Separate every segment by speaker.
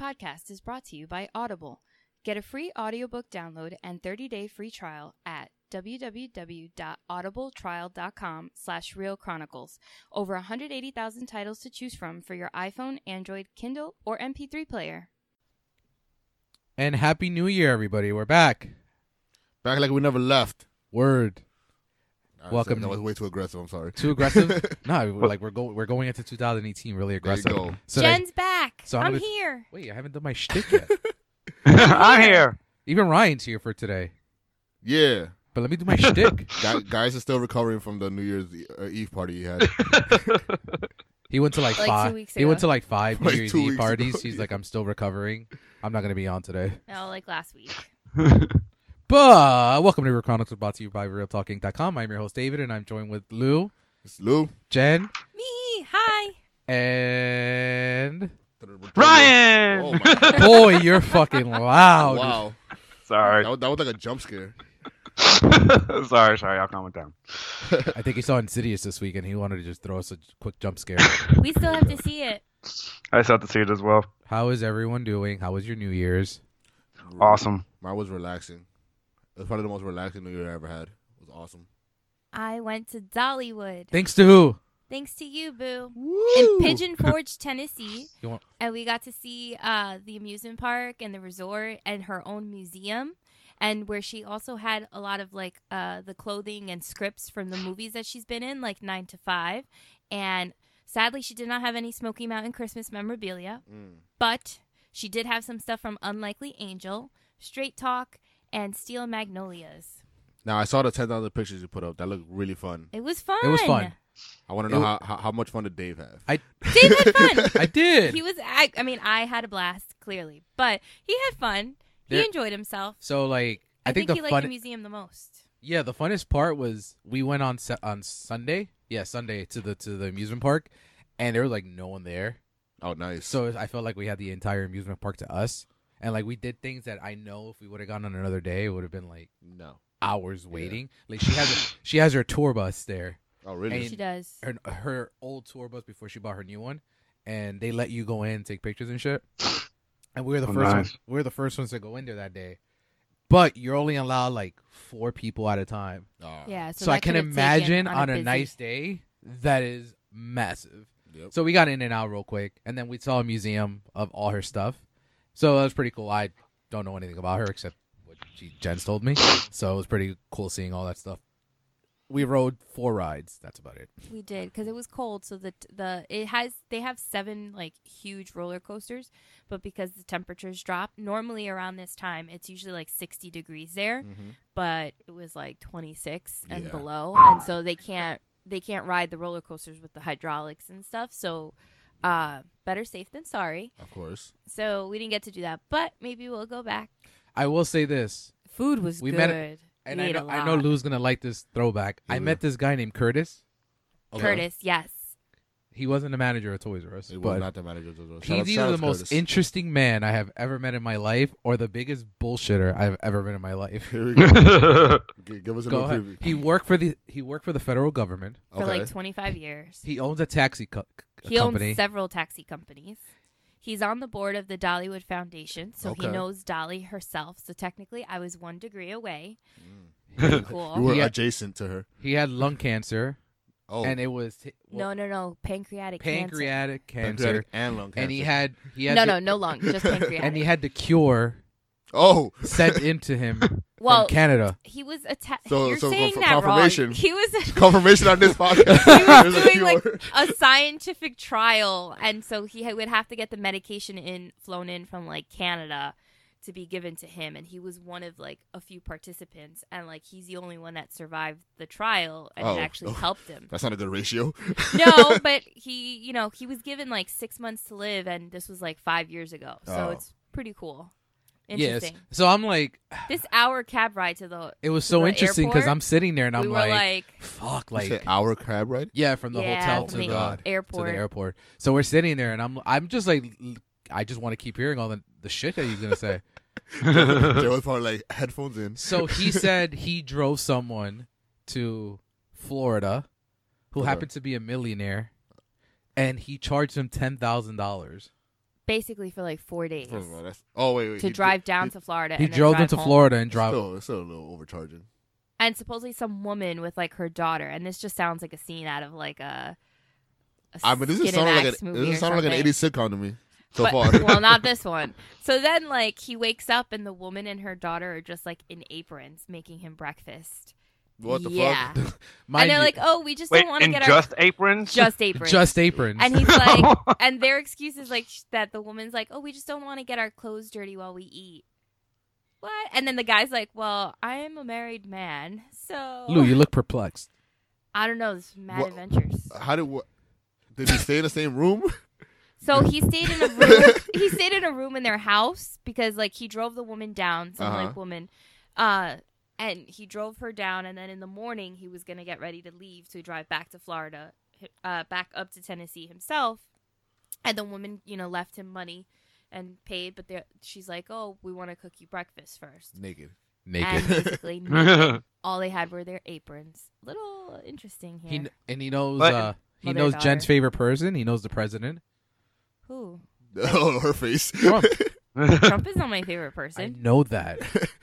Speaker 1: podcast is brought to you by Audible. Get a free audiobook download and 30-day free trial at www.audibletrial.com slash realchronicles. Over 180,000 titles to choose from for your iPhone, Android, Kindle, or MP3 player.
Speaker 2: And happy new year, everybody. We're back.
Speaker 3: Back like we never left.
Speaker 2: Word.
Speaker 3: I
Speaker 2: Welcome.
Speaker 3: said That was way too aggressive. I'm sorry.
Speaker 2: Too aggressive? no, we're like we're going we're going into 2018 really
Speaker 3: There you
Speaker 2: aggressive.
Speaker 3: go.
Speaker 2: So that-
Speaker 1: Jen's back.
Speaker 2: so I'm
Speaker 1: I'm,
Speaker 2: gonna-
Speaker 1: here.
Speaker 2: wait, I haven't done my shtick yet.
Speaker 4: I'm here.
Speaker 2: Even Ryan's here for today.
Speaker 3: Yeah.
Speaker 2: But let me do my shtick.
Speaker 3: Guy, guys are still recovering from the New Year's E- uh, Eve party he had.
Speaker 2: He went to like,
Speaker 1: Like two
Speaker 2: five.
Speaker 1: weeks
Speaker 2: He went
Speaker 1: ago.
Speaker 2: to like five New
Speaker 3: Like
Speaker 2: Year's
Speaker 3: two
Speaker 2: Eve
Speaker 3: weeks
Speaker 2: parties.
Speaker 3: ago,
Speaker 2: He's
Speaker 3: yeah.
Speaker 2: like, I'm still recovering. I'm not gonna be on today.
Speaker 1: No, Oh, like last week.
Speaker 2: But welcome to Real Chronicles, brought to you by RealTalking.com. I'm your host David, and I'm joined with Lou,
Speaker 3: It's Lou.
Speaker 2: Jen,
Speaker 1: Me. Hi.
Speaker 2: and
Speaker 4: Ryan.
Speaker 3: Oh my God.
Speaker 2: boy, you're fucking loud.
Speaker 3: Wow.
Speaker 4: sorry.
Speaker 3: That was, that was like a jump scare.
Speaker 4: sorry, sorry. I'll calm it down.
Speaker 2: I think he saw Insidious this week, and he wanted to just throw us a quick jump scare.
Speaker 1: We still have to see it.
Speaker 4: I just have to see it as well.
Speaker 2: How is everyone doing? How was your New Year's?
Speaker 3: Mm-hmm.
Speaker 4: Awesome.
Speaker 3: Mine was relaxing. It was probably the most relaxing New Year I ever had. It was awesome.
Speaker 1: I went to Dollywood.
Speaker 2: Thanks to who?
Speaker 1: Thanks to you, Boo.
Speaker 3: Woo!
Speaker 1: in Pigeon Forge, Tennessee.
Speaker 2: You want-
Speaker 1: And we got to see uh, the amusement park and the resort and her own museum. And where she also had a lot of like uh, the clothing and scripts from the movies that she's been in, like Nine to Five. And sadly, she did not have any Smoky Mountain Christmas memorabilia,
Speaker 3: Mm.
Speaker 1: but she did have some stuff from Unlikely Angel, Straight Talk, and Steel Magnolias.
Speaker 3: Now I saw the ten thousand pictures you put up. That looked really fun.
Speaker 1: It was fun.
Speaker 2: It was fun.
Speaker 3: I want
Speaker 2: It
Speaker 3: to know
Speaker 2: wa-
Speaker 3: how, how how much fun did Dave have?
Speaker 2: I
Speaker 1: Dave had fun.
Speaker 2: I did.
Speaker 1: he was I, I mean i had a blast clearly but he had fun he
Speaker 2: There-
Speaker 1: enjoyed himself
Speaker 2: so like, I,
Speaker 1: i, think,
Speaker 2: the
Speaker 1: he liked
Speaker 2: fun.
Speaker 1: the museum the most
Speaker 2: Yeah, the funnest part was we went on Sa- on Sunday. Yeah, Sunday to the to the amusement park, and there was like no one there.
Speaker 3: Oh, nice.
Speaker 2: So I felt like we had the entire amusement park to us, and like we did things that I know if we would have gone on another day, it would have been like
Speaker 3: no.
Speaker 2: hours waiting. Like she has she has her tour bus there,
Speaker 3: Oh, really?
Speaker 2: And-
Speaker 1: she does
Speaker 2: her her old tour bus before she bought her new one, and they let you go in and take pictures and shit. And we were the
Speaker 4: Oh,
Speaker 2: first
Speaker 4: nice.
Speaker 2: ones, we were the first ones to go in there that day, but you're only allowed like four people at a time.
Speaker 3: Aw.
Speaker 1: yeah so,
Speaker 2: So, I
Speaker 1: that
Speaker 2: can
Speaker 1: could've taken
Speaker 2: imagine on a,
Speaker 1: busy-
Speaker 2: nice day that is massive.
Speaker 3: Yep.
Speaker 2: So we got in and out real quick, and then we saw a museum of all her stuff. So that was pretty cool. I don't know anything about her except what she, Jen's told me. So it was pretty cool seeing all that stuff. We rode four rides. That's about it.
Speaker 1: we did because it was cold so the the it has they have seven like huge roller coasters but because the temperatures drop normally around this time it's usually like 60 degrees there
Speaker 2: Mm.
Speaker 3: Mhm.
Speaker 1: but it was like 26 and
Speaker 3: Yeah.
Speaker 1: below and so they can't they can't ride the roller coasters with the hydraulics and stuff so uh better safe than sorry
Speaker 3: Of course.
Speaker 1: so we didn't get to do that but maybe we'll go back
Speaker 2: I will say this,
Speaker 1: food was
Speaker 2: We
Speaker 1: good
Speaker 2: met- and I
Speaker 1: We ate
Speaker 2: know,
Speaker 1: a
Speaker 2: I know
Speaker 1: lot.
Speaker 2: Lou's gonna like this throwback. I
Speaker 3: Yeah.
Speaker 2: met this guy named Curtis.
Speaker 1: curtis yes
Speaker 2: He wasn't the manager of Toys R Us,
Speaker 3: It was
Speaker 2: but
Speaker 3: not the manager. It was-
Speaker 2: He's
Speaker 3: Shout out- shout
Speaker 2: either the
Speaker 3: out
Speaker 2: most
Speaker 3: Curtis.
Speaker 2: interesting man I have ever met in my life, or the biggest bullshitter I've ever been in my life.
Speaker 3: Here we go.
Speaker 4: That's
Speaker 3: G- Give us a
Speaker 2: Go
Speaker 3: little
Speaker 2: ahead.
Speaker 3: preview.
Speaker 2: He worked for the he worked for the federal government.
Speaker 1: for like 25 years
Speaker 2: He owns a taxi co-
Speaker 1: he
Speaker 2: company.
Speaker 1: owns several taxi companies he's on the board of the dollywood foundation so he
Speaker 3: Okay.
Speaker 1: knows dolly herself so technically i was one degree away
Speaker 3: You
Speaker 1: cool
Speaker 3: were
Speaker 2: Yeah.
Speaker 3: adjacent to her.
Speaker 2: he had lung cancer,
Speaker 3: Oh,
Speaker 2: and it was hi- well,
Speaker 1: no no no pancreatic cancer.
Speaker 2: pancreatic cancer,
Speaker 3: pancreatic and lung cancer.
Speaker 2: and he had he had
Speaker 1: no no
Speaker 2: the-
Speaker 1: no lung just pancreatic
Speaker 2: and he had the cure
Speaker 3: Oh,
Speaker 2: sent into him
Speaker 1: well
Speaker 2: from Canada.
Speaker 1: he was attacked
Speaker 3: So-
Speaker 1: you're
Speaker 3: so
Speaker 1: saying
Speaker 3: for- for
Speaker 1: that
Speaker 3: confirmation.
Speaker 1: wrong he was
Speaker 3: confirmation on this podcast.
Speaker 1: he was
Speaker 3: There's a
Speaker 1: doing like
Speaker 3: cure.
Speaker 1: a scientific trial, and so he ha- would have to get the medication in flown in from like Canada to be given to him, and he was one of like a few participants, and like he's the only one that survived the trial and
Speaker 3: Oh.
Speaker 1: it actually
Speaker 3: Oh.
Speaker 1: helped him.
Speaker 3: That's not a good ratio.
Speaker 1: no, but he, you know, he was given like six months to live, and this was like five years ago, so
Speaker 3: Oh.
Speaker 1: it's pretty cool.
Speaker 2: Yes.
Speaker 1: Interesting.
Speaker 2: So I'm like,
Speaker 1: This hour cab ride to the
Speaker 2: it was so
Speaker 1: The
Speaker 2: interesting because
Speaker 1: airport?
Speaker 2: I'm sitting there and I'm
Speaker 1: we were
Speaker 2: like,
Speaker 1: like,
Speaker 2: fuck,
Speaker 3: Like
Speaker 2: like
Speaker 3: our crab ride.
Speaker 2: yeah, from the
Speaker 1: yeah,
Speaker 2: hotel
Speaker 1: from
Speaker 2: to
Speaker 1: the
Speaker 2: the
Speaker 1: airport.
Speaker 2: to the airport. So we're sitting there, and I'm I'm just like, l- I just want to keep hearing all the the shit that he's gonna say.
Speaker 3: there was probably like headphones in.
Speaker 2: so he said he drove someone to Florida, who
Speaker 3: Okay.
Speaker 2: happened to be a millionaire, and he charged him ten thousand dollars
Speaker 1: basically for like four days
Speaker 3: First of all, that's oh wait, wait
Speaker 1: to
Speaker 3: he dri-
Speaker 1: drive down
Speaker 3: he-
Speaker 1: to Florida.
Speaker 2: He
Speaker 1: and then
Speaker 2: drove
Speaker 1: drive
Speaker 2: them to
Speaker 1: home.
Speaker 2: Florida and drove.
Speaker 3: Still, it's still a little overcharging.
Speaker 1: and supposedly some woman with like her daughter. And this just sounds like a scene out of like a. a
Speaker 3: I mean, this
Speaker 1: Skin
Speaker 3: is
Speaker 1: and
Speaker 3: sounding like
Speaker 1: Axe
Speaker 3: an
Speaker 1: movie
Speaker 3: this
Speaker 1: or
Speaker 3: is sounding like an
Speaker 1: something.
Speaker 3: eighty sitcom to me so
Speaker 1: But-
Speaker 3: far.
Speaker 1: well, not this one. So then, like, he wakes up and the woman and her daughter are just like in aprons making him breakfast.
Speaker 3: what the
Speaker 1: yeah.
Speaker 3: fuck?
Speaker 1: and
Speaker 2: Mind
Speaker 1: they're
Speaker 2: you,
Speaker 1: like, "Oh, we just
Speaker 4: Wait,
Speaker 1: don't want to
Speaker 4: and
Speaker 1: get
Speaker 4: just aprons?
Speaker 1: our just aprons."
Speaker 2: just aprons.
Speaker 1: and he's like, and their excuse is like sh- that the woman's like, "Oh, we just don't want to get our clothes dirty while we eat." What? And then the guy's like, "Well, I am a married man, so
Speaker 2: Lou, you look perplexed.
Speaker 1: I don't know this is mad
Speaker 3: What-
Speaker 1: adventures."
Speaker 3: How did what? Did he stay in the same room?
Speaker 1: So he stayed in a room. he stayed in a room in their house because like he drove the woman down, some
Speaker 3: Uh-huh.
Speaker 1: like woman, uh, and he drove her down. And then in the morning he was gonna get ready to leave to drive back to Florida, hi- uh, back up to Tennessee himself. And the woman, you know, left him money and paid, but there- she's like, "Oh, we want to cook you breakfast first.
Speaker 3: Naked.
Speaker 1: And
Speaker 2: Naked.
Speaker 1: basically,
Speaker 4: but
Speaker 1: all they had were their aprons. Little interesting here.
Speaker 2: He kn- and he knows
Speaker 4: But-
Speaker 2: uh, he
Speaker 1: Mother
Speaker 2: knows
Speaker 1: daughter.
Speaker 2: Jen's favorite person. He knows the president.
Speaker 1: Who?
Speaker 3: oh, her face.
Speaker 2: Trump.
Speaker 1: Trump is not my favorite
Speaker 2: I
Speaker 1: person.
Speaker 2: know that.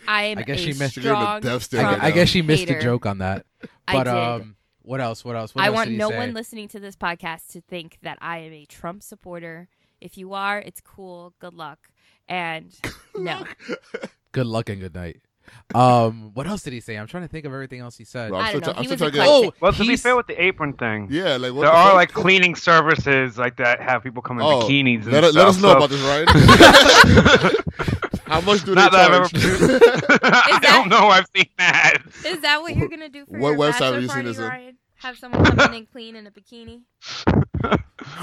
Speaker 1: I am
Speaker 2: I guess
Speaker 1: a
Speaker 2: she missed-
Speaker 3: She gave him a
Speaker 1: strong,
Speaker 3: death stare
Speaker 1: strong
Speaker 3: right
Speaker 2: I, I guess she missed
Speaker 1: Hater.
Speaker 2: a joke on that.
Speaker 1: I
Speaker 2: But
Speaker 1: did.
Speaker 2: um, what else? What else? What
Speaker 1: I
Speaker 2: else
Speaker 1: want
Speaker 2: did he
Speaker 1: no
Speaker 2: say?
Speaker 1: one listening to this podcast to think that I am a Trump supporter. If you are, it's cool. Good luck. And no,
Speaker 2: good luck and good night. Um, what else did he say? I'm trying to think of everything else he said.
Speaker 3: Well, I'm
Speaker 1: I
Speaker 3: still
Speaker 1: don't know.
Speaker 3: try-
Speaker 1: He
Speaker 3: I'm still
Speaker 1: was
Speaker 3: trying to get-
Speaker 1: eclectic.
Speaker 2: Oh,
Speaker 4: well, to be
Speaker 2: he's-
Speaker 4: fair with the apron thing,
Speaker 3: Yeah, like what
Speaker 4: there
Speaker 3: the
Speaker 4: are
Speaker 3: fuck?
Speaker 4: like cleaning services like that have people come in
Speaker 3: Oh,
Speaker 4: bikinis. And
Speaker 3: Let, us-
Speaker 4: stuff,
Speaker 3: let us know
Speaker 4: so-
Speaker 3: about this, right? How much do
Speaker 4: Not
Speaker 3: they
Speaker 4: that I've
Speaker 3: charge?
Speaker 4: ever. I
Speaker 1: that-
Speaker 4: don't know. I've seen that.
Speaker 1: is that what you're gonna do for
Speaker 3: What
Speaker 1: your
Speaker 3: website
Speaker 1: bachelor
Speaker 3: have you seen
Speaker 1: party,
Speaker 3: this in?
Speaker 1: Ryan? Have someone come in and clean in a bikini?
Speaker 2: Funny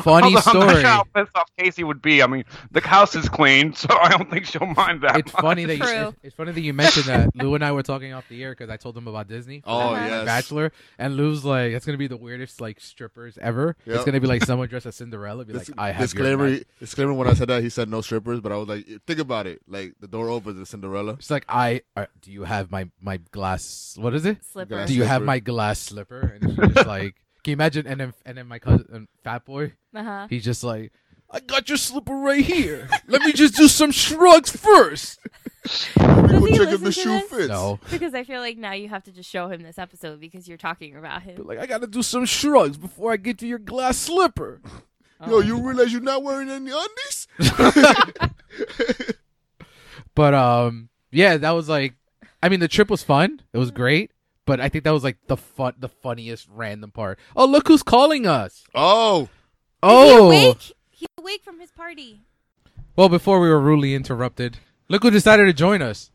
Speaker 4: Although I'm not
Speaker 2: story.
Speaker 4: sure how pissed off Casey would be. I mean, the house is clean, so I don't think she'll mind that.
Speaker 2: It's funny that you,
Speaker 1: True.
Speaker 2: it- it's funny that you mentioned that. Lou and I were talking off the air because I told him about Disney.
Speaker 3: oh
Speaker 1: Uh-huh.
Speaker 3: yes,
Speaker 2: Bachelor and Lou's like it's gonna be the weirdest like strippers ever.
Speaker 3: Yep.
Speaker 2: It's gonna be like someone dressed as Cinderella. Be
Speaker 3: Dis-
Speaker 2: like I have
Speaker 3: disclaimer.
Speaker 2: Your neck.
Speaker 3: Disclaimer. When I said that, he said no strippers, but I was like, think about it. Like the door opens to Cinderella.
Speaker 2: She's like I uh, do you have my my glass? What is it?
Speaker 1: Slipper.
Speaker 3: Glass
Speaker 2: do you have
Speaker 3: slipper.
Speaker 2: my glass slipper? And she's just like can you imagine? And then and then my cousin and Fat Boy
Speaker 1: Uh-huh.
Speaker 2: He's just like, I got your slipper right here. Let me just do some shrugs first.
Speaker 1: Does
Speaker 3: We'll
Speaker 1: he
Speaker 3: check if
Speaker 1: listen
Speaker 3: the
Speaker 1: to
Speaker 3: shoe
Speaker 1: this?
Speaker 3: fits.
Speaker 2: No.
Speaker 1: Because I feel like now you have to just show him this episode because you're talking about
Speaker 2: But
Speaker 1: him.
Speaker 2: like, I gotta do some shrugs before I get to your glass slipper.
Speaker 1: Oh.
Speaker 3: Yo, you realize you're not wearing any undies?
Speaker 2: But um, yeah, that was like, I mean, the trip was fun. It was great. But I think that was like the fun, the funniest random part. Oh, look who's calling us.
Speaker 3: Oh,
Speaker 2: Oh,
Speaker 1: He's awake. He's awake from his party.
Speaker 2: well, before we were rudely interrupted, look who decided to join us.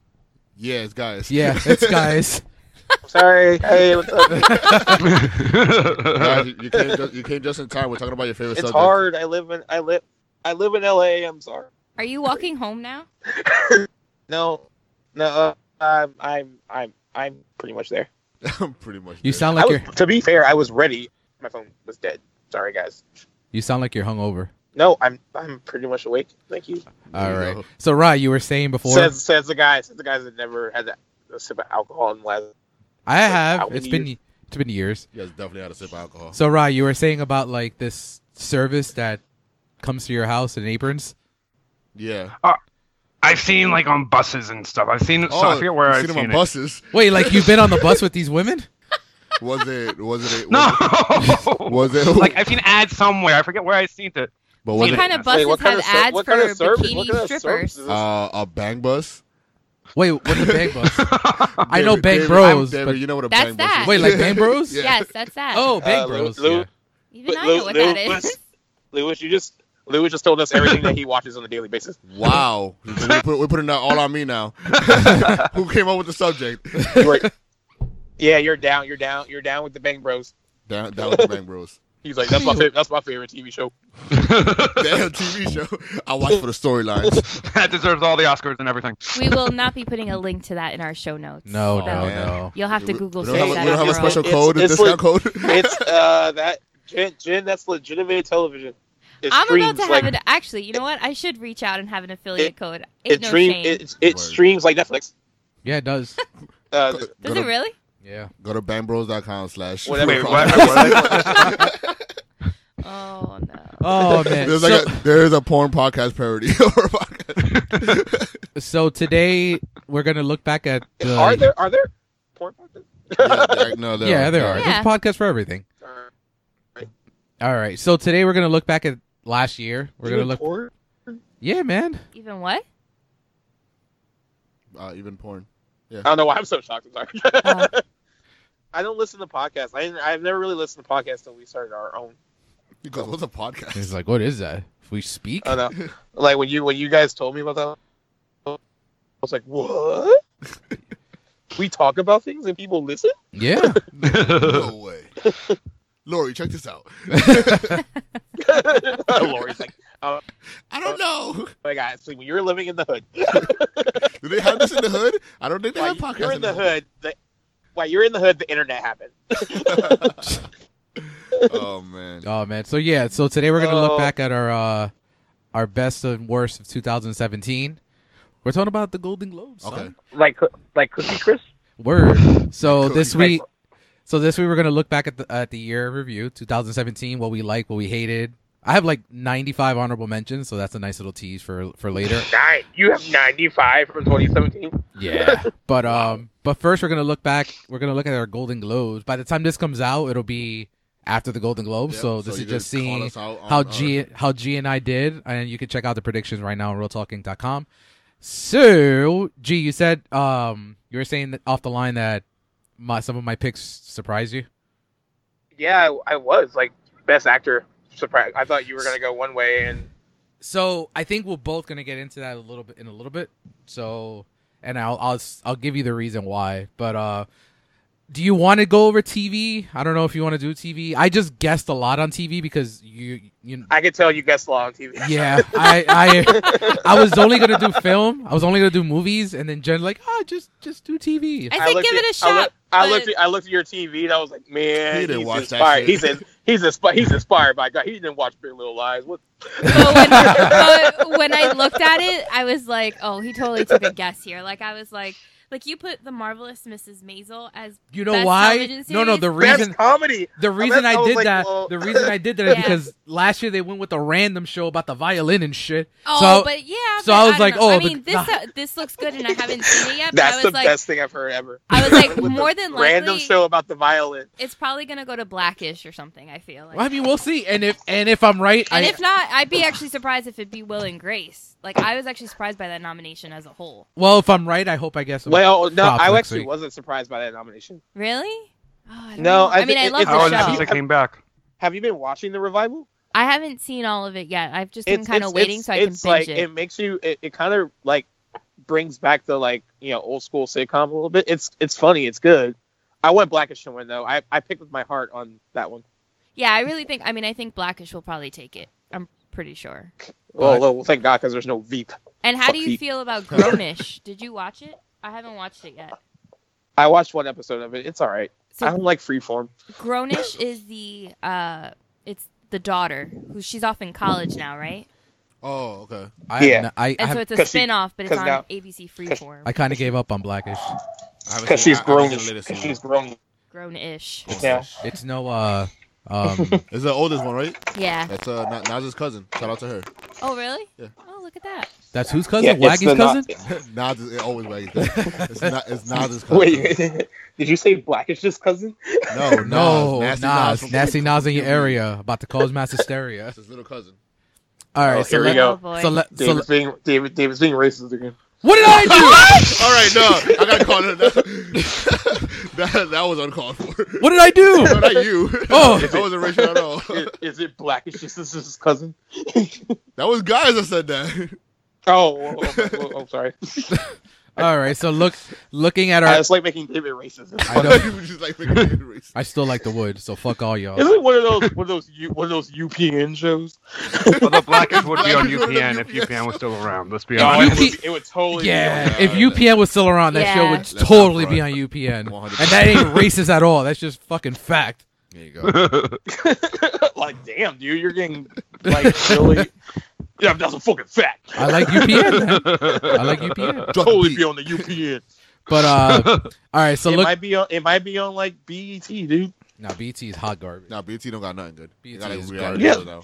Speaker 3: yes, guys.
Speaker 2: Yeah, it's guys.
Speaker 5: Sorry. Hey, what's up?
Speaker 3: Guys, you- you came just, you came just in time. We're talking about your favorite
Speaker 5: it's
Speaker 3: subject.
Speaker 5: hard. I live in I live I live in LA. I'm sorry.
Speaker 1: Are you walking home now?
Speaker 5: No, no. Uh, I'm I'm I'm I'm pretty much there.
Speaker 3: I'm pretty much.
Speaker 2: You
Speaker 3: there.
Speaker 2: sound
Speaker 5: I
Speaker 2: like
Speaker 5: was,
Speaker 2: you're
Speaker 5: to be fair, I was ready. My phone was dead. Sorry, guys.
Speaker 2: you sound like you're hungover.
Speaker 5: No, I'm I'm pretty much awake. Thank you.
Speaker 2: All
Speaker 3: you
Speaker 2: right.
Speaker 3: go.
Speaker 2: So, Ryan, you were saying before
Speaker 5: Says says the guy. Says the guy that never had that, a sip of alcohol in the last.
Speaker 2: I
Speaker 5: how
Speaker 2: have. It's
Speaker 5: many
Speaker 2: been
Speaker 5: years?
Speaker 2: it's been years.
Speaker 3: You guys definitely had a sip of alcohol.
Speaker 2: So Ra, you were saying about like this service that comes to your house in aprons.
Speaker 3: Yeah.
Speaker 4: I've seen like on buses and stuff. I've seen. so I forget where
Speaker 3: Oh, you
Speaker 4: I've
Speaker 3: seen
Speaker 4: seen,
Speaker 3: them on
Speaker 4: it.
Speaker 3: buses.
Speaker 2: Wait, like you've been on the bus with these women?
Speaker 3: Was it? Was it? a- was
Speaker 4: No.
Speaker 3: it- Was it?
Speaker 4: like I've seen ads somewhere. I forget where I've seen it.
Speaker 3: but was
Speaker 1: What
Speaker 3: it
Speaker 1: kind of buses
Speaker 5: Wait, what kind
Speaker 1: have
Speaker 5: of ser-
Speaker 1: ads
Speaker 5: what
Speaker 1: for
Speaker 5: kind of service?
Speaker 1: bikini
Speaker 5: What kind of service
Speaker 1: strippers?
Speaker 5: is this?
Speaker 3: uh, a bang bus?
Speaker 2: Wait, what's a bang bus? I
Speaker 3: David-
Speaker 2: know Bang
Speaker 3: David,
Speaker 2: Bros,
Speaker 3: David,
Speaker 2: but-
Speaker 3: you know what a
Speaker 1: That's
Speaker 3: Bang
Speaker 1: that.
Speaker 3: Bros. is.
Speaker 2: Wait, like Bang Bros?
Speaker 3: Yeah.
Speaker 1: Yes, that's that.
Speaker 2: Oh, Bang
Speaker 5: Uh, Lou-
Speaker 2: Bros.
Speaker 5: Lou-
Speaker 2: yeah.
Speaker 1: even I
Speaker 5: Lou-
Speaker 1: know what
Speaker 5: Lou-
Speaker 1: that is.
Speaker 5: Lewis, you just Lewis just told us everything that he watches on a daily basis.
Speaker 3: Wow, we're, put, we're putting that all on me now. Who came up with the subject?
Speaker 5: You were- yeah, you're down. You're down. You're down with the Bang Bros.
Speaker 3: Down, down with the Bang Bros.
Speaker 5: He's like, that's my favorite. That's my favorite TV show.
Speaker 3: Damn TV show. I watch for the storylines.
Speaker 4: that deserves all the Oscars and everything.
Speaker 1: We will not be putting a link to that in our show notes.
Speaker 2: No,
Speaker 1: So
Speaker 2: no,
Speaker 3: man.
Speaker 2: no.
Speaker 1: You'll have to
Speaker 3: We-
Speaker 1: Google
Speaker 3: We
Speaker 1: search
Speaker 3: don't have, a-
Speaker 1: that.
Speaker 3: we don't
Speaker 1: on
Speaker 3: have a
Speaker 1: your own.
Speaker 3: special
Speaker 5: It's-
Speaker 3: code, a
Speaker 5: it's
Speaker 3: discount code.
Speaker 5: It's uh that Jen. Jen, that's legitimate television. It
Speaker 1: I'm
Speaker 5: streams
Speaker 1: about to
Speaker 5: like
Speaker 1: have it. Actually, you know what? I should reach out and have an affiliate
Speaker 5: It-
Speaker 1: code. Ain't
Speaker 5: it
Speaker 1: no
Speaker 5: stream.
Speaker 1: shame.
Speaker 5: It, it, it
Speaker 3: Word.
Speaker 5: streams like Netflix.
Speaker 2: Yeah, it does.
Speaker 5: Uh,
Speaker 1: Does
Speaker 3: go,
Speaker 1: it
Speaker 3: to,
Speaker 1: really?
Speaker 2: Yeah.
Speaker 3: go to bangbros.com slash.
Speaker 5: Whatever.
Speaker 4: Wait, what? what?
Speaker 1: Oh no.
Speaker 2: Oh man.
Speaker 3: There's
Speaker 2: so,
Speaker 3: like a, there is a porn podcast parody. of our podcast.
Speaker 2: so today we're gonna look back at. The,
Speaker 5: are there are there porn podcasts?
Speaker 3: yeah, there- no, there
Speaker 2: yeah, there are.
Speaker 1: Yeah.
Speaker 2: There's podcasts for everything.
Speaker 5: Or
Speaker 2: All right. So today we're gonna look back at last year. We're gonna
Speaker 5: even
Speaker 2: look.
Speaker 5: porn?
Speaker 2: Yeah, man.
Speaker 1: Even what?
Speaker 3: Uh, even porn.
Speaker 5: I don't know why I'm so shocked. I'm sorry.
Speaker 1: Oh.
Speaker 5: I don't listen to podcasts. I didn't, I've never really listened to podcasts until we started our own.
Speaker 3: Because what's a podcast?
Speaker 2: He's like, what is that? If we speak.
Speaker 5: I don't know. like when you when you guys told me about that, I was like, what? we talk about things and people listen.
Speaker 2: Yeah.
Speaker 3: no way. Lori, check this out.
Speaker 5: Lori's like, "Oh
Speaker 3: I don't know.
Speaker 5: my God, see, when you're living in the hood,
Speaker 3: Do they have this in the hood? I don't think they
Speaker 5: while
Speaker 3: have podcasts
Speaker 5: you're in the
Speaker 3: hood.
Speaker 5: hood, the, while you're in the hood, the internet happened.
Speaker 3: oh man.
Speaker 2: Oh man. So yeah. So today we're gonna look
Speaker 5: Oh.
Speaker 2: back at our uh, our best and worst of 2017. We're talking about the Golden Globes. son.
Speaker 3: Okay.
Speaker 5: Like like Cookie Crisp.
Speaker 2: Word. So
Speaker 3: Cool.
Speaker 2: this
Speaker 5: Right.
Speaker 2: week, so this week we're gonna look back at the at the year in review, 2017, what we like, what we hated. I have like 95 honorable mentions, so that's a nice little tease for for later.
Speaker 5: Nine. You have 95 from 2017.
Speaker 2: yeah. But um, but first we're gonna look back. We're gonna look at our Golden Globes. By the time this comes out, it'll be after the Golden Globes.
Speaker 3: Yep,
Speaker 2: So this
Speaker 3: you
Speaker 2: is just
Speaker 3: call
Speaker 2: seeing
Speaker 3: us out on uh,
Speaker 2: how
Speaker 3: our-
Speaker 2: G how G and I did, and you can check out the predictions right now on realtalking.com. So G, you said um you were saying that off the line that my some of my picks surprised you.
Speaker 5: Yeah, I, I was like best actor. Surprise! I thought you were gonna go one way, and
Speaker 2: So I think we're both gonna get into that a little bit in a little bit. So and I'll I'll s- I'll give you the reason why. But uh, do you want to go over TV? I don't know if you want to do TV. I just guessed a lot on TV because you you.
Speaker 5: I could tell you guessed law on TV.
Speaker 2: Yeah, I, I I was only gonna do film. I was only gonna do movies, and then Jen like, oh, just just do TV.
Speaker 1: I said
Speaker 5: looked
Speaker 1: give it
Speaker 5: at-
Speaker 1: a
Speaker 5: I,
Speaker 1: shot.
Speaker 5: look- I
Speaker 1: but-
Speaker 5: looked. At, I looked at your TV and I was like, man,
Speaker 3: He didn't
Speaker 5: he's
Speaker 3: watch that
Speaker 5: inspired.
Speaker 3: shit.
Speaker 5: He's in, he's inspi- he's inspired by God. He didn't watch Big Little Lies. What?
Speaker 1: but when, but when I looked at it, I was like, "Oh, he totally took a guess here." Like I was like, "Like you put the marvelous Mrs. Maisel as
Speaker 2: You know
Speaker 1: Best
Speaker 2: why?
Speaker 1: television
Speaker 2: No, no.
Speaker 1: series?
Speaker 2: The
Speaker 5: Best
Speaker 2: reason
Speaker 5: comedy.
Speaker 2: the reason
Speaker 5: I
Speaker 2: I
Speaker 5: was
Speaker 2: did
Speaker 5: like,
Speaker 2: that
Speaker 5: well-
Speaker 2: the reason I did that is
Speaker 1: Yeah.
Speaker 2: because last year they went with a random show about the violin and shit.
Speaker 1: oh,
Speaker 2: So-
Speaker 1: but yeah."
Speaker 2: so
Speaker 1: but
Speaker 2: I was
Speaker 1: don't
Speaker 2: like,
Speaker 1: know.
Speaker 2: oh,
Speaker 1: I
Speaker 2: the-
Speaker 1: mean, this
Speaker 2: nah.
Speaker 1: uh, this looks good, and I haven't seen it yet." But I
Speaker 5: That's
Speaker 1: was
Speaker 5: the
Speaker 1: like,
Speaker 5: best thing I've heard ever.
Speaker 1: I was like,
Speaker 5: With the
Speaker 1: more than likely,
Speaker 5: Random show about the violin.
Speaker 1: it's probably gonna go to Blackish or something. I feel like.
Speaker 2: Well, I mean, we'll see. And if and if I'm right,
Speaker 1: and
Speaker 2: I
Speaker 1: if not, I'd be actually surprised if it'd be Will and Grace. Like I was actually surprised by that nomination as a whole.
Speaker 2: well, if I'm right, I hope I guess.
Speaker 5: Well, no,
Speaker 2: props
Speaker 5: I
Speaker 2: next
Speaker 5: actually
Speaker 2: week.
Speaker 5: wasn't surprised by that nomination.
Speaker 1: Really? Oh, I don't
Speaker 5: No,
Speaker 1: know.
Speaker 5: I
Speaker 1: I, mean
Speaker 5: thi-
Speaker 1: I
Speaker 5: it-
Speaker 1: love
Speaker 5: it's-
Speaker 1: the
Speaker 4: I was
Speaker 5: a
Speaker 1: show.
Speaker 4: since it came back.
Speaker 5: Have you been watching the revival?
Speaker 1: I haven't seen all of it yet. I've just been kind of waiting
Speaker 5: it's,
Speaker 1: so I can
Speaker 5: it's
Speaker 1: binge
Speaker 5: like
Speaker 1: it.
Speaker 5: makes you. It, it kind of like brings back the like you know old school sitcom a little bit. It's it's funny. It's good. I went blackish to win though. I I picked with my heart on that one.
Speaker 1: Yeah, I really think. I mean, I think Blackish will probably take it. I'm pretty sure.
Speaker 5: Well,
Speaker 2: Right.
Speaker 5: well thank God because there's no Veep.
Speaker 1: And how do
Speaker 5: Fuck
Speaker 1: you
Speaker 5: you.
Speaker 1: feel about Grownish? Did you watch it? I haven't watched it yet.
Speaker 5: I watched one episode of it. It's all right. I
Speaker 1: So
Speaker 5: don't like Freeform.
Speaker 1: Grownish is the uh, it's the daughter who she's off in college now, right?
Speaker 3: Oh, okay.
Speaker 2: I,
Speaker 5: yeah.
Speaker 2: I,
Speaker 1: And so it's a
Speaker 5: 'cause she-
Speaker 1: spin-off, but it's
Speaker 5: 'cause
Speaker 1: on
Speaker 5: now-
Speaker 1: ABC Freeform.
Speaker 2: kind of gave up on Blackish.
Speaker 3: I haven't
Speaker 5: Because
Speaker 3: seen- I- I
Speaker 5: she's
Speaker 3: haven't seen
Speaker 5: grown.
Speaker 3: the latest
Speaker 5: Because
Speaker 3: season.
Speaker 5: she's grown.
Speaker 1: Grownish.
Speaker 3: Oh,
Speaker 5: Yeah.
Speaker 3: gosh.
Speaker 2: It's no uh um
Speaker 3: It's the oldest one, right?
Speaker 1: Yeah.
Speaker 3: That's uh, Na- Nas's cousin. Shout out to her.
Speaker 1: Oh, really?
Speaker 3: Yeah.
Speaker 1: Oh, look at that.
Speaker 2: that's whose cousin? Waggy's cousin?
Speaker 3: Nas is it always Waggy's cousin. It's, Na- it's Nas's cousin.
Speaker 5: Wait, did you say Blackish's cousin?
Speaker 3: No,
Speaker 2: No, Nas,
Speaker 3: Nas, nasty Nas, from-
Speaker 2: nasty Nas in your area about to cause mass hysteria.
Speaker 3: That's his little cousin.
Speaker 2: All right,
Speaker 5: Oh,
Speaker 2: so
Speaker 5: here we
Speaker 2: let,
Speaker 5: go.
Speaker 1: Oh boy.
Speaker 2: so let, so
Speaker 5: David's
Speaker 2: let-
Speaker 5: being David. David's being racist again.
Speaker 2: what did I do?
Speaker 3: All right, no, I gotta call it. That, that, that was uncalled for.
Speaker 2: what did I
Speaker 3: No,
Speaker 2: do?
Speaker 3: not you.
Speaker 2: Oh.
Speaker 3: that wasn't racial at all.
Speaker 5: Is, is it Blackish's sister's cousin?
Speaker 3: That was guys that said that.
Speaker 5: Oh, oh, oh, oh, oh, I'm sorry.
Speaker 2: All right, so look, looking at
Speaker 5: I
Speaker 2: our,
Speaker 5: just like making David racist.
Speaker 2: I know.
Speaker 3: you were just like making it racist.
Speaker 2: I still like the wood, so fuck all y'all.
Speaker 5: Is it one of those one of those U- one of those UPN shows?
Speaker 4: Well, the Blackish would be on
Speaker 3: Blackish would be
Speaker 4: UPN
Speaker 3: on
Speaker 4: if UPN was still around. Let's be
Speaker 2: No,
Speaker 5: it,
Speaker 4: honest.
Speaker 2: UP
Speaker 5: would, it would totally.
Speaker 2: Yeah,
Speaker 3: Yeah,
Speaker 2: if
Speaker 3: yeah.
Speaker 2: UPN was still around, that show
Speaker 1: Yeah.
Speaker 2: would
Speaker 3: That's
Speaker 2: totally
Speaker 3: not
Speaker 2: be on
Speaker 3: right.
Speaker 2: UPN,
Speaker 3: 100%.
Speaker 2: and that ain't racist at all. That's just fucking fact.
Speaker 3: There you go.
Speaker 5: Be on. like, damn, dude, you're getting like really. Yeah, that's a fucking fact.
Speaker 2: I like UPN. man. I like UPN.
Speaker 3: Drop the
Speaker 5: totally be
Speaker 3: beat.
Speaker 5: on the UPN.
Speaker 2: But uh, all right, so
Speaker 5: it
Speaker 2: look,
Speaker 5: might be on. It might be on like BET, E dude.
Speaker 2: Now BT is hot garbage.
Speaker 3: Now BT don't got nothing good.
Speaker 2: BT
Speaker 3: they got like
Speaker 2: is
Speaker 3: weird
Speaker 2: garbage.
Speaker 3: shows now.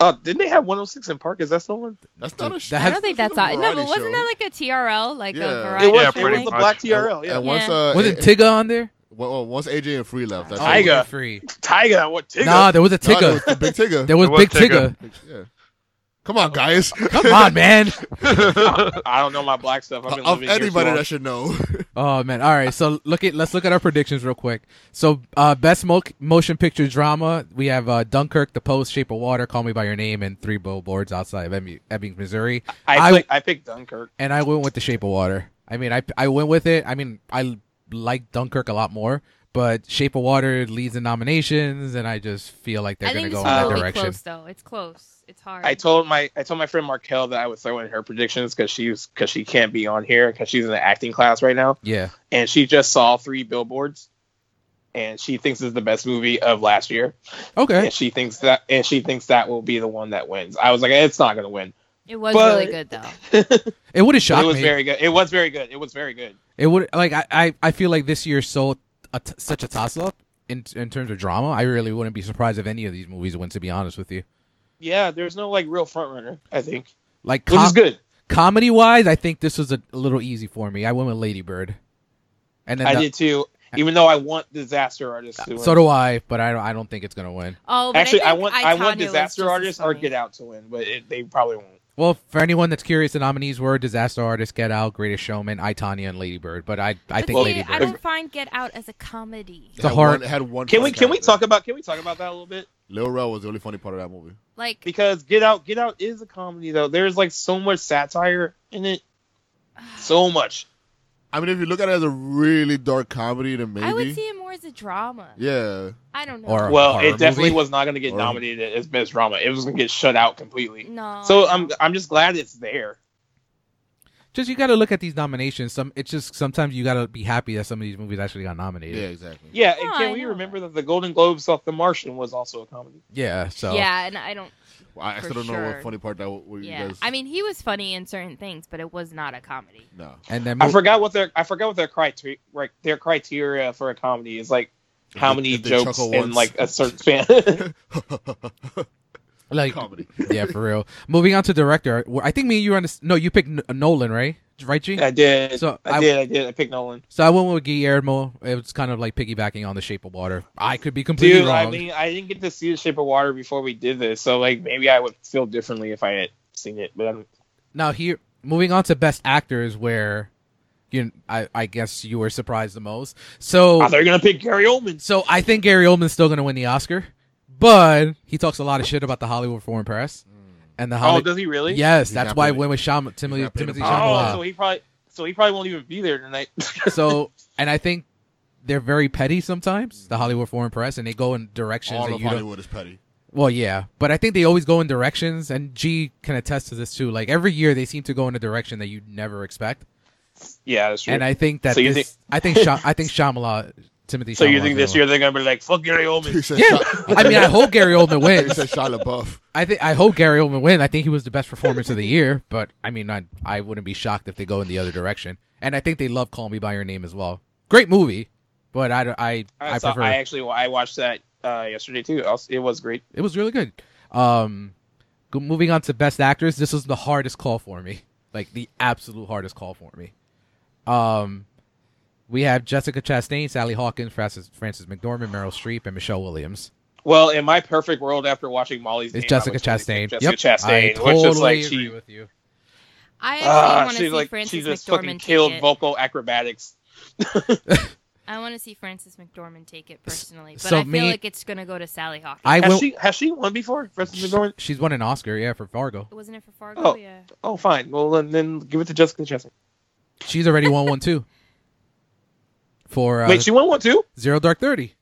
Speaker 5: Oh, didn't they have 106 in Park? Is that still one?
Speaker 3: That's not a
Speaker 2: Dude,
Speaker 3: show.
Speaker 2: that-
Speaker 1: Oh, I don't think that's
Speaker 3: a
Speaker 1: on. No, but
Speaker 3: variety
Speaker 1: wasn't
Speaker 3: show.
Speaker 1: that like a TRL, like
Speaker 3: Yeah.
Speaker 1: a
Speaker 3: It
Speaker 1: variety?
Speaker 5: it was,
Speaker 1: thing?
Speaker 5: it was
Speaker 4: pretty
Speaker 5: the
Speaker 4: much.
Speaker 5: black TRL. Yeah,
Speaker 3: And once
Speaker 1: Yeah.
Speaker 3: uh,
Speaker 2: Wasn't
Speaker 3: it-
Speaker 2: Tigga on there?
Speaker 3: well, well, once AJ and Free left, that's
Speaker 2: Oh,
Speaker 5: Tyga.
Speaker 2: wasn't Free.
Speaker 5: Tiger. What Tiger?
Speaker 2: Nah, there was a
Speaker 3: No,
Speaker 2: Tigga.
Speaker 3: it was Big Tigger.
Speaker 2: There was
Speaker 4: It was
Speaker 2: Big
Speaker 4: Tigga.
Speaker 2: Tigga.
Speaker 3: yeah. Come on, guys.
Speaker 2: Come on, man.
Speaker 5: I don't know my black stuff. I've been
Speaker 3: of
Speaker 5: living here
Speaker 3: anybody
Speaker 5: too
Speaker 3: that should know.
Speaker 2: Oh man. All right. So look at let's look at our predictions real quick. So uh, best mo- motion picture drama we have uh, Dunkirk, The Post, Shape of Water, Call Me by Your Name, and Three Billboards Outside of Ebbing, Ebbing Missouri.
Speaker 5: long. I,
Speaker 2: I-
Speaker 5: pick- I picked Dunkirk.
Speaker 2: And I went with The Shape of Water. I mean, I I went with it. I mean, I like Dunkirk a lot more, but Shape of Water leads the nominations, and I just feel like they're
Speaker 1: I
Speaker 2: gonna
Speaker 1: think
Speaker 2: go
Speaker 1: it's
Speaker 2: in
Speaker 5: one
Speaker 2: that
Speaker 1: really
Speaker 2: direction.
Speaker 1: close though. It's close. It's hard.
Speaker 5: I told my I told my friend Markel that I would throw in her predictions because she's because she can't be on here because she's in the acting class right now
Speaker 2: Yeah.
Speaker 5: and she just saw three billboards and she thinks it's the best movie of last year
Speaker 2: Okay.
Speaker 5: and she thinks that and she thinks that will be the one that wins. I was like, it's not gonna win.
Speaker 1: it was
Speaker 5: but-
Speaker 1: really good though.
Speaker 2: It would have
Speaker 5: But
Speaker 2: shocked
Speaker 5: it was
Speaker 2: me.
Speaker 5: very good. It was very good. It was very good.
Speaker 2: It would like I, I, I feel like this year's so a t- such a toss up in in terms of drama. I really wouldn't be surprised if any of these movies win. To be honest with you,
Speaker 5: Yeah, there's no like real front runner. I think
Speaker 2: like
Speaker 5: which is good.
Speaker 2: comedy wise, I think this was a, a little easy for me. I went with Lady Bird, and then
Speaker 5: I
Speaker 2: the-
Speaker 5: did too. Even though I want disaster artists to win.
Speaker 2: so do I. But I don't I don't think it's gonna win.
Speaker 1: Oh, but
Speaker 5: Actually, I,
Speaker 1: I, think
Speaker 5: want I want
Speaker 1: Tanya was just
Speaker 5: disaster
Speaker 1: as
Speaker 5: artists or
Speaker 1: funny.
Speaker 5: Get Out to win, but it, they probably won't.
Speaker 2: Well, for anyone that's curious, the nominees were Disaster Artist, Get Out, Greatest Showman, I Tanya, and Lady Bird. But I I
Speaker 1: But
Speaker 2: think
Speaker 1: see,
Speaker 2: Lady
Speaker 1: I
Speaker 2: Bird.
Speaker 1: don't find Get Out as a comedy.
Speaker 2: It's a
Speaker 3: Had
Speaker 2: hard-
Speaker 3: One, had one.
Speaker 5: Can we
Speaker 3: funny
Speaker 5: can we
Speaker 3: character.
Speaker 5: talk about can we talk about that a little bit?
Speaker 3: Lil Rel was the only funny part of that movie.
Speaker 1: Like,
Speaker 5: Because Get Out Get Out is a comedy though. There's like so much satire in it, so much.
Speaker 3: I mean, if you look at it as a really dark comedy, then maybe.
Speaker 1: I would see it more as a drama.
Speaker 3: yeah,
Speaker 1: I don't know.
Speaker 2: Or-
Speaker 5: Well,
Speaker 2: horror
Speaker 5: it definitely
Speaker 2: movie?
Speaker 5: was not going to get
Speaker 3: Horror.
Speaker 5: nominated as best drama. It was going to get shut out completely.
Speaker 1: no.
Speaker 5: So I'm I'm just glad it's there.
Speaker 2: Just you got to look at these nominations. Some it's just sometimes you got to be happy that some of these movies actually got
Speaker 3: yeah,
Speaker 2: nominated.
Speaker 3: exactly.
Speaker 5: Yeah, and
Speaker 1: No,
Speaker 5: can
Speaker 1: I
Speaker 5: we
Speaker 1: know
Speaker 5: remember that the Golden Globes off The Martian was also a comedy?
Speaker 2: Yeah. so
Speaker 1: yeah, and I don't.
Speaker 3: Well, I I
Speaker 1: For
Speaker 3: still don't know
Speaker 1: sure.
Speaker 3: what funny part that w- were you
Speaker 1: Yeah,
Speaker 3: guys.
Speaker 1: I mean, he was funny in certain things, but it was not a comedy.
Speaker 3: no,
Speaker 2: And then
Speaker 5: I forgot what their I forgot what their criteria like their criteria for a comedy is like how
Speaker 3: If they-
Speaker 5: many
Speaker 3: if they
Speaker 5: jokes
Speaker 3: chuckle
Speaker 5: in
Speaker 3: once.
Speaker 5: like a certain span.
Speaker 2: like
Speaker 3: comedy.
Speaker 2: yeah, for real. Moving on to director, wh- I think me and you were on this. No, you picked N- Nolan, right? Right, G.
Speaker 5: I did.
Speaker 2: So,
Speaker 5: I,
Speaker 2: I-
Speaker 5: did. I did. I picked Nolan.
Speaker 2: So I went with Guillermo. It was kind of like piggybacking on The Shape of Water. I could be completely
Speaker 5: Dude,
Speaker 2: wrong.
Speaker 5: I mean, I didn't get to see The Shape of Water before we did this, so like maybe I would feel differently if I had seen it. But I'm,
Speaker 2: now here, moving on to Best Actors, where you, I, I guess you were surprised the most. So,
Speaker 5: I thought you were oh, gonna pick Gary Oldman.
Speaker 2: so I think Gary Oldman's still going to win the Oscar, but he talks a lot of shit about the Hollywood Foreign Press and the
Speaker 5: Oh,
Speaker 2: Hollywood.
Speaker 5: does he really?
Speaker 2: Yes,
Speaker 3: He's
Speaker 2: that's
Speaker 3: not
Speaker 2: why I
Speaker 3: putting-
Speaker 2: went with Shama,
Speaker 3: he's
Speaker 2: Timothy,
Speaker 3: not putting
Speaker 2: Timothy
Speaker 3: it-
Speaker 5: Oh,
Speaker 2: Shyamalan.
Speaker 5: so he probably so he probably won't even be there tonight.
Speaker 2: so and I think they're very petty sometimes, the Hollywood Foreign Press, and they go in directions
Speaker 3: All
Speaker 2: that
Speaker 3: of
Speaker 2: you don't.
Speaker 3: Hollywood is petty.
Speaker 2: Well, yeah, but I think they always go in directions, and G can attest to this too. Like every year, they seem to go in a direction that you never expect,
Speaker 5: yeah, that's true.
Speaker 2: and I think that
Speaker 5: So you
Speaker 2: this, I think Sha- I think Shyamalan, Timothy.
Speaker 5: so you
Speaker 2: Shyamalan's
Speaker 5: think this
Speaker 2: gonna
Speaker 5: year they're gonna be like, "Fuck Gary
Speaker 3: He
Speaker 5: Oldman"?
Speaker 3: said,
Speaker 2: Yeah.
Speaker 3: Shia-
Speaker 2: win. I mean, I hope Gary Oldman
Speaker 3: he
Speaker 2: wins.
Speaker 3: said Shia LaBeouf.
Speaker 2: I think I hope Gary Oldman wins. I think he was the best performance of the year, but I mean, I I wouldn't be shocked if they go in the other direction. And I think they love Call Me by Your Name as well. Great movie, but I I,
Speaker 5: I,
Speaker 2: I,
Speaker 5: saw,
Speaker 2: prefer
Speaker 5: I actually I watched that uh, yesterday too. I was- It was great.
Speaker 2: it was really good. Um, go- moving on to best actress, this was the hardest call for me, like the absolute hardest call for me. Um, we have Jessica Chastain, Sally Hawkins, Frances, Frances McDormand, Meryl Streep, and Michelle Williams.
Speaker 5: Well, in my perfect world, after watching Molly's,
Speaker 2: It's
Speaker 5: Game, I
Speaker 2: Jessica
Speaker 5: would totally pick
Speaker 2: Chastain.
Speaker 5: Jessica
Speaker 2: yep, I
Speaker 5: Chastain,
Speaker 2: totally
Speaker 5: which is like
Speaker 2: agree
Speaker 5: she,
Speaker 2: with you.
Speaker 1: I actually
Speaker 5: Ah,
Speaker 1: want to see
Speaker 5: she's like
Speaker 1: Francis
Speaker 5: she just
Speaker 1: McDormand
Speaker 5: fucking
Speaker 1: take
Speaker 5: killed
Speaker 1: it.
Speaker 5: vocal acrobatics.
Speaker 1: I want to see Francis McDormand take it personally, but
Speaker 2: so
Speaker 1: I feel
Speaker 2: me-
Speaker 1: like it's gonna go to Sally Hawkins.
Speaker 2: I
Speaker 5: Has
Speaker 2: will.
Speaker 5: she has she won before? Frances McDormand?
Speaker 2: She's won an Oscar, yeah, for Fargo.
Speaker 1: Wasn't it for Fargo?
Speaker 5: Oh.
Speaker 1: Yeah.
Speaker 5: Oh, fine. Well, then, then give it to Jessica Chastain.
Speaker 2: She's already won one too. For uh,
Speaker 5: Wait, she won one too?
Speaker 2: Zero Dark Thirty.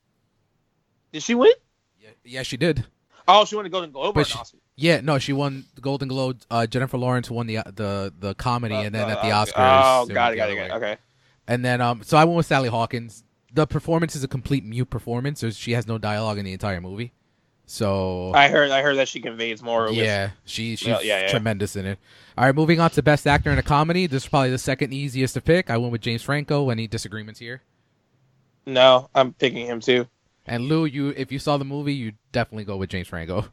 Speaker 5: Did she win?
Speaker 2: Yeah, yeah, she did.
Speaker 5: Oh, she won the Golden Globe. Or
Speaker 2: But
Speaker 5: an
Speaker 2: she-
Speaker 5: Oscar.
Speaker 2: Yeah, no, she won the Golden Globe. Uh, Jennifer Lawrence won the the the comedy,
Speaker 5: Uh,
Speaker 2: and then
Speaker 5: uh,
Speaker 2: at the
Speaker 5: uh,
Speaker 2: Oscars.
Speaker 5: Oh,
Speaker 2: it
Speaker 5: got it,
Speaker 2: was
Speaker 5: got
Speaker 2: the
Speaker 5: it, got
Speaker 2: other
Speaker 5: it.
Speaker 2: way.
Speaker 5: Okay.
Speaker 2: And then, um, so I went with Sally Hawkins. The performance is a complete mute performance. So she has no dialogue in the entire movie. So
Speaker 5: I heard, I heard that she conveys more. With,
Speaker 2: yeah, she she's
Speaker 5: Yeah, yeah, yeah.
Speaker 2: tremendous in it. All right, moving on to best actor in a comedy. This is probably the second easiest to pick. I went with James Franco. Any disagreements here?
Speaker 5: No, I'm picking him too.
Speaker 2: And Lou, you if you saw the movie, you definitely go with James Franco.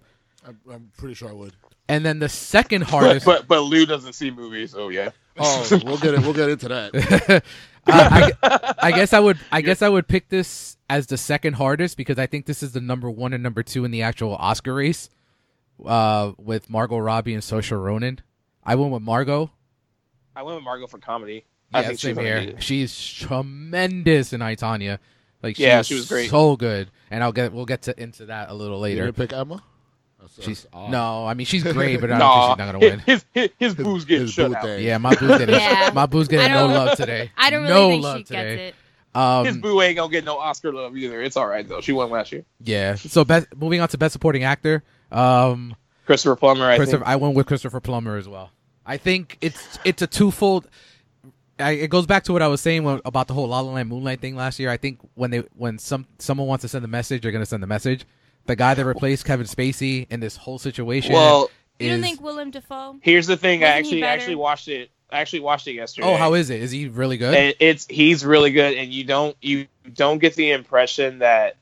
Speaker 3: I'm, I'm pretty sure I would.
Speaker 2: And then the second
Speaker 5: But,
Speaker 2: hardest,
Speaker 5: but but Lou doesn't see movies, so yeah.
Speaker 3: Oh, we'll get it. We'll get into that.
Speaker 2: I, uh, I, I guess I would. I guess I would pick this as the second hardest because I think this is the number one and number two in the actual Oscar race, uh, with Margot Robbie and Saoirse Ronan. I went with Margot.
Speaker 5: I went with Margot for comedy. I
Speaker 2: Yeah,
Speaker 5: think
Speaker 2: same
Speaker 5: she's
Speaker 2: here.
Speaker 5: underrated.
Speaker 2: She's tremendous in I Tanya. Like she
Speaker 5: Yeah,
Speaker 2: was
Speaker 5: she was great.
Speaker 2: so good. And I'll get we'll get to into that a little
Speaker 3: You
Speaker 2: later.
Speaker 3: didn't pick Emma. That's- that's
Speaker 2: She's
Speaker 3: odd.
Speaker 2: no, I mean she's great, but I don't think
Speaker 5: Nah,
Speaker 2: she's not gonna win.
Speaker 5: his his, his boo's getting
Speaker 3: His
Speaker 5: shut
Speaker 3: boo
Speaker 5: out.
Speaker 3: thing.
Speaker 2: Yeah, my boo's getting
Speaker 1: Yeah.
Speaker 2: my boo's getting
Speaker 1: I
Speaker 2: no
Speaker 1: don't-
Speaker 2: love today.
Speaker 1: I don't really
Speaker 2: no
Speaker 1: think
Speaker 2: love
Speaker 1: she
Speaker 2: today.
Speaker 1: gets it.
Speaker 2: Um,
Speaker 5: his boo ain't gonna get no Oscar love either. It's all right though. She won last year.
Speaker 2: Yeah. So best moving on to best supporting actor. Um
Speaker 5: Christopher Plummer, I
Speaker 2: Christopher, I went with Christopher Plummer as well. I think it's it's a twofold I, it goes back to what I was saying when, about the whole La La Land Moonlight thing last year. I think when they when some someone wants to send a message, they're going to send the message. The guy that replaced Kevin Spacey in this whole situation
Speaker 5: think. Well,
Speaker 1: You
Speaker 2: is
Speaker 1: don't think Willem Dafoe?
Speaker 5: here's the thing. I
Speaker 1: Wasn't he
Speaker 5: actually
Speaker 1: better?
Speaker 5: actually watched it. I actually watched it yesterday.
Speaker 2: oh, how is it? Is he really good?
Speaker 5: and it's he's really good and you don't you don't get the impression that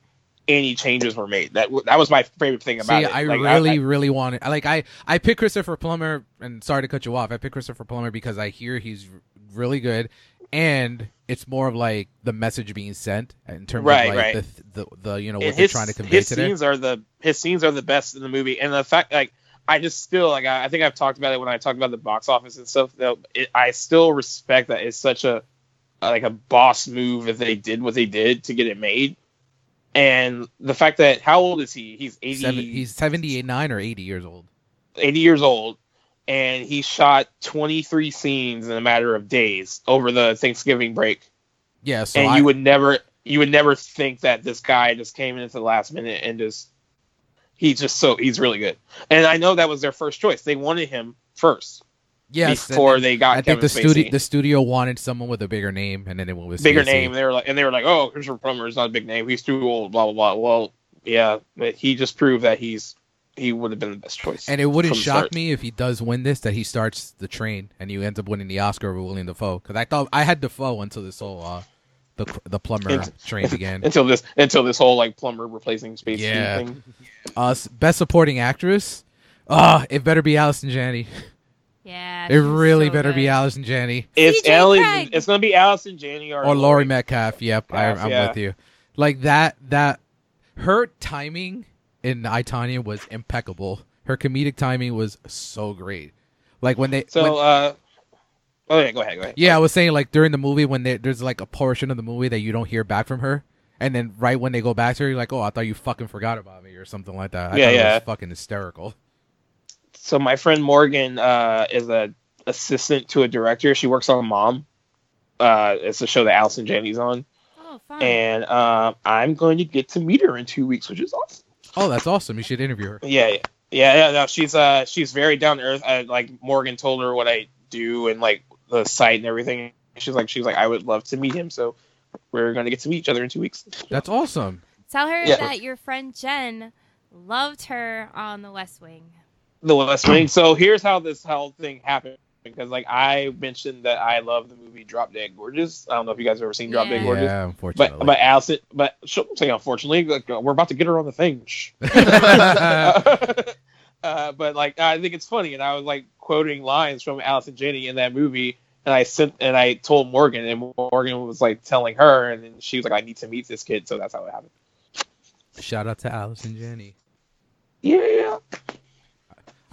Speaker 5: any changes were made that w- that was my favorite thing about
Speaker 2: See,
Speaker 5: it
Speaker 2: I
Speaker 5: Like,
Speaker 2: really, really want it. Like I, I picked Christopher Plummer, and sorry to cut you off. I picked Christopher Plummer because I hear he's r- really good, and it's more of like the message being sent in terms
Speaker 5: Right,
Speaker 2: of like
Speaker 5: right.
Speaker 2: the, the the you know
Speaker 5: and
Speaker 2: what they're
Speaker 5: his,
Speaker 2: trying to convey
Speaker 5: his
Speaker 2: today.
Speaker 5: scenes are the his scenes are the best in the movie and the fact like i just still like i, I think i've talked about it when i talked about the box office and stuff though it, i still respect that it's such a like a boss move that they did what they did to get it made and the fact that how old is he he's 80
Speaker 2: Seven, he's seventy eight, nine or eighty years old.
Speaker 5: 80 years old and he shot 23 scenes in a matter of days over the thanksgiving break
Speaker 2: Yeah, so
Speaker 5: and
Speaker 2: I,
Speaker 5: you would never you would never think that this guy just came in at the last minute and just he's just so he's really good and i know that was their first choice they wanted him first
Speaker 2: yes, and
Speaker 5: before
Speaker 2: then
Speaker 5: they got
Speaker 2: I think
Speaker 5: Kevin
Speaker 2: the studio
Speaker 5: Spacey.
Speaker 2: the studio wanted someone with a bigger name, and then it went with
Speaker 5: bigger
Speaker 2: Spacey.
Speaker 5: name they were like and they were like oh christopher plummer is not a big name he's too old blah blah blah well yeah but he just proved that he's he would have been the best choice
Speaker 2: And it wouldn't
Speaker 5: from the
Speaker 2: shock
Speaker 5: start.
Speaker 2: me if he does win this that he starts the train and he ends up winning the Oscar over William Defoe because I thought I had Defoe until this whole uh, the the plumber
Speaker 5: It's-
Speaker 2: train began.
Speaker 5: until this until this whole like plumber replacing space
Speaker 2: Yeah.
Speaker 5: thing
Speaker 2: Uh, s- best supporting actress, ah, it better be Allison Janney.
Speaker 1: Yeah.
Speaker 2: It really better be Allison Janney
Speaker 5: It's
Speaker 1: CJ
Speaker 5: Ellie.
Speaker 1: Craig.
Speaker 5: It's gonna be Allison Janney or,
Speaker 2: or Laurie Metcalf. Yep, I,
Speaker 5: Metcalf,
Speaker 2: I'm
Speaker 5: yeah.
Speaker 2: with you. Like that that her timing in I Tanya was impeccable. Her comedic timing was so great. Like when they
Speaker 5: So,
Speaker 2: when-
Speaker 5: uh, oh yeah, go ahead, go ahead.
Speaker 2: Yeah, I was saying like during the movie when they, there's like a portion of the movie that you don't hear back from her, and then right when they go back to her, you're like, "Oh, I thought you fucking forgot about me" or something like that. I
Speaker 5: Yeah,
Speaker 2: thought It
Speaker 5: yeah.
Speaker 2: was fucking hysterical.
Speaker 5: So my friend Morgan uh, is a assistant to a director. She works on Mom. Uh, it's a show that Allison Janney's on,
Speaker 1: Oh, fine.
Speaker 5: and uh, I'm going to get to meet her in two weeks, which is awesome.
Speaker 2: Oh, that's awesome. You should interview her.
Speaker 5: Yeah, yeah, yeah. yeah no, she's uh, she's very down to earth. I, like Morgan told her what I do and like the site and everything. She's like, she's like, I would love to meet him. So we're going to get to meet each other in two weeks.
Speaker 2: That's awesome.
Speaker 1: Tell her
Speaker 5: Yeah.
Speaker 1: that your friend Jen loved her on The West Wing.
Speaker 5: the West Wing. So here's how this whole thing happened because like I mentioned that I love the movie Drop Dead Gorgeous. I don't know if you guys have ever seen Drop
Speaker 1: Yeah.
Speaker 5: Dead Gorgeous.
Speaker 2: Yeah,
Speaker 5: But
Speaker 2: unfortunately.
Speaker 5: but Allison, but she'll say unfortunately, like, uh, we're about to get her on the thing. Shh. uh, but like I think it's funny, and I was like quoting lines from Allison Janney in that movie, and I sent and I told Morgan, and Morgan was like telling her, and then she was like, "I need to meet this kid," so that's how it happened.
Speaker 2: Shout out to Allison Janney.
Speaker 5: Yeah.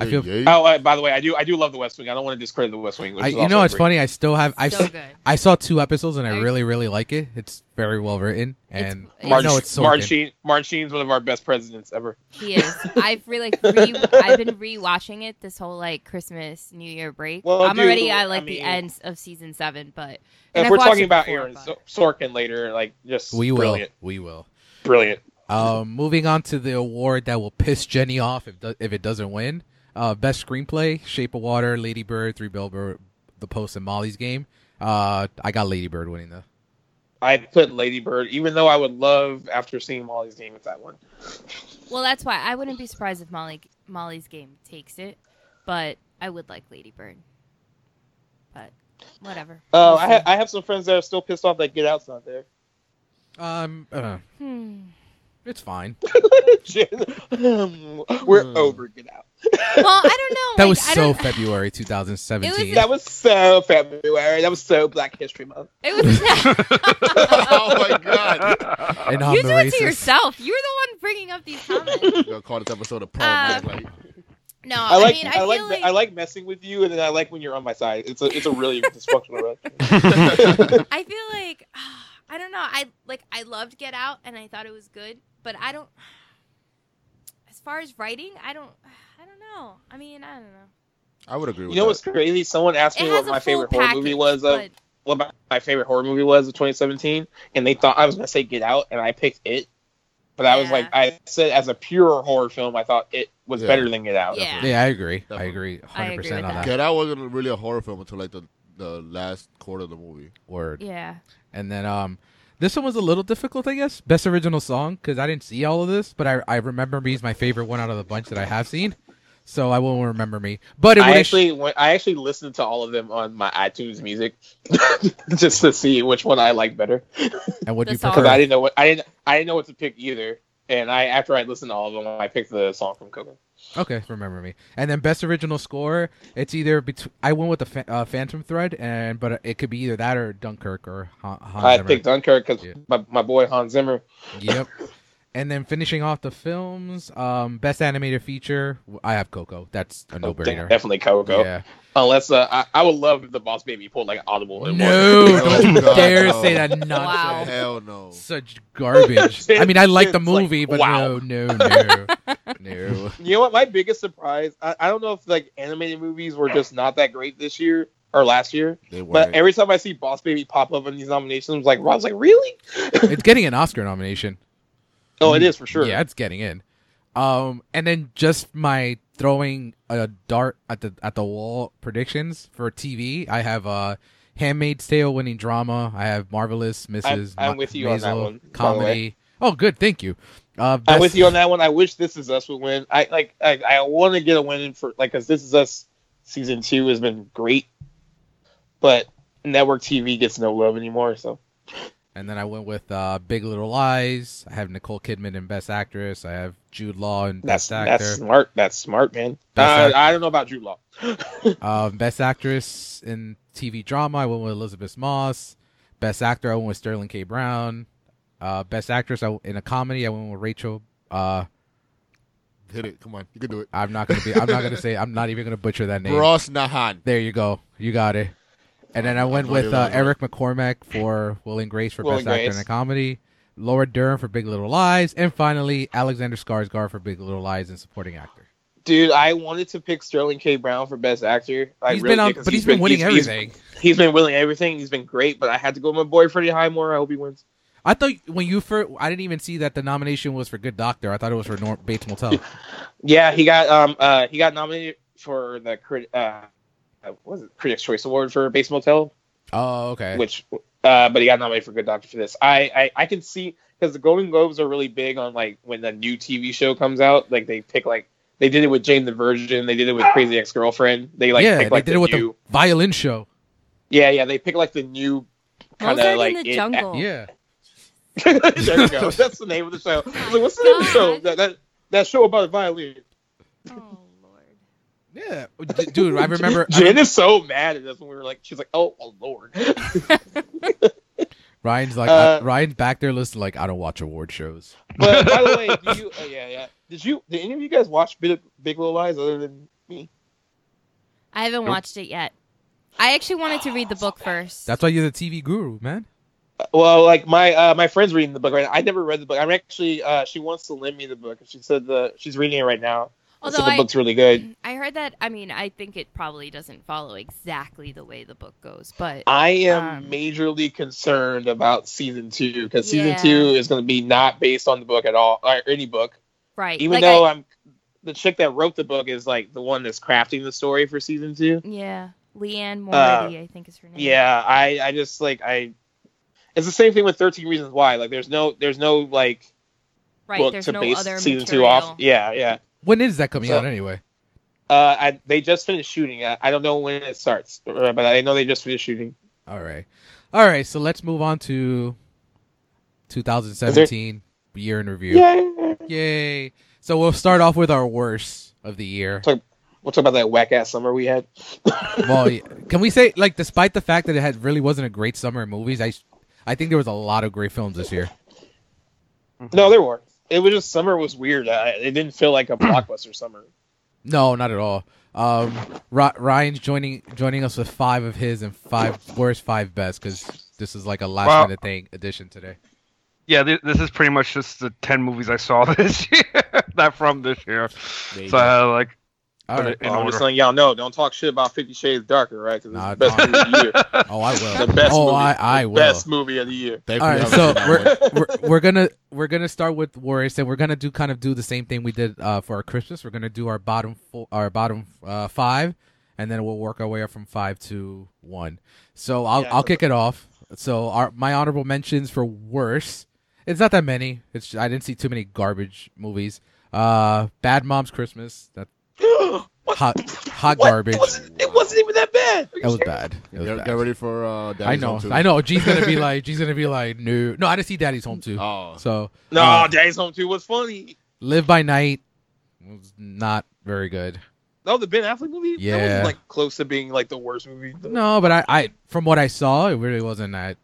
Speaker 2: I
Speaker 3: Yeah,
Speaker 2: feel.
Speaker 3: yeah.
Speaker 5: Oh, uh, by the way, I do I do love the West Wing. I don't want to discredit the West Wing. which
Speaker 2: I,
Speaker 5: is
Speaker 2: you
Speaker 5: also
Speaker 2: know, it's
Speaker 5: great.
Speaker 2: funny. I still have. I
Speaker 1: so
Speaker 2: s-
Speaker 1: good.
Speaker 2: I saw two episodes and I
Speaker 1: I-
Speaker 2: really really like it. It's very well written
Speaker 1: It's-
Speaker 2: and
Speaker 1: it's-
Speaker 2: I
Speaker 5: Martin,
Speaker 2: know it's so
Speaker 5: Martin, Sheen, Martin Sheen's one of our best presidents ever.
Speaker 1: He is. I've really, re- I've been rewatching it this whole like Christmas, New Year break.
Speaker 5: Well,
Speaker 1: I'm
Speaker 5: dude,
Speaker 1: already at
Speaker 5: I
Speaker 1: like the
Speaker 5: mean-
Speaker 1: end of season seven, but and
Speaker 5: If
Speaker 1: I've
Speaker 5: we're
Speaker 1: watched
Speaker 5: talking
Speaker 1: it
Speaker 5: about
Speaker 1: before,
Speaker 5: Aaron
Speaker 1: but-
Speaker 5: so- Sorkin later, like just
Speaker 2: We will.
Speaker 5: brilliant,
Speaker 2: We will.
Speaker 5: brilliant.
Speaker 2: Um, moving on to the award that will piss Jenny off if do- if it doesn't win. Uh, best screenplay: Shape of Water, Lady Bird, Three Billboard, The Post, and Molly's Game. Uh, I got Lady Bird winning though.
Speaker 5: I put Lady Bird, even though I would love after seeing Molly's game with that one.
Speaker 1: Well, that's why I wouldn't be surprised if Molly Molly's game takes it, but I would like Lady Bird. But whatever.
Speaker 5: Oh,
Speaker 1: We'll
Speaker 5: I,
Speaker 1: see.
Speaker 5: ha- I have some friends that are still pissed off that Get Out's not there.
Speaker 2: Um, uh,
Speaker 1: Hmm.
Speaker 2: It's fine.
Speaker 5: We're
Speaker 3: Hmm.
Speaker 5: over. Get out.
Speaker 1: Well, I don't know.
Speaker 2: That
Speaker 1: like,
Speaker 2: was
Speaker 1: I
Speaker 2: so
Speaker 1: don't-
Speaker 2: February 2017.
Speaker 5: That was so February. That was so Black History Month.
Speaker 1: It was.
Speaker 3: oh my
Speaker 5: Uh,
Speaker 3: god!
Speaker 2: and I'm
Speaker 1: you
Speaker 2: the
Speaker 1: do it
Speaker 2: racist.
Speaker 1: to yourself. You're the one bringing up these comments.
Speaker 3: Gonna call this episode a
Speaker 1: Uh,
Speaker 3: problem. like,
Speaker 1: No,
Speaker 5: I
Speaker 1: Uh, I,
Speaker 5: like I,
Speaker 1: mean, I,
Speaker 5: like,
Speaker 1: feel
Speaker 5: I like messing with you, and then I like when you're on my side. It's a it's a really dysfunctional relationship.
Speaker 1: I feel like I don't know. I like I loved Get Out and I thought it was good, but I don't. As far as writing, I don't. I don't know. I mean, I don't know.
Speaker 3: I would agree with
Speaker 5: You know
Speaker 3: that.
Speaker 5: what's crazy? Someone asked
Speaker 1: It
Speaker 5: me
Speaker 1: has
Speaker 5: what
Speaker 1: a
Speaker 5: my
Speaker 1: full
Speaker 5: favorite horror movie
Speaker 1: package,
Speaker 5: was of
Speaker 1: but
Speaker 5: what my, my favorite horror movie was of 2017, and they thought I was gonna say Get Out, and I picked it. But I was
Speaker 1: Yeah.
Speaker 5: like, I said as a pure horror film, I thought it was
Speaker 3: Yeah.
Speaker 5: better than Get Out.
Speaker 1: Yeah.
Speaker 2: Yeah, I agree. I
Speaker 3: Definitely.
Speaker 2: agree 100%
Speaker 1: I agree with
Speaker 2: on that.
Speaker 1: that.
Speaker 3: Yeah, that wasn't really a horror film until like the the last quarter of the movie.
Speaker 2: word.
Speaker 1: yeah,
Speaker 2: And then um, this one was a little difficult, I guess. Best original song because I didn't see all of this, but I I remember me is my favorite one out of the bunch that I have seen. So I won't remember me, but it
Speaker 5: I
Speaker 2: would
Speaker 5: actually went, I actually listened to all of them on my iTunes music just to see which one I liked better
Speaker 2: and would
Speaker 1: The
Speaker 2: you
Speaker 1: song.
Speaker 5: because
Speaker 2: prefer?
Speaker 5: I didn't know what I didn't I didn't know what to pick either. And I after I listened to all of them, I picked the song from Coco.
Speaker 2: Okay, remember me. And then best original score, it's either between I went with the fa- uh, Phantom Thread, and but it could be either that or Dunkirk or Han- Hans
Speaker 5: I
Speaker 2: Zimmer.
Speaker 5: picked Dunkirk because
Speaker 2: Yeah.
Speaker 5: my, my boy Hans Zimmer.
Speaker 2: Yep. And then finishing off the films, um, best animated feature, w- I have Coco. That's
Speaker 5: Oh,
Speaker 2: a no brainer.
Speaker 5: Definitely Coco.
Speaker 2: Yeah.
Speaker 5: Unless uh, I, I would love if the Boss Baby pulled like an audible. in one.
Speaker 2: No,
Speaker 3: Oh,
Speaker 2: don't
Speaker 3: God,
Speaker 2: dare
Speaker 3: no.
Speaker 2: say that nonsense.
Speaker 1: Wow.
Speaker 3: Hell no.
Speaker 2: Such garbage. I mean, I like the
Speaker 5: It's like,
Speaker 2: movie, but no,
Speaker 5: wow.
Speaker 2: no, no, no.
Speaker 5: You know what? My biggest surprise. I, I don't know if like animated movies were just not that great this year or last year,
Speaker 3: They weren't.
Speaker 5: but every time I see Boss Baby pop up in these nominations, like Rob's like, really?
Speaker 2: It's getting an Oscar nomination.
Speaker 5: Oh, it is for sure.
Speaker 2: Mm, Yeah, it's getting in. Um, and then just my throwing a dart at the at the wall predictions for TV. I have uh, Handmaid's Tale winning drama. I have Marvelous Mrs. Ma-
Speaker 5: I'm with you on that
Speaker 2: Maisel
Speaker 5: one, by the
Speaker 2: Comedy. Oh, good. Thank you. Uh,
Speaker 5: I'm
Speaker 2: best-
Speaker 5: with you on that one. I wish This Is Us would win. I like. I, I want to get a win in for like because This Is Us season two has been great, but network TV gets no love anymore. So
Speaker 2: And then I went with uh, Big Little Lies. I have Nicole Kidman in Best Actress. I have Jude Law in
Speaker 5: that's
Speaker 2: Best Actor.
Speaker 5: that's smart. That's smart, man.
Speaker 2: Best
Speaker 5: Uh, I don't know about Drew Law.
Speaker 2: Um, best actress in TV drama, I went with Elizabeth Moss. Best actor, I went with Sterling K. Brown. Uh, best actress I, in a comedy, I went with Rachel. Uh,
Speaker 3: Hit it. Come on. You can do it.
Speaker 2: I'm not gonna be. I'm not gonna say. I'm not even gonna butcher that name.
Speaker 3: Ross Nahan.
Speaker 2: There you go. You got it. And then I went
Speaker 3: not
Speaker 2: with
Speaker 3: even
Speaker 2: uh,
Speaker 3: gonna-
Speaker 2: Eric McCormack for Will and Grace for
Speaker 5: Will
Speaker 2: Best
Speaker 5: and
Speaker 2: Actor in
Speaker 5: Grace.
Speaker 2: a Comedy. Laura Dern for Big Little Lies, and finally Alexander Skarsgård for Big Little Lies and Supporting Actor.
Speaker 5: Dude, I wanted to pick Sterling K. Brown for best actor. I
Speaker 2: he's
Speaker 5: really
Speaker 2: been on,
Speaker 5: did, 'cause
Speaker 2: but he's been winning
Speaker 5: he's-
Speaker 2: everything.
Speaker 5: he's been winning everything. He's been great, but I had to go with my boy Freddie Highmore. I hope he wins.
Speaker 2: I thought when you first, I didn't even see that the nomination was for Good Doctor. I thought it was for Norm, Bates Motel.
Speaker 5: Yeah, he got um uh he got nominated for the crit uh uh, what was it Critics Choice Award for Base Motel,
Speaker 2: oh, okay.
Speaker 5: which uh but he got nominated for Good Doctor for this. I I, I can see because the Golden Globes are really big on like when a new TV show comes out, like they pick like they did it with Jane the Virgin, they did it with Crazy Ex Girlfriend. They like
Speaker 2: yeah,
Speaker 5: pick,
Speaker 2: they
Speaker 5: like,
Speaker 2: did
Speaker 5: the
Speaker 2: it with
Speaker 5: new-
Speaker 2: the violin show.
Speaker 5: yeah yeah they pick like the new kind
Speaker 1: Mozart
Speaker 5: of like
Speaker 1: in the
Speaker 5: it-
Speaker 1: Jungle.
Speaker 2: Yeah,
Speaker 5: there we go. That's the name of the show. I was like, what's the name of the show? That, that that show about a violin.
Speaker 1: Oh lord.
Speaker 2: yeah, D- dude. I remember. I
Speaker 5: Jen
Speaker 2: remember
Speaker 5: is so mad at us when we were like, she's like, oh, oh lord.
Speaker 2: Ryan's like
Speaker 5: Uh,
Speaker 2: I- Ryan's back there listening. Like I don't watch award shows.
Speaker 5: But by the way, do you? Oh yeah, yeah. Did you? Did any of you guys watch Big, Big Little Lies other than me?
Speaker 1: I haven't
Speaker 4: Nope.
Speaker 1: watched it yet. I actually wanted to
Speaker 5: Oh,
Speaker 1: read the book first.
Speaker 2: That's why you're the TV guru, man.
Speaker 5: Uh, Well, like my uh, my friend's reading the book right now. I never read the book. I'm actually uh, she wants to lend me the book. She said the she's reading it right now.
Speaker 1: Although
Speaker 5: so the
Speaker 1: I,
Speaker 5: book's really good.
Speaker 1: I heard that. I mean, I think it probably doesn't follow exactly the way the book goes, but
Speaker 5: I am
Speaker 1: Um,
Speaker 5: majorly concerned about season two because season
Speaker 1: Yeah.
Speaker 5: two is going to be not based on the book at all or any book.
Speaker 1: right.
Speaker 5: even
Speaker 1: like
Speaker 5: though
Speaker 1: I,
Speaker 5: I, am the chick that wrote the book is like the one that's crafting the story for season two.
Speaker 1: yeah, Leanne Moriarty, I think is her name.
Speaker 5: Uh, Yeah, I I just like I. It's the same thing with Thirteen Reasons Why. Like, there's no there's no like
Speaker 1: right.
Speaker 5: book
Speaker 1: there's
Speaker 5: to
Speaker 1: no
Speaker 5: base
Speaker 1: other
Speaker 5: season
Speaker 1: material.
Speaker 5: two off. Yeah, yeah.
Speaker 2: When is that coming
Speaker 5: So-
Speaker 2: out anyway?
Speaker 5: Uh, I, they just finished shooting. I, I don't know when it starts, uh, but I know they just finished shooting.
Speaker 2: All right, all right. So let's move on to 2017. year in review.
Speaker 5: Yeah.
Speaker 2: Yay! So we'll start off with our worst of the year.
Speaker 5: We'll talk about that whack ass summer we had.
Speaker 2: well, yeah. can we say like, despite the fact that it had really wasn't a great summer in movies, I, I think there was a lot of great films this year.
Speaker 5: No, there weren't. It was just summer was weird. I, it didn't feel like a blockbuster summer.
Speaker 2: No, not at all. Um, Ry- Ryan's joining joining us with five of his and five worst, five best because this is like a last
Speaker 4: Wow.
Speaker 2: minute thing addition today.
Speaker 4: Yeah, thi- this is pretty much just the ten movies I saw this year, not from this year.
Speaker 3: There you
Speaker 4: So I had like
Speaker 2: All
Speaker 4: Put
Speaker 2: right.
Speaker 4: it in
Speaker 5: I'm just
Speaker 4: order.
Speaker 5: letting y'all know. Don't talk shit about Fifty Shades Darker, right? Because
Speaker 2: Nah,
Speaker 5: it's the best
Speaker 2: don't.
Speaker 5: movie of the year.
Speaker 2: Oh, I will.
Speaker 5: The best
Speaker 2: oh,
Speaker 5: movie.
Speaker 2: I I
Speaker 5: the
Speaker 2: will.
Speaker 5: Best movie of the year.
Speaker 3: Thank
Speaker 2: All
Speaker 3: you.
Speaker 2: right,
Speaker 3: That was
Speaker 2: so
Speaker 3: a good
Speaker 2: we're,
Speaker 3: one.
Speaker 2: we're we're gonna we're gonna start with worst, and we're gonna do kind of do the same thing we did uh, for our Christmas. We're gonna do our bottom fo- our bottom uh, five, and then we'll work our way up from five to one. So I'll
Speaker 5: Yeah.
Speaker 2: I'll kick it off. So our my honorable mentions for worst. It's not that many. It's I didn't see too many garbage movies. Uh, Bad Moms Christmas. That
Speaker 5: What?
Speaker 2: hot hot
Speaker 5: What?
Speaker 2: garbage.
Speaker 5: It wasn't, it wasn't even that bad.
Speaker 2: That was bad. It was
Speaker 3: Get,
Speaker 2: bad.
Speaker 3: get ready for uh, Daddy's
Speaker 2: I know.
Speaker 3: Home Two.
Speaker 2: I know. G's gonna be like G's gonna be like no. No, I didn't see Daddy's Home too.
Speaker 3: Oh,
Speaker 2: So
Speaker 5: No,
Speaker 2: uh,
Speaker 5: Daddy's Home 2 was funny.
Speaker 2: Live by Night was not very good.
Speaker 5: No, the Ben Affleck movie? That
Speaker 2: Yeah.
Speaker 5: was like close to being like the worst movie.
Speaker 2: No, but I, I from what I saw, it really wasn't that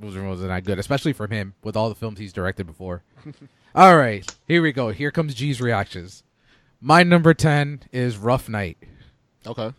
Speaker 2: wasn't wasn't that good, especially from him with all the films he's directed before. all right, here we go. Here comes G's reactions. My number ten is Rough Night.
Speaker 3: okay.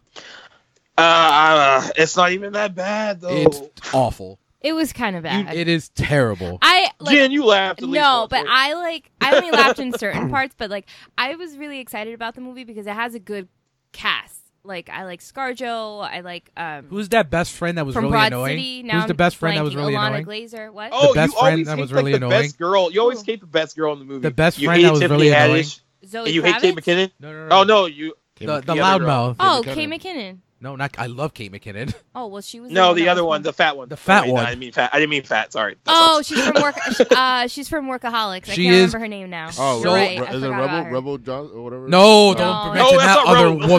Speaker 5: Uh, uh, it's not even that bad, though.
Speaker 2: It's awful.
Speaker 1: It was kind of bad.
Speaker 2: It is terrible.
Speaker 1: I like,
Speaker 5: Jen, you laughed at least
Speaker 1: no,
Speaker 5: once,
Speaker 1: but
Speaker 5: right?
Speaker 1: I like I only laughed in certain parts, but like I was really excited about the movie because it has a good cast. Like I like ScarJo, I like um
Speaker 2: Who's that best friend that was
Speaker 1: from
Speaker 2: really
Speaker 1: Broad
Speaker 2: annoying?
Speaker 1: City. Now
Speaker 2: Who's
Speaker 1: I'm
Speaker 2: the best friend that was
Speaker 1: blanking.
Speaker 2: really
Speaker 1: Alana
Speaker 2: annoying?
Speaker 1: Glazer. What?
Speaker 5: Oh,
Speaker 2: best
Speaker 5: you always
Speaker 2: friend that
Speaker 5: hate,
Speaker 2: was
Speaker 5: like,
Speaker 2: really
Speaker 5: the best girl. You always
Speaker 1: Who? Oh,
Speaker 5: hate the best girl in the movie.
Speaker 2: The best
Speaker 5: you
Speaker 2: friend
Speaker 5: hate
Speaker 2: that was
Speaker 5: Tiffany
Speaker 2: really annoying.
Speaker 5: Haddish,
Speaker 1: Zoe
Speaker 5: and you hate Kate
Speaker 1: Kravitz?
Speaker 5: McKinnon.
Speaker 2: No, no,
Speaker 5: Oh no, you
Speaker 2: The, the
Speaker 5: The other
Speaker 2: loudmouth.
Speaker 5: girl.
Speaker 1: Oh,
Speaker 3: McKinnon.
Speaker 1: Kate McKinnon.
Speaker 2: No, not I love Kate McKinnon.
Speaker 1: Oh well, she was
Speaker 5: no the
Speaker 1: that
Speaker 5: other
Speaker 1: was
Speaker 5: one, the fat one,
Speaker 2: The fat
Speaker 5: I mean,
Speaker 2: one.
Speaker 5: I mean fat. I didn't mean fat. Sorry. That
Speaker 1: Oh,
Speaker 5: sucks.
Speaker 1: she's from work. uh, she's from Workaholics. I
Speaker 2: She
Speaker 1: can't
Speaker 2: is
Speaker 1: remember her name now.
Speaker 3: Oh,
Speaker 1: You're
Speaker 2: so-
Speaker 1: right. I
Speaker 3: Re- is it
Speaker 1: forgot about
Speaker 3: Rebel
Speaker 1: her.
Speaker 3: Rebel John or whatever? Oh.
Speaker 2: No, Oh,
Speaker 1: No. No,
Speaker 2: don't mention
Speaker 5: that's
Speaker 2: that
Speaker 5: not
Speaker 2: other
Speaker 5: Rebel.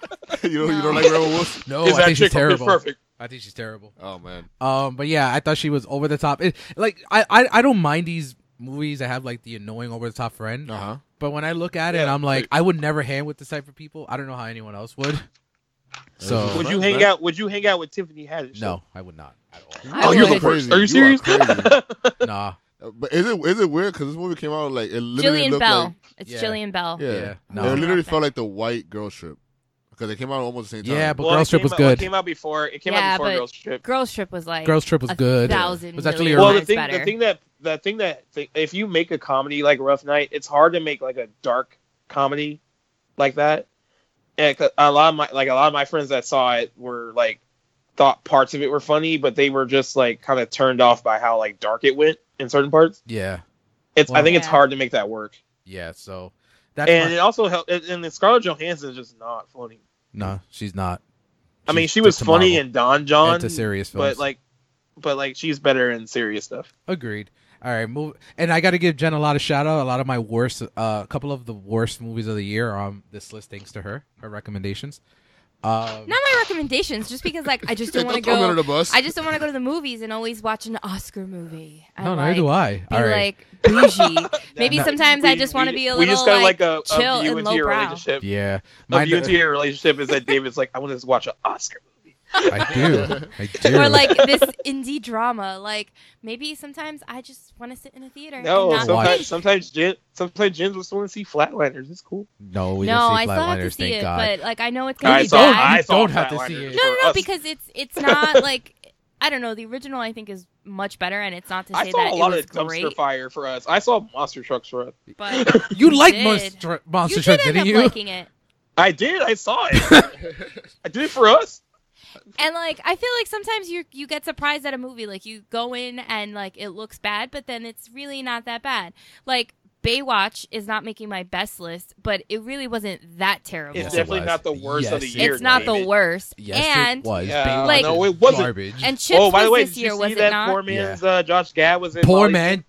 Speaker 2: woman. Oh
Speaker 3: you, don't, you don't
Speaker 1: No.
Speaker 3: like Rebel Wilson?
Speaker 2: no,
Speaker 5: Is
Speaker 2: Oh, I
Speaker 5: that
Speaker 2: think she's
Speaker 5: chick from Pitch
Speaker 2: terrible.
Speaker 5: perfect?
Speaker 2: I think she's terrible.
Speaker 3: Oh man,
Speaker 2: Um, but yeah, I thought she was over the top. It, like I, I, I don't mind these movies that have like the annoying over the top friend,
Speaker 3: uh huh.
Speaker 2: but when I look at it,
Speaker 5: Uh-huh. Yeah,
Speaker 2: I'm like,
Speaker 5: like-
Speaker 2: I would never hang with this type of people. I don't know how anyone else would. So Oh,
Speaker 5: Would you hang out? Would you hang out with Tiffany Haddish?
Speaker 2: no, I would not at
Speaker 1: I
Speaker 5: Oh, you're the
Speaker 1: would.
Speaker 5: worst. Are you serious?
Speaker 2: all. Nah,
Speaker 3: but is it is it weird? Because this movie came out like it literally
Speaker 1: Jillian
Speaker 3: looked
Speaker 1: Bell.
Speaker 3: like
Speaker 1: it's
Speaker 2: Yeah.
Speaker 1: Jillian Bell.
Speaker 3: yeah,
Speaker 2: Yeah, no.
Speaker 3: it literally felt like the white girl strip because they came out almost the same time.
Speaker 2: yeah, but
Speaker 5: Well,
Speaker 2: Girl
Speaker 5: it
Speaker 2: Trip
Speaker 5: came
Speaker 2: was
Speaker 5: out- well, It
Speaker 2: good.
Speaker 5: came out before. It came
Speaker 1: Yeah,
Speaker 5: out before
Speaker 1: but-
Speaker 5: Girl Trip.
Speaker 1: Girls Trip was like
Speaker 2: Girl Trip was
Speaker 1: a
Speaker 2: good.
Speaker 1: thousand
Speaker 2: It was actually a
Speaker 1: million
Speaker 5: Well, the
Speaker 1: times
Speaker 5: thing,
Speaker 1: better.
Speaker 5: the thing that the thing that if you make a comedy like Rough Night, it's hard to make like a dark comedy like that. And 'cause a lot of my like a lot of my friends that saw it were like thought parts of it were funny, but they were just like kind of turned off by how like dark it went in certain parts.
Speaker 2: yeah,
Speaker 5: It's I
Speaker 2: Well-
Speaker 5: think it's
Speaker 1: Yeah.
Speaker 5: hard to make that work,
Speaker 2: yeah. So that's
Speaker 5: and
Speaker 2: my-
Speaker 5: it also helped. And, and Scarlett Johansson is just not funny.
Speaker 2: no, she's not.
Speaker 5: I mean,
Speaker 2: She's
Speaker 5: she was
Speaker 2: to
Speaker 5: funny
Speaker 2: Marvel.
Speaker 5: in Don
Speaker 2: And
Speaker 5: John,
Speaker 2: to serious films.
Speaker 5: but like, but like she's better in serious stuff.
Speaker 2: Agreed. All right, move. And I got to give Jen a lot of shout out. A lot of my worst, uh, a couple of the worst movies of the year are on this list, thanks to her, her recommendations. Um,
Speaker 1: Not my recommendations, just because like I just
Speaker 3: Hey,
Speaker 1: don't want to
Speaker 3: throw me under
Speaker 1: go.
Speaker 3: the bus.
Speaker 1: I just don't want to go to the movies and always watch an Oscar movie. I'm
Speaker 2: no, neither
Speaker 1: like,
Speaker 2: do I.
Speaker 1: Be
Speaker 2: All right.
Speaker 1: like bougie. Maybe
Speaker 5: No.
Speaker 1: sometimes I
Speaker 5: We-
Speaker 1: just want to
Speaker 5: we-
Speaker 1: be a
Speaker 5: we
Speaker 1: little
Speaker 5: just got
Speaker 1: like,
Speaker 5: like, a, a
Speaker 1: chill
Speaker 5: view
Speaker 1: and
Speaker 5: into your
Speaker 1: lowbrow.
Speaker 5: relationship.
Speaker 2: yeah,
Speaker 5: My
Speaker 2: my,
Speaker 5: view into your relationship is that David's like, I want to watch an Oscar.
Speaker 2: I do, I do.
Speaker 1: or like this indie drama. Like maybe sometimes I just want to sit in a theater.
Speaker 5: No,
Speaker 1: and not
Speaker 2: sometimes-
Speaker 1: think.
Speaker 5: sometimes sometimes Jen, sometimes Jen's just want to see Flatliners. It's cool.
Speaker 2: no, we
Speaker 1: no,
Speaker 2: didn't
Speaker 1: I
Speaker 2: see
Speaker 1: still have to
Speaker 2: Flatliners.
Speaker 1: see
Speaker 2: Thank
Speaker 1: it,
Speaker 2: God.
Speaker 1: but like I know it's
Speaker 2: No,
Speaker 1: gonna
Speaker 2: you
Speaker 1: be
Speaker 2: don't.
Speaker 1: bad.
Speaker 2: I-
Speaker 5: I
Speaker 2: you
Speaker 5: saw
Speaker 2: don't have to see
Speaker 5: Flatliners
Speaker 2: it.
Speaker 1: No, no,
Speaker 5: for
Speaker 1: no,
Speaker 5: us.
Speaker 1: because it's it's not like I don't know. The original I think is much better, and it's not to say
Speaker 5: I
Speaker 1: that
Speaker 5: saw a lot
Speaker 1: it
Speaker 5: of
Speaker 1: was
Speaker 5: dumpster
Speaker 1: great.
Speaker 5: fire for us. I saw monster trucks for us.
Speaker 1: But
Speaker 2: you like
Speaker 1: did.
Speaker 2: monster monster
Speaker 1: you
Speaker 2: trucks,
Speaker 1: did
Speaker 2: didn't
Speaker 1: end
Speaker 2: you?
Speaker 1: up liking it.
Speaker 5: I did. I saw it. I did it for us.
Speaker 1: And like I feel like sometimes you you get surprised at a movie like you go in and like it looks bad but then it's really not that bad. Like Baywatch is not making my best list, but it really wasn't that terrible.
Speaker 5: It's
Speaker 2: Yes, it
Speaker 5: definitely
Speaker 2: was.
Speaker 5: not the worst of the
Speaker 2: Yes, it
Speaker 5: year.
Speaker 1: It's not the
Speaker 5: David.
Speaker 1: worst.
Speaker 2: yes,
Speaker 1: and
Speaker 2: it was.
Speaker 5: Yeah,
Speaker 2: Baywatch
Speaker 1: like-
Speaker 5: no,
Speaker 2: is
Speaker 5: it wasn't.
Speaker 2: Garbage.
Speaker 1: and Chips
Speaker 5: oh, by the
Speaker 1: was
Speaker 5: way,
Speaker 1: this
Speaker 5: did
Speaker 1: year,
Speaker 5: you
Speaker 1: was
Speaker 5: see
Speaker 1: it
Speaker 5: that
Speaker 1: not?
Speaker 5: poor man's uh, Josh Gad was in?
Speaker 2: Poor
Speaker 5: Molly's-
Speaker 2: man.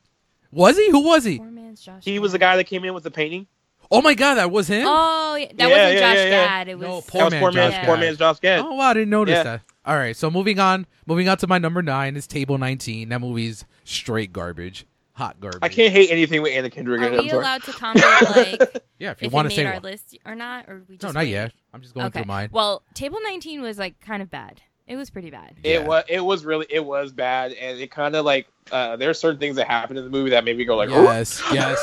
Speaker 2: Was he? Who was he?
Speaker 1: Poor man's Josh.
Speaker 5: He was the
Speaker 1: Gad.
Speaker 5: guy that came in with the painting.
Speaker 2: Oh my God, that was him.
Speaker 1: Oh, yeah, that
Speaker 5: Yeah,
Speaker 1: wasn't
Speaker 5: yeah,
Speaker 1: Josh
Speaker 5: yeah, yeah.
Speaker 1: Gad. It was
Speaker 2: No, poor
Speaker 5: That was
Speaker 2: man
Speaker 5: poor
Speaker 2: Josh
Speaker 5: man's poor
Speaker 2: Gad.
Speaker 5: man's Josh Gad.
Speaker 2: Oh wow, I didn't notice
Speaker 5: Yeah.
Speaker 2: that. All right, so moving on, moving on to my number nine is Table 19. That movie's straight garbage, hot garbage.
Speaker 5: I can't hate anything with Anna Kendrick. in it,
Speaker 1: Are
Speaker 5: I'm
Speaker 1: we
Speaker 5: sorry.
Speaker 1: allowed to comment like
Speaker 2: Yeah, if you
Speaker 1: if
Speaker 2: want
Speaker 1: it
Speaker 2: to say
Speaker 1: made our
Speaker 2: one.
Speaker 1: list or not, or we
Speaker 2: no,
Speaker 1: just
Speaker 2: not
Speaker 1: wait?
Speaker 2: yet. I'm just going
Speaker 1: okay.
Speaker 2: through mine.
Speaker 1: Well, table nineteen was like kind of bad. It was pretty bad.
Speaker 2: Yeah.
Speaker 5: It was it was really it was bad, and it kind of like uh, there are certain things that happened in the movie that made me go like, "Ooh."
Speaker 2: yes, yes.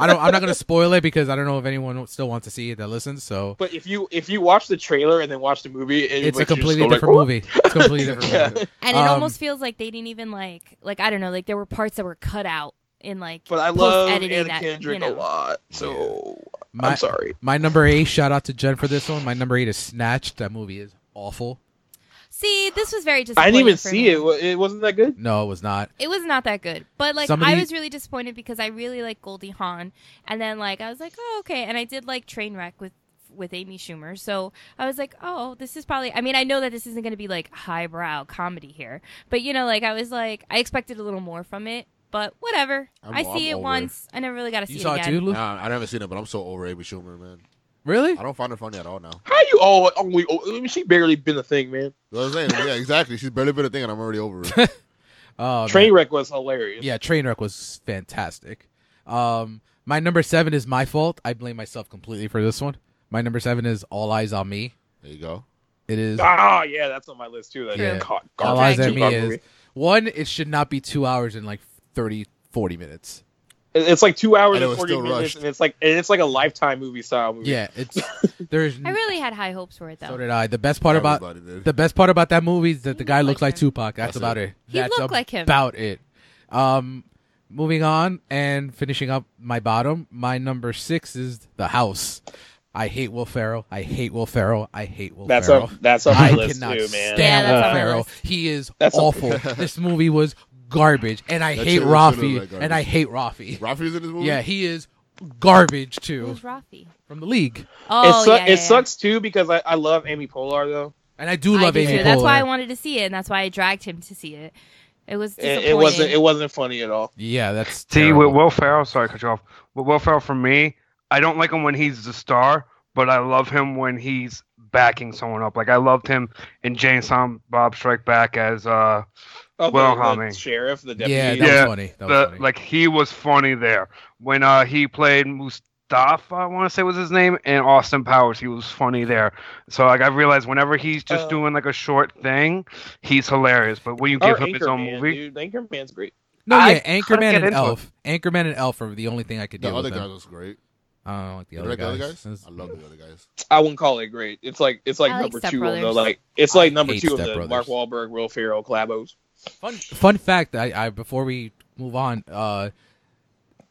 Speaker 2: I don't. I'm not going to spoil it because I don't know if anyone still wants to see it that listens. So
Speaker 5: But if you if you watch the trailer and then watch the movie, and,
Speaker 2: it's a
Speaker 5: like, you just
Speaker 2: completely
Speaker 5: go like,
Speaker 2: different
Speaker 5: "Ooh."
Speaker 2: movie. It's a completely different.
Speaker 5: Yeah.
Speaker 2: movie.
Speaker 1: And
Speaker 2: Um,
Speaker 1: it almost feels like they didn't even like like I don't know like there were parts that were cut out in like
Speaker 5: But I love Anna
Speaker 1: Post-editing that, you
Speaker 5: Kendrick
Speaker 1: know.
Speaker 5: a lot, so
Speaker 2: My
Speaker 5: I'm sorry.
Speaker 2: my number eight. Shout out to Jen for this one. My number eight is Snatched. That movie is awful.
Speaker 1: see this was very
Speaker 5: I
Speaker 1: disappointing.
Speaker 5: didn't even
Speaker 1: for
Speaker 5: see
Speaker 1: me.
Speaker 5: it. Wa- It wasn't that good.
Speaker 2: No, it was not.
Speaker 1: It was not that good, but like
Speaker 2: Somebody-
Speaker 1: I was really disappointed because I really like Goldie Hawn, and then like I was like, oh okay, and I did like Trainwreck with with Amy Schumer, so I was like, oh, this is probably. I mean, I know that this isn't going to be like highbrow comedy here, but you know, like I was like, I expected a little more from it, but whatever.
Speaker 3: I'm-
Speaker 1: i see
Speaker 3: I'm
Speaker 1: it
Speaker 3: over it.
Speaker 1: once. I never really got to see
Speaker 2: You saw
Speaker 1: it
Speaker 2: it
Speaker 1: again.
Speaker 2: too, Lou?
Speaker 3: Nah, I never seen it, but I'm so over Amy Schumer, man.
Speaker 2: Really?
Speaker 3: I don't find her funny at all now.
Speaker 5: How you all only? Oh, I mean, she barely been a thing, man.
Speaker 3: You know what I'm saying? Yeah, exactly. She's barely been a thing, and I'm already over it.
Speaker 2: Oh, man.
Speaker 5: Trainwreck was hilarious.
Speaker 2: Yeah, Trainwreck was fantastic. Um, my number seven is my fault. I blame myself completely for this one. My number seven is All Eyes on Me.
Speaker 3: There you go.
Speaker 2: It is
Speaker 5: Ah, yeah, that's on my list too. That
Speaker 2: Yeah.
Speaker 5: yeah. caught
Speaker 2: All
Speaker 1: All
Speaker 2: Eyes
Speaker 1: Eyes
Speaker 2: on
Speaker 1: on
Speaker 2: Me
Speaker 5: garbage
Speaker 2: is
Speaker 5: movie.
Speaker 2: one. It should not be two hours and like 30, 40 minutes.
Speaker 5: It- It's like two hours
Speaker 3: And
Speaker 5: and,
Speaker 3: it was
Speaker 5: forty
Speaker 3: still
Speaker 5: minutes,
Speaker 3: rushed.
Speaker 5: and it's like and it's like a lifetime movie style movie.
Speaker 2: Yeah, it's there's.
Speaker 1: I really had high hopes for it though.
Speaker 2: so did I. The best part about
Speaker 3: Everybody did.
Speaker 2: The best part about that movie is that the
Speaker 1: He
Speaker 2: guy
Speaker 1: looked
Speaker 2: looks
Speaker 1: like
Speaker 2: like
Speaker 1: him.
Speaker 2: Tupac. That's,
Speaker 3: That's it.
Speaker 2: about it.
Speaker 1: He
Speaker 2: That's
Speaker 1: looked like him.
Speaker 2: About it. Um, moving on and finishing up my bottom. My number six is The House. I hate Will Ferrell. I hate Will Ferrell. I hate Will
Speaker 5: that's
Speaker 2: Ferrell.
Speaker 5: up. That's on my
Speaker 2: I
Speaker 5: list
Speaker 2: cannot
Speaker 5: too, man.
Speaker 2: stand
Speaker 1: Yeah, that's
Speaker 2: Will
Speaker 1: on my
Speaker 2: Ferrell.
Speaker 1: list.
Speaker 2: He is
Speaker 5: That's on-
Speaker 2: awful. this movie was garbage, and I
Speaker 3: That
Speaker 2: hate
Speaker 3: shit- that shit
Speaker 2: Rafi.
Speaker 3: looked like
Speaker 2: and I
Speaker 3: garbage.
Speaker 2: hate Rafi.
Speaker 3: Rafi's in this movie.
Speaker 2: Yeah, he is garbage too
Speaker 1: Who's Rafi?
Speaker 2: from the league.
Speaker 1: Oh,
Speaker 5: it, su-
Speaker 1: yeah, yeah,
Speaker 5: it
Speaker 1: yeah.
Speaker 5: sucks too because I, I love Amy Poehler though.
Speaker 2: And I do love
Speaker 1: I do,
Speaker 2: Amy
Speaker 1: too. That's why I
Speaker 2: Poehler.
Speaker 1: wanted to see it, and that's why I dragged him to see it. It was
Speaker 5: It,
Speaker 1: disappointing.
Speaker 5: it wasn't it wasn't funny at all.
Speaker 2: Yeah, that's
Speaker 4: See,
Speaker 2: terrible.
Speaker 4: with Will Ferrell, sorry, cut you off. With Will Ferrell, for me, I don't like him when he's the star, but I love him when he's backing someone up. Like I loved him in Jane Silent Bob Strike Back as uh,
Speaker 5: Oh,
Speaker 4: Well,
Speaker 5: the,
Speaker 4: homie.
Speaker 5: the sheriff, the deputy.
Speaker 2: yeah, that
Speaker 4: Yeah,
Speaker 2: was funny. That was
Speaker 4: the
Speaker 2: funny.
Speaker 4: like he was funny there when uh he played Mustafa. I want to say was his name, and Austin Powers. He was funny there. So like I realized whenever he's just
Speaker 5: Uh,
Speaker 4: doing like a short thing, he's hilarious. But when you
Speaker 5: Or
Speaker 4: give him his own
Speaker 5: Anchorman,
Speaker 4: movie,
Speaker 5: dude. Anchorman's great.
Speaker 2: No,
Speaker 4: I
Speaker 2: yeah,
Speaker 4: couldn't
Speaker 2: Anchorman
Speaker 4: get
Speaker 2: and
Speaker 4: into it.
Speaker 2: Elf. Anchorman and Elf are the only thing I could
Speaker 3: The
Speaker 2: deal
Speaker 3: other
Speaker 2: with.
Speaker 3: guy
Speaker 2: them.
Speaker 3: was great.
Speaker 2: I don't like the
Speaker 3: You
Speaker 2: other
Speaker 3: like the other
Speaker 2: guys.
Speaker 3: guys?
Speaker 2: It's-
Speaker 3: I love the other guys.
Speaker 5: I wouldn't call it great. It's like it's like
Speaker 1: I like
Speaker 5: number
Speaker 1: Step
Speaker 5: two of the
Speaker 1: Brothers.
Speaker 5: like it's like
Speaker 2: I
Speaker 5: number
Speaker 2: hate
Speaker 5: two of
Speaker 2: Step
Speaker 5: the
Speaker 2: Brothers.
Speaker 5: Mark Wahlberg, Will Ferrell, Collabos.
Speaker 2: Fun, fun fact. I, I before we move on, uh,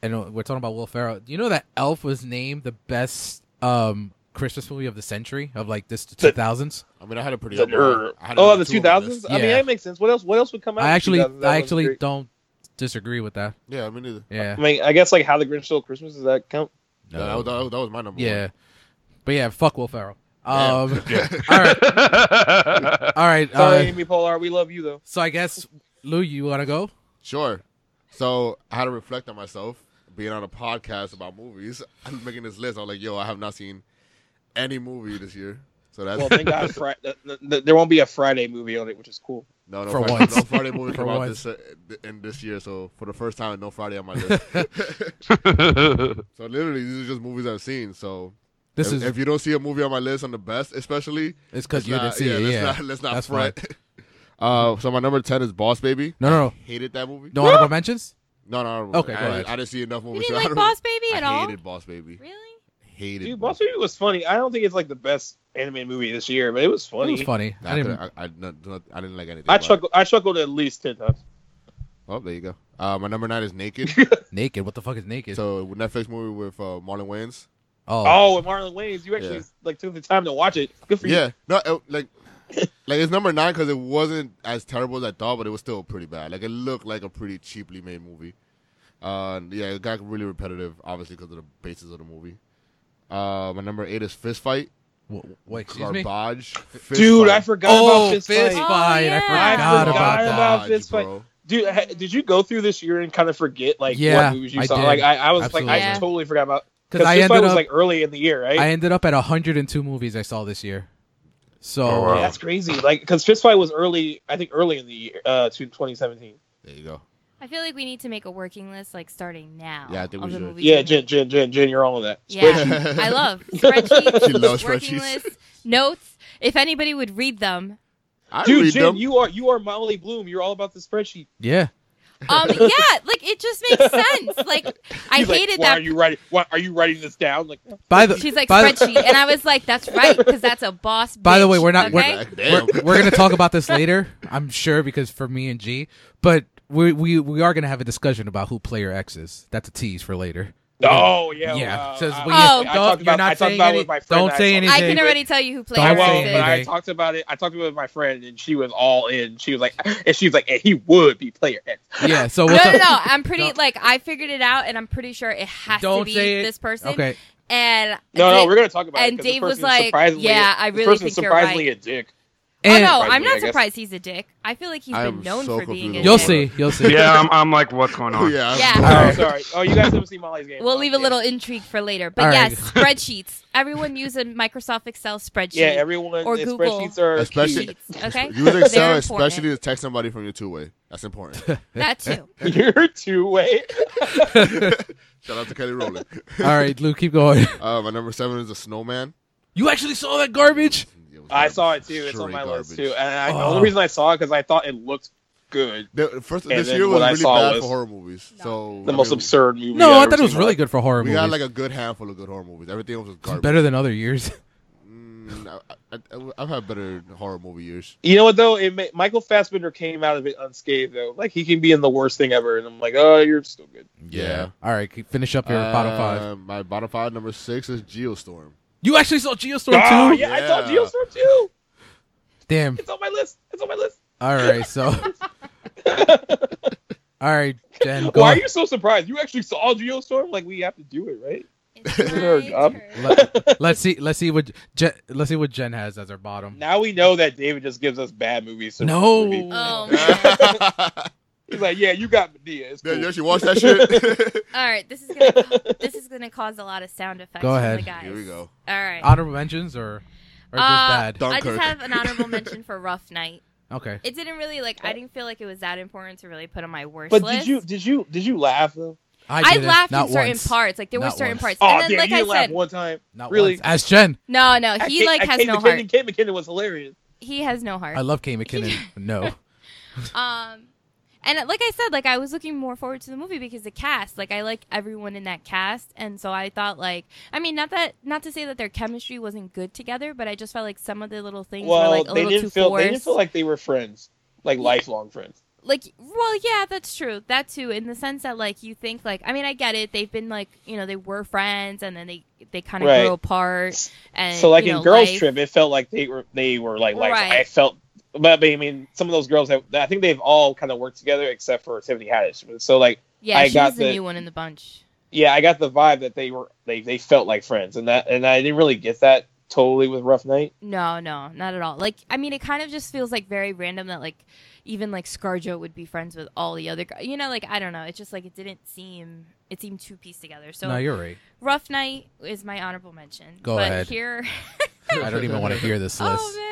Speaker 2: and we're talking about Will Ferrell. You know that Elf was named the best um Christmas movie of the century of like this two
Speaker 5: The-
Speaker 2: thousands.
Speaker 3: I mean, I had a pretty.
Speaker 5: The
Speaker 3: up one.
Speaker 5: nerd.
Speaker 3: I had
Speaker 5: Oh,
Speaker 3: another
Speaker 5: the
Speaker 3: two
Speaker 5: two
Speaker 3: on my list.
Speaker 5: thousands. I mean,
Speaker 2: Yeah.
Speaker 5: that makes sense. What else? What else would come out?
Speaker 2: I
Speaker 5: in
Speaker 2: actually,
Speaker 5: 2000s? That
Speaker 2: I
Speaker 5: one's
Speaker 2: actually
Speaker 5: great.
Speaker 2: don't disagree with that.
Speaker 3: Yeah, me neither.
Speaker 2: Yeah,
Speaker 5: I mean, I guess like How the Grinch Stole Christmas does that count?
Speaker 3: Yeah, that was, that was- that was my number.
Speaker 2: yeah, but yeah, fuck Will Ferrell.
Speaker 3: Yeah.
Speaker 2: Um,
Speaker 3: One.
Speaker 2: all right, all right.
Speaker 5: Sorry,
Speaker 2: Uh,
Speaker 5: Amy Poehler, we love you though.
Speaker 2: so I guess Lou, you wanna go?
Speaker 3: sure. So I had to reflect on myself being on a podcast about movies. I'm making this list. I'm like, yo, I have not seen any movie this year. So that's
Speaker 5: Well, thank God, Fri- th- th- th- there won't be a Friday movie on it, which is cool.
Speaker 3: no no
Speaker 2: For
Speaker 3: Friday,
Speaker 2: once.
Speaker 3: no Friday movie
Speaker 2: For
Speaker 3: came out
Speaker 2: once.
Speaker 3: this uh, th- in this year. So for the first time, no Friday on my list. so literally, these are just movies I've seen. So
Speaker 2: This
Speaker 3: if,
Speaker 2: is
Speaker 3: if you don't see a movie on my list on the best, especially
Speaker 2: it's because
Speaker 3: let's
Speaker 2: you didn't
Speaker 3: not-
Speaker 2: see
Speaker 3: yeah,
Speaker 2: it.
Speaker 3: Let's
Speaker 2: yeah,
Speaker 3: not, let's not
Speaker 2: That's fine.
Speaker 3: fret. Uh, so my number ten is Boss Baby.
Speaker 2: No, no, no.
Speaker 3: Hated that movie.
Speaker 2: No honorable mentions?
Speaker 3: No, no, no.
Speaker 2: Okay,
Speaker 3: I,
Speaker 2: go ahead.
Speaker 3: I didn't see enough
Speaker 1: You
Speaker 3: movies.
Speaker 1: didn't
Speaker 3: so I
Speaker 1: like
Speaker 3: don't-
Speaker 1: Boss Baby at
Speaker 3: I
Speaker 1: all?
Speaker 3: hated Boss Baby.
Speaker 1: Really?
Speaker 3: Hated.
Speaker 5: Dude,
Speaker 3: Boss
Speaker 5: Boss Baby was funny. I don't think it's like the best anime movie this year, but it was
Speaker 2: It
Speaker 5: funny.
Speaker 2: was funny. I
Speaker 3: I, couldn't-
Speaker 2: didn't.
Speaker 3: I, I, not- not- I didn't like anything.
Speaker 5: I
Speaker 3: about it.
Speaker 5: chuckled. I chuckled at least ten times.
Speaker 3: Oh, there you go. Uh, my number nine is Naked.
Speaker 2: Naked. What the fuck is naked?
Speaker 3: so Netflix movie with uh, Marlon Wayans.
Speaker 2: oh,
Speaker 5: Oh, and Marlon Wayans, you actually
Speaker 3: Yeah.
Speaker 5: like took the time to watch it. Good for
Speaker 3: Yeah, no, it, like, like it's number nine because it wasn't as terrible as I thought, but it was still pretty bad. Like it looked like a pretty cheaply made movie. Uh, yeah, it got really repetitive, obviously because of the basis of the movie. Uh, my number eight is Fist Fight.
Speaker 2: wh- wh- excuse me.
Speaker 3: Garbage.
Speaker 5: you, dude.
Speaker 3: Fist
Speaker 5: I
Speaker 3: Fight.
Speaker 5: forgot
Speaker 2: oh,
Speaker 5: about
Speaker 2: fist,
Speaker 5: Fist Fight.
Speaker 1: Fight.
Speaker 2: fight.
Speaker 1: Oh, yeah.
Speaker 2: I
Speaker 5: I
Speaker 2: forgot about
Speaker 5: forgot
Speaker 2: that.
Speaker 5: about Fist Fight.
Speaker 3: bro.
Speaker 5: Dude, ha- did you go through this year and kind of forget like
Speaker 2: Yeah,
Speaker 5: what movies you
Speaker 2: I
Speaker 5: saw?
Speaker 2: did.
Speaker 5: Like I, I was like, I
Speaker 2: Absolutely.
Speaker 5: totally forgot about
Speaker 2: Because I
Speaker 5: Fist Fight
Speaker 2: ended
Speaker 5: was
Speaker 2: up,
Speaker 5: like early in the year, right?
Speaker 2: I ended up at 102 movies I saw this year. So
Speaker 4: Oh, wow.
Speaker 5: That's crazy. Like, because Fist Fight was early, I think early in the year, uh, to 2017.
Speaker 3: There you go.
Speaker 1: I feel like we need to make a working list like starting now.
Speaker 3: Yeah, I think
Speaker 1: of
Speaker 3: we
Speaker 1: the
Speaker 3: should.
Speaker 1: movies
Speaker 5: Yeah,
Speaker 1: we
Speaker 5: Jen, Jen, Jen, Jen, you're all of that.
Speaker 1: Yeah, I love spreadsheets.
Speaker 3: She loves
Speaker 1: working
Speaker 3: spreadsheets.
Speaker 1: lists, notes. If anybody would read them,
Speaker 3: I
Speaker 5: Dude,
Speaker 3: read
Speaker 5: Jen,
Speaker 3: them.
Speaker 5: you are you are Molly Bloom. You're all about the spreadsheet.
Speaker 2: yeah,
Speaker 1: um, yeah, like it just makes sense. Like I
Speaker 5: He's like,
Speaker 1: hated
Speaker 5: why
Speaker 1: that.
Speaker 5: Are you writing? Why are you writing this down? Like,
Speaker 2: by the
Speaker 1: She's like
Speaker 2: by the-
Speaker 1: spreadsheet, and I was like, "That's right," because that's a boss.
Speaker 2: By the
Speaker 1: bitch,
Speaker 2: way, we're not- we're-
Speaker 1: okay?
Speaker 3: Like,
Speaker 2: we're,
Speaker 3: damn.
Speaker 2: we're gonna talk about this later, I'm sure, because for me and G, but we we we are gonna have a discussion about who player X is. That's a tease for you.
Speaker 5: oh yeah,
Speaker 2: Yeah,
Speaker 5: wow.
Speaker 2: says
Speaker 5: I-
Speaker 2: when
Speaker 1: you-
Speaker 5: I
Speaker 1: Oh.
Speaker 5: talked
Speaker 2: don't- you're
Speaker 5: about-
Speaker 2: not
Speaker 5: I talked
Speaker 2: saying
Speaker 5: about it
Speaker 2: any-
Speaker 5: with my friend
Speaker 2: don't
Speaker 5: that
Speaker 2: say
Speaker 5: I
Speaker 2: anything.
Speaker 5: saw.
Speaker 1: I can already tell you who
Speaker 5: I,
Speaker 1: player
Speaker 2: Don't
Speaker 5: well,
Speaker 2: say
Speaker 1: X is.
Speaker 5: but I
Speaker 2: anything.
Speaker 5: talked about it. I talked about it with my friend, and she was all in. She was like, and she was like, and he would be player X.
Speaker 2: Yeah. So
Speaker 1: No,
Speaker 2: what's
Speaker 1: no,
Speaker 2: up?
Speaker 1: no. I'm pretty
Speaker 2: No.
Speaker 1: like I figured it out, and I'm pretty sure it has
Speaker 2: Don't
Speaker 1: to be
Speaker 2: say it.
Speaker 1: this person.
Speaker 2: Okay.
Speaker 1: And
Speaker 5: No, no,
Speaker 1: Dave-
Speaker 5: we're gonna talk about it.
Speaker 1: and
Speaker 5: 'cause this
Speaker 1: Dave was
Speaker 5: person is
Speaker 1: like,
Speaker 5: surprisingly-
Speaker 1: yeah, I
Speaker 5: this
Speaker 1: really
Speaker 5: person's
Speaker 1: think you're
Speaker 5: surprisly
Speaker 1: right.
Speaker 5: a dick.
Speaker 1: oh
Speaker 2: And
Speaker 1: no,
Speaker 5: Surprised
Speaker 1: I'm
Speaker 5: me, I
Speaker 1: not
Speaker 5: guess.
Speaker 1: surprised he's a dick. I feel like he's
Speaker 3: I
Speaker 1: been
Speaker 3: am
Speaker 1: known
Speaker 3: so
Speaker 1: for being a
Speaker 3: confused.
Speaker 2: you'll
Speaker 1: dick.
Speaker 2: see. You'll see.
Speaker 4: Yeah, I'm, I'm like, what's going on?
Speaker 3: yeah. Uh,
Speaker 1: Yeah.
Speaker 5: Oh,
Speaker 2: Alright.
Speaker 5: sorry. Oh, you guys haven't seen Molly's game.
Speaker 1: We'll
Speaker 5: Oh,
Speaker 1: leave a
Speaker 5: damn.
Speaker 1: little intrigue for later. But
Speaker 2: All right.
Speaker 1: yes, spreadsheets. Everyone use a Microsoft Excel spreadsheet.
Speaker 5: Yeah, everyone.
Speaker 1: Or
Speaker 5: the
Speaker 1: Google.
Speaker 5: Spreadsheets are
Speaker 3: Especially-
Speaker 5: key.
Speaker 1: Sheets, okay?
Speaker 3: Use
Speaker 1: They're
Speaker 3: Excel,
Speaker 1: important.
Speaker 3: especially to text somebody from your two way. That's important.
Speaker 1: that too.
Speaker 5: You're two way.
Speaker 3: Shout out to Kelly Rowland.
Speaker 2: All right, Luke, keep going.
Speaker 3: Uh, my number seven is a snowman.
Speaker 2: You actually saw that garbage?
Speaker 3: It was
Speaker 5: I
Speaker 3: garbage.
Speaker 5: saw it too. It's on
Speaker 3: Straight
Speaker 5: my list
Speaker 3: garbage.
Speaker 5: too. And I, the
Speaker 2: Oh.
Speaker 5: only reason I saw it because I thought it looked good.
Speaker 3: The, first,
Speaker 5: And
Speaker 3: this
Speaker 5: then
Speaker 3: year was
Speaker 5: what I
Speaker 3: really
Speaker 5: saw
Speaker 3: bad
Speaker 5: was
Speaker 3: for horror movies. So
Speaker 5: The
Speaker 3: I
Speaker 5: most
Speaker 3: mean,
Speaker 5: absurd movie.
Speaker 2: No,
Speaker 5: I've
Speaker 2: I
Speaker 5: ever
Speaker 2: thought it was
Speaker 5: seen.
Speaker 2: really good for horror
Speaker 3: We
Speaker 2: movies.
Speaker 3: got like a good handful of good horror movies. Everything else was
Speaker 2: It's
Speaker 3: garbage.
Speaker 2: better than other years.
Speaker 3: Mm, I, I, have had better horror movie years.
Speaker 5: You know what though? It may, Michael Fassbender came out of it unscathed though. Like he can be in the worst thing ever, and I'm like, oh, you're still good.
Speaker 3: Yeah.
Speaker 2: All right, keep- finish up your bottom five.
Speaker 3: Uh, My bottom five number six is Geostorm.
Speaker 2: You actually saw Geostorm
Speaker 5: Oh,
Speaker 2: too?
Speaker 5: yeah, I saw
Speaker 3: Yeah.
Speaker 5: Geostorm too.
Speaker 2: Damn.
Speaker 5: It's on my list. It's on my list.
Speaker 2: All right, so. All right, Jen, go
Speaker 5: Why are
Speaker 2: on.
Speaker 5: you so surprised? You actually saw Geostorm? Like we have to do it, right?
Speaker 1: It's
Speaker 5: Isn't there a
Speaker 1: my
Speaker 5: job?
Speaker 1: turn.
Speaker 2: Let, let's see. Let's see what Jen, let's see what Jen has as her bottom.
Speaker 5: Now we know that David just gives us bad movies. to
Speaker 2: No.
Speaker 5: review.
Speaker 1: Oh, man.
Speaker 3: Damn,
Speaker 5: he's like, yeah, you got Medea. It's cool.
Speaker 3: you actually watched that shit?
Speaker 1: All right, this is gonna this is gonna cause a lot of sound effects.
Speaker 2: Go ahead.
Speaker 1: From the guys.
Speaker 3: Here we go.
Speaker 1: All right.
Speaker 2: Honorable mentions or or
Speaker 1: Uh,
Speaker 2: just bad?
Speaker 1: I just
Speaker 3: Dunkirk.
Speaker 1: have an honorable mention for Rough Night.
Speaker 2: Okay.
Speaker 1: It didn't really like. I didn't feel like it was that important to really put on my worst
Speaker 5: But
Speaker 1: list.
Speaker 5: did you did you did you laugh though?
Speaker 1: I,
Speaker 2: didn't.
Speaker 1: laughed
Speaker 2: Not
Speaker 1: in certain
Speaker 2: once.
Speaker 1: parts. Like there were
Speaker 2: Not
Speaker 1: certain
Speaker 2: once.
Speaker 1: parts.
Speaker 5: Oh
Speaker 1: and then,
Speaker 5: damn,
Speaker 1: like
Speaker 5: you
Speaker 1: I
Speaker 5: laughed
Speaker 1: said,
Speaker 5: one time.
Speaker 2: Not
Speaker 5: Really?
Speaker 2: once. As Jen,
Speaker 1: no, no,
Speaker 5: At
Speaker 1: he
Speaker 5: Kate-
Speaker 1: like
Speaker 5: at
Speaker 1: has
Speaker 5: Kate
Speaker 1: no
Speaker 5: McKinnon,
Speaker 1: heart.
Speaker 5: Kate McKinnon was hilarious.
Speaker 1: He has no heart.
Speaker 2: I love Kay McKinnon. No.
Speaker 1: Um, and uh, like I said, like I was looking more forward to the movie because the cast, like I like everyone in that cast, and so I thought, like, I mean, not that, not to say that their chemistry wasn't good together, but I just felt like some of the little things
Speaker 5: well,
Speaker 1: were like a
Speaker 5: they
Speaker 1: little too
Speaker 5: didn't feel
Speaker 1: forced.
Speaker 5: they didn't feel like they were friends, like lifelong friends.
Speaker 1: like, well, yeah, that's true, that too, in the sense that like you think, like, I mean, I get it, they've been like, you know, they were friends, and then they they kind of
Speaker 5: Right.
Speaker 1: grew apart, and
Speaker 5: so like
Speaker 1: you
Speaker 5: in
Speaker 1: know,
Speaker 5: Girls
Speaker 1: life-
Speaker 5: Trip, it felt like they were they were like like
Speaker 1: Right.
Speaker 5: I felt, but, but I mean some of those girls have I think they've all kind of worked together except for Tiffany Haddish. So like
Speaker 1: yeah,
Speaker 5: I
Speaker 1: she's
Speaker 5: got
Speaker 1: the,
Speaker 5: the-
Speaker 1: new one in the bunch.
Speaker 5: yeah, I got the vibe that they were they they felt like friends, and that and I didn't really get that totally with Rough Night.
Speaker 1: No, no, not at all. Like, I mean, it kind of just feels like very random that like even like ScarJo would be friends with all the other guys. You know, like I don't know. It's just like it didn't seem it seemed two pieced together. So
Speaker 2: no, you're right.
Speaker 1: Rough Night is my honorable mention.
Speaker 2: Go
Speaker 1: but
Speaker 2: ahead.
Speaker 1: Here,
Speaker 2: I don't even want to hear this list.
Speaker 1: oh man.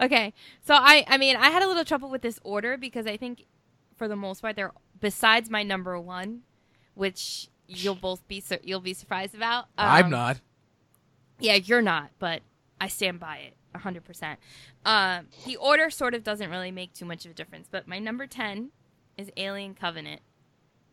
Speaker 1: Okay, so I I mean I had a little trouble with this order because I think for the most part they're besides my number one, which you'll both be sur- you'll be surprised about.
Speaker 2: I'm
Speaker 1: um,
Speaker 2: not.
Speaker 1: yeah, you're not, but I stand by it 100%. Um, the order sort of doesn't really make too much of a difference, but my number 10 is Alien Covenant.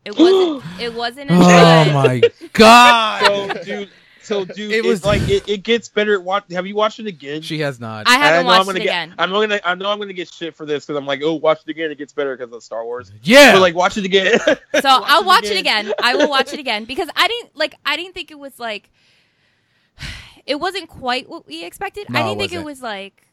Speaker 1: It wasn't it wasn't as
Speaker 2: Oh
Speaker 1: good.
Speaker 2: my
Speaker 5: So
Speaker 2: god.
Speaker 5: dude, so dude,
Speaker 2: It
Speaker 5: it
Speaker 2: was-
Speaker 5: was like it, it gets better. Watch, have you watched it again?
Speaker 2: She has not.
Speaker 1: I haven't
Speaker 5: know I'm
Speaker 1: watched
Speaker 5: gonna
Speaker 1: it
Speaker 5: get,
Speaker 1: again.
Speaker 5: I know I'm gonna. I know I'm gonna get shit for this because I'm like, oh, watch it again. It gets better because of Star Wars.
Speaker 2: yeah.
Speaker 5: But like, watch it again.
Speaker 1: So I'll watch
Speaker 5: watch
Speaker 1: it
Speaker 5: it
Speaker 1: again. I will watch it again because I didn't like I didn't think it was like it wasn't quite what we expected. I
Speaker 2: No, it
Speaker 1: didn't think it
Speaker 2: wasn't.
Speaker 1: was like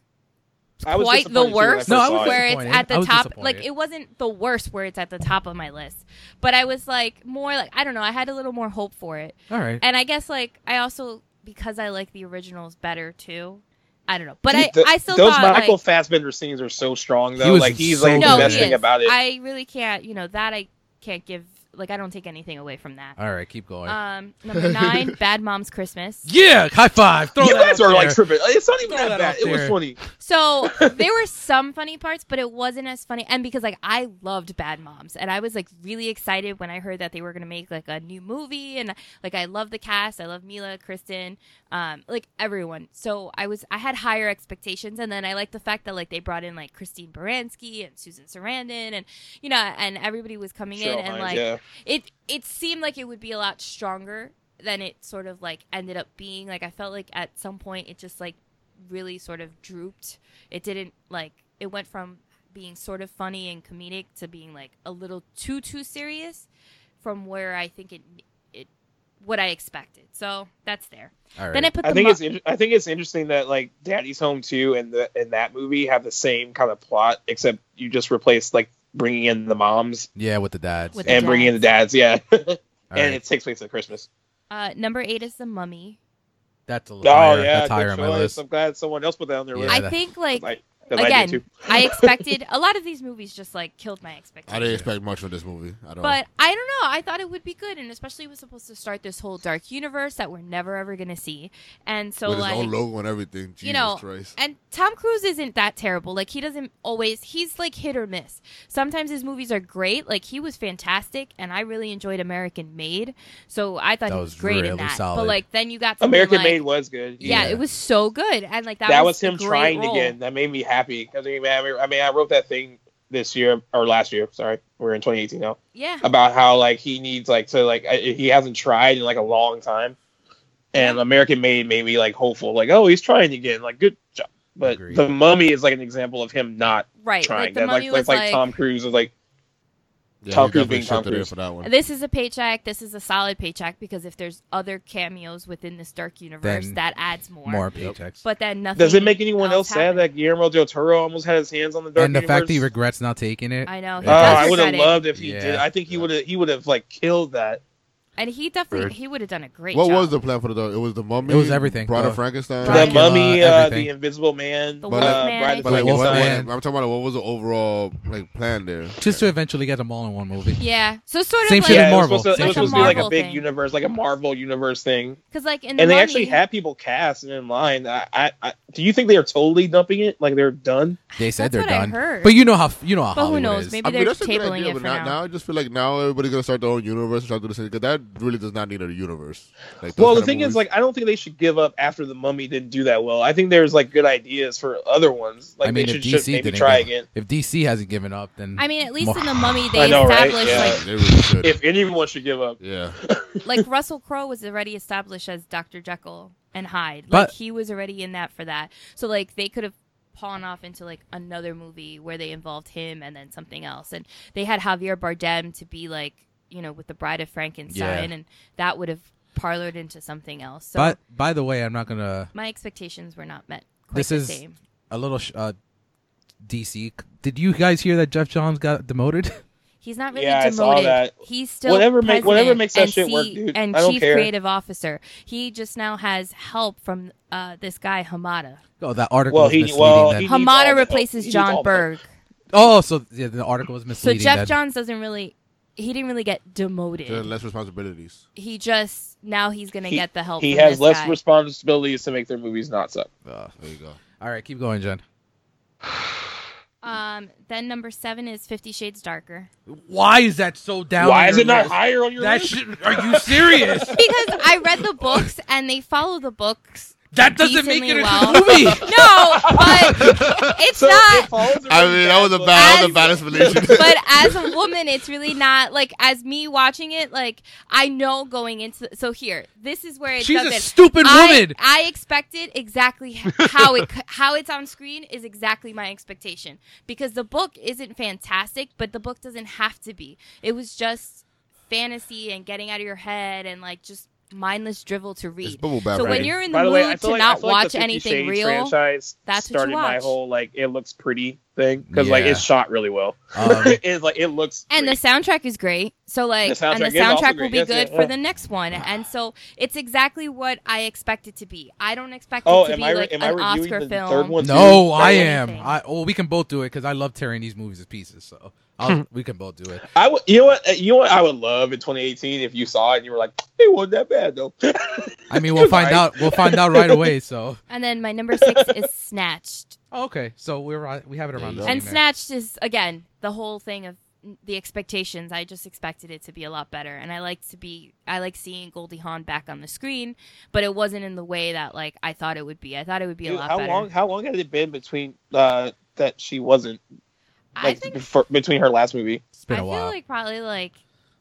Speaker 5: I was
Speaker 1: quite the
Speaker 5: disappointed, too, when
Speaker 1: worst.
Speaker 5: I
Speaker 2: No, I
Speaker 5: first
Speaker 2: was
Speaker 5: saw it.
Speaker 1: where it's
Speaker 2: disappointed.
Speaker 1: at
Speaker 2: I
Speaker 1: the
Speaker 2: was
Speaker 1: top.
Speaker 2: disappointed.
Speaker 1: Like it wasn't the worst where it's at the top of my list, but I was like more like I don't know. I had a little more hope for it,
Speaker 2: All right.
Speaker 1: and I guess like I also because I like the originals better too. I don't know, but I
Speaker 5: Dude, the-
Speaker 1: I still
Speaker 5: those
Speaker 1: thought
Speaker 5: Michael
Speaker 1: like
Speaker 5: Fassbender scenes are so strong
Speaker 2: He
Speaker 5: though.
Speaker 2: was
Speaker 5: like he's
Speaker 2: so
Speaker 5: like
Speaker 2: good.
Speaker 5: the
Speaker 1: no,
Speaker 5: best
Speaker 1: he
Speaker 5: thing
Speaker 1: is.
Speaker 5: about it.
Speaker 1: I really can't. You know that I can't give like I don't take anything away from that.
Speaker 2: All right, keep going.
Speaker 1: Um, number nine, Bad Moms Christmas.
Speaker 2: yeah, high five. Throw
Speaker 5: you
Speaker 2: that
Speaker 5: guys
Speaker 2: out
Speaker 5: are like
Speaker 2: there.
Speaker 5: tripping. It's not even
Speaker 2: Throw
Speaker 5: that
Speaker 2: that out
Speaker 5: bad. It was
Speaker 2: there.
Speaker 5: funny.
Speaker 1: So there were some funny parts, but it wasn't as funny. And because like I loved Bad Moms, and I was like really excited when I heard that they were gonna make like a new movie, and like I love the cast, I love Mila, Kristen, um, like everyone. So I was I had higher expectations, and then I liked the fact that like they brought in like Christine Baranski and Susan Sarandon, and you know, and everybody was coming in,
Speaker 5: Cheryl
Speaker 1: and
Speaker 5: Hines,
Speaker 1: like
Speaker 5: yeah.
Speaker 1: it it seemed like it would be a lot stronger than it sort of like ended up being like i felt like at some point it just like really sort of drooped it didn't like it went from being sort of funny and comedic to being like a little too too serious from where i think it it what i expected so that's there
Speaker 2: All right.
Speaker 1: then i put
Speaker 5: I
Speaker 1: the
Speaker 5: think
Speaker 1: mo-
Speaker 5: it's in- I think it's interesting that like Daddy's Home Two and the and that movie have the same kind of plot, except you just replace like bringing in the moms
Speaker 2: yeah, with the dads.
Speaker 1: With The
Speaker 5: and bringing in the dads. Yeah, and
Speaker 2: All right.
Speaker 5: it takes place at Christmas.
Speaker 1: uh, number eight is the mummy
Speaker 2: That's a
Speaker 5: Oh
Speaker 2: little higher.
Speaker 5: yeah,
Speaker 2: That's
Speaker 5: good
Speaker 2: higher on my
Speaker 5: choice.
Speaker 2: list.
Speaker 5: I'm glad someone else put that on their
Speaker 2: Yeah.
Speaker 5: list.
Speaker 1: i
Speaker 2: that-
Speaker 1: think like
Speaker 5: I, 'cause I did
Speaker 1: again
Speaker 5: too.
Speaker 1: i expected a lot of these movies just like killed my
Speaker 3: I
Speaker 1: expectations
Speaker 3: didn't expect much from this movie at all.
Speaker 1: But I don't know. I thought it would be good, and especially it was supposed to start this whole dark universe that we're never ever gonna see. And so
Speaker 3: With his
Speaker 1: like,
Speaker 3: own logo and everything. Jesus
Speaker 1: you know,
Speaker 3: Christ.
Speaker 1: and Tom Cruise isn't that terrible. Like he doesn't always. He's like hit or miss. Sometimes his movies are great. Like he was fantastic, and I really enjoyed American Made. So I thought
Speaker 2: That
Speaker 1: he
Speaker 2: was
Speaker 1: was great in
Speaker 2: really
Speaker 1: that. But
Speaker 2: solid.
Speaker 1: like then you got something
Speaker 5: American
Speaker 1: like-
Speaker 5: Made was good.
Speaker 1: Yeah,
Speaker 2: Yeah.
Speaker 1: it was so good, and like that,
Speaker 5: that, was, him
Speaker 1: a great
Speaker 5: trying
Speaker 1: role.
Speaker 5: again. That made me happy because I mean, I mean, I wrote that thing this year or last year. Sorry, we're in 2018 now.
Speaker 1: Yeah,
Speaker 5: About how like he needs like to like I- he hasn't tried in like a long time, and American Made made me like hopeful. Like oh, he's trying again. Like good job. But
Speaker 2: Agreed.
Speaker 5: the Mummy is like an example of him not
Speaker 1: right.
Speaker 5: trying.
Speaker 1: Like the
Speaker 5: that
Speaker 1: mummy
Speaker 5: like,
Speaker 1: was
Speaker 5: like, like Tom Cruise is like
Speaker 3: Yeah,
Speaker 5: Tom
Speaker 3: he
Speaker 5: Cruise
Speaker 3: definitely
Speaker 5: being Tom
Speaker 3: shifted it
Speaker 5: Cruise.
Speaker 3: for that one.
Speaker 1: This is a paycheck. This is a solid paycheck because if there's other cameos within this dark universe,
Speaker 2: Then
Speaker 1: that adds more.
Speaker 2: More
Speaker 3: Yep.
Speaker 2: paychecks.
Speaker 1: But then nothing.
Speaker 5: Does it make anyone
Speaker 1: else
Speaker 5: else sad
Speaker 1: happened.
Speaker 5: that Guillermo del Toro almost had his hands on the dark
Speaker 2: and the fact that he
Speaker 5: Universe?
Speaker 2: regrets not taking it.
Speaker 1: Uh, I know. He
Speaker 5: Oh,
Speaker 2: does
Speaker 5: I would have
Speaker 1: regret it.
Speaker 5: loved if he
Speaker 2: Yeah.
Speaker 5: did. I think he would have. He would have like killed that.
Speaker 1: And he definitely
Speaker 2: Bird.
Speaker 1: he would have done a great
Speaker 3: What
Speaker 1: job.
Speaker 3: was the plan for the dog? It was the mummy.
Speaker 2: It was everything.
Speaker 3: Bride
Speaker 2: Uh,
Speaker 3: of Frankenstein.
Speaker 5: the
Speaker 1: Dracula,
Speaker 5: mummy, uh,
Speaker 2: everything.
Speaker 5: the Invisible Man,
Speaker 1: The
Speaker 5: uh,
Speaker 3: Wolf
Speaker 1: Man,
Speaker 5: Bride
Speaker 1: I
Speaker 5: of
Speaker 3: But like,
Speaker 2: Wolf
Speaker 3: what,
Speaker 2: Man.
Speaker 5: Frankenstein.
Speaker 3: I'm talking about what was the overall like plan there?
Speaker 2: Just to eventually get them all in one movie.
Speaker 1: Yeah. So sort of
Speaker 2: Same
Speaker 1: like
Speaker 2: shit
Speaker 5: Yeah,
Speaker 2: as
Speaker 5: it was
Speaker 2: Marvel.
Speaker 5: supposed to, it
Speaker 2: Same
Speaker 5: was
Speaker 2: shit as
Speaker 5: supposed to be like a
Speaker 1: Marvel
Speaker 5: big
Speaker 1: thing.
Speaker 5: universe, like a Marvel universe thing,
Speaker 1: because like in
Speaker 5: and
Speaker 1: the
Speaker 5: they
Speaker 1: mummy,
Speaker 5: actually had people cast and in line. I, I, I, do you think they are totally dumping it? Like they're done?
Speaker 2: They
Speaker 1: That's
Speaker 2: said they're
Speaker 1: what I
Speaker 2: done.
Speaker 1: heard.
Speaker 2: But you know how you know how
Speaker 1: But who
Speaker 2: Hollywood
Speaker 1: knows?
Speaker 2: is.
Speaker 1: Maybe
Speaker 3: I mean,
Speaker 1: they're
Speaker 3: that's a good
Speaker 1: tabling
Speaker 3: idea,
Speaker 1: it for
Speaker 3: but now,
Speaker 1: now.
Speaker 3: now I just feel like now everybody's gonna start their own universe and start doing this because that really does not need a universe. Like, those
Speaker 5: well, the
Speaker 3: kind of
Speaker 5: thing is,
Speaker 3: movies-
Speaker 5: like, I don't think they should give up after the Mummy didn't do that well. I think there's like good ideas for other ones. Like
Speaker 2: I mean,
Speaker 5: they
Speaker 2: if
Speaker 5: should,
Speaker 2: DC
Speaker 5: should maybe
Speaker 2: didn't
Speaker 5: try
Speaker 2: give-
Speaker 5: again.
Speaker 2: If DC hasn't given up, then
Speaker 1: I mean, at least
Speaker 2: More-
Speaker 1: in the mummy, they
Speaker 5: know, right?
Speaker 1: established
Speaker 5: Yeah.
Speaker 3: they really should.
Speaker 5: If anyone should give up,
Speaker 3: yeah,
Speaker 1: like like Russell Crowe was already established as Doctor Jekyll and Hyde. Like
Speaker 2: But-
Speaker 1: he was already in that for that. So like they could have pawn off into like another movie where they involved him and then something else. And they had Javier Bardem to be like you know with the Bride of Frankenstein, and that would have parlored into something else. So
Speaker 2: but by the way, I'm not gonna
Speaker 1: my expectations were not met. Quite
Speaker 2: This
Speaker 1: the
Speaker 2: is-
Speaker 1: same.
Speaker 2: a little sh- uh, DC. Did you guys hear that Jeff Johns got demoted?
Speaker 1: He's not really
Speaker 5: Yeah, I
Speaker 1: demoted.
Speaker 5: saw that.
Speaker 1: He's still
Speaker 5: Whatever make- whatever
Speaker 1: president
Speaker 5: makes that
Speaker 1: and
Speaker 5: shit work,
Speaker 1: C-
Speaker 5: dude.
Speaker 1: And
Speaker 5: I don't
Speaker 1: chief
Speaker 5: care.
Speaker 1: creative officer. He just now has help from uh, this guy Hamada.
Speaker 2: oh, that article
Speaker 5: Well,
Speaker 2: was
Speaker 5: he-
Speaker 2: misleading.
Speaker 5: well,
Speaker 2: then.
Speaker 5: he- needs all the
Speaker 1: Hamada
Speaker 5: help.
Speaker 1: replaces
Speaker 5: He needs all
Speaker 1: John
Speaker 5: the
Speaker 1: Berg.
Speaker 2: oh, so yeah, the article was
Speaker 1: So
Speaker 2: misleading.
Speaker 1: Jeff
Speaker 2: then.
Speaker 1: Johns doesn't really. He didn't really get demoted.
Speaker 3: There are less responsibilities.
Speaker 1: he just now he's gonna
Speaker 5: He-
Speaker 1: get the help.
Speaker 5: he
Speaker 1: Oh, from
Speaker 5: has
Speaker 1: this
Speaker 5: less
Speaker 1: guy.
Speaker 5: responsibilities to make their movies not suck.
Speaker 3: Uh, there you go.
Speaker 2: All right, keep going, Jen.
Speaker 1: um. Then number seven is Fifty Shades Darker
Speaker 2: Why is that so down?
Speaker 5: Why
Speaker 2: on
Speaker 5: is
Speaker 2: your
Speaker 5: it not
Speaker 2: list?
Speaker 5: higher on your
Speaker 2: That
Speaker 5: list?
Speaker 2: shit, are you serious?
Speaker 1: because I read the books and they follow the books.
Speaker 2: that doesn't make it
Speaker 1: Decently
Speaker 2: into
Speaker 1: well.
Speaker 2: the movie.
Speaker 1: No, but it's
Speaker 5: So
Speaker 1: not.
Speaker 5: it follows a
Speaker 3: I
Speaker 5: really
Speaker 3: mean, that
Speaker 5: bad
Speaker 3: was a
Speaker 5: look.
Speaker 3: bad, that was
Speaker 1: As-
Speaker 3: a bad explanation.
Speaker 1: but as a woman, it's really not like as me watching it. Like I know going into so here, this is where it
Speaker 2: She's a
Speaker 1: doesn't.
Speaker 2: stupid
Speaker 1: I,
Speaker 2: woman.
Speaker 1: I expected exactly h- how it c- how it's on screen is exactly my expectation because the book isn't fantastic, but the book doesn't have to be. It was just fantasy and getting out of your head and like just mindless drivel to
Speaker 3: It's
Speaker 1: read.
Speaker 3: bubble bath.
Speaker 1: So when
Speaker 3: right?
Speaker 1: you're in the
Speaker 5: By the
Speaker 1: mood
Speaker 5: way, I
Speaker 1: to
Speaker 5: feel like, I
Speaker 1: not
Speaker 5: feel like
Speaker 1: watch
Speaker 5: the Fifty
Speaker 1: anything
Speaker 5: Shades
Speaker 1: real,
Speaker 5: franchise
Speaker 1: that's what you
Speaker 5: started my
Speaker 1: watch.
Speaker 5: whole like it looks pretty thing because like
Speaker 2: Yeah.
Speaker 5: it's shot really well.
Speaker 2: Um,
Speaker 5: it's like it looks
Speaker 1: and the
Speaker 5: pretty.
Speaker 1: soundtrack is great. So like,
Speaker 5: The
Speaker 1: and the
Speaker 5: soundtrack is also
Speaker 1: soundtrack will
Speaker 5: great.
Speaker 1: be
Speaker 5: Yes,
Speaker 1: good
Speaker 5: yeah,
Speaker 1: for
Speaker 5: yeah.
Speaker 1: the next one. And so it's exactly what I expect it to be. I don't expect
Speaker 5: Oh,
Speaker 1: it to
Speaker 5: am
Speaker 1: be
Speaker 5: I re-
Speaker 1: like
Speaker 5: am I
Speaker 1: an
Speaker 5: reviewing
Speaker 1: Oscar
Speaker 5: the
Speaker 1: film.
Speaker 5: third one?
Speaker 2: no,
Speaker 1: do
Speaker 2: I
Speaker 1: anything.
Speaker 2: am. I well, we can both do it because I love tearing these movies to pieces. So I'll, we can both do it.
Speaker 5: I would, you know what, you know what I would love in 2018 if you saw it and you were like, it wasn't that bad though.
Speaker 2: I mean, we'll find
Speaker 5: Right.
Speaker 2: out. We'll find out right away. So
Speaker 1: And then my number six is Snatched.
Speaker 2: Oh, okay, so we're on, we have it
Speaker 3: There
Speaker 2: around. the
Speaker 3: you go.
Speaker 2: same
Speaker 1: And
Speaker 2: there.
Speaker 1: Snatched is again the whole thing of the expectations. I just expected it to be a lot better, and I like to be. I like seeing Goldie Hawn back on the screen, but it wasn't in the way that like I thought it would be. I thought it would be a
Speaker 5: Dude,
Speaker 1: lot
Speaker 5: how
Speaker 1: better.
Speaker 5: long? How long had it been between uh, that she wasn't
Speaker 1: I
Speaker 5: like
Speaker 1: think
Speaker 5: before, between her last movie?
Speaker 2: It's been
Speaker 1: I
Speaker 2: a
Speaker 1: feel
Speaker 2: while.
Speaker 1: like probably like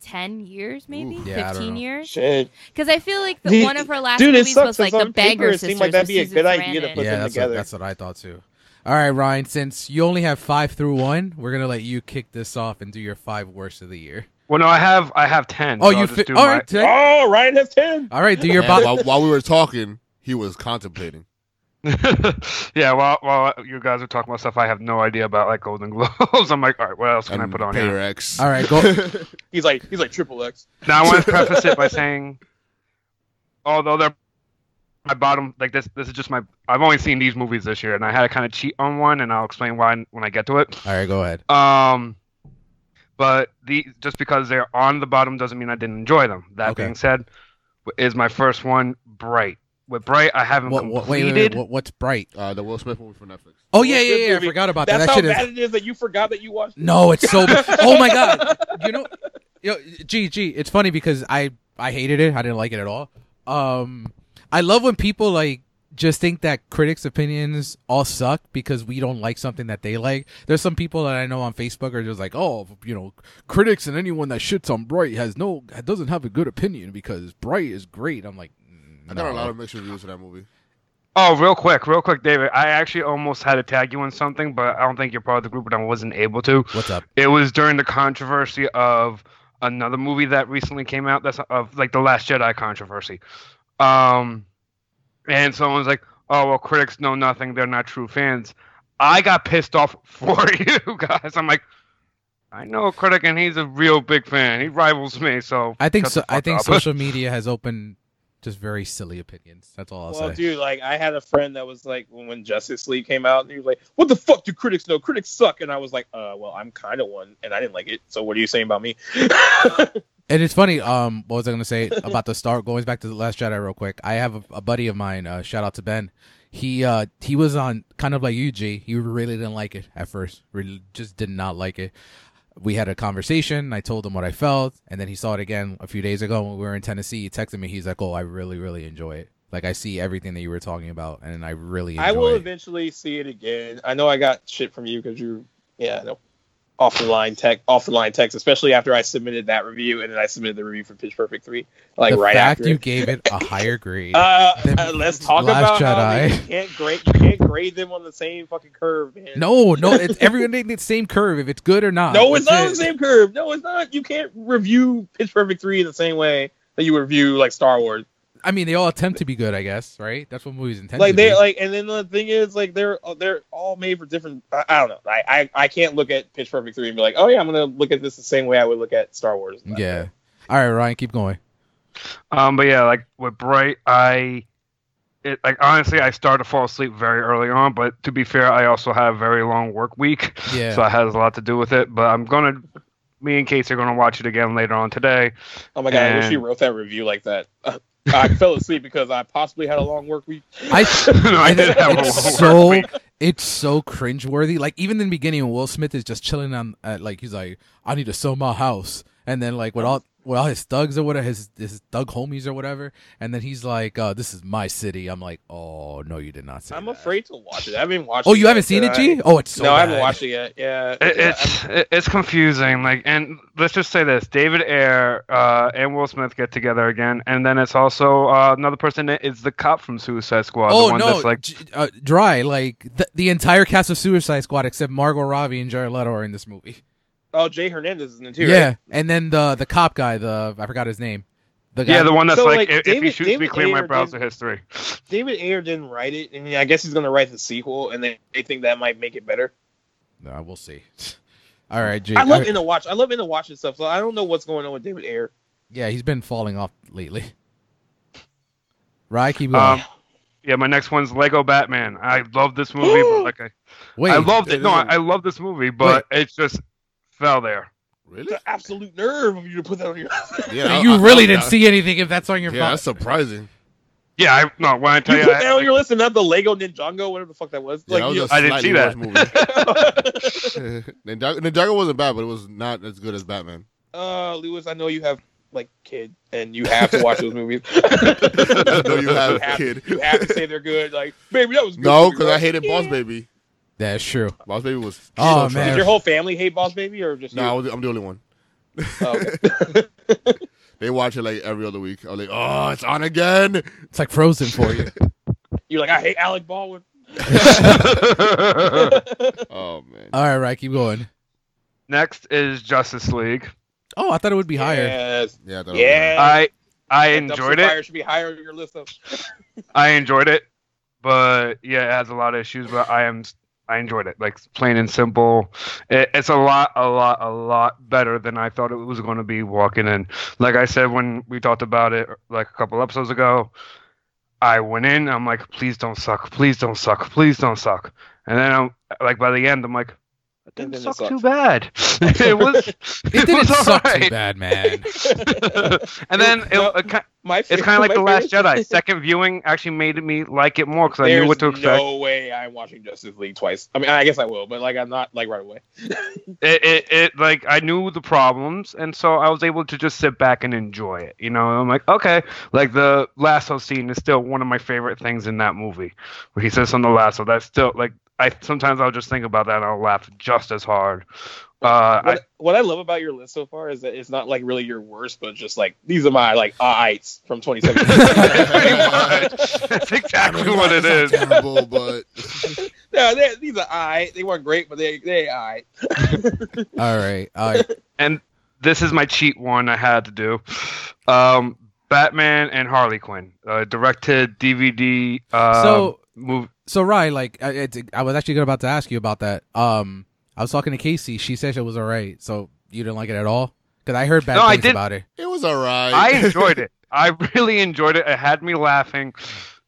Speaker 1: ten years, maybe
Speaker 3: Oof.
Speaker 2: Yeah, I don't
Speaker 1: fifteen
Speaker 2: know.
Speaker 1: years.
Speaker 5: Shit,
Speaker 1: Because I feel like the
Speaker 5: Dude,
Speaker 1: one of her last
Speaker 5: dude, it
Speaker 1: movies
Speaker 5: sucks,
Speaker 1: was like
Speaker 5: 'cause
Speaker 1: the
Speaker 5: on paper
Speaker 1: Bagger
Speaker 5: it
Speaker 1: Sisters.
Speaker 5: seemed like that'd
Speaker 1: with
Speaker 5: be a
Speaker 1: Susan
Speaker 5: good idea to
Speaker 1: Sarandon.
Speaker 5: put
Speaker 2: yeah,
Speaker 5: them
Speaker 2: that's what,
Speaker 5: together.
Speaker 2: that's what I thought too. All right, Ryan. Since you only have five through one, we're gonna let you kick this off and do your five worst of the year.
Speaker 4: Well, no, I have I have ten.
Speaker 2: Oh,
Speaker 4: so
Speaker 2: you
Speaker 4: I'll just
Speaker 2: fi-
Speaker 4: do
Speaker 2: all
Speaker 4: my-
Speaker 2: right, take-
Speaker 5: Oh, Ryan has ten.
Speaker 2: all right. Do your
Speaker 3: Yeah,
Speaker 2: bo-
Speaker 3: while, while we were talking, he was contemplating.
Speaker 4: yeah, while while you guys are talking about stuff I have no idea about, like Golden Globes, I'm like, all right, what else can I
Speaker 3: and
Speaker 4: put on
Speaker 3: pay
Speaker 4: here?
Speaker 3: your ex.
Speaker 2: All right, go.
Speaker 5: He's like he's like triple X.
Speaker 4: Now I want to preface it by saying, although they're my bottom, like this, this is just my. I've only seen these movies this year, and I had to kind of cheat on one, and I'll explain why when I get to it.
Speaker 2: All right, go ahead.
Speaker 4: Um, but the just because they're on the bottom doesn't mean I didn't enjoy them. That
Speaker 2: Okay.
Speaker 4: being said, is my first one Bright. With Bright, I haven't
Speaker 2: What, what,
Speaker 4: completed.
Speaker 2: wait, wait, wait, what, what's bright?
Speaker 3: Uh, the Will Smith movie for Netflix.
Speaker 2: Oh yeah, yeah,
Speaker 5: good
Speaker 2: yeah. I
Speaker 5: movie.
Speaker 2: forgot about
Speaker 5: That's
Speaker 2: that. That
Speaker 5: how
Speaker 2: shit is
Speaker 5: bad it is that you forgot that you watched.
Speaker 2: No, it's so. oh my god! You know, yo, gee, gee. It's funny because I I hated it. I didn't like it at all. Um, I love when people like just think that critics' opinions all suck because we don't like something that they like. There's some people that I know on Facebook are just like, oh, you know, critics and anyone that shits on Bright has no doesn't have a good opinion because Bright is great. I'm like,
Speaker 3: I got a
Speaker 2: no.
Speaker 3: lot of mixed reviews for that movie.
Speaker 4: Oh, real quick, real quick, David. I actually almost had to tag you on something, but I don't think you're part of the group, and I wasn't able to.
Speaker 2: What's up?
Speaker 4: It was during the controversy of another movie that recently came out. That's of like the Last Jedi controversy. Um, and someone was like, "Oh well, critics know nothing; they're not true fans." I got pissed off for you guys. I'm like, I know a critic, and he's a real big fan. He rivals me, so
Speaker 2: I think
Speaker 4: shut
Speaker 2: so.
Speaker 4: the
Speaker 2: I
Speaker 4: fuck
Speaker 2: think
Speaker 4: up.
Speaker 2: social media has opened just very silly opinions. That's all I'll
Speaker 5: Well,
Speaker 2: say.
Speaker 5: dude, like I had a friend that was like when when Justice League came out, and he was like, "What the fuck do critics know? Critics suck." And I was like, "Uh, well, I'm kind of one, and I didn't like it. So what are you saying about me?"
Speaker 2: And it's funny. Um, what was I going to say about the Star? Going back to the Last Jedi, real quick. I have a, a buddy of mine. Uh, shout out to Ben. He uh he was on kind of like you, G. He really didn't like it at first. Really, just did not like it. We had a conversation. I told him what I felt, and then he saw it again a few days ago when we were in Tennessee. He texted me. He's like, "Oh, I really, really enjoy it. Like, I see everything that you were talking about, and I really enjoy
Speaker 5: I will
Speaker 2: it."
Speaker 5: eventually see it again. I know I got shit from you because you, yeah, no, off the line tech, off the line text, especially after I submitted that review and then I submitted the review for Pitch Perfect three, like
Speaker 2: the
Speaker 5: right
Speaker 2: fact
Speaker 5: after.
Speaker 2: you
Speaker 5: it.
Speaker 2: gave it a higher grade.
Speaker 5: uh,
Speaker 2: Then
Speaker 5: uh, let's talk
Speaker 2: Last
Speaker 5: about how
Speaker 2: Jedi.
Speaker 5: they- you can't grade you can't grade them on the same fucking curve, man.
Speaker 2: no, no, it's everyone needs the same curve if it's good or not.
Speaker 5: no, it's
Speaker 2: That's
Speaker 5: not on
Speaker 2: it.
Speaker 5: the same curve. No, it's not. You can't review Pitch Perfect three in the same way that you review like Star Wars.
Speaker 2: I mean, they all attempt to be good, I guess, right? That's what movies intend
Speaker 5: like
Speaker 2: to be.
Speaker 5: they like and then the thing is like they're uh, they're all made for different i, I don't know I, I i can't look at pitch perfect 3 and be like oh yeah i'm gonna look at this the same way i would look at star wars
Speaker 2: yeah. All right, Ryan, keep going.
Speaker 4: Um, but yeah, like with Bright, I it, like honestly, I started to fall asleep very early on. But to be fair, I also have a very long work week,
Speaker 2: Yeah.
Speaker 4: so it has a lot to do with it. But I'm gonna, me and Casey are gonna watch it again later on today.
Speaker 5: oh my god i wish
Speaker 4: And-
Speaker 5: you wrote that review like that i fell asleep because i possibly had a long work week
Speaker 2: I, I
Speaker 4: did have a
Speaker 2: it's
Speaker 4: long
Speaker 2: so
Speaker 4: work
Speaker 2: it's so cringeworthy. Like even in the beginning, when Will Smith is just chilling on, uh, like he's like, "I need to sell my house," and then like with all with all his thugs or whatever, his his thug homies or whatever, and then he's like, uh, "This is my city." I'm like, "Oh no, you did not say."
Speaker 5: i'm
Speaker 2: that."
Speaker 5: afraid to watch it i haven't watched
Speaker 2: Oh,
Speaker 5: it
Speaker 2: you haven't
Speaker 5: yet,
Speaker 2: seen it,
Speaker 5: but
Speaker 2: G? Oh, it's so
Speaker 5: uh, no i haven't
Speaker 2: bad.
Speaker 5: watched it yet yeah
Speaker 4: It,
Speaker 5: yeah,
Speaker 4: it's it, it's confusing. Like, and let's just say this: David Ayer uh, and Will Smith get together again, and then it's also uh, another person that is the cop from Suicide Squad.
Speaker 2: oh
Speaker 4: the one
Speaker 2: no,
Speaker 4: that's like,
Speaker 2: G- uh, dry. Like th- the entire cast of Suicide Squad except Margot Robbie and Jared Leto are in this movie.
Speaker 5: oh jay hernandez is in it too
Speaker 2: yeah,
Speaker 5: right?
Speaker 2: and then the the cop guy, the I forgot his name. The guy.
Speaker 4: yeah, the one that's
Speaker 5: So,
Speaker 4: like,
Speaker 5: like,
Speaker 4: if, if he
Speaker 5: David-
Speaker 4: shoots me,
Speaker 5: David
Speaker 4: clear my
Speaker 5: Ayer did-
Speaker 4: browser history.
Speaker 5: david ayer didn't write it and i guess he's gonna write the sequel and they, they think that might make it better
Speaker 2: No, we'll see. All right, Jake.
Speaker 5: i love
Speaker 2: I-
Speaker 5: in the watch i love in the watch and stuff so i don't know what's going on with david ayer
Speaker 2: yeah, he's been falling off lately. Rye, keep going.
Speaker 4: Um, yeah, my next one's Lego Batman. I love this movie, but like I,
Speaker 2: Wait,
Speaker 4: I loved it. No, I,
Speaker 3: Dude.
Speaker 4: I love this movie, but it's just fell there.
Speaker 3: Really?
Speaker 5: The absolute nerve of you to put that on
Speaker 4: Oh,
Speaker 5: your.
Speaker 3: Yeah, I-
Speaker 2: you
Speaker 3: I-
Speaker 2: really
Speaker 3: I-
Speaker 2: didn't
Speaker 3: I-
Speaker 2: see anything if that's on your
Speaker 3: Yeah,
Speaker 2: phone.
Speaker 3: that's surprising.
Speaker 4: Yeah, I no. When I tell
Speaker 5: You
Speaker 4: you,
Speaker 5: put
Speaker 4: I-
Speaker 5: that on your list and not the Lego Ninjago, whatever the fuck that was.
Speaker 3: Yeah,
Speaker 5: Like,
Speaker 3: that was
Speaker 5: you-
Speaker 3: a
Speaker 4: I didn't
Speaker 3: slightly
Speaker 4: see
Speaker 3: worse
Speaker 4: that.
Speaker 3: movie. Ninjago, Ninjago wasn't bad, but it was not as good as Batman.
Speaker 5: uh, Lewis, I know you have like kid, and you have to watch those movies.
Speaker 3: I know you have,
Speaker 5: You have-
Speaker 3: kid.
Speaker 5: you have to say they're good. Like, baby, that was good
Speaker 3: No,
Speaker 5: for you,
Speaker 3: because I
Speaker 5: right?
Speaker 3: hated Boss
Speaker 1: Yeah.
Speaker 3: Baby.
Speaker 2: That's true.
Speaker 3: Boss Baby was.
Speaker 2: Oh, man.
Speaker 3: so
Speaker 5: Did
Speaker 3: trash.
Speaker 5: your whole family hate Boss Baby or just
Speaker 3: No,
Speaker 5: you?
Speaker 3: I was- I'm the only one.
Speaker 5: Oh, okay.
Speaker 3: They watch it like every other week. I'm like, oh, it's on again.
Speaker 2: It's like Frozen for you.
Speaker 5: You're like, I hate Alec Baldwin.
Speaker 3: Oh man.
Speaker 2: All right, right, keep going.
Speaker 4: Next is Justice League.
Speaker 2: Oh, I thought it would be higher.
Speaker 5: Yes.
Speaker 3: Yeah. I thought it was
Speaker 5: Yeah.
Speaker 4: I I
Speaker 5: Dumpster
Speaker 4: enjoyed it.
Speaker 5: Fire should be higher on your list though.
Speaker 4: I enjoyed it, but yeah, it has a lot of issues. But I am I enjoyed it, like plain and simple. It, it's a lot, a lot, a lot better than I thought it was going to be walking in. Like I said when we talked about it, like a couple episodes ago, I went in. I'm like, please don't suck, please don't suck, please don't suck. And then I'm like, by the end, I'm like, it didn't
Speaker 5: And then it
Speaker 4: suck
Speaker 5: sucks.
Speaker 4: too bad. it was,
Speaker 2: It didn't
Speaker 4: was all
Speaker 2: suck too
Speaker 4: right.
Speaker 2: bad, man.
Speaker 4: and then it,
Speaker 5: No.
Speaker 4: it ki-
Speaker 5: My
Speaker 4: it's kind of like The Last Jedi. Second viewing actually made me like it more because I knew what to expect.
Speaker 5: no way I'm watching Justice League twice. I mean, I guess I will, but like I'm not like right away.
Speaker 4: it, it, it like I knew the problems, and so I was able to just sit back and enjoy it. You know, I'm like, okay, like the lasso scene is still one of my favorite things in that movie, where he says on the lasso. That's still like I sometimes I'll just think about that and I'll laugh just as hard. Uh,
Speaker 5: What, what I love about your list so far is that it's not like really your worst, but just like these are my like ites from 2017.
Speaker 4: I, that's exactly what it is.
Speaker 3: terrible, but
Speaker 5: no, they, these are I. They weren't great, but they they I.
Speaker 2: All right, all right.
Speaker 4: And this is my cheat one I had to do. Um, Batman and Harley Quinn, uh, directed DVD. Uh,
Speaker 2: So-
Speaker 4: move.
Speaker 2: So, Rye, like, I, it, I was actually about to ask you about that. Um, I was talking to Casey. She said it was all right. So you didn't like it at all? Because I heard bad
Speaker 4: No, I
Speaker 2: things
Speaker 4: did-
Speaker 2: about it.
Speaker 3: it was alright.
Speaker 4: I enjoyed it. I really enjoyed it. It had me laughing.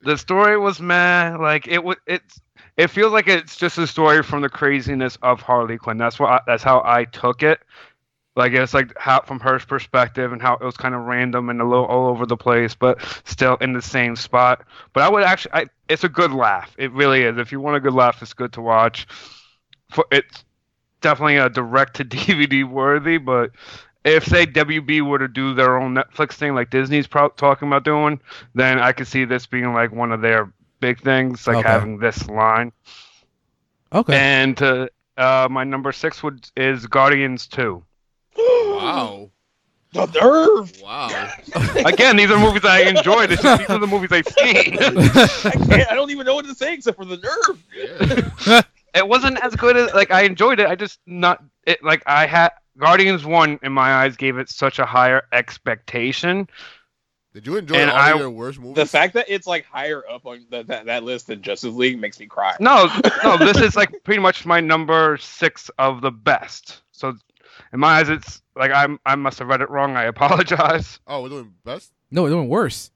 Speaker 4: The story was meh. Like it was. It's. It feels like it's just a story from the craziness of Harley Quinn. That's what. I, that's how I took it. Like it's like how from her perspective and how it was kind of random and a little all over the place, but still in the same spot. But I would actually. I, it's a good laugh. It really is. If you want a good laugh, it's good to watch. For it's definitely a direct to DVD worthy, but if say WB were to do their own Netflix thing like Disney's pro- talking about doing, then I could see this being like one of their big things, like
Speaker 2: Okay.
Speaker 4: having this line.
Speaker 2: Okay.
Speaker 4: And uh, uh, my number six would is Guardians Two.
Speaker 3: Wow.
Speaker 5: The nerve!
Speaker 3: Wow.
Speaker 4: Again, these are movies I enjoyed. It's just, these are the movies I've seen.
Speaker 5: I, can't, I don't even know what to say except for the nerve.
Speaker 3: Yeah.
Speaker 4: it wasn't as good as like I enjoyed it. I just not it like I had Guardians One in my eyes gave it such a higher expectation.
Speaker 3: Did you enjoy
Speaker 4: And
Speaker 3: all
Speaker 4: I-
Speaker 3: of your worst movies?
Speaker 5: The fact that it's like higher up on the, that that list than Justice League makes me cry.
Speaker 4: No, no, this is like pretty much my number six of the best. So, in my eyes, it's like I'm I must have read it wrong. I apologize.
Speaker 3: oh, we're doing best.
Speaker 2: no, it went worse.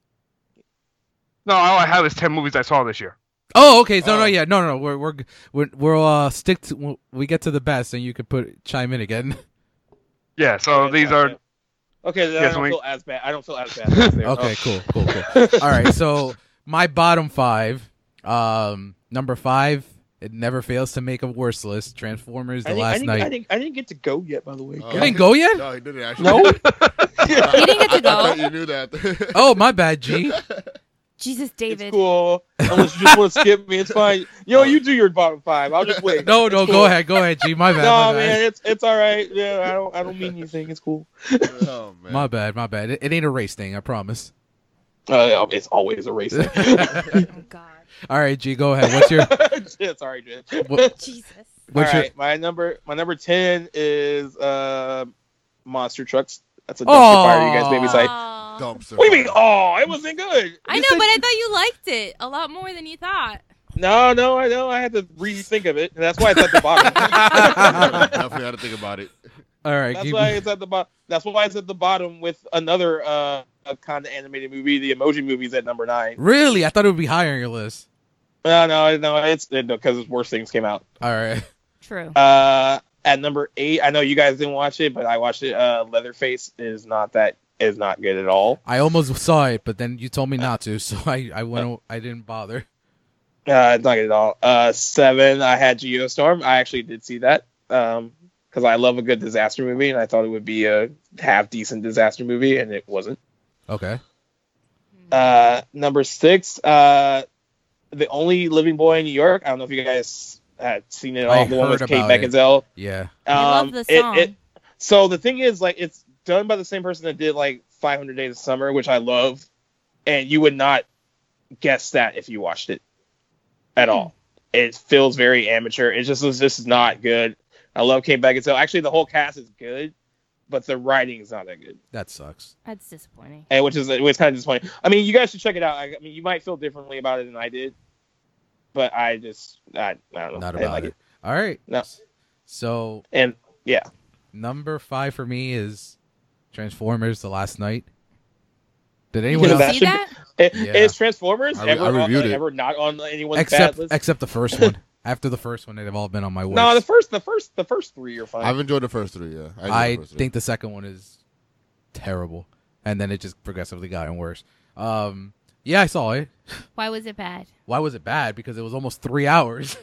Speaker 4: No, all I have is ten movies I saw this year.
Speaker 2: Oh, okay. No,
Speaker 4: Uh,
Speaker 2: no,
Speaker 3: Oh.
Speaker 2: yeah, no, no. We're we're g- we're we'll uh, stick to we'll- we get to the best, and you could put chime in again.
Speaker 4: Yeah, so these are
Speaker 5: Okay, then
Speaker 4: Yes,
Speaker 5: I don't
Speaker 4: we-
Speaker 5: feel as bad. I don't feel as bad. as there. Oh.
Speaker 2: Okay, cool, cool, cool. All right, so my bottom five. Um, number five, it never fails to make a worse list. Transformers:
Speaker 5: I
Speaker 2: The
Speaker 5: didn't, I,
Speaker 2: Last
Speaker 5: didn't,
Speaker 2: Night.
Speaker 5: I, didn't, I didn't get to go yet, by the way.
Speaker 3: Oh.
Speaker 2: you didn't go yet?
Speaker 3: No, he didn't actually.
Speaker 5: No,
Speaker 1: You didn't get to
Speaker 3: I thought
Speaker 1: go.
Speaker 3: you knew that.
Speaker 2: Oh, my bad, G.
Speaker 1: Jesus,
Speaker 5: it's
Speaker 1: David.
Speaker 5: cool. Unless you just want to skip me, it's fine. You know, you do your bottom five. I'll just wait.
Speaker 2: Oh. No, no, go
Speaker 5: cool.
Speaker 2: ahead, go ahead, G. My bad.
Speaker 5: No,
Speaker 2: my bad.
Speaker 5: man, it's it's all right. Yeah, I don't I don't mean anything. It's cool.
Speaker 3: oh man.
Speaker 2: My bad, my bad. It, it ain't a race thing, I promise.
Speaker 5: Uh, it's always a race.
Speaker 1: Oh God,
Speaker 2: All right, G, go ahead. What's your
Speaker 5: yeah, sorry, Jen.
Speaker 2: what,
Speaker 1: Jesus.
Speaker 5: All
Speaker 2: what's
Speaker 5: right,
Speaker 2: your?
Speaker 5: my number my number ten is uh, monster trucks. That's a dumpster
Speaker 2: Aw.
Speaker 5: fire. You guys made me say.
Speaker 1: Aw.
Speaker 3: Dumpster.
Speaker 5: What do you mean? Oh, it wasn't good.
Speaker 1: I know, but I thought you liked it a lot more than you thought.
Speaker 5: No, no, I know. I had to rethink of it, and that's why it's at the bottom.
Speaker 3: Definitely had to think about it.
Speaker 2: All right,
Speaker 5: that's
Speaker 2: keep-
Speaker 5: why it's at the bottom. That's why it's at the bottom with another uh, kind of animated movie, the Emoji Movies, at number nine.
Speaker 2: really? I thought it would be higher on your list.
Speaker 5: No, no, no. It's because worse things came out.
Speaker 2: All right.
Speaker 1: True.
Speaker 5: Uh, At number eight, I know you guys didn't watch it, but I watched it. Uh, Leatherface is not that is not good at all.
Speaker 2: I almost saw it, but then you told me not to, so I I went I didn't bother.
Speaker 5: Uh, it's not good at all. Uh, seven, I had Geostorm. I actually did see that um, because I love a good disaster movie, and I thought it would be a half decent disaster movie, and it wasn't.
Speaker 2: Okay.
Speaker 1: Hmm.
Speaker 5: Uh, number six, uh, the only living boy in New York. I don't know if you guys had seen it at
Speaker 2: I
Speaker 5: all. The one
Speaker 2: heard
Speaker 5: with Kate
Speaker 2: about it.
Speaker 5: Beckinsale.
Speaker 2: Yeah.
Speaker 1: I
Speaker 5: Um,
Speaker 1: love the
Speaker 5: it-
Speaker 1: song.
Speaker 5: it- so the thing is, like, it's done by the same person that did like 500 Days of Summer, which I love, and you would not guess that if you watched it at all.
Speaker 2: Hmm.
Speaker 5: It feels very amateur. It just was just not good. I love Kate Beckinsale. Actually, the whole cast is good, but the writing is not that good
Speaker 2: That sucks.
Speaker 1: That's disappointing.
Speaker 5: and which is which kind of disappointing. I mean, you guys should check it out. I, I mean, you might feel differently about it than I did, but I just I, I don't know.
Speaker 2: Not
Speaker 5: I didn't
Speaker 2: about
Speaker 5: like
Speaker 2: it. All right.
Speaker 5: No.
Speaker 2: So
Speaker 5: And
Speaker 2: number five for me is Transformers: The Last Night. Did
Speaker 5: You
Speaker 2: anyone
Speaker 5: know
Speaker 2: else?
Speaker 5: that
Speaker 1: See
Speaker 5: should
Speaker 1: that?
Speaker 5: it,
Speaker 2: Yeah.
Speaker 5: is Transformers
Speaker 3: I re-
Speaker 5: ever
Speaker 3: I
Speaker 5: on,
Speaker 3: reviewed it.
Speaker 5: ever not on anyone's
Speaker 2: except
Speaker 5: bad list?
Speaker 2: except the first one. After the first one, they've all been on my list.
Speaker 5: no, the first the first the first three are fine.
Speaker 3: I've enjoyed the first three. Yeah, enjoyed
Speaker 2: I
Speaker 3: the first three.
Speaker 2: think the second one is terrible, and then it just progressively got worse. Um, yeah, I saw it.
Speaker 1: Why was it bad?
Speaker 2: Why was it bad? Because it was almost three hours.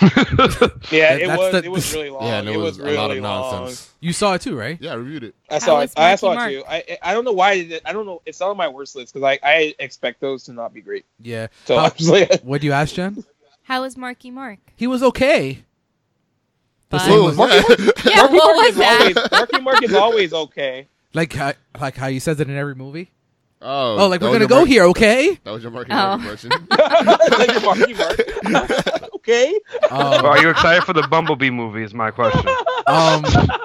Speaker 5: yeah,
Speaker 2: that-
Speaker 5: it
Speaker 2: that's
Speaker 5: was
Speaker 2: the-
Speaker 5: it was really long.
Speaker 3: Yeah, and
Speaker 5: it,
Speaker 3: there was,
Speaker 5: was, really
Speaker 3: a lot of
Speaker 5: long.
Speaker 3: nonsense.
Speaker 2: You saw it too, right?
Speaker 3: Yeah, I reviewed it.
Speaker 5: I
Speaker 1: How
Speaker 5: saw it.
Speaker 1: was
Speaker 5: I saw
Speaker 1: Marky
Speaker 5: it too. I I don't know why. I did it- I don't know. It's not on my worst list because I I expect those to not be great.
Speaker 2: Yeah.
Speaker 5: So
Speaker 2: How-
Speaker 5: I was like,
Speaker 2: What do you ask, Jen?
Speaker 1: How is Marky Mark?
Speaker 2: He was okay. The
Speaker 1: Fine.
Speaker 2: same
Speaker 1: Ooh,
Speaker 2: was-
Speaker 1: Yeah,
Speaker 5: Marky
Speaker 1: what
Speaker 5: Mark
Speaker 1: was
Speaker 5: is
Speaker 1: that?
Speaker 5: always- Marky Mark is always okay.
Speaker 2: like how, like how you says it in every movie.
Speaker 3: Oh,
Speaker 2: Oh, like
Speaker 3: that
Speaker 2: we're
Speaker 3: was
Speaker 2: gonna
Speaker 3: your
Speaker 2: go
Speaker 3: Mark-
Speaker 2: here, okay?
Speaker 3: That was your marketing
Speaker 1: Oh.
Speaker 3: impression.
Speaker 5: Like your Marky Mark. okay.
Speaker 4: Are
Speaker 2: Um,
Speaker 4: you excited for the Bumblebee movie? Is my question. Oh,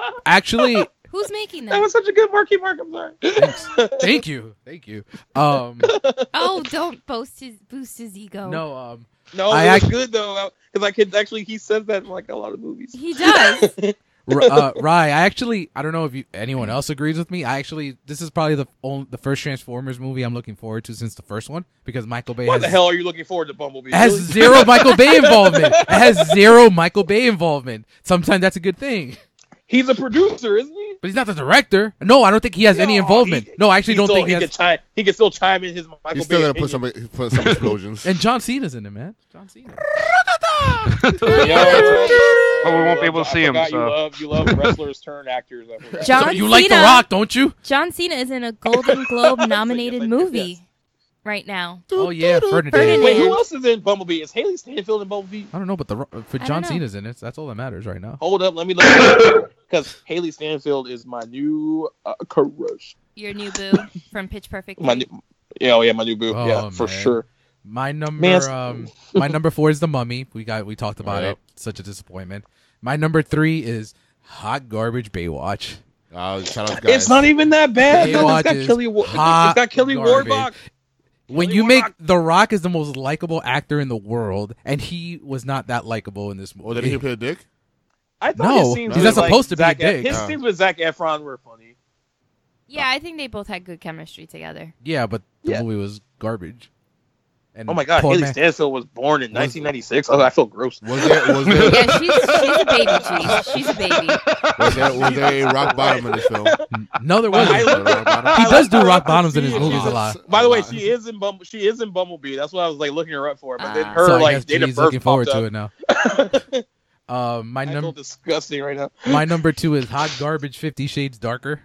Speaker 2: um, actually,
Speaker 1: Who's making
Speaker 5: That
Speaker 1: them?
Speaker 5: was such a good Marky Mark. I'm sorry.
Speaker 2: thanks. thank you, thank you. Um,
Speaker 1: Oh, don't boast his boost his ego.
Speaker 2: no, um,
Speaker 5: No,
Speaker 2: I
Speaker 5: it was
Speaker 2: act-
Speaker 5: good though, because I could actually he says that in like a lot of movies.
Speaker 1: he does.
Speaker 2: R- uh, Rye, I actually, I don't know if you, anyone else agrees with me. I actually, this is probably the only, the first Transformers movie I'm looking forward to since the first one because Michael Bay
Speaker 5: Why
Speaker 2: has,
Speaker 5: the hell are you looking forward to Bumblebee?
Speaker 2: has
Speaker 5: Really?
Speaker 2: zero Michael Bay involvement. It has zero Michael Bay involvement. Sometimes that's a good thing,
Speaker 5: He's a producer, isn't he?
Speaker 2: but he's not the director. No, I don't think he has any
Speaker 5: No,
Speaker 2: involvement.
Speaker 5: he-
Speaker 2: no, I actually
Speaker 5: He
Speaker 2: don't
Speaker 5: still-
Speaker 2: think he
Speaker 5: he
Speaker 2: has.
Speaker 5: could chime. He could still chime in his Michael
Speaker 3: He's still
Speaker 5: Bay
Speaker 3: gonna put some
Speaker 5: opinion.
Speaker 3: put some explosions. Uh,
Speaker 2: And John Cena's in it, man. John Cena.
Speaker 5: You know, it's like-
Speaker 4: But we won't be able to
Speaker 5: I
Speaker 4: see him,
Speaker 5: forgot
Speaker 4: so.
Speaker 5: You love, you love wrestlers turn actors. I forgot.
Speaker 1: John
Speaker 2: so you like The
Speaker 1: Cena.
Speaker 2: Rock, don't you?
Speaker 1: John Cena is in a Golden Globe nominated
Speaker 5: Yes.
Speaker 1: movie right now.
Speaker 2: Oh yeah, Ferdinand.
Speaker 1: Ferdinand.
Speaker 5: Wait, who else is in Bumblebee? Is Haley Stanfield in Bumblebee?
Speaker 2: I don't know, but the Ro- for
Speaker 1: don't
Speaker 2: John
Speaker 1: know.
Speaker 2: Cena's in it. so That's all that matters right now.
Speaker 5: Hold up, let me look. Because Haley Stanfield is my new uh, crush.
Speaker 1: Your new boo from Pitch Perfect.
Speaker 5: My new, yeah, oh yeah, my new boo.
Speaker 2: Oh,
Speaker 5: yeah, for
Speaker 2: man.
Speaker 5: sure.
Speaker 2: My number,
Speaker 5: Man, s-
Speaker 2: um, my number four is the Mummy. We got, we talked about
Speaker 3: Alright.
Speaker 2: it. Such a disappointment. My number three is hot garbage Baywatch.
Speaker 3: Oh, shout out, guys.
Speaker 5: It's not even that bad. though.
Speaker 2: Baywatch
Speaker 5: It's got
Speaker 2: is
Speaker 5: Kelly. Wa- It's
Speaker 2: hot
Speaker 5: got Kelly
Speaker 2: garbage.
Speaker 5: Warbuck.
Speaker 2: When
Speaker 5: Kelly
Speaker 2: you make
Speaker 5: Rock.
Speaker 2: The Rock is the most likable actor in the world, and he was not that likable in this movie.
Speaker 3: Oh, did he play a dick?
Speaker 5: I thought
Speaker 2: No,
Speaker 5: his scenes
Speaker 2: he's
Speaker 5: with,
Speaker 2: not
Speaker 5: like,
Speaker 2: supposed to be a
Speaker 5: Zac Ef-
Speaker 2: dick.
Speaker 5: His
Speaker 3: No.
Speaker 5: scenes with Zach Efron were funny.
Speaker 1: Yeah, I think they both had good chemistry together.
Speaker 2: yeah, but the
Speaker 5: Yeah.
Speaker 2: movie was garbage. And
Speaker 5: Oh my god,
Speaker 2: poor
Speaker 5: Haley
Speaker 2: man-
Speaker 5: Stanfield was born in
Speaker 3: Was-
Speaker 5: 1996. Oh, I feel gross.
Speaker 3: Was there was there
Speaker 1: Yeah, she's she's a baby, G. She's a baby.
Speaker 3: was there, was there a rock bottom in this film?
Speaker 2: No, there
Speaker 5: I
Speaker 2: wasn't.
Speaker 3: Was there a
Speaker 5: looked
Speaker 3: rock bottom?
Speaker 2: He
Speaker 5: I
Speaker 2: does
Speaker 5: like-
Speaker 2: do
Speaker 5: I like
Speaker 2: rock
Speaker 5: to
Speaker 2: bottoms in
Speaker 5: see
Speaker 2: his
Speaker 5: it.
Speaker 2: movies
Speaker 5: She's
Speaker 2: a lot.
Speaker 5: By the way, she is in Bumble. She is in Bumblebee. That's what I was like looking her up for. But then
Speaker 1: Ah.
Speaker 5: her
Speaker 2: so I guess
Speaker 5: like date of
Speaker 2: G's
Speaker 5: birth
Speaker 2: looking forward
Speaker 5: popped
Speaker 2: to
Speaker 5: up.
Speaker 2: it now. um, my
Speaker 5: I feel
Speaker 2: number,
Speaker 5: disgusting right now.
Speaker 2: my number two is Hot Garbage, Fifty Shades Darker,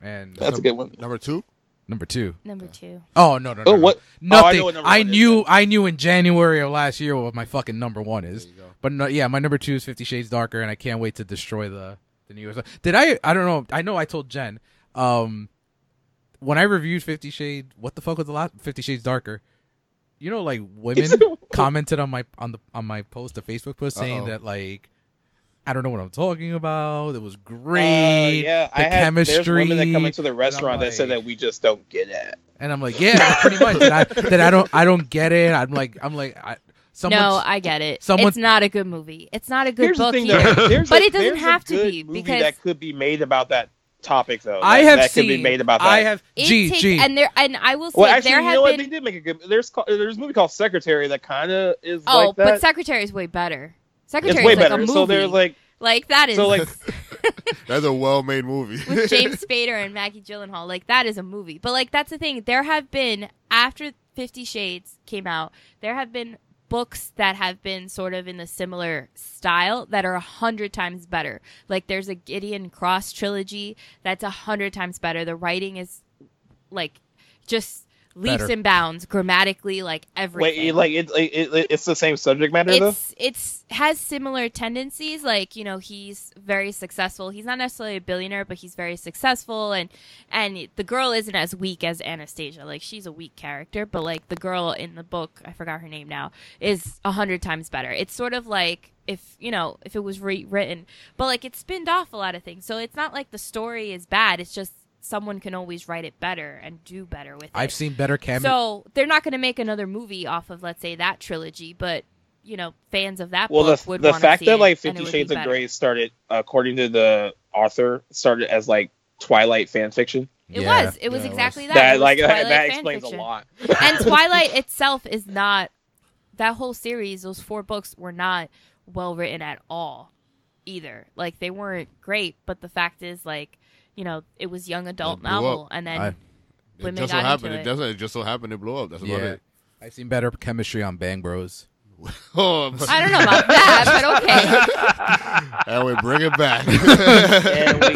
Speaker 2: and
Speaker 5: That's a good one.
Speaker 3: Number two.
Speaker 2: number two.
Speaker 1: Number two.
Speaker 2: Oh no no no!
Speaker 5: Oh
Speaker 2: no.
Speaker 5: what? Oh, I
Speaker 2: Nothing.
Speaker 5: know what number
Speaker 2: I,
Speaker 5: one is
Speaker 2: knew I knew in January of last year what my fucking number one
Speaker 3: There
Speaker 2: is.
Speaker 3: you go.
Speaker 2: But no, yeah, my number two is Fifty Shades Darker, and I can't wait to destroy the the New York. Did I? I don't know. I know I told Jen. Um, when I reviewed Fifty Shades, what the fuck was the last Fifty Shades Darker? You know, like women commented on my on the on my post, the Facebook post, saying
Speaker 3: Uh-oh.
Speaker 2: that like, I don't know what I'm talking about. It was
Speaker 5: Uh,
Speaker 2: great.
Speaker 5: yeah, I
Speaker 2: the
Speaker 5: had, There's
Speaker 2: chemistry.
Speaker 5: women that come into the
Speaker 2: I'm
Speaker 5: restaurant that said
Speaker 2: like-
Speaker 5: that we just don't get it.
Speaker 2: And I'm like, yeah, pretty much. And I, that I don't I don't get it. I'm like I'm like I, someone.
Speaker 1: no, I get it.
Speaker 2: someone-
Speaker 1: it's not a good movie. It's not a good
Speaker 5: here's
Speaker 1: book
Speaker 5: the thing,
Speaker 1: either.
Speaker 5: though. There's
Speaker 1: But
Speaker 5: a-
Speaker 1: it doesn't
Speaker 5: there's a
Speaker 1: have to
Speaker 5: good
Speaker 1: be,
Speaker 5: movie
Speaker 1: because-
Speaker 5: that could be made about that topic though.
Speaker 2: I
Speaker 5: Oh, That-
Speaker 2: have
Speaker 5: that
Speaker 2: seen.
Speaker 5: could be made about that.
Speaker 2: I have.
Speaker 1: It
Speaker 2: G
Speaker 1: takes,
Speaker 2: G.
Speaker 1: and there and I will say
Speaker 5: Well, actually,
Speaker 1: there
Speaker 5: you know
Speaker 1: have
Speaker 5: what?
Speaker 1: been
Speaker 5: They did make a good. There's ca- there's a movie called Secretary that kind of is
Speaker 1: oh,
Speaker 5: like that.
Speaker 1: but Secretary is way better.
Speaker 5: it's
Speaker 1: Secretary
Speaker 5: way
Speaker 1: is like
Speaker 5: better.
Speaker 1: a movie.
Speaker 5: So there's like
Speaker 1: Like that is
Speaker 5: So like
Speaker 3: That's a well-made movie.
Speaker 1: with James Spader and Maggie Gyllenhaal. Like that is a movie. But like that's the thing. There have been after Fifty Shades came out, there have been books that have been sort of in the similar style that are a hundred times better. Like there's a Gideon Cross trilogy that's a hundred times better. The writing is like just leaps
Speaker 2: Better.
Speaker 1: and bounds grammatically, like everything
Speaker 5: wait, like it, like, it, it- it's the same subject matter though.
Speaker 1: it's it's has similar tendencies like you know he's very successful he's not necessarily a billionaire but he's very successful and and the girl isn't as weak as anastasia like she's a weak character but like the girl in the book i forgot her name now is a hundred times better it's sort of like if you know if it was rewritten but like it spinned off a lot of things so it's not like the story is bad it's just someone can always write it better and do better with it
Speaker 2: I've seen better cameo.
Speaker 1: so they're not going to make another movie off of, let's say, that trilogy, but you know, fans of that
Speaker 5: Well,
Speaker 1: book
Speaker 5: the
Speaker 1: would
Speaker 5: the
Speaker 1: wanna
Speaker 5: fact
Speaker 1: see
Speaker 5: that
Speaker 1: it, and it
Speaker 5: like Fifty
Speaker 1: would
Speaker 5: Shades
Speaker 1: be
Speaker 5: of
Speaker 1: better.
Speaker 5: Grey started, according to the author, started as like Twilight fan fiction.
Speaker 1: It
Speaker 2: Yeah.
Speaker 1: was. It was
Speaker 3: Yeah, it
Speaker 1: exactly that. It
Speaker 5: That
Speaker 1: was
Speaker 5: like that,
Speaker 1: Twilight
Speaker 5: that
Speaker 1: fan
Speaker 5: explains
Speaker 1: fiction.
Speaker 5: a lot.
Speaker 1: and Twilight itself is not that whole series. Those four books were not well written at all, either. Like they weren't great, but the fact is, like you know, it was young adult
Speaker 3: It blew
Speaker 1: novel,
Speaker 3: up.
Speaker 1: and then
Speaker 2: I-
Speaker 3: it
Speaker 1: women
Speaker 3: just so
Speaker 1: got into
Speaker 3: happened.
Speaker 1: it.
Speaker 3: It just, it just so happened it blew up. That's about
Speaker 2: Yeah.
Speaker 3: it.
Speaker 2: I've seen better chemistry on Bang Bros.
Speaker 3: Oh, but-
Speaker 1: I don't know about that, but okay.
Speaker 3: and we bring it back.
Speaker 5: and we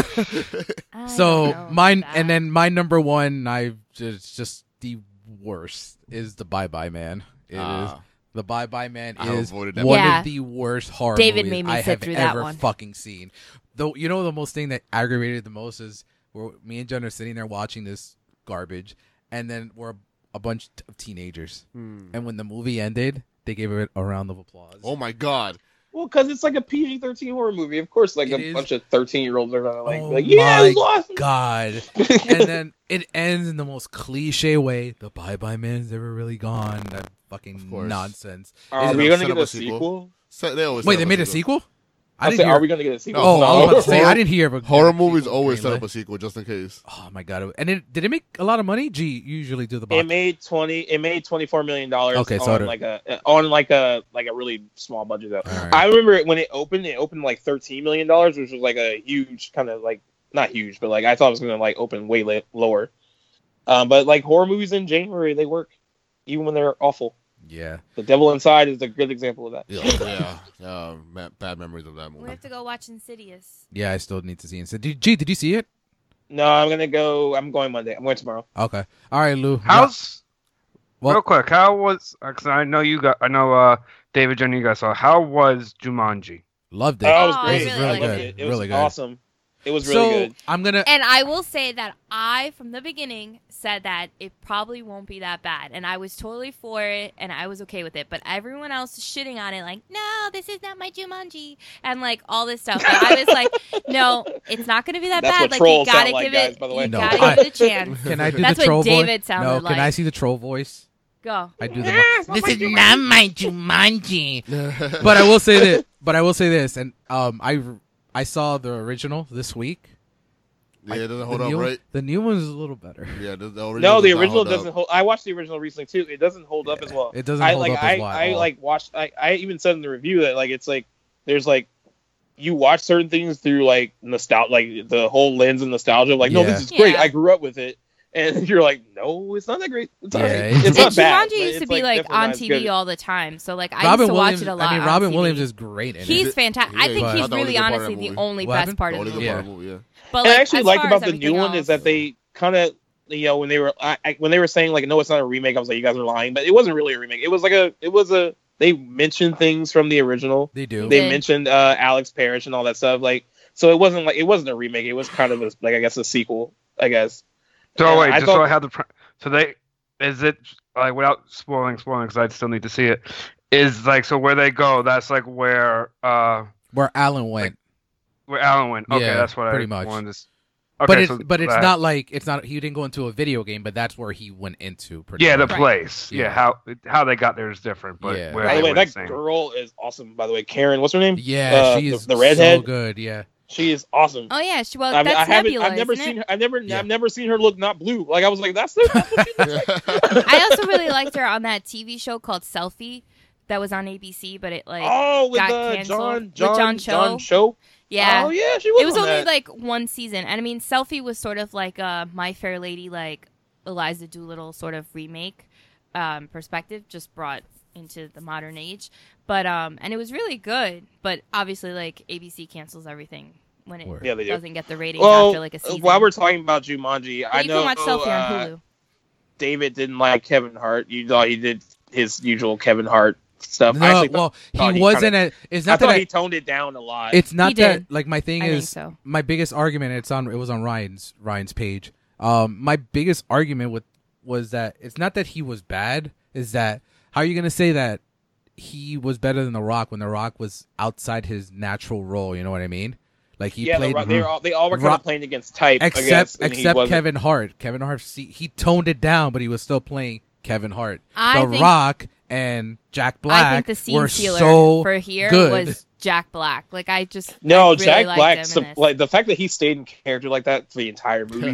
Speaker 5: it
Speaker 1: I don't know
Speaker 2: so mine,
Speaker 1: about
Speaker 2: and
Speaker 1: that.
Speaker 2: then my number one, I just just the worst is the Bye Bye Man. It is
Speaker 3: Ah.
Speaker 2: the Bye Bye Man
Speaker 3: I
Speaker 2: is
Speaker 3: avoided that
Speaker 2: one
Speaker 1: Yeah.
Speaker 2: of the worst horror
Speaker 1: David
Speaker 2: movies
Speaker 1: made me
Speaker 2: I
Speaker 1: sit
Speaker 2: have
Speaker 1: through that
Speaker 2: ever
Speaker 1: one.
Speaker 2: fucking seen. Though you know the most thing that aggravated the most is where me and Jen are sitting there watching this garbage, and then we're a bunch of teenagers,
Speaker 3: Hmm.
Speaker 2: and when the movie ended, they gave it a round of applause.
Speaker 3: Oh my god!
Speaker 5: Well, because it's like a PG thirteen horror movie. Of course, like
Speaker 2: It
Speaker 5: a
Speaker 2: is.
Speaker 5: bunch of thirteen year olds are gonna like, be
Speaker 2: Oh
Speaker 5: like yeah,
Speaker 2: my
Speaker 5: you lost.
Speaker 2: God. and then it ends in the most cliche way. The bye bye man's never really gone. That
Speaker 3: Of
Speaker 2: fucking
Speaker 3: course.
Speaker 2: nonsense.
Speaker 5: Are
Speaker 3: Is
Speaker 5: we
Speaker 3: it
Speaker 5: gonna
Speaker 3: set
Speaker 5: get
Speaker 3: up
Speaker 5: a
Speaker 3: a sequel?
Speaker 5: sequel?
Speaker 3: So they always
Speaker 2: Wait,
Speaker 3: set
Speaker 2: they
Speaker 3: up a
Speaker 2: made a
Speaker 3: sequel.
Speaker 2: sequel? I
Speaker 5: I
Speaker 2: didn't
Speaker 5: said,
Speaker 2: hear.
Speaker 5: are we gonna get a sequel?
Speaker 2: oh, I was about to say
Speaker 3: Horror-
Speaker 2: I didn't hear. But
Speaker 3: Horror
Speaker 2: Sequel
Speaker 3: movies always set
Speaker 2: greenlit.
Speaker 3: up a sequel just in case.
Speaker 2: Oh my god! And it, did it make a lot of money? Gee, you usually do the box.
Speaker 5: It made twenty. It made twenty four million dollars.
Speaker 2: Okay,
Speaker 5: on
Speaker 2: so it-
Speaker 5: like a on like a like a really small budget though.
Speaker 2: All right.
Speaker 5: I remember it when it opened. It opened like thirteen million dollars, which was like a huge kind of like not huge, but like I thought it was gonna like open way la- lower. Um, but like horror movies in January, they work even when they're awful.
Speaker 2: yeah.
Speaker 5: The Devil Inside is a good example of that.
Speaker 3: Yeah, yeah, yeah, ma- bad memories of that
Speaker 1: we
Speaker 3: movie.
Speaker 1: have to go watch Insidious.
Speaker 2: Yeah, I still need to see it. So, did, gee, did you see it?
Speaker 5: No, I'm gonna go. I'm going Monday. I'm going tomorrow.
Speaker 2: Okay. All right, Lou.
Speaker 4: How's
Speaker 2: Well-
Speaker 4: real quick? How was? uh, Cause I know you got. I know uh, David Jen, you guys saw. How was Jumanji?
Speaker 2: Loved it.
Speaker 5: Oh, it was
Speaker 1: Oh, I
Speaker 5: great.
Speaker 1: really
Speaker 5: I loved
Speaker 1: good.
Speaker 5: It, it was
Speaker 2: Really good.
Speaker 5: awesome. It was really
Speaker 2: so
Speaker 5: good.
Speaker 2: I'm gonna.
Speaker 1: And I will say that I, from the beginning, said that it probably won't be that bad. And I was totally for it and I was okay with it. But everyone else is shitting on it, like, no, this is not my Jumanji. And like all this stuff. But I was like, no, it's not going to be that
Speaker 5: That's
Speaker 1: bad.
Speaker 5: what
Speaker 1: Like, you
Speaker 5: trolls sound
Speaker 1: gotta
Speaker 5: like,
Speaker 1: give
Speaker 5: guys,
Speaker 1: it,
Speaker 5: by the way.
Speaker 1: you
Speaker 2: No,
Speaker 1: gotta
Speaker 2: I-
Speaker 1: give it a chance.
Speaker 2: Can I do
Speaker 1: That's
Speaker 2: the
Speaker 1: what
Speaker 2: troll voice?
Speaker 1: David sounded
Speaker 2: no,
Speaker 1: like.
Speaker 2: can I see the troll voice?
Speaker 1: Go.
Speaker 2: I do the.
Speaker 4: this is
Speaker 2: not my Jumanji. but I will say that. But I will say this, and um, I I saw the original this week.
Speaker 3: yeah, it doesn't hold
Speaker 2: uh, the
Speaker 3: up,
Speaker 2: new,
Speaker 3: right?
Speaker 2: The new one's a little better.
Speaker 3: Yeah, the, the original.
Speaker 5: No, the
Speaker 3: does not
Speaker 5: original
Speaker 3: hold
Speaker 5: doesn't
Speaker 3: up.
Speaker 5: hold. I watched the original recently too. It doesn't hold up as well.
Speaker 2: It doesn't
Speaker 5: I
Speaker 2: hold
Speaker 5: like
Speaker 2: up
Speaker 5: I,
Speaker 2: as well. at
Speaker 5: I
Speaker 2: all.
Speaker 5: like watched. I, I even said in the review that like it's like there's like you watch certain things through like nostalgia, like the whole lens and nostalgia. Like no,
Speaker 2: Yeah.
Speaker 5: this is great.
Speaker 1: Yeah.
Speaker 5: I grew up with it, and you're like, no, it's not that great. It's all
Speaker 2: Yeah,
Speaker 5: right.
Speaker 2: it's-
Speaker 5: It's,
Speaker 1: And
Speaker 5: not bad.
Speaker 1: Jumanji
Speaker 5: but
Speaker 1: used to
Speaker 5: it's,
Speaker 1: be like,
Speaker 5: definitely
Speaker 1: on
Speaker 5: not as good.
Speaker 1: TV all the time. So like I
Speaker 2: Robin
Speaker 1: used to
Speaker 2: Williams,
Speaker 1: watch it a lot.
Speaker 2: I mean,
Speaker 1: on
Speaker 2: Robin
Speaker 1: TV.
Speaker 2: Williams is great in
Speaker 1: He's
Speaker 2: it.
Speaker 1: fantastic. I
Speaker 3: Yeah,
Speaker 1: think
Speaker 3: but
Speaker 1: he's
Speaker 3: not the only
Speaker 1: really
Speaker 3: good part of
Speaker 1: honestly the
Speaker 3: that movie.
Speaker 1: only
Speaker 2: What
Speaker 1: best
Speaker 2: happened?
Speaker 1: part
Speaker 3: The
Speaker 1: of
Speaker 3: only
Speaker 1: the
Speaker 3: good
Speaker 1: movie.
Speaker 2: Yeah.
Speaker 3: part of the movie. Yeah.
Speaker 1: But
Speaker 5: and
Speaker 1: like,
Speaker 5: I actually
Speaker 1: as
Speaker 5: like
Speaker 1: far
Speaker 5: about
Speaker 1: as
Speaker 5: the new
Speaker 1: everything
Speaker 5: one
Speaker 1: else-
Speaker 5: is that they kind of you know when they were I, I, when they were saying like no it's not a remake I was like you guys are lying but it wasn't really a remake it was like a it was a they mentioned things from the original
Speaker 2: They do.
Speaker 1: They-
Speaker 5: they
Speaker 1: did.
Speaker 5: mentioned uh, Alex Parrish and all that stuff like so it wasn't like it wasn't a remake it was kind of a, like I guess a sequel I guess
Speaker 4: So
Speaker 5: Yeah,
Speaker 4: wait,
Speaker 5: I
Speaker 4: just so
Speaker 5: thought-
Speaker 4: I have the pr- so they is it like without spoiling spoiling because I'd still need to see it is like so where they go that's like where uh
Speaker 2: where Alan went,
Speaker 4: where Alan went okay
Speaker 2: Yeah,
Speaker 4: that's what
Speaker 2: pretty
Speaker 4: I
Speaker 2: much.
Speaker 4: wanted to s- okay,
Speaker 2: but it's
Speaker 4: so
Speaker 2: but it's
Speaker 4: that-
Speaker 2: not like it's not. He didn't go into a video game, but that's where he went into. Pretty
Speaker 4: yeah the
Speaker 2: much.
Speaker 1: Right.
Speaker 4: place yeah.
Speaker 2: Yeah.
Speaker 4: how how they got there is different but
Speaker 2: Yeah.
Speaker 4: where
Speaker 5: by
Speaker 4: they
Speaker 5: the way
Speaker 4: went,
Speaker 5: that
Speaker 4: same.
Speaker 5: girl is awesome by the way Karen what's her name
Speaker 2: yeah,
Speaker 5: Uh,
Speaker 2: she
Speaker 5: the-
Speaker 2: is
Speaker 5: the redhead?
Speaker 2: so good. Yeah,
Speaker 5: she is awesome
Speaker 1: Oh yeah, she, well
Speaker 5: I, mean, I
Speaker 1: that's
Speaker 5: haven't
Speaker 1: Nebula.
Speaker 5: I've never
Speaker 1: isn't
Speaker 5: seen
Speaker 1: it?
Speaker 5: her, I've never
Speaker 2: Yeah.
Speaker 5: I've never seen her look not blue like I was like that's, that's what she looks like.
Speaker 1: I also really liked her on that TV show called Selfie. that was on ABC, but it like
Speaker 5: oh, with
Speaker 1: got
Speaker 5: uh,
Speaker 1: canceled.
Speaker 5: John,
Speaker 1: With
Speaker 5: John,
Speaker 1: John Cho?
Speaker 5: John Cho.
Speaker 1: yeah.
Speaker 5: Oh yeah, she was.
Speaker 1: it was
Speaker 5: on
Speaker 1: only
Speaker 5: that.
Speaker 1: like one season, and I mean, Selfie was sort of like a My Fair Lady, like Eliza Doolittle sort of remake um, perspective, just brought into the modern age. But um, and it was really good. But obviously, like ABC cancels everything when it
Speaker 2: Word.
Speaker 5: Yeah, they do.
Speaker 1: doesn't get the ratings
Speaker 5: Well,
Speaker 1: after like a season.
Speaker 5: while we're talking about Jumanji,
Speaker 1: But
Speaker 5: I
Speaker 1: you can
Speaker 5: know
Speaker 1: watch Selfie
Speaker 5: uh,
Speaker 1: on Hulu.
Speaker 5: David didn't like Kevin Hart. You thought he did his usual Kevin Hart stuff.
Speaker 2: No,
Speaker 5: I actually
Speaker 2: well,
Speaker 5: thought
Speaker 2: he
Speaker 5: he
Speaker 2: wasn't.
Speaker 5: kinda-
Speaker 2: A, it's
Speaker 5: I
Speaker 2: not
Speaker 5: thought
Speaker 2: that.
Speaker 5: he toned it down a lot.
Speaker 2: I, it's
Speaker 1: He
Speaker 2: not that.
Speaker 1: did.
Speaker 2: Like my thing
Speaker 1: I think
Speaker 2: is,
Speaker 1: so.
Speaker 2: my biggest argument. It's on. It was on Ryan's Ryan's page. Um, my biggest argument with was that it's not that he was bad. Is that how are you gonna say that he was better than The Rock when The Rock was outside his natural role? You know what I mean? Like he
Speaker 5: yeah,
Speaker 2: played.
Speaker 5: the, they were all they all were kind
Speaker 2: Rock-
Speaker 5: of playing against type. I guess,
Speaker 2: except
Speaker 5: and he
Speaker 2: except
Speaker 5: wasn't.
Speaker 2: Kevin Hart. Kevin Hart see, he toned it down, but he was still playing Kevin Hart.
Speaker 1: I
Speaker 2: the
Speaker 1: think-
Speaker 2: Rock and Jack Black
Speaker 1: I think the scene
Speaker 2: were
Speaker 1: stealer
Speaker 2: so
Speaker 1: for here
Speaker 2: good.
Speaker 1: was Jack Black. Like I just
Speaker 5: No,
Speaker 1: I really
Speaker 5: Jack
Speaker 1: liked him
Speaker 5: Black,
Speaker 1: in
Speaker 5: some-
Speaker 1: this.
Speaker 5: like the fact that he stayed in character like that for the entire movie,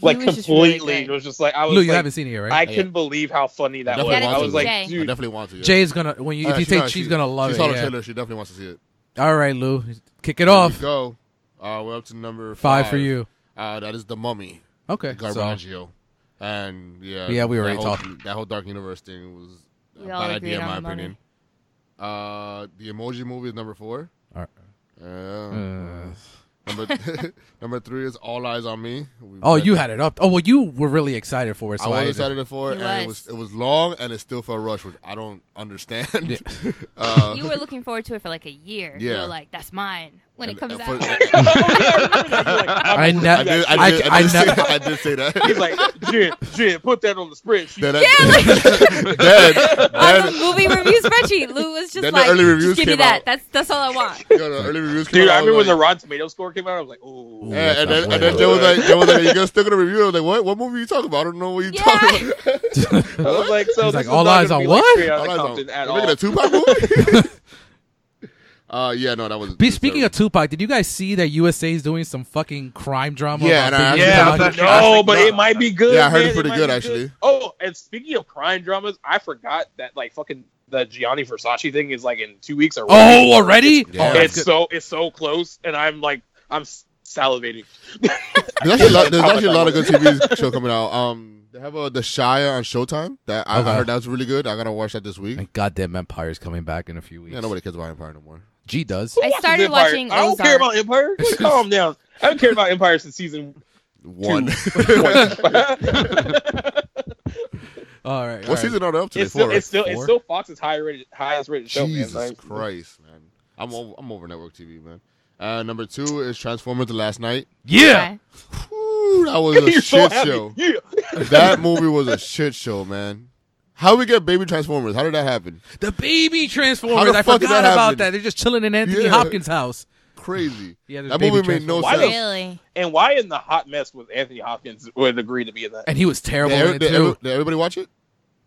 Speaker 5: like
Speaker 1: was just really
Speaker 5: completely,
Speaker 1: good.
Speaker 5: it was just like I was
Speaker 2: Lou, you
Speaker 5: like,
Speaker 2: haven't seen it yet,
Speaker 5: I
Speaker 2: right?
Speaker 5: couldn't believe how funny that was.
Speaker 3: Definitely
Speaker 1: Yeah,
Speaker 5: I
Speaker 3: want
Speaker 5: was
Speaker 3: to.
Speaker 5: like,
Speaker 1: Jay.
Speaker 3: I
Speaker 5: dude,
Speaker 3: definitely want to. Yeah.
Speaker 2: Jay's gonna when you,
Speaker 3: Uh,
Speaker 2: if you
Speaker 3: she
Speaker 2: take,
Speaker 3: knows,
Speaker 2: she's
Speaker 3: she-
Speaker 2: gonna love
Speaker 3: she
Speaker 2: it.
Speaker 3: saw the
Speaker 2: yeah.
Speaker 3: trailer. She definitely wants to see it.
Speaker 2: All right, Lou, kick it
Speaker 3: Here
Speaker 2: off.
Speaker 3: We go. Uh, we're up to number
Speaker 2: Five for you.
Speaker 3: Uh, that is the Mummy,
Speaker 2: Okay, so
Speaker 3: Garbaggio, and yeah,
Speaker 2: Yeah, we
Speaker 3: that
Speaker 2: already
Speaker 3: whole,
Speaker 2: talked.
Speaker 3: That whole Dark Universe thing was a
Speaker 1: We all
Speaker 3: bad
Speaker 1: agreed
Speaker 3: idea in
Speaker 1: on
Speaker 3: my
Speaker 1: The Mummy.
Speaker 3: opinion. Uh, the Emoji Movie is number four.
Speaker 2: Alright. Uh.
Speaker 3: Yeah. number number three is All Eyes on Me. We
Speaker 2: oh,
Speaker 3: read
Speaker 2: you
Speaker 3: that.
Speaker 2: had it up. Oh well, you were really excited for it. So I,
Speaker 3: I was excited for it,
Speaker 1: He
Speaker 3: and
Speaker 1: was.
Speaker 3: it was it was long, and it still felt rushed, which I don't understand. Uh,
Speaker 1: you were looking forward to it for like a year. You
Speaker 3: Yeah.
Speaker 1: were like, that's mine when it
Speaker 3: And-
Speaker 1: comes
Speaker 3: and
Speaker 1: out.
Speaker 3: for-
Speaker 5: Oh,
Speaker 2: I, ne-
Speaker 3: I did, I did, I,
Speaker 2: I-
Speaker 3: did
Speaker 2: I
Speaker 3: say,
Speaker 2: never-
Speaker 3: that- I did say that.
Speaker 5: He's like, Jim, Jim, put that on the spreadsheet.
Speaker 3: then, then,
Speaker 1: on the
Speaker 3: then,
Speaker 1: movie review spreadsheet, Lou was just
Speaker 3: Then the
Speaker 1: like,
Speaker 3: early
Speaker 1: just
Speaker 3: reviews
Speaker 1: give me
Speaker 3: came
Speaker 1: that.
Speaker 3: out.
Speaker 1: That's that's all I want.
Speaker 3: you know, the early reviews came
Speaker 5: Dude,
Speaker 3: out,
Speaker 5: I remember
Speaker 3: was
Speaker 5: when the
Speaker 3: like,
Speaker 5: Rotten Tomato score came out. I was like,
Speaker 2: Ooh,
Speaker 5: oh,
Speaker 3: yeah,
Speaker 2: That
Speaker 3: and then,
Speaker 2: sounds
Speaker 3: and then
Speaker 2: way
Speaker 3: Joe was
Speaker 5: better.
Speaker 3: like, Joe was like, you guys still gonna review? it?" I was like, what? What movie are you talking about? I don't know what you're
Speaker 1: Yeah.
Speaker 3: talking about.
Speaker 5: I was like, so
Speaker 2: He's
Speaker 5: this
Speaker 2: like,
Speaker 5: is
Speaker 2: all
Speaker 5: not
Speaker 2: eyes
Speaker 5: gonna
Speaker 2: on
Speaker 5: be
Speaker 2: what?
Speaker 5: Like Straight
Speaker 3: All
Speaker 5: Outta
Speaker 3: eyes
Speaker 5: Compton at
Speaker 3: on, we're making
Speaker 5: all.
Speaker 3: a Tupac movie. uh, yeah, no, that was.
Speaker 2: Be, speaking of Tupac, did you guys see that USA is doing some fucking crime drama?
Speaker 3: Yeah,
Speaker 2: about
Speaker 3: and I-
Speaker 2: Biggie
Speaker 4: Yeah,
Speaker 2: Smalls?
Speaker 4: that's-
Speaker 5: No, "Oh, but
Speaker 3: No.
Speaker 5: it might be good.
Speaker 3: Yeah, I heard it's
Speaker 5: man.
Speaker 3: pretty
Speaker 5: might
Speaker 3: good,
Speaker 5: be
Speaker 3: actually.
Speaker 5: Oh, and speaking of crime dramas, I forgot that like fucking the Gianni Versace thing is like in two weeks or one
Speaker 2: Oh,
Speaker 5: week.
Speaker 2: already?
Speaker 3: Yeah.
Speaker 2: Oh, that's
Speaker 5: it's
Speaker 2: good.
Speaker 5: so it's so close, and I'm like I'm s- salivating.
Speaker 3: there's actually, a lot, there's actually a lot of good TV show coming out. Um, they have uh, the Shire on Showtime. That I,
Speaker 2: Okay.
Speaker 3: I heard that was really good. I gotta watch that this week.
Speaker 2: And goddamn Empire's coming back in a few weeks.
Speaker 3: Yeah, nobody cares about Empire no more.
Speaker 2: G does.
Speaker 5: Who
Speaker 1: I
Speaker 5: watches
Speaker 1: started
Speaker 5: Empire?
Speaker 1: watching
Speaker 5: I don't
Speaker 1: Ozark.
Speaker 5: care about Empire. Calm down. I haven't cared about Empire since season
Speaker 3: One.
Speaker 5: two.
Speaker 2: All right.
Speaker 3: What season are they up to?
Speaker 5: it's
Speaker 3: Four,
Speaker 5: still it's still
Speaker 3: right?
Speaker 5: it's still Fox's highest rated highest rated show.
Speaker 3: Jesus
Speaker 5: man. Like,
Speaker 3: Christ, man! I'm over, I'm over network TV, man. Uh, number two is Transformers: The Last Night.
Speaker 2: Yeah.
Speaker 1: Okay.
Speaker 3: Whew, that was a shit
Speaker 5: You're so happy.
Speaker 3: show.
Speaker 5: Yeah.
Speaker 3: That movie was a shit show, man. How we get baby Transformers? How did that happen?
Speaker 2: The baby
Speaker 3: How
Speaker 2: Transformers.
Speaker 3: the
Speaker 2: I forgot
Speaker 3: fuck did
Speaker 2: about
Speaker 3: that happen?
Speaker 2: that. They're just chilling in Anthony
Speaker 3: Yeah.
Speaker 2: Hopkins' house.
Speaker 3: Crazy.
Speaker 2: Yeah, there's
Speaker 3: that
Speaker 2: baby
Speaker 3: movie made no
Speaker 5: Why
Speaker 3: sense.
Speaker 5: the-
Speaker 1: Really?
Speaker 5: And why in the hot mess was Anthony Hopkins would agree to be in that?
Speaker 2: And he was terrible
Speaker 3: Did,
Speaker 2: in it
Speaker 3: every- did
Speaker 2: too.
Speaker 3: every- did everybody watch it?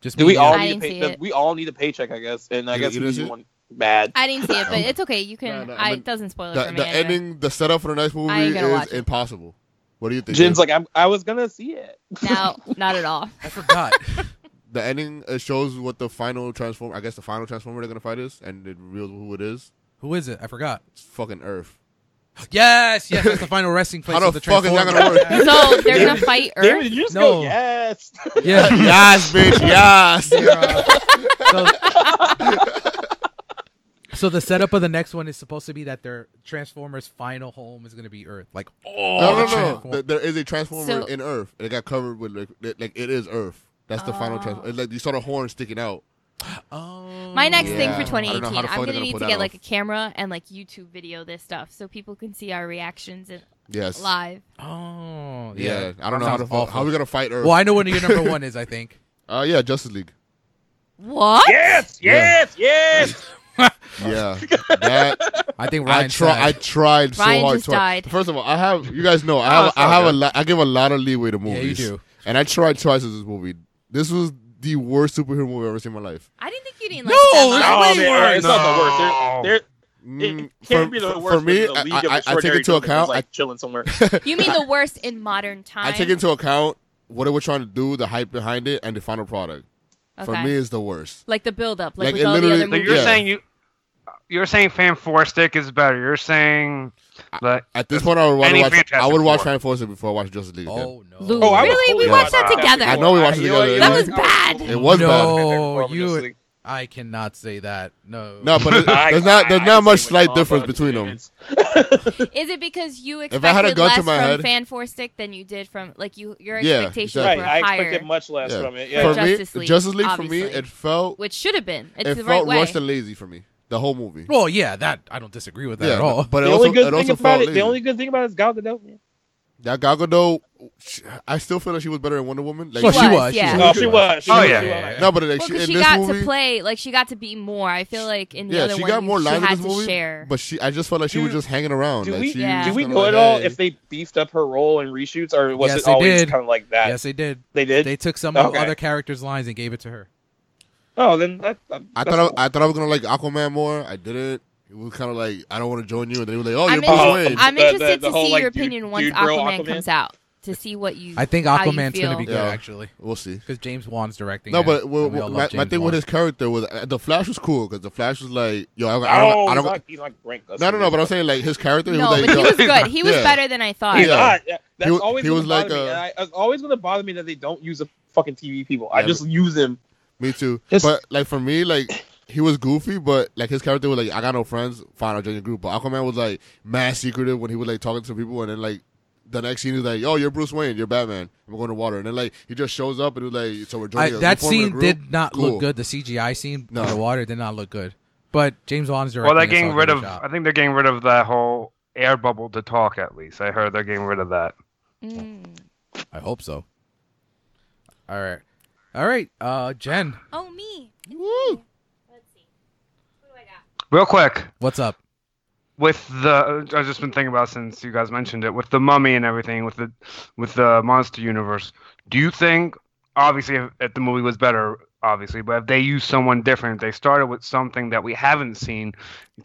Speaker 2: just
Speaker 5: Do we
Speaker 2: mediocre.
Speaker 5: all
Speaker 1: I
Speaker 5: need a
Speaker 1: didn't see
Speaker 5: pay-
Speaker 1: it.
Speaker 5: we all need a paycheck, I guess. And I
Speaker 3: You-
Speaker 5: guess
Speaker 3: you
Speaker 5: we
Speaker 3: didn't see
Speaker 5: need
Speaker 3: it?
Speaker 5: one bad.
Speaker 1: I didn't see it, but it's okay. You can.
Speaker 3: Um, No, no, I
Speaker 1: I,
Speaker 3: mean,
Speaker 1: it doesn't spoil it
Speaker 3: The,
Speaker 1: for me.
Speaker 3: the
Speaker 1: anyway.
Speaker 3: ending, the setup for the next movie
Speaker 1: I ain't gonna
Speaker 3: is
Speaker 1: watch it.
Speaker 3: impossible. What do you think?
Speaker 5: Jin's
Speaker 3: Dave?
Speaker 5: like I'm, I was gonna see it.
Speaker 1: No, not at all.
Speaker 2: I forgot.
Speaker 3: the ending uh, shows what the final transform. I guess the final transformer they're gonna fight is, and it reveals who it is.
Speaker 2: Who is it? I forgot.
Speaker 3: It's fucking Earth.
Speaker 2: Yes, yes, that's the final resting place
Speaker 3: How the
Speaker 2: of the
Speaker 3: fuck is that
Speaker 2: Transformers.
Speaker 3: gonna work?
Speaker 1: So they're gonna fight
Speaker 5: David,
Speaker 1: Earth.
Speaker 5: did you just
Speaker 2: No.
Speaker 5: go yes?
Speaker 2: yeah.
Speaker 3: yes, bitch. Yes.
Speaker 2: They're, uh, so, uh, so the setup of the next one is supposed to be that their Transformers' final home is going to be Earth. Like, oh, the
Speaker 3: No, no, no.
Speaker 2: Transform-
Speaker 3: Th- There is a transformer
Speaker 1: So-
Speaker 3: in Earth. and It got covered with like, it- like it is Earth. That's the final
Speaker 1: Oh.
Speaker 3: transformer. Like you saw the horn sticking out.
Speaker 2: Oh.
Speaker 1: My next thing for
Speaker 3: Yeah. I don't
Speaker 1: 2018,
Speaker 3: know how the
Speaker 1: I'm
Speaker 3: fuck they're
Speaker 1: gonna
Speaker 3: gonna
Speaker 1: need
Speaker 3: pull
Speaker 1: to
Speaker 3: that
Speaker 1: get like a
Speaker 3: off.
Speaker 1: camera and like YouTube video this stuff so people can see our reactions and
Speaker 3: Yes.
Speaker 1: live.
Speaker 2: Oh, yeah.
Speaker 3: Yeah. I don't know how
Speaker 2: Sounds
Speaker 3: to fu- how
Speaker 2: awful.
Speaker 3: we gonna fight Earth.
Speaker 2: Well, I know what your number one is. I think.
Speaker 3: Uh, yeah, Justice League.
Speaker 1: What?
Speaker 5: Yes, yes, yes. Oh.
Speaker 3: Yeah, that
Speaker 2: I think
Speaker 3: I
Speaker 2: Ryan.
Speaker 3: try. I tried so
Speaker 1: Ryan
Speaker 3: hard.
Speaker 1: just
Speaker 3: to-
Speaker 1: died.
Speaker 3: First of all, I have you guys know I
Speaker 4: Oh,
Speaker 3: have
Speaker 4: it's
Speaker 3: I
Speaker 4: all
Speaker 3: have a
Speaker 4: good.
Speaker 3: lot. I give a lot of leeway to
Speaker 2: yeah,
Speaker 3: movies.
Speaker 2: you do.
Speaker 3: And I tried twice with this movie. This was the worst superhero movie I've ever seen in my life.
Speaker 1: I didn't think you didn't
Speaker 2: No,
Speaker 1: like that much.
Speaker 2: no. way
Speaker 5: man,
Speaker 2: worse.
Speaker 5: It's not the worst. They're, they're,
Speaker 3: Mm,
Speaker 5: it can't
Speaker 3: for,
Speaker 5: be the
Speaker 3: for-
Speaker 5: worst.
Speaker 3: for me.
Speaker 5: the League
Speaker 3: I,
Speaker 5: of
Speaker 3: I, I take
Speaker 5: Extraordinary
Speaker 3: into
Speaker 5: Gentlemen is,
Speaker 3: account. I-
Speaker 5: like chilling somewhere.
Speaker 1: You mean the worst in modern time?
Speaker 3: I take into account what they were trying to do, the hype behind it, and the final product.
Speaker 1: Okay.
Speaker 3: For me, it's the worst.
Speaker 1: like the build up, like,
Speaker 3: Like,
Speaker 1: with
Speaker 3: it
Speaker 1: all the
Speaker 3: literally-
Speaker 1: other
Speaker 4: So
Speaker 3: Like,
Speaker 1: movies.
Speaker 4: you're
Speaker 3: Yeah.
Speaker 4: saying you, you're saying Fan Four Stick is better. You're saying that
Speaker 3: At this point, I would want
Speaker 4: Any
Speaker 3: to watch. I
Speaker 4: Fantastic
Speaker 3: would watch
Speaker 4: Four.
Speaker 3: Fantastic before I watch Justice League. Again.
Speaker 2: Oh no!
Speaker 1: Lou,
Speaker 5: Oh, I would
Speaker 1: really? We
Speaker 3: totally
Speaker 1: watched
Speaker 3: watch
Speaker 1: that
Speaker 5: that.
Speaker 1: together.
Speaker 3: I know we watched it
Speaker 5: You know,
Speaker 3: together.
Speaker 5: you
Speaker 1: That
Speaker 5: know,
Speaker 1: was
Speaker 5: you know,
Speaker 1: bad.
Speaker 3: It was bad.
Speaker 2: no,
Speaker 5: Just
Speaker 2: you.
Speaker 5: like-
Speaker 2: I cannot say that. No.
Speaker 3: No, but it,
Speaker 5: Oh. I-
Speaker 3: there's not there's
Speaker 5: I- I
Speaker 3: not
Speaker 5: can
Speaker 3: much
Speaker 5: see what
Speaker 3: slight
Speaker 5: Tom
Speaker 3: difference
Speaker 5: Holland
Speaker 3: between them.
Speaker 5: is.
Speaker 1: Is it because you
Speaker 3: If I had a
Speaker 1: expected
Speaker 3: gun
Speaker 1: less
Speaker 3: to
Speaker 1: from
Speaker 3: my head-
Speaker 1: fan four stick than you did from like you your
Speaker 3: Yeah,
Speaker 1: expectations
Speaker 3: exactly.
Speaker 5: right.
Speaker 1: were
Speaker 5: I
Speaker 1: higher,
Speaker 5: expected much less
Speaker 3: Yeah.
Speaker 5: from it.
Speaker 1: Yeah.
Speaker 3: For
Speaker 5: Yeah.
Speaker 1: Just- Justice
Speaker 3: me,
Speaker 1: League,
Speaker 3: Justice League for me,
Speaker 1: obviously.
Speaker 3: it felt
Speaker 1: which should have been. It's
Speaker 3: it
Speaker 1: the
Speaker 3: felt
Speaker 1: right way.
Speaker 3: rushed and lazy for me. The whole movie.
Speaker 2: Well, yeah, that I don't disagree with that
Speaker 3: yeah,
Speaker 2: at all.
Speaker 3: but
Speaker 5: The
Speaker 3: it
Speaker 5: only
Speaker 3: also,
Speaker 5: good
Speaker 3: it
Speaker 5: thing
Speaker 3: also
Speaker 5: about
Speaker 3: felt
Speaker 5: it,
Speaker 3: lazy.
Speaker 5: the only good thing about it is Gal Gadot.
Speaker 3: that Gal Gadot, she- I still feel like she was better in Wonder Woman. Like
Speaker 2: well,
Speaker 1: she
Speaker 2: she
Speaker 1: was,
Speaker 2: was.
Speaker 1: yeah.
Speaker 5: Oh, she was. She
Speaker 4: Oh,
Speaker 5: was,
Speaker 4: yeah.
Speaker 5: she was.
Speaker 2: Yeah.
Speaker 3: No, but like
Speaker 1: Well,
Speaker 3: she,
Speaker 1: 'cause
Speaker 3: in
Speaker 1: she
Speaker 3: this
Speaker 1: got
Speaker 3: movie,
Speaker 1: to play, like she got to be more. I feel like in the
Speaker 3: yeah,
Speaker 1: other
Speaker 3: she
Speaker 1: one,
Speaker 3: got more
Speaker 1: she
Speaker 3: lines in
Speaker 1: had
Speaker 3: this
Speaker 1: to
Speaker 3: movie.
Speaker 1: share.
Speaker 3: But she, I just felt like she was
Speaker 5: Do-
Speaker 3: just hanging around.
Speaker 5: do
Speaker 3: like,
Speaker 5: we-
Speaker 3: she
Speaker 1: Yeah.
Speaker 3: was
Speaker 5: Do we
Speaker 3: kinda
Speaker 5: know
Speaker 3: like,
Speaker 5: at all
Speaker 3: hey.
Speaker 5: if they beefed up her role in reshoots, or was
Speaker 2: Yes,
Speaker 5: it
Speaker 2: they
Speaker 5: always
Speaker 2: did.
Speaker 5: kind of like that?
Speaker 2: yes, they did.
Speaker 5: They did.
Speaker 2: They took some
Speaker 5: Okay.
Speaker 2: other characters' lines and gave it to her.
Speaker 5: oh, then that, that,
Speaker 3: I
Speaker 5: that's
Speaker 3: thought
Speaker 5: cool.
Speaker 3: I, I thought I was gonna like Aquaman more. I didn't. It was kind of like I don't want to join you, and they were like, "Oh,
Speaker 1: I'm,
Speaker 3: you're Bruce
Speaker 5: in-
Speaker 3: Wayne."
Speaker 1: I'm
Speaker 5: The- the-
Speaker 1: interested
Speaker 5: the
Speaker 1: to
Speaker 5: whole,
Speaker 1: see
Speaker 5: like,
Speaker 1: your
Speaker 5: dude-
Speaker 1: opinion once
Speaker 5: dude bro
Speaker 1: Aquaman,
Speaker 5: Aquaman?
Speaker 1: comes out to see what you.
Speaker 2: I think
Speaker 1: how you
Speaker 2: Aquaman's going to
Speaker 1: feel.
Speaker 2: be good,
Speaker 3: Yeah.
Speaker 2: actually,
Speaker 3: We'll see.
Speaker 2: because James Wan's directing.
Speaker 3: No,
Speaker 2: it,
Speaker 3: but
Speaker 2: and
Speaker 3: well,
Speaker 2: we all
Speaker 3: well, my,
Speaker 2: love
Speaker 3: my
Speaker 2: James
Speaker 3: thing
Speaker 2: Wan.
Speaker 3: with his character was uh, the Flash was cool because the Flash was like, "Yo, I, don't- I don't,
Speaker 5: Oh,
Speaker 3: I
Speaker 5: he's
Speaker 3: don't."
Speaker 5: not, he's not great. That's
Speaker 3: no, no, no.
Speaker 5: what
Speaker 3: But
Speaker 5: it
Speaker 3: I'm
Speaker 5: is.
Speaker 3: saying like his character. He
Speaker 1: no,
Speaker 3: was like,
Speaker 1: but he
Speaker 3: "Yo."
Speaker 1: was good. He was
Speaker 3: Yeah.
Speaker 1: better than I thought.
Speaker 5: He's
Speaker 3: Yeah.
Speaker 5: not. Yeah,
Speaker 3: He
Speaker 5: That's
Speaker 3: wa-
Speaker 5: always
Speaker 3: he was
Speaker 5: gonna bother
Speaker 3: like
Speaker 5: me.
Speaker 3: a-
Speaker 5: and I, it's always going to bother me that they don't use the fucking TV people. I
Speaker 3: Yeah,
Speaker 5: just use them.
Speaker 3: Me too.
Speaker 5: Just-
Speaker 3: but like for me, like he was goofy, but like his character was like, I got no friends, fine, I'll join your group. But Aquaman was like mad secretive when he was like talking to people, and then like the next scene is like, oh, you're Bruce Wayne, you're Batman, I'm going to water, and then like he just shows up and it was like, so we're
Speaker 2: I,
Speaker 3: joining. us.
Speaker 2: that
Speaker 3: We're forming a
Speaker 2: scene
Speaker 3: group."
Speaker 2: did not
Speaker 3: Cool.
Speaker 2: look good. The CGI scene
Speaker 3: No.
Speaker 2: in the water did not look good. But James Wan's directing.
Speaker 4: well,
Speaker 2: it, so
Speaker 4: they're
Speaker 2: I'll
Speaker 4: getting
Speaker 2: give
Speaker 4: rid
Speaker 2: it a
Speaker 4: of.
Speaker 2: shot.
Speaker 4: I think they're getting rid of that whole air bubble to talk. At least I heard they're getting rid of that.
Speaker 1: Mm.
Speaker 2: I hope so. All right, all right, uh, Jen,
Speaker 1: Oh me. It's me. Let's see. What do I got?
Speaker 4: Real quick,
Speaker 2: what's up?
Speaker 4: with the I've just been thinking about it since you guys mentioned it with the mummy and everything with the with the monster universe. Do you think obviously if, if the movie was better obviously, but if they used someone different, if they started with something that we haven't seen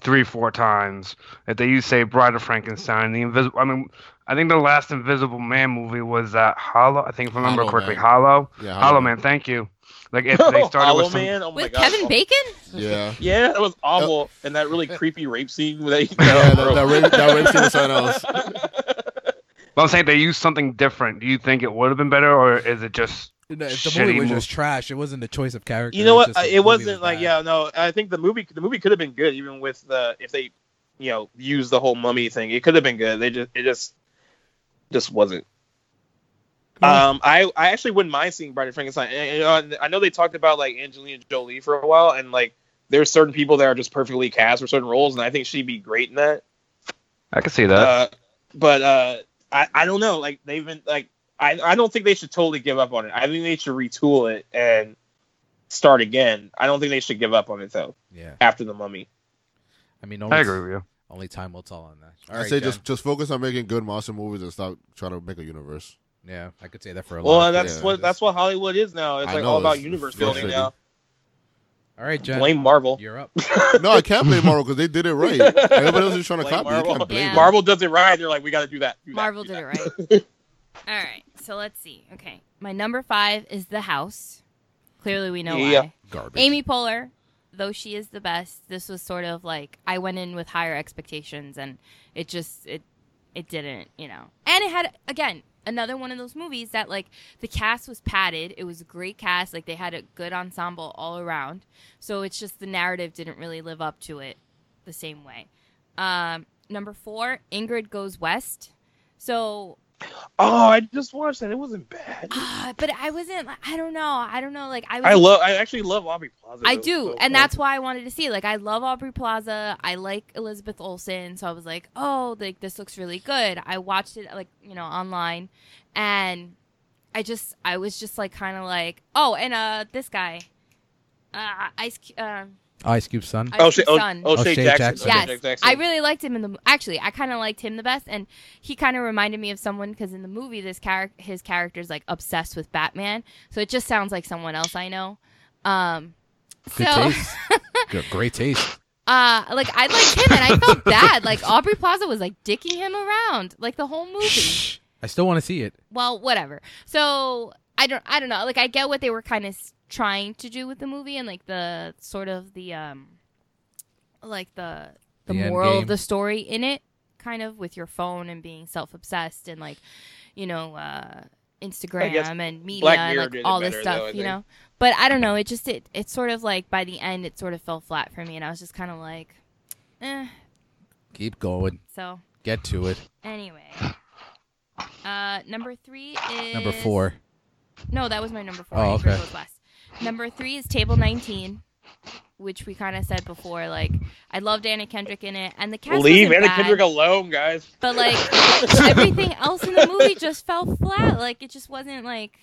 Speaker 4: three four times, if they use say Bride of Frankenstein, the invisible I mean I think the last Invisible Man movie was that Hollow. I think if I remember
Speaker 3: Hollow
Speaker 4: correctly,
Speaker 3: Man.
Speaker 4: Hollow.
Speaker 3: Yeah,
Speaker 4: Hollow Man. Thank you. Like if they started
Speaker 5: Hollow
Speaker 4: with some,
Speaker 5: Man. Oh my
Speaker 1: With
Speaker 5: God.
Speaker 1: Kevin Bacon?
Speaker 3: Yeah.
Speaker 5: Yeah, that was awful. and that really creepy rape scene that he.
Speaker 3: Yeah,
Speaker 5: bro.
Speaker 3: that, that rape, that rape scene was something else.
Speaker 4: but I'm saying they used something different. Do you think it would have been better, or is it just
Speaker 2: If the
Speaker 4: Shitty
Speaker 2: movie was
Speaker 4: movie.
Speaker 2: just trash, it wasn't the choice of character.
Speaker 5: you know
Speaker 2: was
Speaker 5: what?
Speaker 2: just the
Speaker 5: I-
Speaker 2: movie
Speaker 5: It wasn't
Speaker 2: was
Speaker 5: like
Speaker 2: bad.
Speaker 5: yeah, no. I think the movie the movie could have been good even with the if they you know used the whole mummy thing. It could have been good. They just it just just wasn't. Um, I I actually wouldn't mind seeing Bride of Frankenstein. And, and, uh, and I know they talked about like Angelina Jolie for a while, and like there's certain people that are just perfectly cast for certain roles, and I think she'd be great in that.
Speaker 4: I can see that.
Speaker 5: Uh, but uh, I, I don't know. Like they've been like I, I don't think they should totally give up on it. I think they should retool it and start again. I don't think they should give up on it though.
Speaker 2: yeah.
Speaker 5: After the Mummy,
Speaker 2: I mean, only,
Speaker 4: I agree with you.
Speaker 2: only time will tell on that. All
Speaker 3: I
Speaker 2: right,
Speaker 3: say
Speaker 2: Jen.
Speaker 3: just just focus on making good monster movies and stop trying to make a universe.
Speaker 2: yeah, I could say that for a
Speaker 5: well,
Speaker 2: lot. of
Speaker 5: that's
Speaker 2: people.
Speaker 3: yeah,
Speaker 5: what that's what Hollywood is now. It's
Speaker 3: I
Speaker 5: like
Speaker 3: know,
Speaker 5: all about
Speaker 3: it's
Speaker 5: universe
Speaker 3: frustrating.
Speaker 5: building now.
Speaker 2: All right, Jen,
Speaker 5: Blame Marvel.
Speaker 2: you're up.
Speaker 3: No, I can't blame Marvel because they did it right. Everybody else is trying to
Speaker 5: Blame
Speaker 3: copy. You
Speaker 5: Marvel.
Speaker 3: can't blame
Speaker 1: Yeah.
Speaker 3: them.
Speaker 5: Marvel does it right. They're like, we got to do that. do that,
Speaker 1: Marvel
Speaker 5: do
Speaker 1: did
Speaker 5: that."
Speaker 1: it right. All right, so let's see. Okay, my number five is The House. Clearly, we know
Speaker 5: Yeah.
Speaker 1: why.
Speaker 2: Garbage.
Speaker 1: Amy Poehler, though she is the best, this was sort of like I went in with higher expectations, and it just it it didn't, you know. And it had again another one of those movies that like the cast was padded. It was a great cast, like they had a good ensemble all around. So it's just the narrative didn't really live up to it the same way. Um, number four, Ingrid Goes West. So
Speaker 5: Oh, I just watched that. It wasn't bad.
Speaker 1: Ah, but I wasn't. like, I don't know. I don't know. Like I was.
Speaker 5: I love. I actually love Aubrey Plaza.
Speaker 1: I
Speaker 5: though,
Speaker 1: do,
Speaker 5: so-
Speaker 1: and that's why I wanted to see. it. Like I love Aubrey Plaza. I like Elizabeth Olsen, so I was like, oh, like this looks really good. I watched it like you know online, and I just I was just like kind of like oh, and uh this guy, uh Ice Cu- uh,
Speaker 2: Ice Cube son.
Speaker 1: Ice
Speaker 5: Oh, Shay,
Speaker 1: Cube's
Speaker 5: oh,
Speaker 1: son.
Speaker 5: oh, Shay
Speaker 2: O'Shea
Speaker 5: Jackson.
Speaker 2: Jackson.
Speaker 5: O'Shea
Speaker 1: Yes, I really liked him in the actually. I kind of liked him the best, and he kind of reminded me of someone because in the movie, this character, his character's like obsessed with Batman, so it just sounds like someone else I know. Um,
Speaker 2: Good
Speaker 1: so
Speaker 2: taste. Good, great taste.
Speaker 1: uh, like I liked him, and I felt bad. Like Aubrey Plaza was like dicking him around like the whole movie.
Speaker 2: I still want to see it.
Speaker 1: Well, whatever. So I don't I don't know. Like I get what they were kind of trying to do with the movie and like the sort of the um like the the,
Speaker 2: The end
Speaker 1: moral
Speaker 2: game.
Speaker 1: of the story in it kind of with your phone and being self-obsessed and like you know uh
Speaker 5: guess
Speaker 1: Instagram and media
Speaker 5: Black
Speaker 1: and
Speaker 5: Mirror
Speaker 1: like
Speaker 5: did it
Speaker 1: all this
Speaker 5: better,
Speaker 1: stuff,
Speaker 5: though, I
Speaker 1: you
Speaker 5: think.
Speaker 1: know. But I don't know, it just it it's sort of like by the end it sort of fell flat for me and I was just kind of like eh
Speaker 2: Keep going.
Speaker 1: so
Speaker 2: Get to it.
Speaker 1: anyway. Uh number 3 is
Speaker 2: Number four.
Speaker 1: no, that was my number four.
Speaker 2: Oh,
Speaker 1: I
Speaker 2: okay.
Speaker 1: okay. last. Number three is Table 19, which we kind of said before. Like, I loved Anna Kendrick in it, and the cast
Speaker 5: Leave
Speaker 1: wasn't
Speaker 5: Anna
Speaker 1: bad,
Speaker 5: Kendrick alone, guys.
Speaker 1: but like everything else in the movie just fell flat. Like, it just wasn't like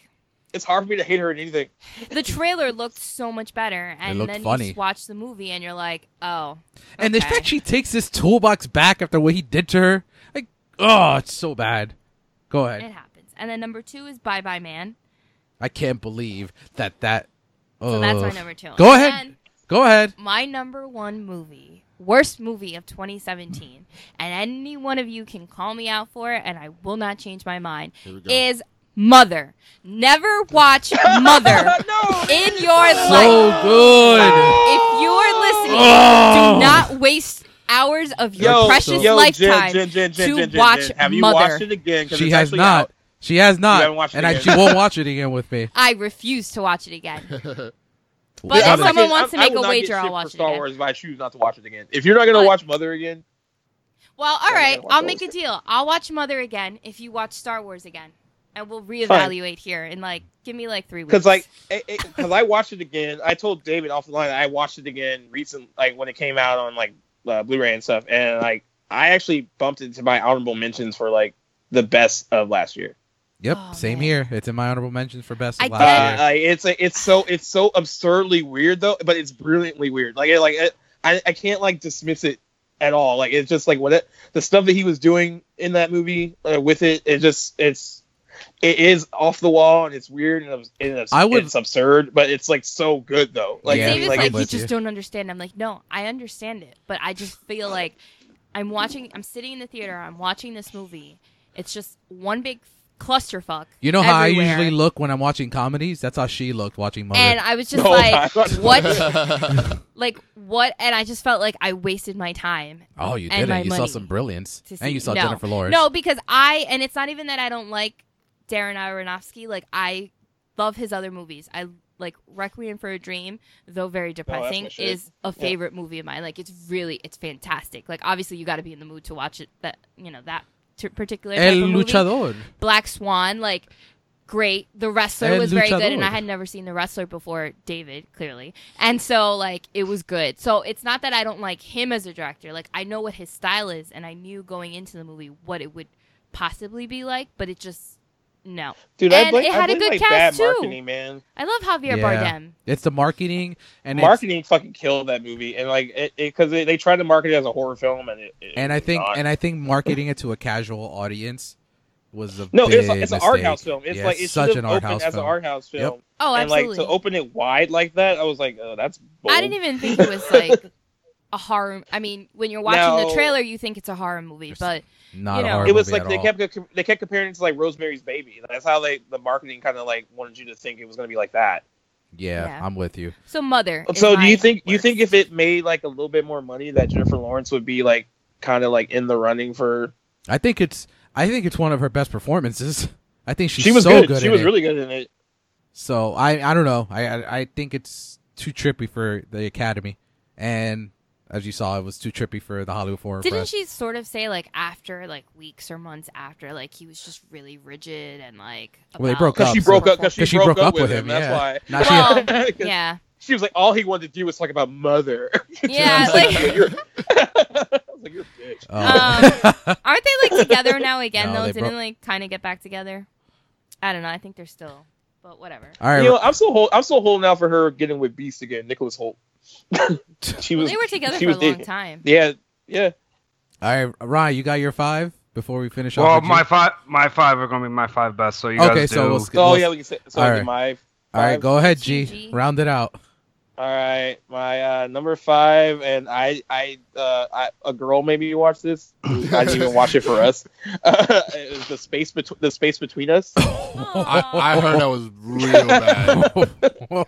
Speaker 5: It's hard for me to hate her in anything.
Speaker 1: the trailer looked so much better, and
Speaker 2: looked
Speaker 1: then
Speaker 2: funny.
Speaker 1: you just watch the movie and you're like, oh,
Speaker 2: And the
Speaker 1: okay.
Speaker 2: fact she takes this toolbox back after what he did to her, like, oh, it's so bad. Go ahead.
Speaker 1: it happens. And then number two is Bye Bye Man.
Speaker 2: I can't believe that that. Oh,
Speaker 1: So that's my number two.
Speaker 2: Go
Speaker 1: And
Speaker 2: ahead.
Speaker 1: then-
Speaker 2: Go ahead.
Speaker 1: my number one movie, worst movie of 2017, and any one of you can call me out for it, and I will not change my mind,
Speaker 3: Here we go.
Speaker 1: is Mother. Never watch Mother
Speaker 5: no.
Speaker 1: in your life.
Speaker 2: So good.
Speaker 1: If you are listening,
Speaker 2: Oh.
Speaker 1: do not waste hours of your
Speaker 5: Yo,
Speaker 1: precious
Speaker 5: yo,
Speaker 1: lifetime
Speaker 5: Jen, Jen, Jen, Jen,
Speaker 1: to
Speaker 5: Jen, Jen,
Speaker 1: watch
Speaker 5: Have you
Speaker 1: Mother.
Speaker 5: watched it again? 'Cause
Speaker 2: She
Speaker 5: it's
Speaker 2: has
Speaker 5: actually
Speaker 2: not.
Speaker 5: out.
Speaker 2: She has
Speaker 5: haven't
Speaker 2: not.
Speaker 5: watched it
Speaker 2: And I,
Speaker 5: again.
Speaker 2: she won't watch it again with me.
Speaker 1: I refuse to watch it again. But
Speaker 2: Without
Speaker 1: if
Speaker 2: a-
Speaker 1: someone
Speaker 5: I'm not getting-
Speaker 1: wants to
Speaker 5: I- I
Speaker 1: make
Speaker 5: will
Speaker 1: a
Speaker 5: not get
Speaker 1: wager,
Speaker 5: shit
Speaker 1: I'll
Speaker 5: for
Speaker 1: watch it
Speaker 5: Star
Speaker 1: again.
Speaker 5: Wars if I choose not to watch it again. If you're not gonna
Speaker 1: But-
Speaker 5: watch Mother again,
Speaker 1: Well, all
Speaker 5: I'm
Speaker 1: right.
Speaker 5: gonna watch
Speaker 1: I'll
Speaker 5: Star
Speaker 1: make a
Speaker 5: Wars.
Speaker 1: deal. I'll watch Mother again if you watch Star Wars again, and we'll reevaluate here and like give me like three weeks.
Speaker 5: because like, because I watched it again. I told David off the line. I watched it again recent, like when it came out on like uh, Blu-ray and stuff. And like, I actually bumped it to my honorable mentions for like the best of last year.
Speaker 2: Yep,
Speaker 1: Oh,
Speaker 2: same
Speaker 1: man.
Speaker 2: here. It's in my honorable mentions for best of
Speaker 1: I
Speaker 2: last
Speaker 1: get-
Speaker 5: Uh,
Speaker 2: year.
Speaker 5: like, it's a, it's so it's so absurdly weird though, but it's brilliantly weird. Like it, like it, I I can't like dismiss it at all. Like it's just like what it, the stuff that he was doing in that movie uh, with it. It just it's it is off the wall and it's weird and, it's- and it's,
Speaker 2: I would-
Speaker 5: it's absurd, but it's like so good though. Like,
Speaker 2: Yeah,
Speaker 1: David's
Speaker 5: like,
Speaker 1: like,
Speaker 2: I'm
Speaker 1: you
Speaker 2: with
Speaker 1: just
Speaker 2: you.
Speaker 1: don't understand. I'm like, no, I understand it, but I just feel like I'm watching. I'm sitting in the theater. I'm watching this movie. It's just one big clusterfuck.
Speaker 2: You know how I
Speaker 1: everywhere.
Speaker 2: usually look when I'm watching comedies? That's how she looked watching Mother.
Speaker 1: And I was just
Speaker 5: No,
Speaker 1: like,
Speaker 5: I don't-
Speaker 1: what? Like what? And I just felt like I wasted my time.
Speaker 2: oh, you
Speaker 1: and
Speaker 2: did
Speaker 1: my
Speaker 2: it. You saw
Speaker 1: money
Speaker 2: some brilliance.
Speaker 1: to
Speaker 2: And
Speaker 1: see-
Speaker 2: you saw
Speaker 1: no.
Speaker 2: Jennifer Lawrence.
Speaker 1: No, because I and it's not even that I don't like Darren Aronofsky. Like I love his other movies. I like Requiem for a Dream, though very
Speaker 5: my
Speaker 1: depressing,
Speaker 5: shit.
Speaker 1: is a favorite movie of mine. Like it's really it's fantastic. Like obviously you got to be in the mood to watch it. That you know that t- particular type
Speaker 2: El
Speaker 1: of movie.
Speaker 2: Luchador.
Speaker 1: Black Swan, like great. The Wrestler
Speaker 2: El
Speaker 1: was very good, and
Speaker 2: Luchador.
Speaker 1: I had never seen The Wrestler before David, clearly. And so, like, it was good. So it's not that I don't like him as a director. Like, I know what his style is, and I knew going into the movie what it would possibly be like, but it just, no.
Speaker 5: dude,
Speaker 1: and
Speaker 5: I blame,
Speaker 1: it had
Speaker 5: I
Speaker 1: a
Speaker 5: blame,
Speaker 1: good
Speaker 5: like,
Speaker 1: cast,
Speaker 5: bad
Speaker 1: too.
Speaker 5: marketing, man.
Speaker 1: I love Javier
Speaker 2: Yeah.
Speaker 1: Bardem.
Speaker 2: It's the marketing and it's-
Speaker 5: marketing fucking killed that movie, and like it because they, they tried to market it as a horror film, and it, it
Speaker 2: and I
Speaker 5: was
Speaker 2: think
Speaker 5: not.
Speaker 2: and I think marketing it to a casual audience was a
Speaker 5: No,
Speaker 2: big
Speaker 5: it's, it's an art
Speaker 2: mistake.
Speaker 5: house film. It's
Speaker 2: Yeah,
Speaker 5: like it's
Speaker 2: such an art
Speaker 5: opened
Speaker 2: house
Speaker 5: as
Speaker 2: film.
Speaker 5: an art house film.
Speaker 1: Oh,
Speaker 5: and like
Speaker 1: absolutely.
Speaker 5: to open it wide like that, I was like, oh, that's. Bold.
Speaker 1: I didn't even think it was like. A horror. I mean, when you're watching the
Speaker 5: No.
Speaker 1: trailer, you think it's a horror movie, but
Speaker 2: Not
Speaker 1: you
Speaker 2: a
Speaker 1: know.
Speaker 2: horror
Speaker 5: It was
Speaker 2: movie
Speaker 5: like
Speaker 2: at
Speaker 5: they
Speaker 2: all.
Speaker 5: kept they kept comparing it to like Rosemary's Baby. That's how they the marketing kind of like wanted you to think it was going to be like that.
Speaker 2: Yeah,
Speaker 1: Yeah.
Speaker 2: I'm with you.
Speaker 1: so mother. is
Speaker 5: so do
Speaker 1: my
Speaker 5: you think you
Speaker 1: worst.
Speaker 5: think if it made like a little bit more money, that Jennifer Lawrence would be like kind of like in the running for?
Speaker 2: I think it's I think it's one of her best performances. I think she's
Speaker 5: she was
Speaker 2: so
Speaker 5: good.
Speaker 2: good.
Speaker 5: She
Speaker 2: in
Speaker 5: was
Speaker 2: it.
Speaker 5: really good in it.
Speaker 2: So I I don't know. I, I I think it's too trippy for the Academy, and as you saw, it was too trippy for the Hollywood Foreign
Speaker 1: Didn't
Speaker 2: Press.
Speaker 1: she sort of say like after like weeks or months after like he was just really rigid and like
Speaker 2: Well, they
Speaker 1: about-
Speaker 2: broke
Speaker 5: Because
Speaker 2: up,
Speaker 5: she
Speaker 2: so-
Speaker 5: broke up. Because she, broke, up, with
Speaker 2: with
Speaker 5: him.
Speaker 2: him,
Speaker 5: That's
Speaker 2: yeah.
Speaker 5: why.
Speaker 2: Now she-
Speaker 1: Well,
Speaker 5: 'Cause
Speaker 1: yeah,
Speaker 5: she was like, all he wanted to do was talk about mother.
Speaker 1: yeah.
Speaker 5: I was
Speaker 1: Like,
Speaker 5: like, you're, I was like, you're a bitch.
Speaker 1: Um,
Speaker 2: Oh.
Speaker 1: aren't they like together now again
Speaker 2: No,
Speaker 1: though?
Speaker 2: they
Speaker 1: Didn't
Speaker 2: broke-
Speaker 1: like kind of get back together? I don't know. I think they're still, but whatever.
Speaker 2: All right,
Speaker 5: You know, I'm still hold, I'm still holding out for her getting with Beast again, Nicholas Holt. she was
Speaker 1: they were together
Speaker 5: she
Speaker 1: for a
Speaker 5: was
Speaker 1: long
Speaker 5: dating.
Speaker 1: time.
Speaker 5: Yeah, yeah.
Speaker 2: all right, Ryan, you got your five before we finish
Speaker 4: Well,
Speaker 2: off. with you?
Speaker 4: my five, my five are gonna be my five best. So you
Speaker 2: Okay,
Speaker 4: guys
Speaker 2: so
Speaker 4: do.
Speaker 2: we'll skip-
Speaker 5: Oh
Speaker 2: Well,
Speaker 5: yeah, we can say so
Speaker 2: all
Speaker 5: I
Speaker 2: right.
Speaker 5: did my
Speaker 2: all right,
Speaker 5: five.
Speaker 2: go ahead, G.
Speaker 1: G, G.
Speaker 2: Round it out.
Speaker 5: All right, my uh, number five, and I, I, uh, I, a girl made me watch this. I didn't even watch it for us. Uh, it was the space between the space between us.
Speaker 2: Oh.
Speaker 3: I, I heard that was real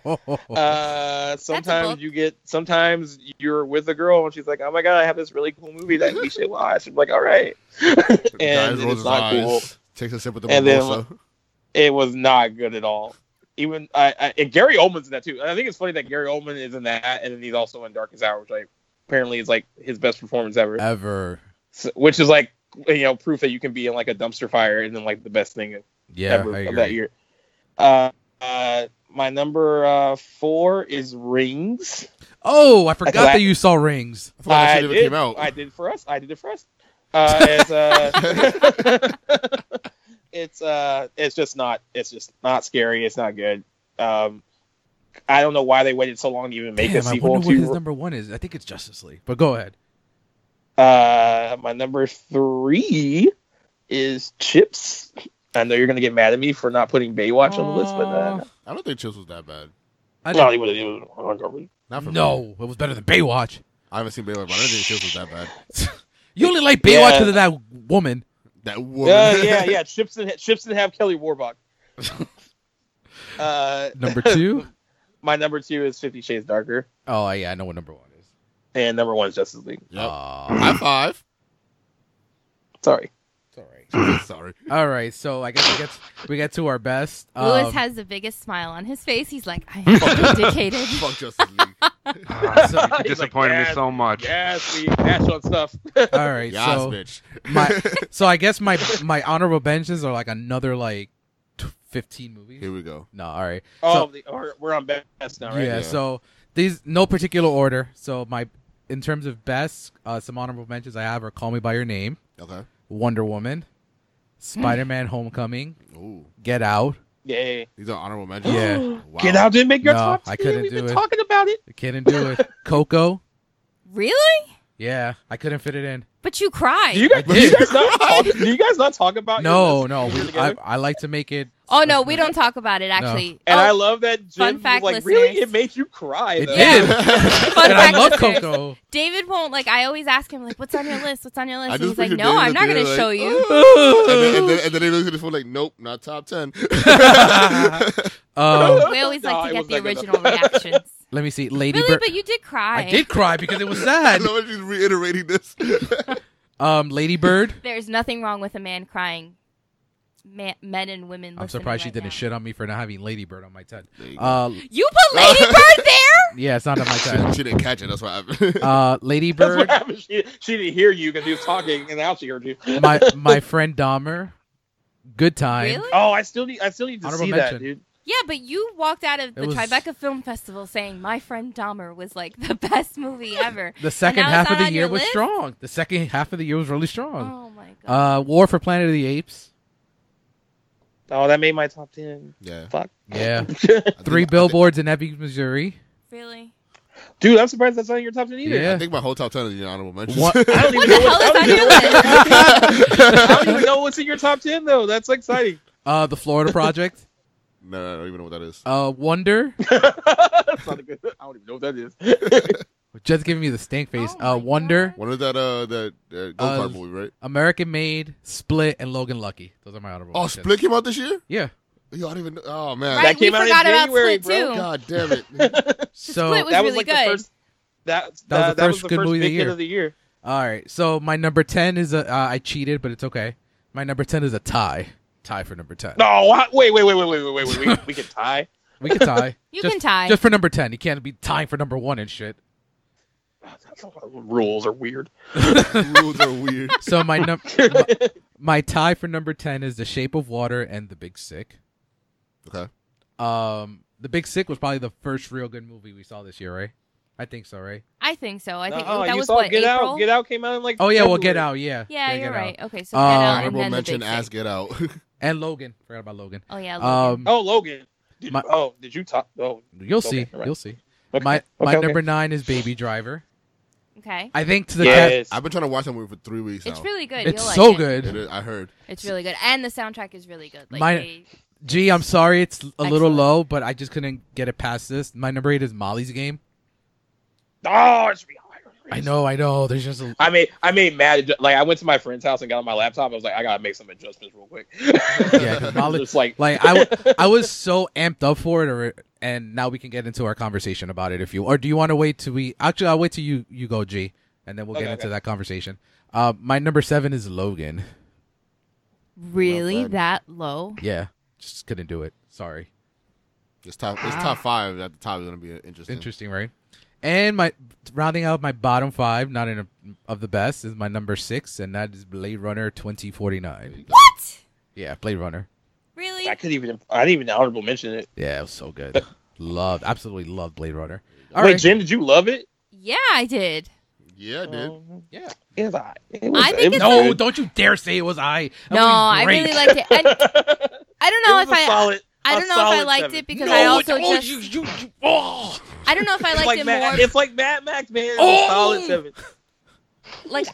Speaker 3: bad.
Speaker 5: Uh, sometimes
Speaker 1: book.
Speaker 5: you get, sometimes you're with a girl, and she's like, "Oh my god, I have this really cool movie that we should watch." I'm like, "All right," and
Speaker 3: rolls
Speaker 5: it's
Speaker 3: his
Speaker 5: not cool.
Speaker 3: eyes, Takes a sip of the
Speaker 5: And then-
Speaker 3: mimosa.
Speaker 5: it was not good at all. Even I, I and Gary Oldman's in that too. And I think it's funny that Gary Oldman is in that, and then he's also in Darkest Hour, which I, apparently is like his best performance ever.
Speaker 2: Uh, Ever.
Speaker 5: So- which is like you know proof that you can be in like a dumpster fire and then like the best thing
Speaker 2: Yeah,
Speaker 5: ever
Speaker 2: I
Speaker 5: of
Speaker 2: agree.
Speaker 5: that year. Uh, uh, my number uh, four is Rings.
Speaker 2: Oh, I forgot
Speaker 5: Like-
Speaker 2: that you saw rings.
Speaker 3: I forgot that shit even
Speaker 5: did,
Speaker 3: came out.
Speaker 5: I did for us. I did it for us. Uh, it's, uh, it's uh, it's just not. It's just not scary. It's not good. Um, I don't know why they waited so long to even make a
Speaker 2: Damn, I
Speaker 5: sequel
Speaker 2: wonder what his
Speaker 5: to.
Speaker 2: number one is. I think it's Justice League. But go ahead.
Speaker 5: uh, my number three is Chips. I know you're gonna get mad at me for not putting Baywatch on the list, but uh,
Speaker 3: I don't think Chips was that bad.
Speaker 2: I
Speaker 5: no,
Speaker 2: didn't-
Speaker 5: it was, it was garbage.
Speaker 3: Not for me.
Speaker 2: no, it was better than Baywatch.
Speaker 3: I haven't seen Baywatch, but I don't think Chips was that bad.
Speaker 2: You only like Baywatch
Speaker 5: Yeah.
Speaker 2: because of that woman.
Speaker 3: That woman.
Speaker 5: Yeah, Uh, yeah, yeah. Chips and Chips and have Kelly Warbuck. uh,
Speaker 2: Number two.
Speaker 5: my number two is Fifty Shades Darker,
Speaker 2: oh yeah, I know what number one is.
Speaker 5: and number one is Justice League.
Speaker 3: Yep.
Speaker 2: Aw,
Speaker 3: High five.
Speaker 5: Sorry.
Speaker 2: it's all right.
Speaker 3: Sorry.
Speaker 2: All right, so I guess we get we get to our best.
Speaker 1: Lewis
Speaker 2: Um,
Speaker 1: has the biggest smile on his face. He's like, I am vindicated.
Speaker 3: Fuck Justice League.
Speaker 5: He's like,
Speaker 4: you disappointed me
Speaker 5: "Yes,
Speaker 4: so much.
Speaker 5: Yes, we ash on stuff.
Speaker 2: all right,
Speaker 3: Yas,
Speaker 2: so
Speaker 3: bitch.
Speaker 2: my so I guess my my honorable mentions are like another like t- fifteen movies.
Speaker 3: Here we go.
Speaker 2: No, all right.
Speaker 5: Oh,
Speaker 2: So-
Speaker 5: the, or- we're on best now, right?
Speaker 2: yeah,
Speaker 3: Yeah.
Speaker 2: So these no particular order. So my in terms of best, uh, some honorable mentions I have are Call Me by Your Name,
Speaker 3: Okay.
Speaker 2: Wonder Woman, Spider Man Homecoming,
Speaker 3: Ooh.
Speaker 2: Get Out.
Speaker 5: Yay.
Speaker 3: These are honorable mentions.
Speaker 2: Yeah.
Speaker 3: Wow.
Speaker 5: Get out! Didn't make your
Speaker 2: No,
Speaker 5: top
Speaker 2: I
Speaker 5: 10.
Speaker 2: couldn't
Speaker 5: We've
Speaker 2: do
Speaker 5: been
Speaker 2: it.
Speaker 5: talking about it.
Speaker 2: Can't do it. Coco.
Speaker 1: really?
Speaker 2: Yeah, I couldn't fit it in.
Speaker 1: But you cried.
Speaker 5: Do you guys,
Speaker 2: I
Speaker 5: do you
Speaker 2: did.
Speaker 5: guys not talk, do you guys not talk about your
Speaker 2: No,
Speaker 5: list
Speaker 2: no.
Speaker 5: when we're
Speaker 2: we- I,
Speaker 5: together?
Speaker 2: I like to make it.
Speaker 1: oh no, we don't talk about it actually.
Speaker 5: and
Speaker 1: oh,
Speaker 5: I love that Jim
Speaker 1: Fun
Speaker 5: was
Speaker 1: fact,
Speaker 5: like, really?
Speaker 1: listeners.
Speaker 5: It made you cry.
Speaker 2: It
Speaker 5: though.
Speaker 2: did.
Speaker 1: Fun
Speaker 2: and I
Speaker 1: fact,
Speaker 2: love
Speaker 1: listeners,
Speaker 2: Coco.
Speaker 1: David won't like. I always ask him like, "What's on your list? What's on your list?"
Speaker 3: I
Speaker 1: And
Speaker 3: just
Speaker 1: he's like,
Speaker 3: picture
Speaker 1: "No,
Speaker 3: David
Speaker 1: I'm not
Speaker 3: there
Speaker 1: gonna
Speaker 3: like,
Speaker 1: show you."
Speaker 3: and, then, and, then, and then they look at his phone like, nope, not top 10.
Speaker 2: Um,
Speaker 1: We always
Speaker 5: No,
Speaker 1: like
Speaker 5: it
Speaker 1: to get the
Speaker 5: was not good
Speaker 1: original reactions.
Speaker 2: let me see. Lady
Speaker 1: Really,
Speaker 2: Bird.
Speaker 1: but you did cry.
Speaker 2: I did cry because it was
Speaker 3: I
Speaker 2: sad.
Speaker 3: love that she's reiterating this.
Speaker 2: Um, Lady Bird.
Speaker 1: There's nothing wrong with a man crying. Ma- men and women.
Speaker 2: I'm
Speaker 1: listening
Speaker 2: surprised she
Speaker 1: right
Speaker 2: didn't
Speaker 1: now.
Speaker 2: shit on me for not having Lady Bird on my TED.
Speaker 3: There you go.
Speaker 2: Uh,
Speaker 1: You put Lady Bird there.
Speaker 2: yeah, it's not on my
Speaker 3: she,
Speaker 2: TED.
Speaker 3: she didn't catch it. That's what happened.
Speaker 2: Uh, Lady
Speaker 5: That's what
Speaker 2: Bird.
Speaker 5: happened. She, she didn't hear you because he was talking, and now she heard you.
Speaker 2: My my friend Dahmer. Good time.
Speaker 1: Really?
Speaker 5: Oh, I still need. I still need to
Speaker 2: Honorable
Speaker 5: see
Speaker 2: mention.
Speaker 5: that, dude.
Speaker 1: Yeah, but you walked out of the
Speaker 2: was-
Speaker 1: Tribeca Film Festival saying "My Friend Dahmer" was like the best movie ever.
Speaker 2: The second
Speaker 1: now
Speaker 2: half
Speaker 1: it's
Speaker 2: of
Speaker 1: not
Speaker 2: the
Speaker 1: on
Speaker 2: year
Speaker 1: your
Speaker 2: was
Speaker 1: list?
Speaker 2: strong. The second half of the year was really strong.
Speaker 1: Oh my god.
Speaker 2: Uh, War for Planet of the Apes.
Speaker 5: Oh, that made my top ten.
Speaker 3: yeah.
Speaker 5: Fuck,
Speaker 2: Yeah.
Speaker 3: I think-
Speaker 2: Three
Speaker 3: I think-
Speaker 2: billboards in Ebbing, Missouri.
Speaker 1: really?
Speaker 5: dude, I'm surprised that's not in your top ten either.
Speaker 2: Yeah.
Speaker 3: I think my whole top 10 is the honorable mentions.
Speaker 2: One-
Speaker 5: I
Speaker 1: What
Speaker 5: don't even
Speaker 1: the
Speaker 5: know what-
Speaker 1: hell is
Speaker 5: I don't
Speaker 1: on
Speaker 5: even
Speaker 1: your
Speaker 5: know what-
Speaker 1: list?
Speaker 5: I don't even know what's in your top ten though. That's exciting.
Speaker 2: Uh, the Florida Project.
Speaker 3: no, no, I don't even know what that is.
Speaker 2: Uh, Wonder.
Speaker 5: That's not a good. I don't even know what that is.
Speaker 2: Just giving me the stank face.
Speaker 1: Oh
Speaker 2: uh,
Speaker 1: my
Speaker 2: Wonder.
Speaker 1: God.
Speaker 3: One of that uh that uh, go kart
Speaker 2: Uh,
Speaker 3: movie, right?
Speaker 2: American Made, Split, and Logan Lucky. Those are my honorable.
Speaker 3: Oh,
Speaker 2: mentions.
Speaker 3: Split came out this year.
Speaker 2: Yeah.
Speaker 3: Yo, I don't even. Oh man,
Speaker 1: Right,
Speaker 5: came
Speaker 1: we
Speaker 5: out in
Speaker 1: forgot about
Speaker 5: January,
Speaker 1: Split
Speaker 5: bro.
Speaker 1: too.
Speaker 3: God damn it.
Speaker 2: So
Speaker 1: Split was
Speaker 5: that
Speaker 1: really
Speaker 5: was like
Speaker 1: good.
Speaker 5: the first. That,
Speaker 2: That was
Speaker 5: uh,
Speaker 2: the
Speaker 5: that was
Speaker 2: first
Speaker 5: the
Speaker 2: good
Speaker 5: first
Speaker 2: movie of the
Speaker 5: big hit
Speaker 2: year.
Speaker 5: of the year.
Speaker 2: all right. So my number ten is a. Uh, I cheated, but it's okay. My number ten is a tie. Tie for number ten.
Speaker 5: No, I- wait, wait, wait, wait, wait, wait, wait, wait. We, we can tie.
Speaker 2: We can tie.
Speaker 1: You
Speaker 2: Just-
Speaker 1: can tie.
Speaker 2: just for number ten. You can't be tying for number one and shit.
Speaker 5: Rules are weird.
Speaker 3: Rules are weird.
Speaker 2: So my num my, my tie for number ten is The Shape of Water and The Big Sick.
Speaker 3: Okay.
Speaker 2: Um, The Big Sick was probably the first real good movie we saw this year, right? I think so, right?
Speaker 1: I think so. I think
Speaker 5: No,
Speaker 1: that
Speaker 5: you
Speaker 1: was
Speaker 5: saw
Speaker 1: what
Speaker 5: Get
Speaker 1: April.
Speaker 5: Out. Get Out came out in like.
Speaker 2: Oh yeah, well Get
Speaker 5: February.
Speaker 2: Out, yeah.
Speaker 1: Yeah,
Speaker 2: Get
Speaker 1: you're
Speaker 2: Out.
Speaker 1: right. Okay, so
Speaker 2: Uh,
Speaker 1: Get Out and
Speaker 3: Honorable
Speaker 1: then the
Speaker 3: mention:
Speaker 1: Big
Speaker 3: Ass
Speaker 1: Sick.
Speaker 3: Get Out.
Speaker 2: And Logan. Forgot about Logan.
Speaker 1: Oh yeah. Logan.
Speaker 2: Um,
Speaker 5: Oh, Logan. Did
Speaker 2: My-
Speaker 5: you, oh, did you talk? Oh,
Speaker 2: you'll
Speaker 5: okay,
Speaker 2: see.
Speaker 5: you're right.
Speaker 2: You'll see.
Speaker 5: okay.
Speaker 2: My
Speaker 5: okay,
Speaker 2: my
Speaker 5: okay.
Speaker 2: number nine is Baby Driver.
Speaker 1: okay.
Speaker 2: I think to the cat,
Speaker 5: Yes.
Speaker 3: I've been trying to watch that movie for three weeks now.
Speaker 1: It's really good.
Speaker 2: it's
Speaker 1: You'll
Speaker 2: so
Speaker 1: like it.
Speaker 2: good.
Speaker 3: It is- I heard.
Speaker 1: It's really good, and the soundtrack is really good. Like
Speaker 2: My-
Speaker 1: they-
Speaker 2: Gee, I'm sorry it's a little
Speaker 1: Excellent.
Speaker 2: low, but I just couldn't get it past this. My number eight is Molly's Game.
Speaker 5: oh, it should be higher.
Speaker 2: I know, I know. There's just a,
Speaker 5: I made I made mad adju- like I went to my friend's house and got on my laptop. I was like, I gotta make some adjustments real quick.
Speaker 2: Yeah, 'cause knowledge-
Speaker 5: just like
Speaker 2: like I, w- I was so amped up for it, or, and now we can get into our conversation about it if you. Or do you want to wait till we? Actually, I'll wait till you you go G, and then we'll get
Speaker 5: Okay,
Speaker 2: into
Speaker 5: okay.
Speaker 2: that conversation. Uh, my number seven is Logan.
Speaker 1: Really
Speaker 3: bad.
Speaker 1: that low?
Speaker 2: Yeah, just couldn't do it. Sorry.
Speaker 3: It's top. It's top five. At the top is gonna be uh, interesting.
Speaker 2: Interesting, right? And my rounding out my bottom five, not in a, of the best, is my number six, and that is Blade Runner twenty forty nine.
Speaker 1: What?
Speaker 2: Yeah, Blade Runner.
Speaker 1: Really?
Speaker 5: I could even I didn't even honorable mention it.
Speaker 2: Yeah, it was so good. loved, absolutely loved Blade Runner. All right.
Speaker 5: Wait, Jen, did you love it?
Speaker 1: Yeah, I did.
Speaker 3: Yeah, dude.
Speaker 1: Oh,
Speaker 5: Um,
Speaker 2: Yeah.
Speaker 5: it was alright. It
Speaker 1: I
Speaker 5: it
Speaker 1: think it's
Speaker 2: No,
Speaker 5: good.
Speaker 2: don't you dare say it was I. That
Speaker 1: no,
Speaker 2: movie's
Speaker 1: I
Speaker 2: great.
Speaker 1: really liked it. And I don't know
Speaker 5: It
Speaker 1: if
Speaker 5: was a
Speaker 1: I
Speaker 5: solid-
Speaker 1: I
Speaker 5: a
Speaker 1: don't know if I
Speaker 5: solid
Speaker 1: liked
Speaker 5: seven.
Speaker 1: it because I also
Speaker 2: oh,
Speaker 1: just
Speaker 2: you, you, you- oh.
Speaker 1: I don't know if I
Speaker 5: It's
Speaker 1: liked
Speaker 5: like
Speaker 1: it
Speaker 5: Mad-
Speaker 1: more
Speaker 5: It's like Mad Max, man. It's
Speaker 2: Oh!
Speaker 5: a solid seven.
Speaker 1: like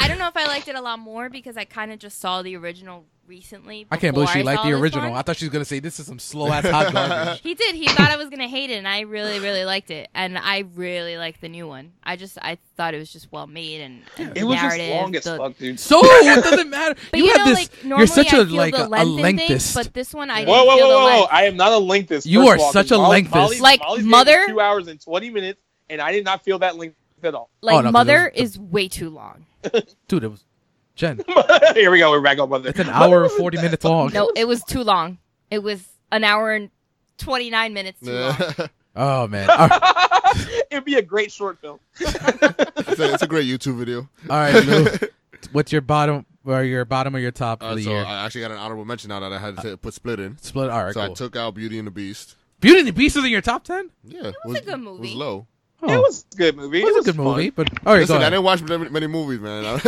Speaker 1: I don't know if I liked it a lot more because I kind of just saw the original recently.
Speaker 2: I can't believe
Speaker 1: before
Speaker 2: she
Speaker 1: I
Speaker 2: liked
Speaker 1: saw
Speaker 2: the
Speaker 1: this
Speaker 2: original.
Speaker 1: one.
Speaker 2: I thought she was gonna say this is some slow ass hot garbage.
Speaker 1: He did. He thought I was gonna hate it, and I really, really liked it. And I really liked the new one. I just, I thought it was just well made and, and
Speaker 5: It was just
Speaker 1: narrative,
Speaker 5: long as
Speaker 1: the-
Speaker 5: fuck, dude.
Speaker 2: so it doesn't matter.
Speaker 1: But you,
Speaker 2: have
Speaker 1: know,
Speaker 2: this.
Speaker 1: like normally
Speaker 2: you're such
Speaker 1: I
Speaker 2: a
Speaker 1: feel
Speaker 2: like
Speaker 1: the
Speaker 2: a
Speaker 1: length and
Speaker 2: lengthist.
Speaker 1: Things, but this one I didn't
Speaker 5: Whoa, whoa,
Speaker 1: feel
Speaker 5: whoa,
Speaker 1: the
Speaker 5: whoa!
Speaker 1: length.
Speaker 5: I am not a lengthist.
Speaker 2: You
Speaker 5: first
Speaker 2: are
Speaker 5: of all,
Speaker 2: such
Speaker 5: dude.
Speaker 2: a
Speaker 5: Molly-
Speaker 2: lengthist.
Speaker 5: Molly's-
Speaker 1: Like,
Speaker 5: Molly's game
Speaker 1: mother-
Speaker 5: is two hours and twenty minutes, and I did not feel that length at all.
Speaker 1: like
Speaker 2: Oh, no, 'cause
Speaker 1: Mother
Speaker 2: it was-
Speaker 1: is way too long.
Speaker 2: Dude, it was Jen.
Speaker 5: Here we go. We're back on mother.
Speaker 2: It's an hour and forty minutes long.
Speaker 1: No, it was too long. It was an hour and twenty nine minutes too long.
Speaker 3: Yeah.
Speaker 2: Oh man. All right,
Speaker 5: It'd be a great short film.
Speaker 3: it's, a, it's a great YouTube video.
Speaker 2: all right Lou. What's your bottom or your bottom or your top
Speaker 3: Uh,
Speaker 2: of the
Speaker 3: so
Speaker 2: year?
Speaker 3: I actually got an honorable mention now that I had to put Split in.
Speaker 2: Split. Uh, All right.
Speaker 3: so I
Speaker 2: cool.
Speaker 3: took out Beauty and the Beast.
Speaker 2: Beauty and the Beast is in your top ten.
Speaker 3: Yeah, it
Speaker 1: was a good
Speaker 3: It
Speaker 1: movie.
Speaker 3: was low.
Speaker 2: Oh,
Speaker 5: It was a good movie.
Speaker 2: it was a good
Speaker 5: fun.
Speaker 2: movie, but all right.
Speaker 3: Listen,
Speaker 2: go
Speaker 3: I
Speaker 2: ahead.
Speaker 3: didn't watch many, many movies, man.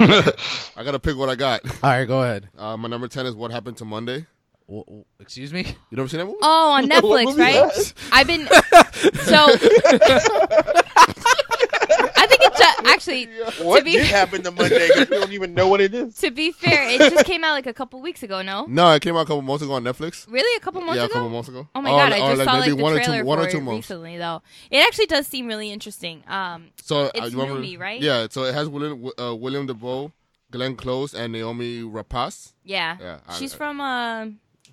Speaker 3: I gotta pick what I got.
Speaker 2: All right, go ahead.
Speaker 3: Uh, my number ten is What Happened to Monday.
Speaker 2: W- w- excuse me.
Speaker 3: You never seen that movie?
Speaker 1: Oh, on
Speaker 5: What
Speaker 1: Netflix,
Speaker 5: movie
Speaker 1: right?
Speaker 5: is
Speaker 1: I've been so. I think it's ju- actually
Speaker 5: What
Speaker 1: to be
Speaker 5: did happen to Monday? 'Cause We don't even know what it is.
Speaker 1: to be fair, it just came out like a couple weeks ago. No,
Speaker 3: No, it came out a couple months ago on Netflix.
Speaker 1: really, a couple months
Speaker 3: yeah,
Speaker 1: ago.
Speaker 3: a couple months ago.
Speaker 1: Oh my
Speaker 3: Or-
Speaker 1: god, I
Speaker 3: or
Speaker 1: just saw like
Speaker 3: maybe
Speaker 1: the
Speaker 3: one or
Speaker 1: trailer
Speaker 3: two, one
Speaker 1: for
Speaker 3: or two
Speaker 1: it
Speaker 3: months.
Speaker 1: recently, though. It actually does seem really interesting. Um,
Speaker 3: So
Speaker 1: It's
Speaker 3: uh, you remember,
Speaker 1: Noomi, right?
Speaker 3: Yeah, so it has William uh, William DeBoe, Glenn Close, and Naomi Rapace.
Speaker 1: yeah,
Speaker 3: Yeah, I-
Speaker 1: she's
Speaker 3: I-
Speaker 1: from uh,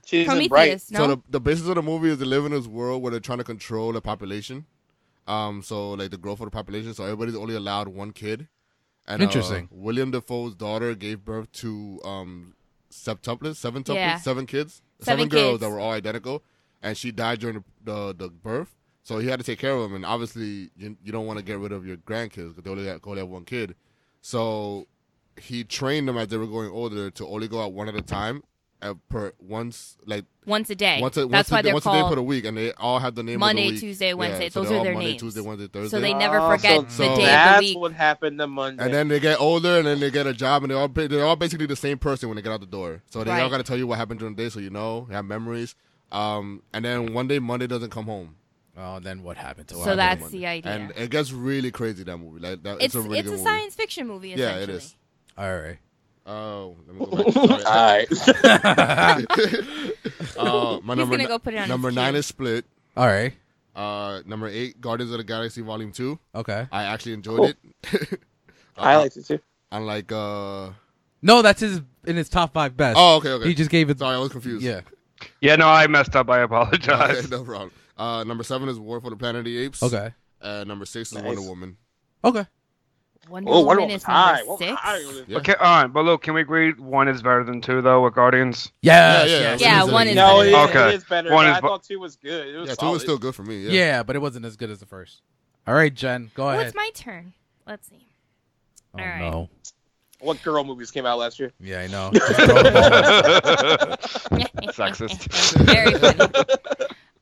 Speaker 5: She's in Bright.
Speaker 1: Prometheus. No,
Speaker 3: So the, the basis of the movie is they live in this world where they're trying to control the population. Um, so like the growth of the population, so everybody's only allowed one kid. And, uh,
Speaker 2: Interesting.
Speaker 3: William Defoe's daughter gave birth to um septuplets, seven tuplets,
Speaker 1: Yeah.
Speaker 3: seven kids,
Speaker 1: Seven
Speaker 3: girls
Speaker 1: kids.
Speaker 3: that were all identical, and she died during the, the the birth. So he had to take care of them, and obviously you, you don't want to get rid of your grandkids because they only got only have one kid. So he trained them as they were going older to only go out one at a time, uh, per once like
Speaker 1: once a day.
Speaker 3: once a,
Speaker 1: That's
Speaker 3: once
Speaker 1: why
Speaker 3: a, day-
Speaker 1: they're
Speaker 3: once a day
Speaker 1: called
Speaker 3: per week, and they all have the name
Speaker 1: Monday,
Speaker 3: of the week.
Speaker 1: Tuesday, Wednesday.
Speaker 3: Yeah, so
Speaker 1: Those
Speaker 3: they're
Speaker 1: are
Speaker 3: all
Speaker 1: their
Speaker 3: Monday,
Speaker 1: names.
Speaker 3: Tuesday, Wednesday, Thursday.
Speaker 1: so they never
Speaker 5: Oh,
Speaker 1: forget
Speaker 5: so
Speaker 1: the
Speaker 3: so-
Speaker 1: day of
Speaker 5: That's
Speaker 1: the week.
Speaker 5: what happened to Monday.
Speaker 3: and then they get older, and then they get a job, and they all ba- they're all basically the same person when they get out the door. So they all
Speaker 1: Right.
Speaker 3: got to tell you what happened during the day, so you know, you have memories. Um, and then one day Monday doesn't come home,
Speaker 2: Oh, then what happened to?
Speaker 1: So
Speaker 2: her?
Speaker 1: that's
Speaker 3: Monday.
Speaker 1: the idea.
Speaker 3: and it gets really crazy that movie. Like that,
Speaker 1: it's
Speaker 3: it's, a really good movie.
Speaker 1: science fiction movie.
Speaker 3: Yeah, it
Speaker 1: essentially.
Speaker 3: is.
Speaker 2: all right.
Speaker 3: Oh, let me go
Speaker 5: All
Speaker 3: back. Sorry.
Speaker 5: right.
Speaker 3: uh, my
Speaker 1: He's
Speaker 3: number
Speaker 1: gonna
Speaker 3: ni-
Speaker 1: go put it on his
Speaker 3: number
Speaker 1: queue.
Speaker 3: nine is Split.
Speaker 2: All right.
Speaker 3: Uh, number eight, Guardians of the Galaxy Volume Two.
Speaker 2: Okay.
Speaker 3: I actually enjoyed
Speaker 5: Cool.
Speaker 3: it.
Speaker 5: Oh.
Speaker 3: Uh,
Speaker 5: I liked it too.
Speaker 3: Unlike uh
Speaker 2: No, that's his in his top five best.
Speaker 3: oh okay okay
Speaker 2: He just gave it.
Speaker 3: sorry I was confused
Speaker 2: Yeah.
Speaker 4: Yeah, no, I messed up. I
Speaker 3: okay,
Speaker 4: apologize.
Speaker 3: no problem uh number seven is War for the Planet of the Apes
Speaker 2: Okay.
Speaker 3: uh number six is
Speaker 5: Nice.
Speaker 3: Wonder Woman
Speaker 2: Okay.
Speaker 1: Wonder
Speaker 5: Oh,
Speaker 1: Woman
Speaker 5: Wonder
Speaker 1: is
Speaker 5: Woman's high.
Speaker 1: number
Speaker 5: Woman
Speaker 1: six.
Speaker 5: high on this.
Speaker 3: Yeah.
Speaker 4: Okay, all right, but look, can we agree one is better than two though with Guardians?
Speaker 2: Yes,
Speaker 3: Yeah, yeah,
Speaker 2: yes,
Speaker 1: yeah,
Speaker 2: it was
Speaker 1: one
Speaker 2: a-
Speaker 1: is
Speaker 5: No, it,
Speaker 4: Okay.
Speaker 5: it is better.
Speaker 4: One
Speaker 5: but
Speaker 4: is
Speaker 5: I
Speaker 4: bu-
Speaker 5: thought two was good. It was
Speaker 3: yeah two
Speaker 5: solid.
Speaker 3: is still good for me yeah,
Speaker 2: yeah. but it wasn't as good as the first. All right, Jen, go
Speaker 1: Oh,
Speaker 2: ahead.
Speaker 1: it's my turn. Let's see.
Speaker 2: oh
Speaker 1: all right.
Speaker 2: no.
Speaker 5: What girl movies came out last year?
Speaker 2: Yeah, I know. Just throw the ball.
Speaker 4: Sexist.
Speaker 1: Very funny.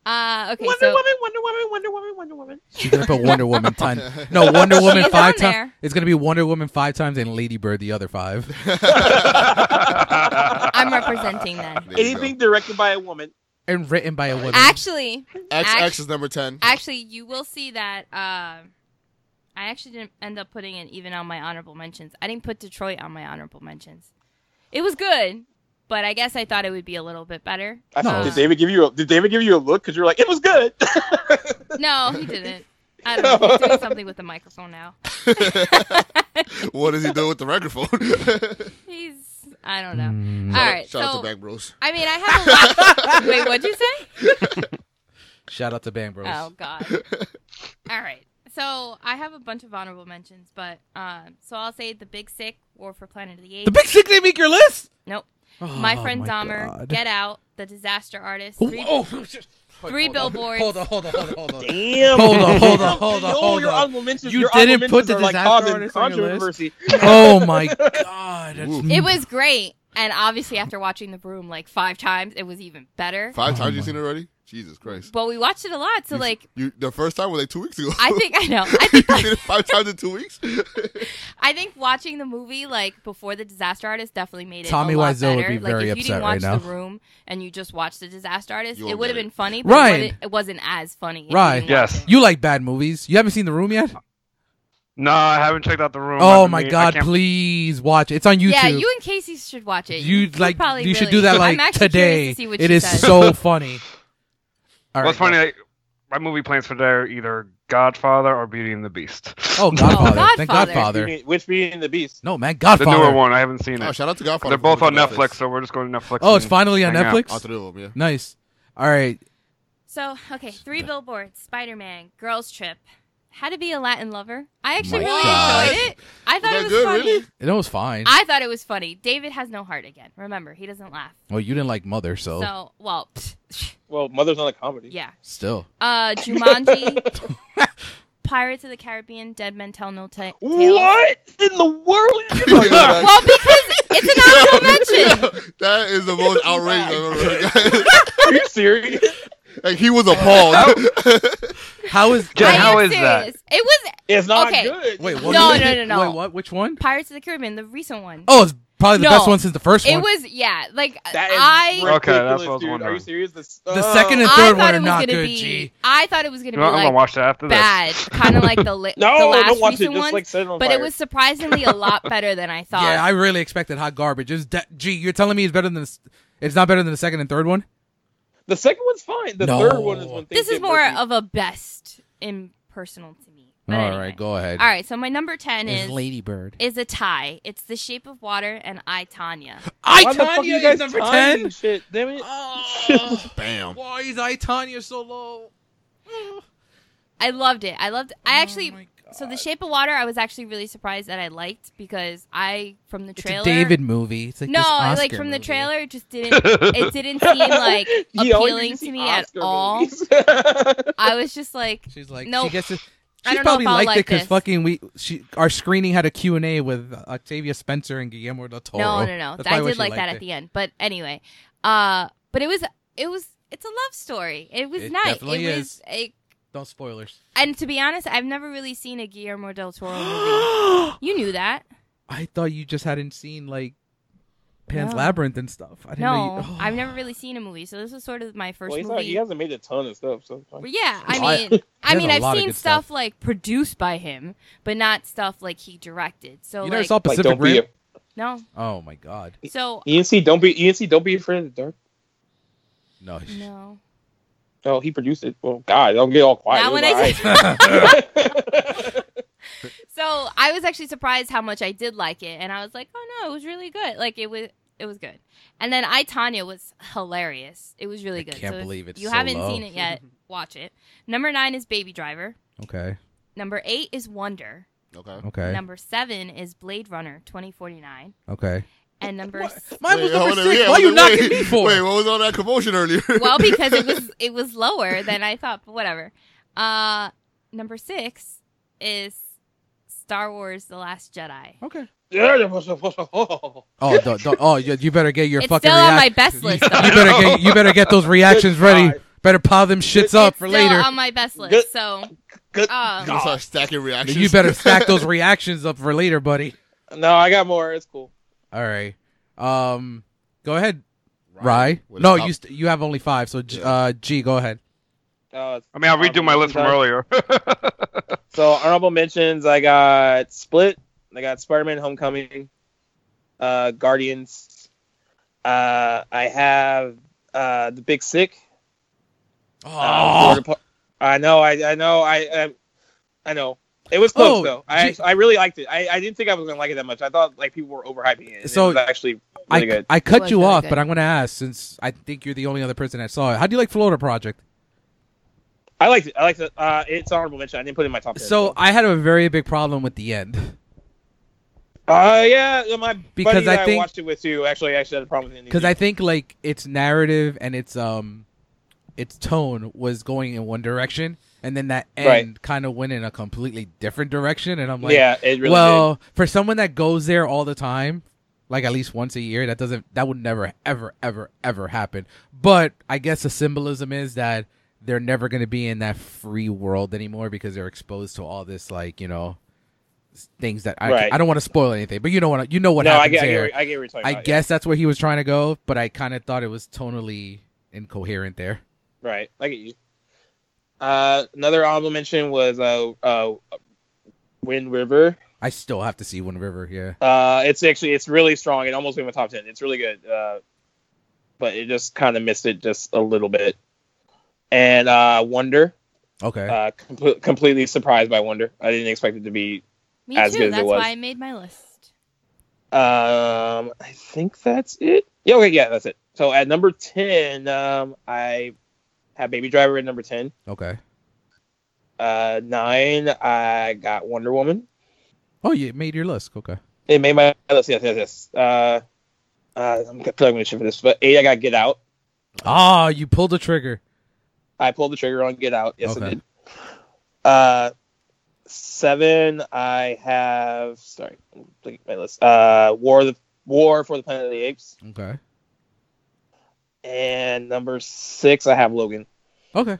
Speaker 1: Uh, okay,
Speaker 5: Wonder
Speaker 1: so
Speaker 5: Woman, Wonder Woman, Wonder Woman, Wonder Woman.
Speaker 2: She's gonna put Wonder Woman ten. No, Wonder Woman
Speaker 1: She's
Speaker 2: five
Speaker 1: on
Speaker 2: times.
Speaker 1: there.
Speaker 2: It's gonna be Wonder Woman five times and Lady Bird the other five.
Speaker 1: I'm representing then.
Speaker 3: There you go.
Speaker 5: Anything directed by a woman.
Speaker 2: And written by a woman.
Speaker 1: Actually,
Speaker 3: X
Speaker 1: Act-
Speaker 3: X is number ten
Speaker 1: actually, you will see that. um I actually didn't end up putting it even on my honorable mentions. I didn't put Detroit on my honorable mentions. It was good, but I guess I thought it would be a little bit better.
Speaker 5: I
Speaker 2: No.
Speaker 5: thought, did David give you a Did David give you a look because you were like, it was good.
Speaker 1: No, he didn't. I don't know. He's doing something with the microphone now.
Speaker 3: what does he do with the microphone?
Speaker 1: He's I don't know.
Speaker 2: Mm.
Speaker 1: All
Speaker 3: Shout-
Speaker 1: right,
Speaker 3: Mm, Shout out
Speaker 1: so-
Speaker 3: to Bang Bros.
Speaker 1: I mean, I have a lot. Wait, what'd you say?
Speaker 2: Shout out to Bang Bros.
Speaker 1: Oh God. All right. So I have a bunch of honorable mentions, but um, so I'll say the Big Sick, War for Planet of the Apes.
Speaker 2: The Big Sick didn't make your list.
Speaker 1: nope. my
Speaker 2: Oh,
Speaker 1: friend Dahmer,
Speaker 2: God.
Speaker 1: Get Out, The Disaster Artist,
Speaker 2: Oh,
Speaker 1: Three,
Speaker 2: oh, shit.
Speaker 1: Three
Speaker 2: hold on.
Speaker 1: Billboards.
Speaker 2: Hold on, hold on, hold on, hold on.
Speaker 5: Damn.
Speaker 2: Hold on, hold on, hold on,
Speaker 5: You know
Speaker 2: hold
Speaker 5: your
Speaker 2: on.
Speaker 5: honorable mentions-
Speaker 2: You
Speaker 5: your honorable
Speaker 2: didn't put
Speaker 5: mentions
Speaker 2: the
Speaker 5: are, like,
Speaker 2: disaster
Speaker 5: causing
Speaker 2: artist on your list?
Speaker 5: controversy.
Speaker 2: Oh my god. that's-
Speaker 3: Ooh.
Speaker 1: It was great, and obviously after watching The Room like five times, it was even better.
Speaker 3: Five
Speaker 2: Oh
Speaker 3: times you've
Speaker 2: my-
Speaker 3: seen it already? Jesus Christ.
Speaker 1: But we watched it a lot, so
Speaker 3: You-
Speaker 1: like
Speaker 3: you, the first time was like two weeks ago.
Speaker 1: I think I know. I
Speaker 3: you
Speaker 1: think
Speaker 3: did it five times in two weeks.
Speaker 1: I think watching the movie like before the Disaster Artist definitely made it.
Speaker 2: Tommy
Speaker 1: a lot
Speaker 2: Wiseau would
Speaker 1: better.
Speaker 2: be
Speaker 1: like,
Speaker 2: very
Speaker 1: if you
Speaker 2: upset
Speaker 1: didn't
Speaker 2: right
Speaker 1: watch
Speaker 2: now.
Speaker 1: The Room and you just watched the Disaster Artist,
Speaker 3: You
Speaker 1: it
Speaker 3: won't
Speaker 1: would have
Speaker 3: get it.
Speaker 1: been funny, but
Speaker 2: Right.
Speaker 1: it, wasn't, it wasn't as funny. if you
Speaker 2: Right.
Speaker 1: didn't watch
Speaker 4: Yes.
Speaker 1: it.
Speaker 2: You like bad movies? You haven't seen The Room yet?
Speaker 4: No, I haven't checked out the room. I've
Speaker 2: Oh
Speaker 4: been
Speaker 2: my
Speaker 4: meaning- I
Speaker 2: god,
Speaker 4: can't-
Speaker 2: please watch it. It's on YouTube.
Speaker 1: Yeah, you and Casey should watch it.
Speaker 2: You, like
Speaker 1: probably
Speaker 2: you should
Speaker 1: really-
Speaker 2: do that like
Speaker 1: I'm actually
Speaker 2: today.
Speaker 1: curious To see what
Speaker 2: it
Speaker 1: she
Speaker 2: is
Speaker 1: says.
Speaker 2: so funny. All
Speaker 4: What's
Speaker 2: right.
Speaker 4: funny? Like, my movie plans for today are either Godfather or Beauty and the Beast.
Speaker 2: Oh, Godfather. Thank
Speaker 1: Godfather.
Speaker 2: Godfather.
Speaker 5: Which being the beast.
Speaker 2: No, man,
Speaker 4: the
Speaker 2: Godfather.
Speaker 4: newer one. I haven't seen
Speaker 3: oh,
Speaker 4: it.
Speaker 3: shout out to Godfather.
Speaker 4: They're
Speaker 3: for
Speaker 4: both on
Speaker 3: putting it
Speaker 4: Netflix, so we're just going to Netflix.
Speaker 2: Oh, it's
Speaker 4: and-
Speaker 2: finally on
Speaker 4: Hang out.
Speaker 2: Netflix.
Speaker 3: All three of them, yeah.
Speaker 2: Nice. All right.
Speaker 1: So okay, three billboards, Spider Man, Girls Trip, How to Be a Latin Lover. I actually
Speaker 2: My
Speaker 1: really
Speaker 2: God.
Speaker 1: enjoyed it. I thought
Speaker 3: that
Speaker 1: it was
Speaker 3: good,
Speaker 1: funny.
Speaker 3: really?
Speaker 2: It was fine.
Speaker 1: I thought it was funny. David has no heart again. Remember, he doesn't laugh.
Speaker 2: well, you didn't like Mother, so
Speaker 1: So well,
Speaker 5: Well, Mother's not a comedy.
Speaker 1: yeah.
Speaker 2: still.
Speaker 1: Uh, Jumanji, Pirates of the Caribbean, Dead Men Tell No Ta- Tales.
Speaker 5: What in the world? is it?
Speaker 3: Yeah,
Speaker 1: Well, because it's an honorable mention.
Speaker 3: that is the most outrageous I've ever heard.
Speaker 5: Are you serious?
Speaker 3: like he was appalled.
Speaker 2: How is
Speaker 4: Jen,
Speaker 1: I
Speaker 2: how-
Speaker 4: how
Speaker 1: am
Speaker 4: is that?
Speaker 1: serious. It was
Speaker 5: It's not
Speaker 1: Okay.
Speaker 5: good.
Speaker 2: Wait, what
Speaker 1: No,
Speaker 2: is
Speaker 1: no,
Speaker 2: it?
Speaker 1: no, no.
Speaker 2: Wait, what? Which one?
Speaker 1: Pirates of the Caribbean, the recent one.
Speaker 2: Oh, it's probably the
Speaker 1: No.
Speaker 2: best one since the first
Speaker 1: it
Speaker 2: one.
Speaker 1: was yeah. Like
Speaker 5: That is
Speaker 1: I.
Speaker 4: right. Okay, that's
Speaker 5: ridiculous,
Speaker 4: what I was
Speaker 5: dude. Are
Speaker 4: wondering.
Speaker 5: you serious? This-
Speaker 2: The
Speaker 5: uh,
Speaker 2: second and-
Speaker 1: I thought
Speaker 2: third one
Speaker 1: it
Speaker 2: are
Speaker 1: was
Speaker 2: not
Speaker 1: gonna
Speaker 2: good,
Speaker 1: be.
Speaker 2: G.
Speaker 1: I thought it was gonna
Speaker 4: You
Speaker 1: be
Speaker 4: know, I'm gonna
Speaker 1: like
Speaker 4: watch that after this.
Speaker 1: bad, kind of like the, li- the
Speaker 5: no,
Speaker 1: last
Speaker 5: don't watch it.
Speaker 1: recent
Speaker 5: Just
Speaker 1: one.
Speaker 5: like set it on
Speaker 1: but
Speaker 5: fire.
Speaker 1: it was surprisingly a lot better than I thought.
Speaker 2: yeah, I really expected hot garbage. It's de- Gee, you're telling me it's better than the s- it's not better than the second and third one?
Speaker 5: the second one's fine. The
Speaker 2: No.
Speaker 5: third one is when things
Speaker 1: this is
Speaker 5: get
Speaker 1: more
Speaker 5: murky.
Speaker 1: of a best in personal to me. But
Speaker 2: All right,
Speaker 1: anyway.
Speaker 2: go ahead.
Speaker 1: All right, so my number ten is
Speaker 2: Ladybird.
Speaker 1: is a tie. It's The Shape of Water and I Tanya.
Speaker 2: I
Speaker 5: Why the fuck are
Speaker 2: Tanya
Speaker 5: you guys
Speaker 2: is number
Speaker 5: tying
Speaker 2: ten.
Speaker 5: and Shit, damn it.
Speaker 2: Oh,
Speaker 3: Bam.
Speaker 2: why is I Tanya so low?
Speaker 1: I loved it. I loved. I actually.
Speaker 2: Oh my God.
Speaker 1: so The Shape of Water, I was actually really surprised that I liked because I from the
Speaker 2: It's
Speaker 1: trailer.
Speaker 2: a David movie. It's like
Speaker 1: no,
Speaker 2: this
Speaker 1: I,
Speaker 2: Oscar
Speaker 1: like from the
Speaker 2: movie.
Speaker 1: trailer, it just didn't. It didn't seem like
Speaker 5: He always
Speaker 1: appealing
Speaker 5: uses
Speaker 1: to me at
Speaker 5: Oscar
Speaker 1: all.
Speaker 5: movies.
Speaker 1: I was just like,
Speaker 2: She's like,
Speaker 1: Nope.
Speaker 2: she gets it.
Speaker 1: I
Speaker 2: She
Speaker 1: don't know
Speaker 2: probably
Speaker 1: if I'll
Speaker 2: liked
Speaker 1: like
Speaker 2: it because
Speaker 1: this.
Speaker 2: fucking we she our screening had a Q and A with Octavia Spencer and Guillermo del Toro.
Speaker 1: No, no, no.
Speaker 2: That's
Speaker 1: I
Speaker 2: probably why
Speaker 1: did
Speaker 2: she
Speaker 1: like that
Speaker 2: liked
Speaker 1: at the end. But anyway, uh, but it was, it was, it's a love story. It was
Speaker 2: It
Speaker 1: nice.
Speaker 2: definitely
Speaker 1: it
Speaker 2: is.
Speaker 1: was, it,
Speaker 2: Don't spoilers.
Speaker 1: and to be honest, I've never really seen a Guillermo del Toro movie.
Speaker 2: I
Speaker 1: You knew that.
Speaker 2: thought you just hadn't seen like Pan's
Speaker 1: No.
Speaker 2: Labyrinth and stuff. I didn't know
Speaker 1: No,
Speaker 2: you- oh.
Speaker 1: I've never really seen a movie, so this was sort of my first
Speaker 5: well, he's
Speaker 1: movie.
Speaker 5: not, he hasn't made a ton of stuff. So it's fine.
Speaker 1: Well, yeah, I
Speaker 2: No, I-
Speaker 1: mean, I,
Speaker 2: There's
Speaker 1: mean,
Speaker 2: a
Speaker 1: I've
Speaker 2: lot of
Speaker 1: seen
Speaker 2: good
Speaker 1: stuff,
Speaker 2: stuff.
Speaker 1: like produced by him, but not stuff like he directed. So
Speaker 2: You
Speaker 1: like,
Speaker 2: never saw
Speaker 5: like,
Speaker 2: Pacific
Speaker 5: don't be.
Speaker 2: Rim?
Speaker 5: A,
Speaker 1: no.
Speaker 2: Oh my god.
Speaker 1: So
Speaker 5: you didn't see. Don't be. You didn't see. Don't be afraid of the dark.
Speaker 2: No.
Speaker 1: no.
Speaker 5: No, Oh, he produced it. Well, God, don't get all quiet.
Speaker 1: Now
Speaker 5: It was
Speaker 1: when I
Speaker 5: all right.
Speaker 1: So I was actually surprised how much I did like it, and I was like, "Oh no, it was really good. Like it was, it was good." And then I Tanya was hilarious. It was really
Speaker 2: I
Speaker 1: good.
Speaker 2: can't
Speaker 1: so if
Speaker 2: believe it's
Speaker 1: you
Speaker 2: so
Speaker 1: haven't
Speaker 2: low.
Speaker 1: seen it yet. Watch it. Number nine is Baby Driver.
Speaker 2: Okay.
Speaker 1: Number eight is Wonder.
Speaker 3: Okay.
Speaker 2: Okay.
Speaker 1: Number seven is Blade Runner twenty forty nine,
Speaker 2: okay.
Speaker 1: and number s-
Speaker 2: Mine was
Speaker 3: Wait,
Speaker 2: number
Speaker 3: hold on,
Speaker 2: six.
Speaker 3: yeah,
Speaker 2: why
Speaker 3: I was
Speaker 2: you
Speaker 3: like,
Speaker 2: knocking
Speaker 3: wait,
Speaker 2: me for?
Speaker 3: Wait, what was all that commotion earlier?
Speaker 1: well because it was it was lower than I thought, but whatever. Uh, number six is Star Wars: The Last Jedi.
Speaker 2: okay.
Speaker 5: Yeah.
Speaker 2: Oh, don't, don't, oh, you, you better get your
Speaker 1: it's
Speaker 2: fucking
Speaker 1: still on my
Speaker 2: reaction.
Speaker 1: best list. Though.
Speaker 2: you better get you better get those reactions ready.
Speaker 5: God.
Speaker 2: Better pile them shits up
Speaker 1: it's
Speaker 2: for
Speaker 1: still
Speaker 2: later.
Speaker 1: on my best list.
Speaker 5: Good-
Speaker 1: So
Speaker 5: Good
Speaker 1: Um,
Speaker 3: You
Speaker 5: God.
Speaker 3: start stacking reactions.
Speaker 2: You better stack those reactions up for later, buddy.
Speaker 5: No, I got more. It's cool.
Speaker 2: All right. Um, go ahead, Rye.
Speaker 3: Ryan, with
Speaker 2: No,
Speaker 3: a
Speaker 2: you st- you have only five. So G-
Speaker 3: Yeah.
Speaker 2: uh, G, go ahead.
Speaker 5: Uh,
Speaker 4: I mean, I'll redo my list from earlier.
Speaker 5: So honorable mentions, I got Split, I got Spider-Man: Homecoming, uh, Guardians. Uh, I have uh,
Speaker 2: Oh.
Speaker 5: Um, the Big Sick. Uh, Florida Par- I know, I, I know, I, I I know. It was close
Speaker 2: Oh,
Speaker 5: though. I
Speaker 2: gee.
Speaker 5: I really liked it. I, I didn't think I was gonna like it that much. I thought like people were overhyping it. And
Speaker 2: So,
Speaker 5: it was actually
Speaker 2: I,
Speaker 5: really good.
Speaker 2: I cut
Speaker 1: was
Speaker 2: you
Speaker 1: really
Speaker 2: off,
Speaker 1: good.
Speaker 2: but I'm going to ask since I think you're the only other person that saw it. How do you like Florida Project?
Speaker 5: I liked it. I liked it. Uh, it's honorable mention. I didn't put it in my top. 10,
Speaker 2: So I had a very big problem with the end
Speaker 5: Uh, yeah, my
Speaker 2: Because
Speaker 5: buddy
Speaker 2: I
Speaker 5: that I,
Speaker 2: think-
Speaker 5: watched it with you actually actually had a problem with it.
Speaker 2: because I think like its narrative and its um its tone was going in one direction, and then that end
Speaker 5: Right.
Speaker 2: kind of went in a completely different direction, and I'm like,
Speaker 5: yeah, it really
Speaker 2: well, for someone that goes there all the time, like at least once a year, that doesn't that would never ever ever ever happen. But I guess the symbolism is that they're never going to be in that free world anymore because they're exposed to all this like, you know, s- things that I
Speaker 5: Right.
Speaker 2: I don't want to spoil anything, but you know what I- you know
Speaker 5: did.
Speaker 2: what
Speaker 5: no, I
Speaker 2: happens
Speaker 5: get, I get,
Speaker 2: here.
Speaker 5: what- I get what you're talking
Speaker 2: I
Speaker 5: about, yeah.
Speaker 2: guess that's where he was trying to go, but I kind of thought it was tonally incoherent there.
Speaker 5: Right. I get you. Uh, another honorable mention was uh, uh, Wind River.
Speaker 2: I still have to see Wind River, yeah.
Speaker 5: Uh, it's actually it's really strong. It almost made my top ten. It's really good. Uh, but it just kind of missed it just a little bit. And uh, Wonder,
Speaker 2: Okay.
Speaker 5: uh, com- completely surprised by Wonder. I didn't expect it to be.
Speaker 1: Me
Speaker 5: As
Speaker 1: too.
Speaker 5: good as it
Speaker 1: That's
Speaker 5: was.
Speaker 1: why I made my list.
Speaker 5: Um, I think that's it. Yeah. Okay. Yeah, that's it. So at number ten, um, I have Baby Driver at number ten.
Speaker 2: okay.
Speaker 5: Uh, nine, I got Wonder Woman.
Speaker 2: Oh, you made your list. Okay.
Speaker 5: It made my list. Yes, yes, yes. Uh, uh, I'm plugging shit for this, but eight, I got Get Out.
Speaker 2: Ah, you pulled the trigger.
Speaker 5: I pulled the trigger on Get Out. Yes, I
Speaker 2: Okay.
Speaker 5: did. Uh, seven, I have. Sorry, I'm looking at my list. Uh, War of the War for the Planet of the Apes,
Speaker 2: Okay.
Speaker 5: and number six, I have Logan,
Speaker 2: Okay.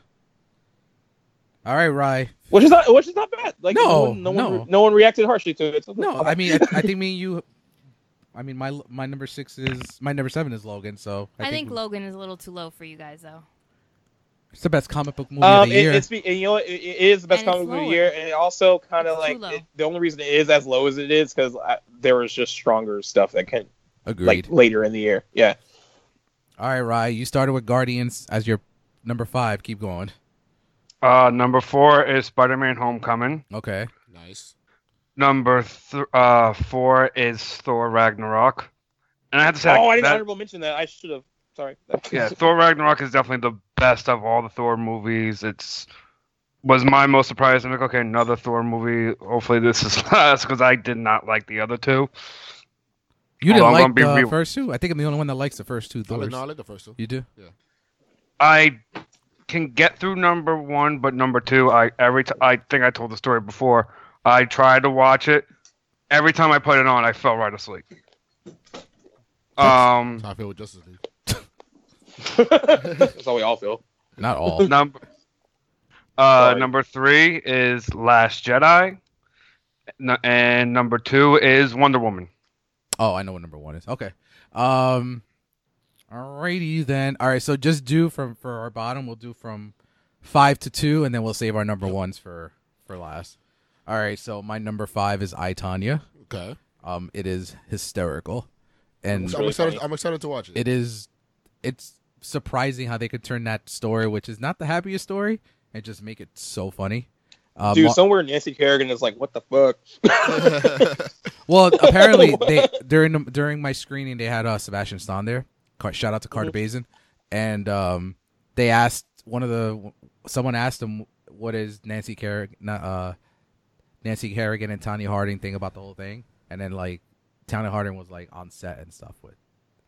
Speaker 2: All right, Rye.
Speaker 5: which is not which is not bad. Like
Speaker 2: No,
Speaker 5: one, no,
Speaker 2: no.
Speaker 5: one, no one reacted harshly to it. So-
Speaker 2: No, I mean, I, I think me and you. I mean, my my number six is my number seven is Logan. So
Speaker 1: I, think,
Speaker 2: we-
Speaker 1: Logan is a little too low for you guys though.
Speaker 2: it's the best comic book movie of
Speaker 5: Um,
Speaker 2: the
Speaker 5: it,
Speaker 2: year.
Speaker 5: it's be, you know what, it, it is the best
Speaker 1: And it's
Speaker 5: comic book of the
Speaker 1: lower.
Speaker 5: year, and it also kind
Speaker 1: It's
Speaker 5: of
Speaker 1: too
Speaker 5: like
Speaker 1: low.
Speaker 5: it- the only reason it is as low as it is because there was just stronger stuff that can
Speaker 2: Agreed.
Speaker 5: like later in the year. Yeah,
Speaker 2: All right, Rye. You started with Guardians as your number five. Keep going.
Speaker 4: Uh, number four is Spider-Man: Homecoming.
Speaker 2: Okay.
Speaker 3: Nice.
Speaker 4: Number th- uh, four is Thor Ragnarok. And I have to say,
Speaker 5: oh,
Speaker 4: like,
Speaker 5: I didn't
Speaker 4: that-
Speaker 5: honorable mention that. I should have. Sorry.
Speaker 4: yeah, Thor Ragnarok is definitely the best of all the Thor movies. It's was my most surprised. I'm like, okay, another Thor movie. Hopefully, this is last because I did not like the other two.
Speaker 2: You
Speaker 4: Hold
Speaker 2: didn't
Speaker 4: on, I'm
Speaker 2: like
Speaker 4: gonna be
Speaker 2: the
Speaker 4: re-
Speaker 2: first two. I think I'm the only one that likes the first two
Speaker 3: I like,
Speaker 2: Thors.
Speaker 3: no, I like the first two.
Speaker 2: You do.
Speaker 4: I can get through number one, but number two, I every t- I think I told the story before. I tried to watch it. Every time I put it on, I fell right asleep. Um,
Speaker 3: That's how I feel with Justice League.
Speaker 5: That's how we all feel.
Speaker 2: Not all.
Speaker 4: number uh,
Speaker 5: Sorry.
Speaker 4: number three is Last Jedi, N- and number two is Wonder Woman.
Speaker 2: oh, I know what number one is. Okay. Um. Alrighty then. All right. So just do from for our bottom. We'll do from five to two, and then we'll save our number ones for for last. All right. So my number five is I Tanya.
Speaker 3: Okay.
Speaker 2: Um, it is hysterical,
Speaker 3: I'm,
Speaker 2: and
Speaker 5: Really
Speaker 3: excited,
Speaker 5: funny.
Speaker 3: I'm excited to watch it.
Speaker 2: it is it's surprising how they could turn that story, which is not the happiest story, and just make it so funny. Uh,
Speaker 5: Dude,
Speaker 2: Mar-
Speaker 5: somewhere Nancy Kerrigan is like, "What the fuck?"
Speaker 2: Well, apparently they during the, during my screening they had uh, Sebastian Stan there. Car- Shout out to Carter
Speaker 1: Mm-hmm.
Speaker 2: Bazin, and um, they asked one of the someone asked him what is Nancy Kerrigan, uh, Nancy Kerrigan and Tanya Harding think about the whole thing, and then like Tanya Harding was like on set and stuff with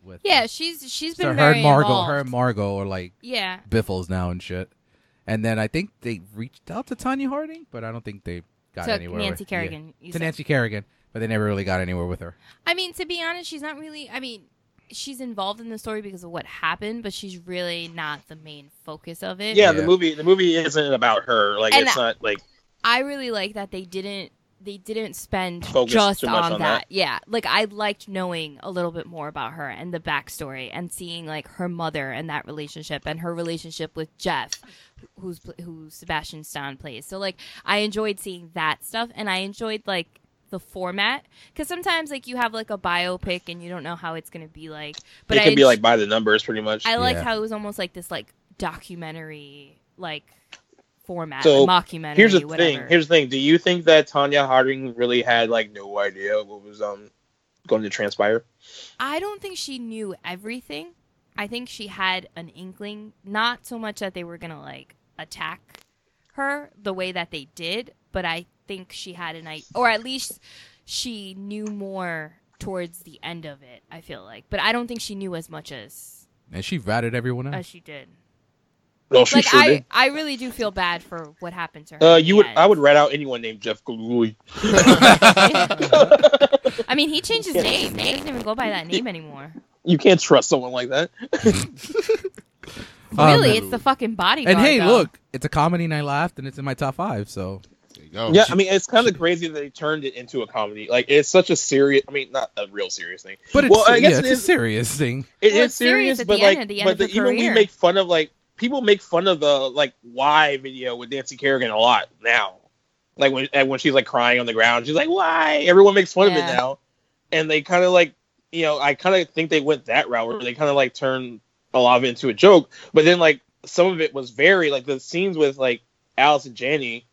Speaker 2: with
Speaker 1: Yeah, she's she's
Speaker 2: so
Speaker 1: been
Speaker 2: her
Speaker 1: very
Speaker 2: and Margot,
Speaker 1: involved.
Speaker 2: her and Margot are like
Speaker 1: yeah,
Speaker 2: biffles now and shit, and then I think they reached out to Tanya Harding, but I don't think they got
Speaker 1: took
Speaker 2: anywhere.
Speaker 1: Nancy
Speaker 2: with, yeah,
Speaker 1: Kerrigan. you
Speaker 2: to
Speaker 1: said.
Speaker 2: Nancy Kerrigan, but they never really got anywhere with her.
Speaker 1: I mean, to be honest, she's not really. I mean, she's involved in the story because of what happened, but she's really not the main focus of
Speaker 5: Yeah,
Speaker 1: it.
Speaker 5: the
Speaker 2: Yeah.
Speaker 5: movie. The movie isn't about her. Like,
Speaker 1: And
Speaker 5: it's not like
Speaker 1: I really like that they didn't they didn't spend
Speaker 5: Focus
Speaker 1: just
Speaker 5: too much
Speaker 1: on,
Speaker 5: on
Speaker 1: that.
Speaker 5: that.
Speaker 1: Yeah, like I liked knowing a little bit more about her and the backstory and seeing like her mother and that relationship and her relationship with Jeff, who's who Sebastian Stan plays. So like I enjoyed seeing that stuff and I enjoyed like the format because sometimes like you have like a biopic and you don't know how it's gonna be like. But
Speaker 5: it
Speaker 1: I
Speaker 5: can be
Speaker 1: en-
Speaker 5: like by the numbers, pretty much.
Speaker 1: I liked
Speaker 2: Yeah.
Speaker 1: how it was almost like this like documentary like format,
Speaker 5: So,
Speaker 1: like mockumentary.
Speaker 5: Here's the
Speaker 1: whatever.
Speaker 5: thing. Here's the thing. Do you think that Tanya Harding really had like no idea what was um going to transpire?
Speaker 1: I don't think she knew everything. I think she had an inkling, not so much that they were going to like attack her the way that they did, but I think she had an idea, or at least she knew more towards the end of it, I feel like. But I don't think she knew as much as,
Speaker 2: and she ratted everyone out.
Speaker 1: as Uh, she did.
Speaker 5: No, Oh, she
Speaker 1: like,
Speaker 5: sure
Speaker 1: I,
Speaker 5: did.
Speaker 1: I really do feel bad for what happened to her.
Speaker 5: Uh,
Speaker 1: at
Speaker 5: you
Speaker 1: the
Speaker 5: would.
Speaker 1: end.
Speaker 5: I would rat out anyone named Jeff Goulier.
Speaker 1: I mean, he changed his
Speaker 5: Yeah.
Speaker 1: name. He doesn't even go by that name anymore.
Speaker 5: You can't trust someone like that.
Speaker 2: Um,
Speaker 1: really, it's the fucking bodyguard.
Speaker 2: and hey,
Speaker 1: though.
Speaker 2: look, it's a comedy, and I laughed, and it's in my top five. So
Speaker 3: There you
Speaker 2: Oh,
Speaker 3: go.
Speaker 5: yeah, I mean, it's kind of crazy that they turned it into a comedy. Like, it's such a serious. I mean, not a real serious thing.
Speaker 2: But it's,
Speaker 5: Well, I guess
Speaker 2: yeah,
Speaker 5: it
Speaker 2: it's a
Speaker 5: is-
Speaker 2: serious thing.
Speaker 5: It is
Speaker 1: Well, it's serious
Speaker 5: serious,
Speaker 1: at
Speaker 5: but
Speaker 1: the
Speaker 5: like,
Speaker 1: end, at the end
Speaker 5: but
Speaker 1: of her
Speaker 5: the, even we
Speaker 1: career.
Speaker 5: make fun of like people make fun of the like why video with Nancy Kerrigan a lot now. Like when and when she's like crying on the ground, she's like why. Everyone makes fun of
Speaker 1: Yeah.
Speaker 5: it now, and they kind of like you know I kind of think they went that route where they kind of like turned a lot of it into a joke, but then like some of it was very like the scenes with like Alice and Janney,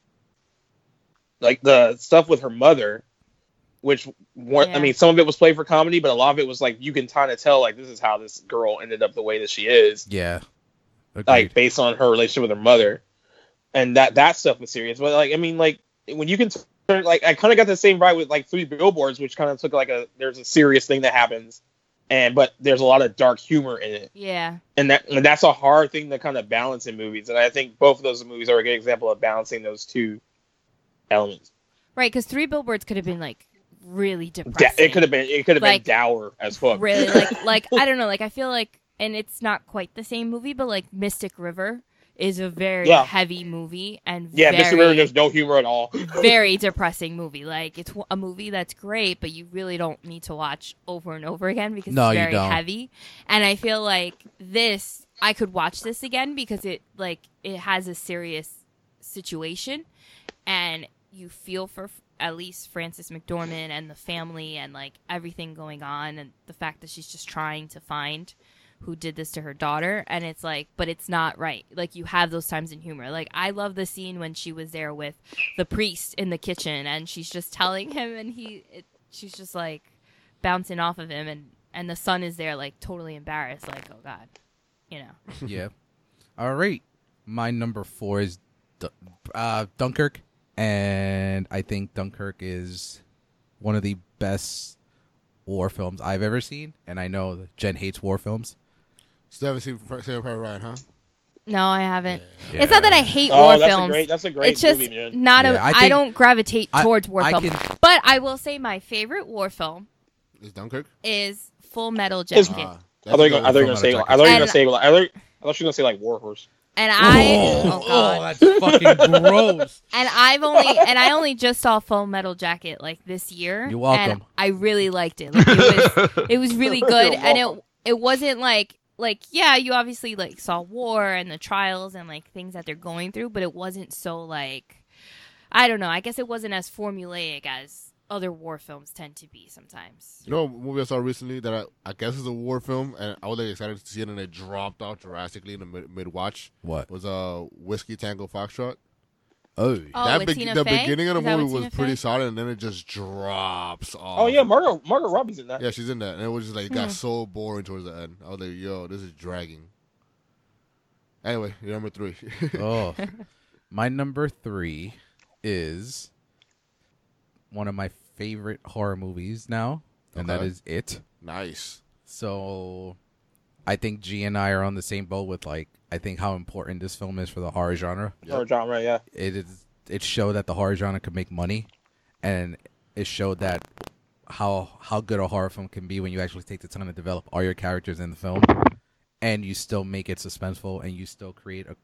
Speaker 5: like the stuff with her mother, which one,
Speaker 1: Yeah.
Speaker 5: I mean, some of it was played for comedy, but a lot of it was like you can kind of tell like this is how this girl ended up the way that she is,
Speaker 2: Yeah. Agreed.
Speaker 5: like based on her relationship with her mother, and that that stuff was serious. But like I mean, like when you can turn like I kind of got the same vibe with like Three Billboards, which kind of took like a there's a serious thing that happens, and but there's a lot of dark humor in it
Speaker 1: Yeah.
Speaker 5: and that and that's a hard thing to kind of balance in movies. And I think both of those movies are a good example of balancing those two elements.
Speaker 1: Right, because three billboards could have been like really depressing.
Speaker 5: Da- it could have been it could have
Speaker 1: Like,
Speaker 5: been dour as fuck.
Speaker 1: really like like I don't know. Like I feel like, and it's not quite the same movie, but like Mystic River is a very
Speaker 5: Yeah.
Speaker 1: heavy movie and
Speaker 5: yeah,
Speaker 1: very,
Speaker 5: Mr. River, there's no humor at all.
Speaker 1: very depressing movie. Like it's a movie that's great, but you really don't need to watch over and over again because
Speaker 2: No,
Speaker 1: it's
Speaker 2: you
Speaker 1: very
Speaker 2: don't.
Speaker 1: heavy. And I feel like this, I could watch this again because it like it has a serious situation, and you feel for f- at least Frances McDormand and the family and like everything going on and the fact that she's just trying to find who did this to her daughter and it's like but it's not right like you have those times in humor like i love the scene when she was there with the priest in the kitchen and she's just telling him and he it, she's just like bouncing off of him and and the son is there like totally embarrassed like oh god you know
Speaker 2: yeah. All right. My number four is Du- uh, Dunkirk, and I think Dunkirk is one of the best war films I've ever seen. And I know that Jen hates war films.
Speaker 3: Still haven't seen Fr- Saving Private Ryan, huh?
Speaker 1: no i haven't it's not that i hate
Speaker 5: oh,
Speaker 1: war
Speaker 5: that's
Speaker 1: films
Speaker 5: a great that's a great
Speaker 1: it's just
Speaker 5: movie, man.
Speaker 1: not a.
Speaker 2: Yeah, I
Speaker 1: I,
Speaker 2: think-
Speaker 1: don't gravitate
Speaker 2: I-
Speaker 1: towards war
Speaker 2: I
Speaker 1: films
Speaker 2: can-
Speaker 1: but i will say my favorite war film
Speaker 3: Is Dunkirk?
Speaker 1: is full metal
Speaker 5: It's-
Speaker 1: jacket
Speaker 3: Ah, that's
Speaker 5: I thought you
Speaker 3: a
Speaker 5: were
Speaker 3: good
Speaker 5: gonna- I thought you were gonna
Speaker 2: Another
Speaker 5: say
Speaker 2: jacket.
Speaker 5: like, I thought you were gonna
Speaker 1: And-
Speaker 5: say like, I thought I thought you were gonna say like Warhorse.
Speaker 1: and i
Speaker 2: oh,
Speaker 1: oh, god
Speaker 2: oh, that's fucking gross.
Speaker 1: And I've only and I only just saw Full Metal Jacket like this year.
Speaker 2: You're welcome.
Speaker 1: And I really liked it. Like, it, was, it was really good,
Speaker 5: You're
Speaker 1: and it
Speaker 5: welcome.
Speaker 1: it wasn't like like yeah, you obviously like saw war and the trials and like things that they're going through, but it wasn't so like I don't know. I guess it wasn't as formulaic as other war films tend to be sometimes.
Speaker 3: You know, a movie I saw recently that I, I guess is a war film, and I was like, excited to see it, and it dropped off drastically in the mid, mid watch.
Speaker 2: What?
Speaker 3: Was uh, Whiskey Tango Foxtrot.
Speaker 2: Oh,
Speaker 1: Oh,
Speaker 3: that
Speaker 1: with
Speaker 3: be-
Speaker 1: Tina
Speaker 3: the
Speaker 1: Fey?
Speaker 3: beginning of the
Speaker 1: Is that
Speaker 3: movie
Speaker 1: with
Speaker 3: was
Speaker 1: Tina Fey?
Speaker 3: pretty solid, and then it just drops off.
Speaker 5: Oh yeah, Margot Margot Robbie's in that.
Speaker 3: Yeah, she's in that, and it was just like it got
Speaker 1: Hmm.
Speaker 3: so boring towards the end. I was like, "Yo, this is dragging." Anyway, you're number three.
Speaker 2: oh. My number three is one of my favorite horror movies now, and that
Speaker 3: Okay.
Speaker 2: is It.
Speaker 3: nice.
Speaker 2: So I think G and I are on the same boat with like I think how important this film is for the horror genre.
Speaker 5: Or genre, yeah.
Speaker 2: It is it showed that the horror genre could make money and it showed that how how good a horror film can be when you actually take the time to develop all your characters in the film and you still make it suspenseful and you still create a,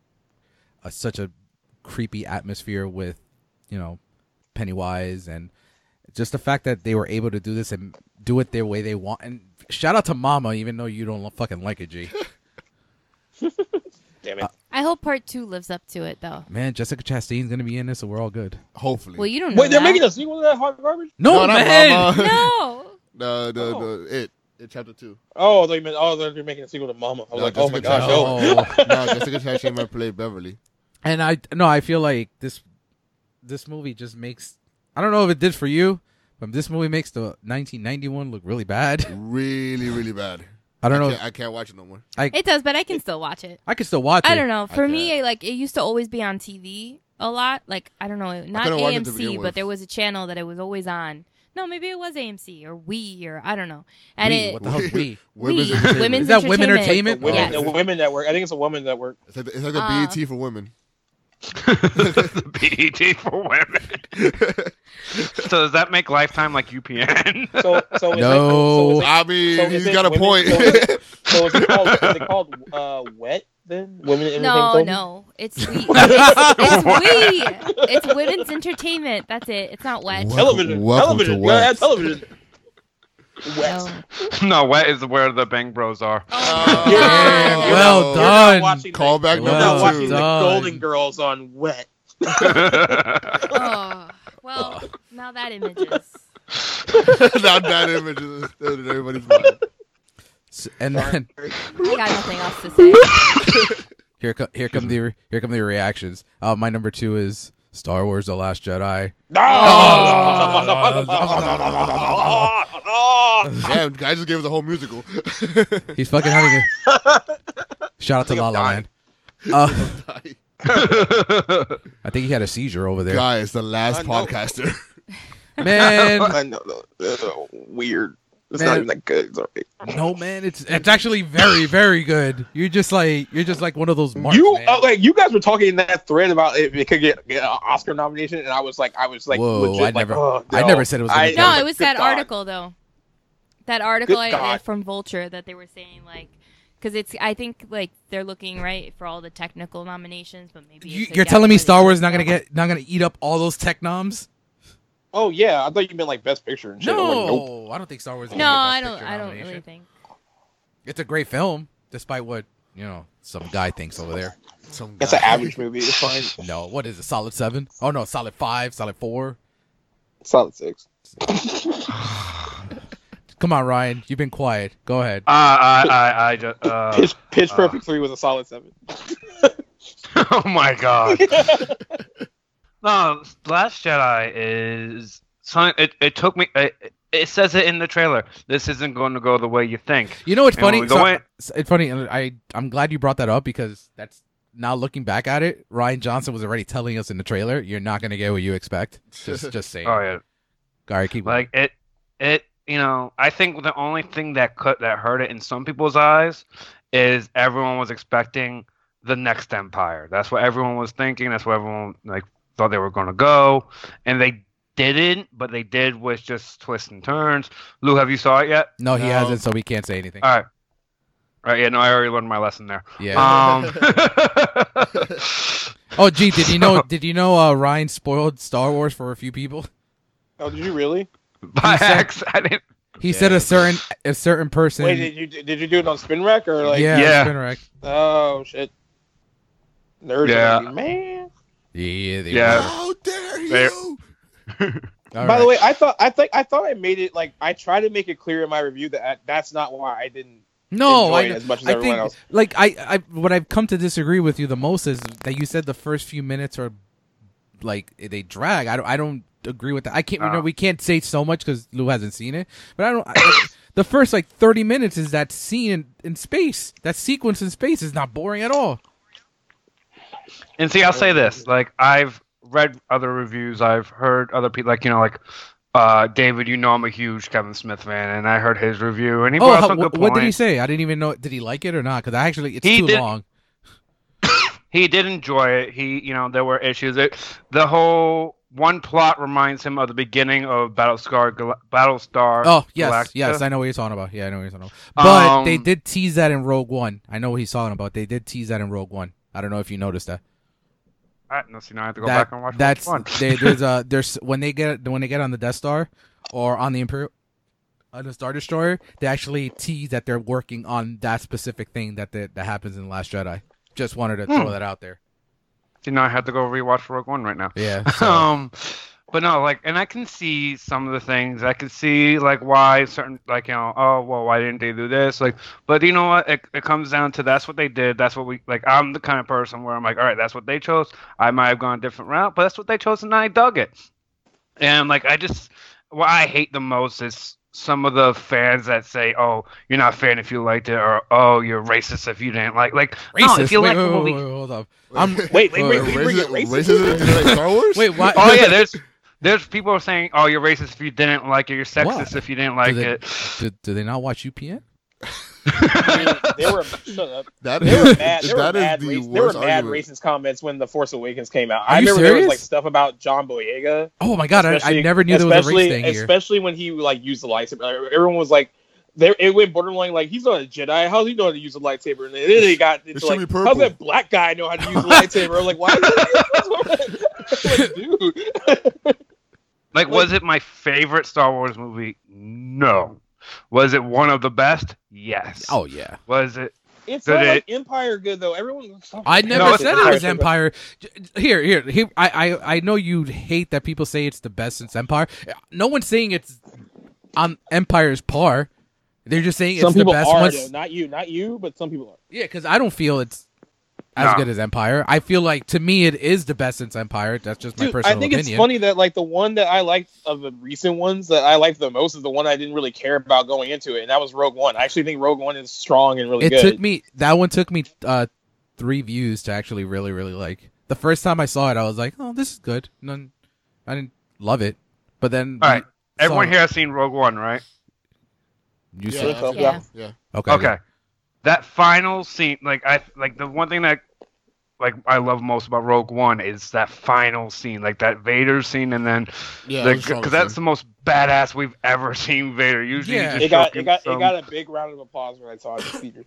Speaker 2: a such a creepy atmosphere with you know Pennywise and just the fact that they were able to do this and do it their way they want and shout out to Mama even though you don't fucking like it G
Speaker 5: Damn
Speaker 3: Uh,
Speaker 5: it.
Speaker 1: I hope Part Two lives up to it though.
Speaker 2: man Jessica Chastain's gonna be in this so we're all good
Speaker 3: Hopefully.
Speaker 1: Well, you don't know.
Speaker 5: Wait, they're
Speaker 1: that.
Speaker 5: making a sequel to that hot garbage?
Speaker 2: no,
Speaker 3: no, not
Speaker 2: man
Speaker 3: Mama.
Speaker 1: no.
Speaker 3: the, the,
Speaker 5: Oh.
Speaker 3: the it it chapter two.
Speaker 5: Oh, I thought you meant oh they're making a sequel to Mama. I was
Speaker 3: No,
Speaker 5: like, oh
Speaker 3: Jessica
Speaker 5: my gosh,
Speaker 3: Chastain-
Speaker 5: oh.
Speaker 2: no.
Speaker 3: no, Jessica Chastain might play Beverly.
Speaker 2: and I no, I feel like this this movie just makes I don't know if it did for you, but this movie makes the 1991 look really bad.
Speaker 3: Really, really bad.
Speaker 2: I don't know.
Speaker 3: Can't, I can't watch it no more.
Speaker 1: It does, but I can still watch it.
Speaker 2: I could still watch it.
Speaker 1: I don't know. For
Speaker 3: I
Speaker 1: me, like it used to always be on TV a lot. Like I don't know, not
Speaker 3: couldn't watch it to begin
Speaker 1: AMC,
Speaker 3: with.
Speaker 1: but there was a channel that it was always on. No, maybe it was AMC or We or I don't know. And
Speaker 2: We,
Speaker 1: it
Speaker 2: what the hell's we?
Speaker 1: We,
Speaker 3: entertainment.
Speaker 1: women's
Speaker 2: Is that women
Speaker 1: entertainment. Yes.
Speaker 5: Women, the Women Network. I think it's a Women Network.
Speaker 3: It's like the, it's like the
Speaker 1: Uh,
Speaker 3: BET for women.
Speaker 4: the BET E for women. so does that make Lifetime like UPN?
Speaker 5: So, so is
Speaker 2: No.
Speaker 5: it, so is it-
Speaker 3: I mean,
Speaker 5: so is
Speaker 3: he's
Speaker 5: it
Speaker 3: got a
Speaker 5: women-
Speaker 3: point.
Speaker 5: So is it, so is it called, is it called uh, Wet then? Women in
Speaker 1: No,
Speaker 5: Entertainment?
Speaker 1: no, it's we. it's, it's we. It's women's entertainment. That's it. It's not wet.
Speaker 3: What?
Speaker 5: Television.
Speaker 3: Welcome
Speaker 5: television.
Speaker 3: to
Speaker 5: yeah,
Speaker 3: Wet.
Speaker 5: television. Wet.
Speaker 1: No.
Speaker 4: no, wet is where the Bang Bros are.
Speaker 3: Oh,
Speaker 1: Yeah,
Speaker 2: Damn,
Speaker 1: yeah.
Speaker 2: well
Speaker 3: You're
Speaker 5: You're
Speaker 2: done.
Speaker 5: not watching
Speaker 3: Call
Speaker 5: the,
Speaker 3: back
Speaker 5: you're
Speaker 2: Well
Speaker 5: not
Speaker 3: number
Speaker 5: watching
Speaker 3: two.
Speaker 5: the
Speaker 2: done.
Speaker 5: Golden Girls on Wet.
Speaker 1: Oh, well, now that image is.
Speaker 3: Not bad images. It's still in everybody's mind.
Speaker 2: S- And then
Speaker 1: I got nothing else to say.
Speaker 2: here co- here come the here come the reactions. Uh, my number two is Star Wars: The Last Jedi.
Speaker 5: No.
Speaker 3: Damn, guy just gave us a whole musical.
Speaker 2: He's fucking having a shout out to La La Land. Uh, I think he had a seizure over there.
Speaker 3: guy is the last
Speaker 5: I know.
Speaker 3: podcaster.
Speaker 2: Man,
Speaker 5: I know, no, no, no, weird. It's
Speaker 2: Man.
Speaker 5: not even that good. It's all right.
Speaker 2: no man, it's it's actually very very good. You're just like you're just like one of those marks.
Speaker 5: you
Speaker 2: man.
Speaker 5: oh, like you guys were talking in that thread about if it could get, get an Oscar nomination, and I was like, I was like,
Speaker 2: Whoa,
Speaker 5: legit,
Speaker 2: I
Speaker 5: like,
Speaker 2: never-
Speaker 5: oh,
Speaker 2: I
Speaker 5: no.
Speaker 2: never said it was gonna be
Speaker 1: No,
Speaker 5: like,
Speaker 1: it was
Speaker 5: good
Speaker 1: that
Speaker 5: God.
Speaker 1: article though. That article I, I,
Speaker 5: God.
Speaker 1: from Vulture that they were saying like, because it's I think like they're looking right for all the technical nominations, but maybe
Speaker 2: you,
Speaker 1: it's a
Speaker 2: you're
Speaker 1: gap
Speaker 2: telling me
Speaker 1: for the-
Speaker 2: Star Wars not gonna get not gonna eat up all those tech noms?
Speaker 5: Oh yeah, I thought you meant like Best Picture and shit. I'm like, nope.
Speaker 2: I don't think Star Wars. is
Speaker 1: No,
Speaker 2: gonna get
Speaker 1: I
Speaker 2: Best
Speaker 1: don't.
Speaker 2: Picture
Speaker 1: I don't
Speaker 2: nomination.
Speaker 1: really think.
Speaker 2: It's a great film, despite what you know some guy thinks over there.
Speaker 3: Some
Speaker 5: That's
Speaker 3: guy.
Speaker 5: an average movie. It's fine.
Speaker 2: No, what is it? Solid seven? Oh no, solid five, solid four.
Speaker 5: Solid six.
Speaker 2: Come on, Ryan, you've been quiet. Go ahead.
Speaker 4: I, I, I just, uh,
Speaker 5: Pitch, Pitch
Speaker 4: uh.
Speaker 5: Perfect three was a solid seven.
Speaker 4: oh
Speaker 2: uh,
Speaker 4: my god. No, Last Jedi is something. It, it took me. It, it says it in the trailer. This isn't going to go the way you think.
Speaker 2: You know what's
Speaker 4: And when
Speaker 2: funny?
Speaker 4: we go
Speaker 2: So-
Speaker 4: in-
Speaker 2: so- it's funny. and I I'm glad you brought that up because that's now looking back at it, Ryan Johnson was already telling us in the trailer, you're not gonna get what you expect. Just just saying.
Speaker 4: Oh yeah,
Speaker 2: All right, keep
Speaker 4: like it. It. You know, I think the only thing that cut that hurt it in some people's eyes is everyone was expecting the next Empire. That's what everyone was thinking. That's what everyone like thought they were going to go, and they didn't. But they did with just twists and turns. Lou, have you saw it yet?
Speaker 2: No, he
Speaker 3: No.
Speaker 2: hasn't, so we can't say anything.
Speaker 4: All right. All right. Yeah. No, I already learned my lesson there.
Speaker 2: yeah.
Speaker 4: Um,
Speaker 2: oh, gee, did you know? Did you know uh, Ryan spoiled Star Wars for a few people?
Speaker 5: Oh, did you really?
Speaker 4: by
Speaker 2: He said-
Speaker 4: accident.
Speaker 2: He said a certain a certain person.
Speaker 5: Wait, did you did you do it on Spin Rack or like?
Speaker 2: yeah,
Speaker 4: Yeah.
Speaker 2: Spinnerack.
Speaker 5: Oh shit. Nerds.
Speaker 4: Yeah.
Speaker 5: are like, Man.
Speaker 2: Yeah, they
Speaker 4: Yeah.
Speaker 2: were.
Speaker 3: How dare
Speaker 4: There-
Speaker 3: you?
Speaker 2: All
Speaker 5: By
Speaker 2: right.
Speaker 5: the way, I thought I think I thought I made it like I tried to make it clear in my review that I, that's not why I didn't
Speaker 2: no,
Speaker 5: enjoy
Speaker 2: I
Speaker 5: it as much as
Speaker 2: I
Speaker 5: everyone
Speaker 2: think
Speaker 5: else.
Speaker 2: like I, I what I've come to disagree with you the most is that you said the first few minutes are like they drag. I don't I don't agree with that. I can't
Speaker 4: No.
Speaker 2: you know we can't say so much because Lou hasn't seen it, but I don't. I, the first like thirty minutes is that scene in, in space. That sequence in space is not boring at all.
Speaker 4: And see, I'll say this: like I've read other reviews, I've heard other people, like you know, like uh, David. You know, I'm a huge Kevin Smith fan, and I heard his review, and he
Speaker 2: oh,
Speaker 4: brought
Speaker 2: how,
Speaker 4: up some
Speaker 2: what,
Speaker 4: good
Speaker 2: what did he
Speaker 4: points.
Speaker 2: say? I didn't even know. Did he like it or not? Because I actually it's
Speaker 4: He
Speaker 2: too
Speaker 4: did-
Speaker 2: long.
Speaker 4: He did enjoy it. He, you know, there were issues. It, the whole one plot reminds him of the beginning of Battlestar Gal- Battlestar.
Speaker 2: Oh yes,
Speaker 4: Galactica.
Speaker 2: yes, I know what he's talking about. Yeah, I know what he's talking about. But
Speaker 4: Um,
Speaker 2: they did tease that in Rogue One. I know what he's talking about. They did tease that in Rogue One. I don't know if you noticed that.
Speaker 4: All right, no, see, now I have to go
Speaker 2: that
Speaker 4: back and watch.
Speaker 2: that's
Speaker 4: one.
Speaker 2: they, there's a there's when they get when they get on the Death Star or on the Imperial on the Star Destroyer, they actually tease that they're working on that specific thing that that, that happens in the Last Jedi. Just
Speaker 4: Hmm.
Speaker 2: wanted to throw that out there.
Speaker 4: see, now I have to go rewatch Rogue One right now.
Speaker 2: Yeah. so-
Speaker 4: um, But no, like, and I can see some of the things. I can see like why certain, like, you know, oh well, why didn't they do this? Like, but you know what? It, it comes down to that's what they did. That's what we like. I'm the kind of person where I'm like, all right, that's what they chose. I might have gone a different route, but that's what they chose, and I dug it. And like, I just what I hate the most is some of the fans that say, "Oh, you're not a fan if you liked it," or "Oh, you're racist if you didn't like." Like,
Speaker 2: Racist.
Speaker 4: no, if you
Speaker 2: wait,
Speaker 4: like
Speaker 2: wait,
Speaker 4: the
Speaker 2: wait,
Speaker 4: movie,
Speaker 2: wait, wait, hold up. I'm
Speaker 5: Wait, wait,
Speaker 2: Uh,
Speaker 5: wait, wait, wait,
Speaker 3: racism,
Speaker 5: wait,
Speaker 3: racism,
Speaker 5: racism?
Speaker 3: Did you like Star Wars?
Speaker 2: wait. Why?
Speaker 4: oh yeah, there's there's people saying, "Oh, you're racist if you didn't like it. You're sexist
Speaker 2: What?
Speaker 4: if you didn't
Speaker 2: do,
Speaker 4: like
Speaker 2: they,
Speaker 4: it."
Speaker 2: do, do they not watch UPN?
Speaker 5: They were shut up.
Speaker 3: That
Speaker 5: They were
Speaker 3: is,
Speaker 5: mad. They were
Speaker 3: that is
Speaker 5: mad.
Speaker 3: the
Speaker 5: rac-
Speaker 3: worst
Speaker 5: There were mad
Speaker 3: argument.
Speaker 5: racist comments when the Force Awakens came out.
Speaker 2: Are
Speaker 5: I
Speaker 2: you
Speaker 5: remember there was
Speaker 2: serious?
Speaker 5: like stuff about John Boyega.
Speaker 2: Oh my god, I, I
Speaker 5: Especially-
Speaker 2: never knew there was a race
Speaker 5: especially
Speaker 2: thing here.
Speaker 5: especially when he like used the lightsaber. Everyone was like, there it went borderline like he's not a Jedi. How's he know how to use a lightsaber? And then it got
Speaker 3: It
Speaker 5: into
Speaker 3: should
Speaker 5: like,
Speaker 3: be purple.
Speaker 5: how's that black guy know how to use a lightsaber? I'm like, why? Is that, like, dude,
Speaker 4: Like, was it my favorite Star Wars movie? No. Was it one of the best? Yes.
Speaker 2: Oh yeah,
Speaker 4: Was it?
Speaker 5: it's
Speaker 4: Did
Speaker 5: not like
Speaker 4: it-
Speaker 5: Empire good though. Everyone,
Speaker 2: I never
Speaker 4: it's
Speaker 2: said
Speaker 4: not.
Speaker 2: it was Empire. J- j- Here, here, here. I, I, I know you hate that people say it's the best since Empire. No one's saying it's on Empire's par. They're just saying
Speaker 5: Some
Speaker 2: it's the
Speaker 5: people
Speaker 2: best
Speaker 5: are
Speaker 2: once-
Speaker 5: though. Not you, not you, but some people are.
Speaker 2: Yeah, because I don't feel it's as
Speaker 4: Nah.
Speaker 2: good as Empire. I feel like to me it is the best since Empire. That's just my
Speaker 5: Dude, I
Speaker 2: personal
Speaker 5: think
Speaker 2: opinion.
Speaker 5: it's funny that like the one that I liked of the recent ones that I liked the most is the one I didn't really care about going into it, and that was Rogue One. I actually think Rogue One is strong and really
Speaker 2: it
Speaker 5: good.
Speaker 2: took me that one took me uh three views to actually really really like. The first time I saw it, I was like, "Oh, this is good." None, I didn't love it, but then
Speaker 4: All right.
Speaker 2: we
Speaker 4: Everyone
Speaker 2: saw-
Speaker 4: here has seen Rogue One, right?
Speaker 2: You
Speaker 3: Yeah,
Speaker 2: said
Speaker 5: Yeah.
Speaker 3: I've seen
Speaker 1: Yeah.
Speaker 3: it. yeah.
Speaker 2: okay.
Speaker 4: Okay. That final scene, like I like the one thing that like I love most about Rogue One is that final scene, like that Vader scene, and then
Speaker 3: Yeah, that was the
Speaker 4: because
Speaker 3: strongest
Speaker 4: that's
Speaker 3: one.
Speaker 4: the most badass we've ever seen Vader. Usually,
Speaker 2: Yeah.
Speaker 4: yeah.
Speaker 5: it got it got it got a big round of applause when I saw it in the theater.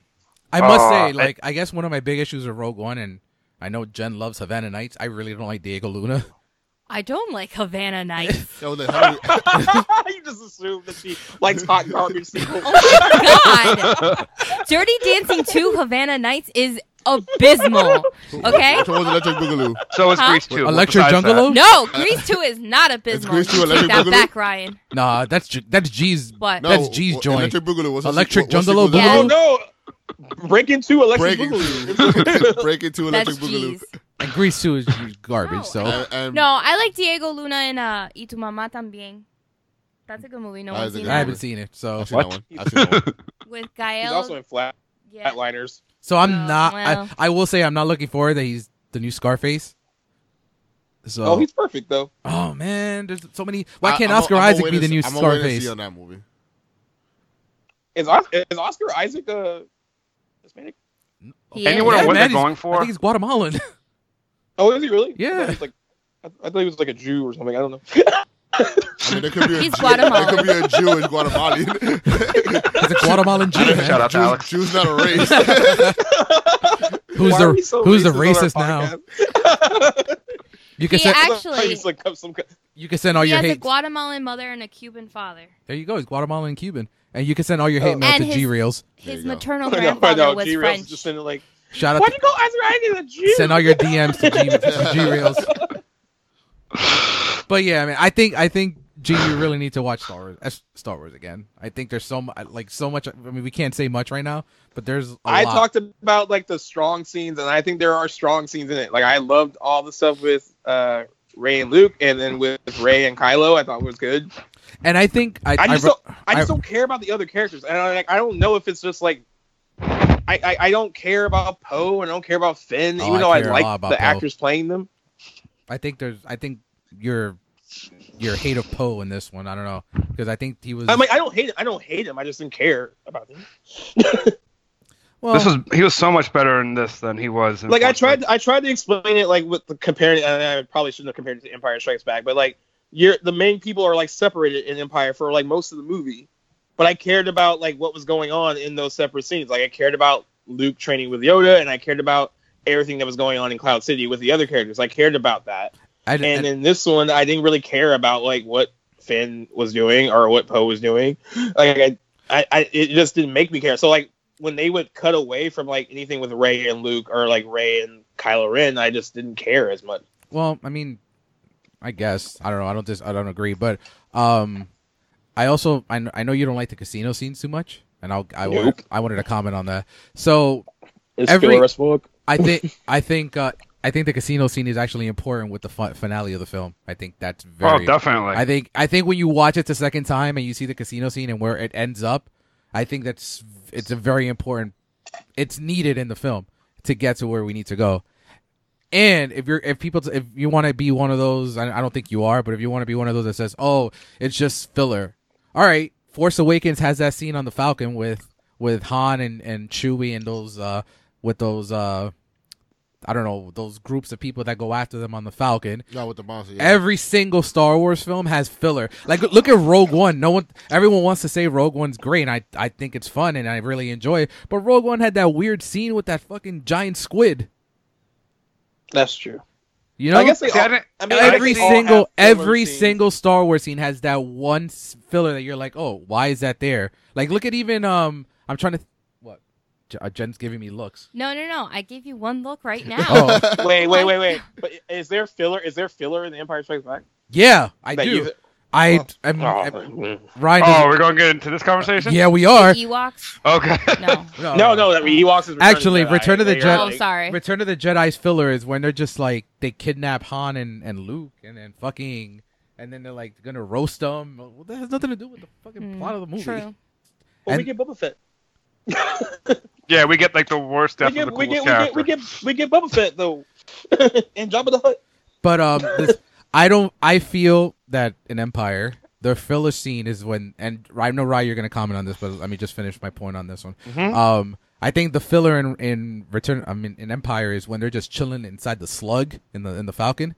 Speaker 2: I must
Speaker 4: Uh,
Speaker 2: say,
Speaker 4: I-
Speaker 2: like, I, guess one of my big issues with Rogue One, and I know Jen loves Havana Nights. I really don't like Diego Luna.
Speaker 1: I don't like Havana Nights.
Speaker 3: That was like, how do you-
Speaker 5: you just assume that she likes hot garbage sequels.
Speaker 1: God, Dirty Dancing Two Havana Nights is abysmal. Okay.
Speaker 3: So was Electric Boogaloo.
Speaker 4: so is
Speaker 5: Uh-huh.
Speaker 1: Huh?
Speaker 4: Grease too.
Speaker 2: Electric
Speaker 4: besides that.
Speaker 2: Jungle?
Speaker 1: No, Grease Two is not abysmal.
Speaker 3: Grease 2
Speaker 1: You Take
Speaker 3: Electric
Speaker 1: that
Speaker 3: Boogaloo?
Speaker 1: back, Ryan.
Speaker 2: Nah, that's J- that's G's.
Speaker 1: What?
Speaker 3: No,
Speaker 2: That's G's
Speaker 3: well,
Speaker 2: joint.
Speaker 3: Electric Boogaloo. What's the
Speaker 2: Electric
Speaker 3: sequel- what's the
Speaker 2: Jungle
Speaker 3: sequel?
Speaker 1: Yeah.
Speaker 5: Oh no! Break into electric
Speaker 3: Breaking
Speaker 5: boogaloo.
Speaker 3: Two. Breaking Two
Speaker 1: That's
Speaker 3: Electric Boogaloo.
Speaker 1: cheese.
Speaker 2: and Grease Two is garbage.
Speaker 1: No,
Speaker 2: so
Speaker 3: And, and
Speaker 1: No, I like Diego Luna and uh, Y tu mamá también. That's a good movie. No
Speaker 3: That
Speaker 1: one's
Speaker 3: is a
Speaker 1: seen
Speaker 3: good
Speaker 2: I
Speaker 1: that.
Speaker 2: haven't seen it. So
Speaker 3: I've seen that
Speaker 4: What?
Speaker 3: one. I've seen that one.
Speaker 1: With
Speaker 5: He's
Speaker 1: Gael.
Speaker 5: also in flat,
Speaker 1: yeah.
Speaker 5: Flatliners.
Speaker 2: so I'm
Speaker 1: Well,
Speaker 2: not.
Speaker 1: well.
Speaker 2: I, I will say I'm not looking forward that he's the new Scarface. So
Speaker 5: Oh, he's perfect though.
Speaker 2: oh, man, there's so many. Why
Speaker 3: I-
Speaker 2: can't
Speaker 3: I'm a-
Speaker 2: Oscar
Speaker 3: I'm a
Speaker 2: Isaac
Speaker 3: wait
Speaker 2: be
Speaker 3: and
Speaker 2: the
Speaker 3: see-
Speaker 2: new
Speaker 3: I'm a wait and see
Speaker 2: Scarface?
Speaker 3: on that movie.
Speaker 5: Is, Os- is Oscar Isaac a Hispanic?
Speaker 1: He
Speaker 4: And you wonder
Speaker 1: is.
Speaker 2: Yeah,
Speaker 4: what
Speaker 2: man,
Speaker 4: they're
Speaker 2: he's-
Speaker 4: going
Speaker 2: I
Speaker 4: for?
Speaker 2: think he's Guatemalan.
Speaker 5: Oh, is he really? I
Speaker 2: Yeah.
Speaker 5: thought he was like I, I thought he was like a Jew or something. I don't know.
Speaker 3: I mean, there could be a
Speaker 1: He's
Speaker 3: Jew, there
Speaker 1: Guatemalan.
Speaker 3: could be a Jew in Guatemala.
Speaker 2: he's a Guatemalan Jew. man.
Speaker 4: Shout out to
Speaker 3: Jews-
Speaker 4: Alex.
Speaker 3: Jews not a race.
Speaker 2: Who's the-
Speaker 5: Why are we so
Speaker 2: who's the
Speaker 5: racist on our
Speaker 2: racist now?
Speaker 5: podcast?
Speaker 2: You can
Speaker 1: He
Speaker 2: send,
Speaker 1: act-
Speaker 5: Sorry,
Speaker 1: Actually-
Speaker 5: it's like some-
Speaker 2: you can send all
Speaker 1: he
Speaker 2: your
Speaker 1: has a
Speaker 2: hate.
Speaker 1: Guatemalan mother and a Cuban father.
Speaker 2: There you go. He's Guatemalan and Cuban, and you can send all your hate
Speaker 5: Oh.
Speaker 2: mail
Speaker 1: And
Speaker 2: to
Speaker 1: his-
Speaker 2: G reels.
Speaker 3: There
Speaker 1: His
Speaker 3: you go.
Speaker 1: maternal
Speaker 5: I know,
Speaker 1: grandfather
Speaker 5: I know,
Speaker 1: was
Speaker 5: G-Rail's
Speaker 1: French.
Speaker 5: Just sending like,
Speaker 2: Shout out.
Speaker 5: why'd you
Speaker 2: To,
Speaker 5: call Isaac Isaac a Jew?
Speaker 2: send all your DMs to G, to G reels. But yeah, I mean, I think I think G, you really need to watch Star Wars. uh, Star Wars again. I think there's so mu- like so much. I mean, we can't say much right now, but there's. a
Speaker 5: I
Speaker 2: lot.
Speaker 5: talked about like the strong scenes, and I think there are strong scenes in it. Like I loved all the stuff with uh, Ray and Luke, and then with Ray and Kylo, I thought was good.
Speaker 2: and I think I,
Speaker 5: I just
Speaker 2: I-
Speaker 5: don't, I just
Speaker 2: I-
Speaker 5: don't care about the other characters, and I, like I don't know if it's just like I, I, I don't care about Poe, and I don't care about Finn,
Speaker 2: Oh,
Speaker 5: even
Speaker 2: I
Speaker 5: though I
Speaker 2: care a lot
Speaker 5: like
Speaker 2: about
Speaker 5: the
Speaker 2: Poe.
Speaker 5: actors playing them.
Speaker 2: I think there's. I think your your hate of Poe in this one. I don't know because I think he was.
Speaker 5: I'm like I don't hate him, I don't hate him, I just didn't care about him.
Speaker 2: well,
Speaker 4: This was he was so much better in this than he was. In
Speaker 5: like I
Speaker 4: Force
Speaker 5: tried I tried to explain it like with the comparing and I probably shouldn't have compared it to Empire Strikes Back, but like you're the main people are like separated in Empire for like most of the movie. But I cared about like what was going on in those separate scenes. Like I cared about Luke training with Yoda and I cared about everything that was going on in Cloud City with the other characters. I cared about that.
Speaker 2: I, I-
Speaker 5: And in this one I didn't really care about like what Finn was doing or what Poe was doing. Like I, I, I it just didn't make me care. So like when they would cut away from like anything with Ray and Luke or like Ray and Kylo Ren, I just didn't care as much.
Speaker 2: Well, I mean, I guess I don't know. I don't dis- I don't agree, but um, I also I, kn- I know you don't like the casino scenes too much, and I'll I wa-
Speaker 5: Nope.
Speaker 2: I wanted to comment on that. So
Speaker 6: It's
Speaker 2: Every-
Speaker 6: Every... book.
Speaker 2: I think I think uh, I think the casino scene is actually important with the fi- finale of the film. I think that's very.
Speaker 4: oh, definitely.
Speaker 2: I think I think when you watch it the second time and you see the casino scene and where it ends up, I think that's it's a very important. It's needed in the film to get to where we need to go. And if you're if people if you want to be one of those, I, I don't think you are, but if you want to be one of those that says, "Oh, it's just filler," all right. Force Awakens has that scene on the Falcon with with Han and and Chewie and those uh with those uh I don't know those groups of people that go after them on the Falcon.
Speaker 3: Yeah, with the monster. Yeah.
Speaker 2: Every single Star Wars film has filler. Like look at Rogue One. No one everyone wants to say Rogue One's great and I I think it's fun and I really enjoy it. But Rogue One had that weird scene with that fucking giant squid.
Speaker 5: That's true.
Speaker 2: You know?
Speaker 5: I guess they
Speaker 4: See, I
Speaker 5: all,
Speaker 4: didn't-
Speaker 5: I mean, I
Speaker 2: every
Speaker 5: think they
Speaker 2: single
Speaker 5: all have similar
Speaker 2: every
Speaker 5: scenes.
Speaker 2: single Star Wars scene has that one s- filler that you're like, "Oh, why is that there?" Like look at even um I'm trying to th- what J- uh, Jen's giving me looks.
Speaker 1: No, no, no. I gave you one look right now.
Speaker 2: Oh,
Speaker 5: Wait, wait, wait, wait. But is there filler? Is there filler in the Empire Strikes Back?
Speaker 2: yeah, I
Speaker 5: That
Speaker 2: do.
Speaker 5: you-
Speaker 2: I
Speaker 5: Oh.
Speaker 2: I'm, I'm-
Speaker 5: oh.
Speaker 2: Ryan
Speaker 4: oh,
Speaker 2: doesn't-
Speaker 4: we're going to get into this conversation?
Speaker 2: Yeah, we
Speaker 1: The
Speaker 2: are.
Speaker 1: Ewoks?
Speaker 4: Okay.
Speaker 1: No.
Speaker 5: No, no, that Ewoks is Return of the
Speaker 2: Oh, Actually,
Speaker 5: Jedi.
Speaker 2: Return of the
Speaker 5: They are
Speaker 2: Jedi-
Speaker 1: oh,
Speaker 5: like-
Speaker 1: sorry.
Speaker 2: Return of the Jedi's filler is when they're just like they kidnap Han and, and Luke and then fucking and then they're like gonna roast them. Well, that has nothing to do with the fucking
Speaker 1: Mm,
Speaker 2: plot of the movie.
Speaker 1: True.
Speaker 5: Well, we
Speaker 2: And-
Speaker 5: get Boba Fett.
Speaker 4: Yeah, we get like the worst
Speaker 5: we
Speaker 4: death of
Speaker 5: get,
Speaker 4: the
Speaker 5: we
Speaker 4: coolest
Speaker 5: get, we get,
Speaker 4: character.
Speaker 5: we get, we get Boba Fett though, and Jabba the Hutt.
Speaker 2: But um, this, I don't. I feel that in Empire, the filler scene is when and I know Ryan, you're gonna comment on this, but let me just finish my point on this one.
Speaker 5: Mm-hmm.
Speaker 4: Mhm.
Speaker 2: Um, I think the filler in in Return, I mean in Empire, is when they're just chilling inside the slug in the in the Falcon.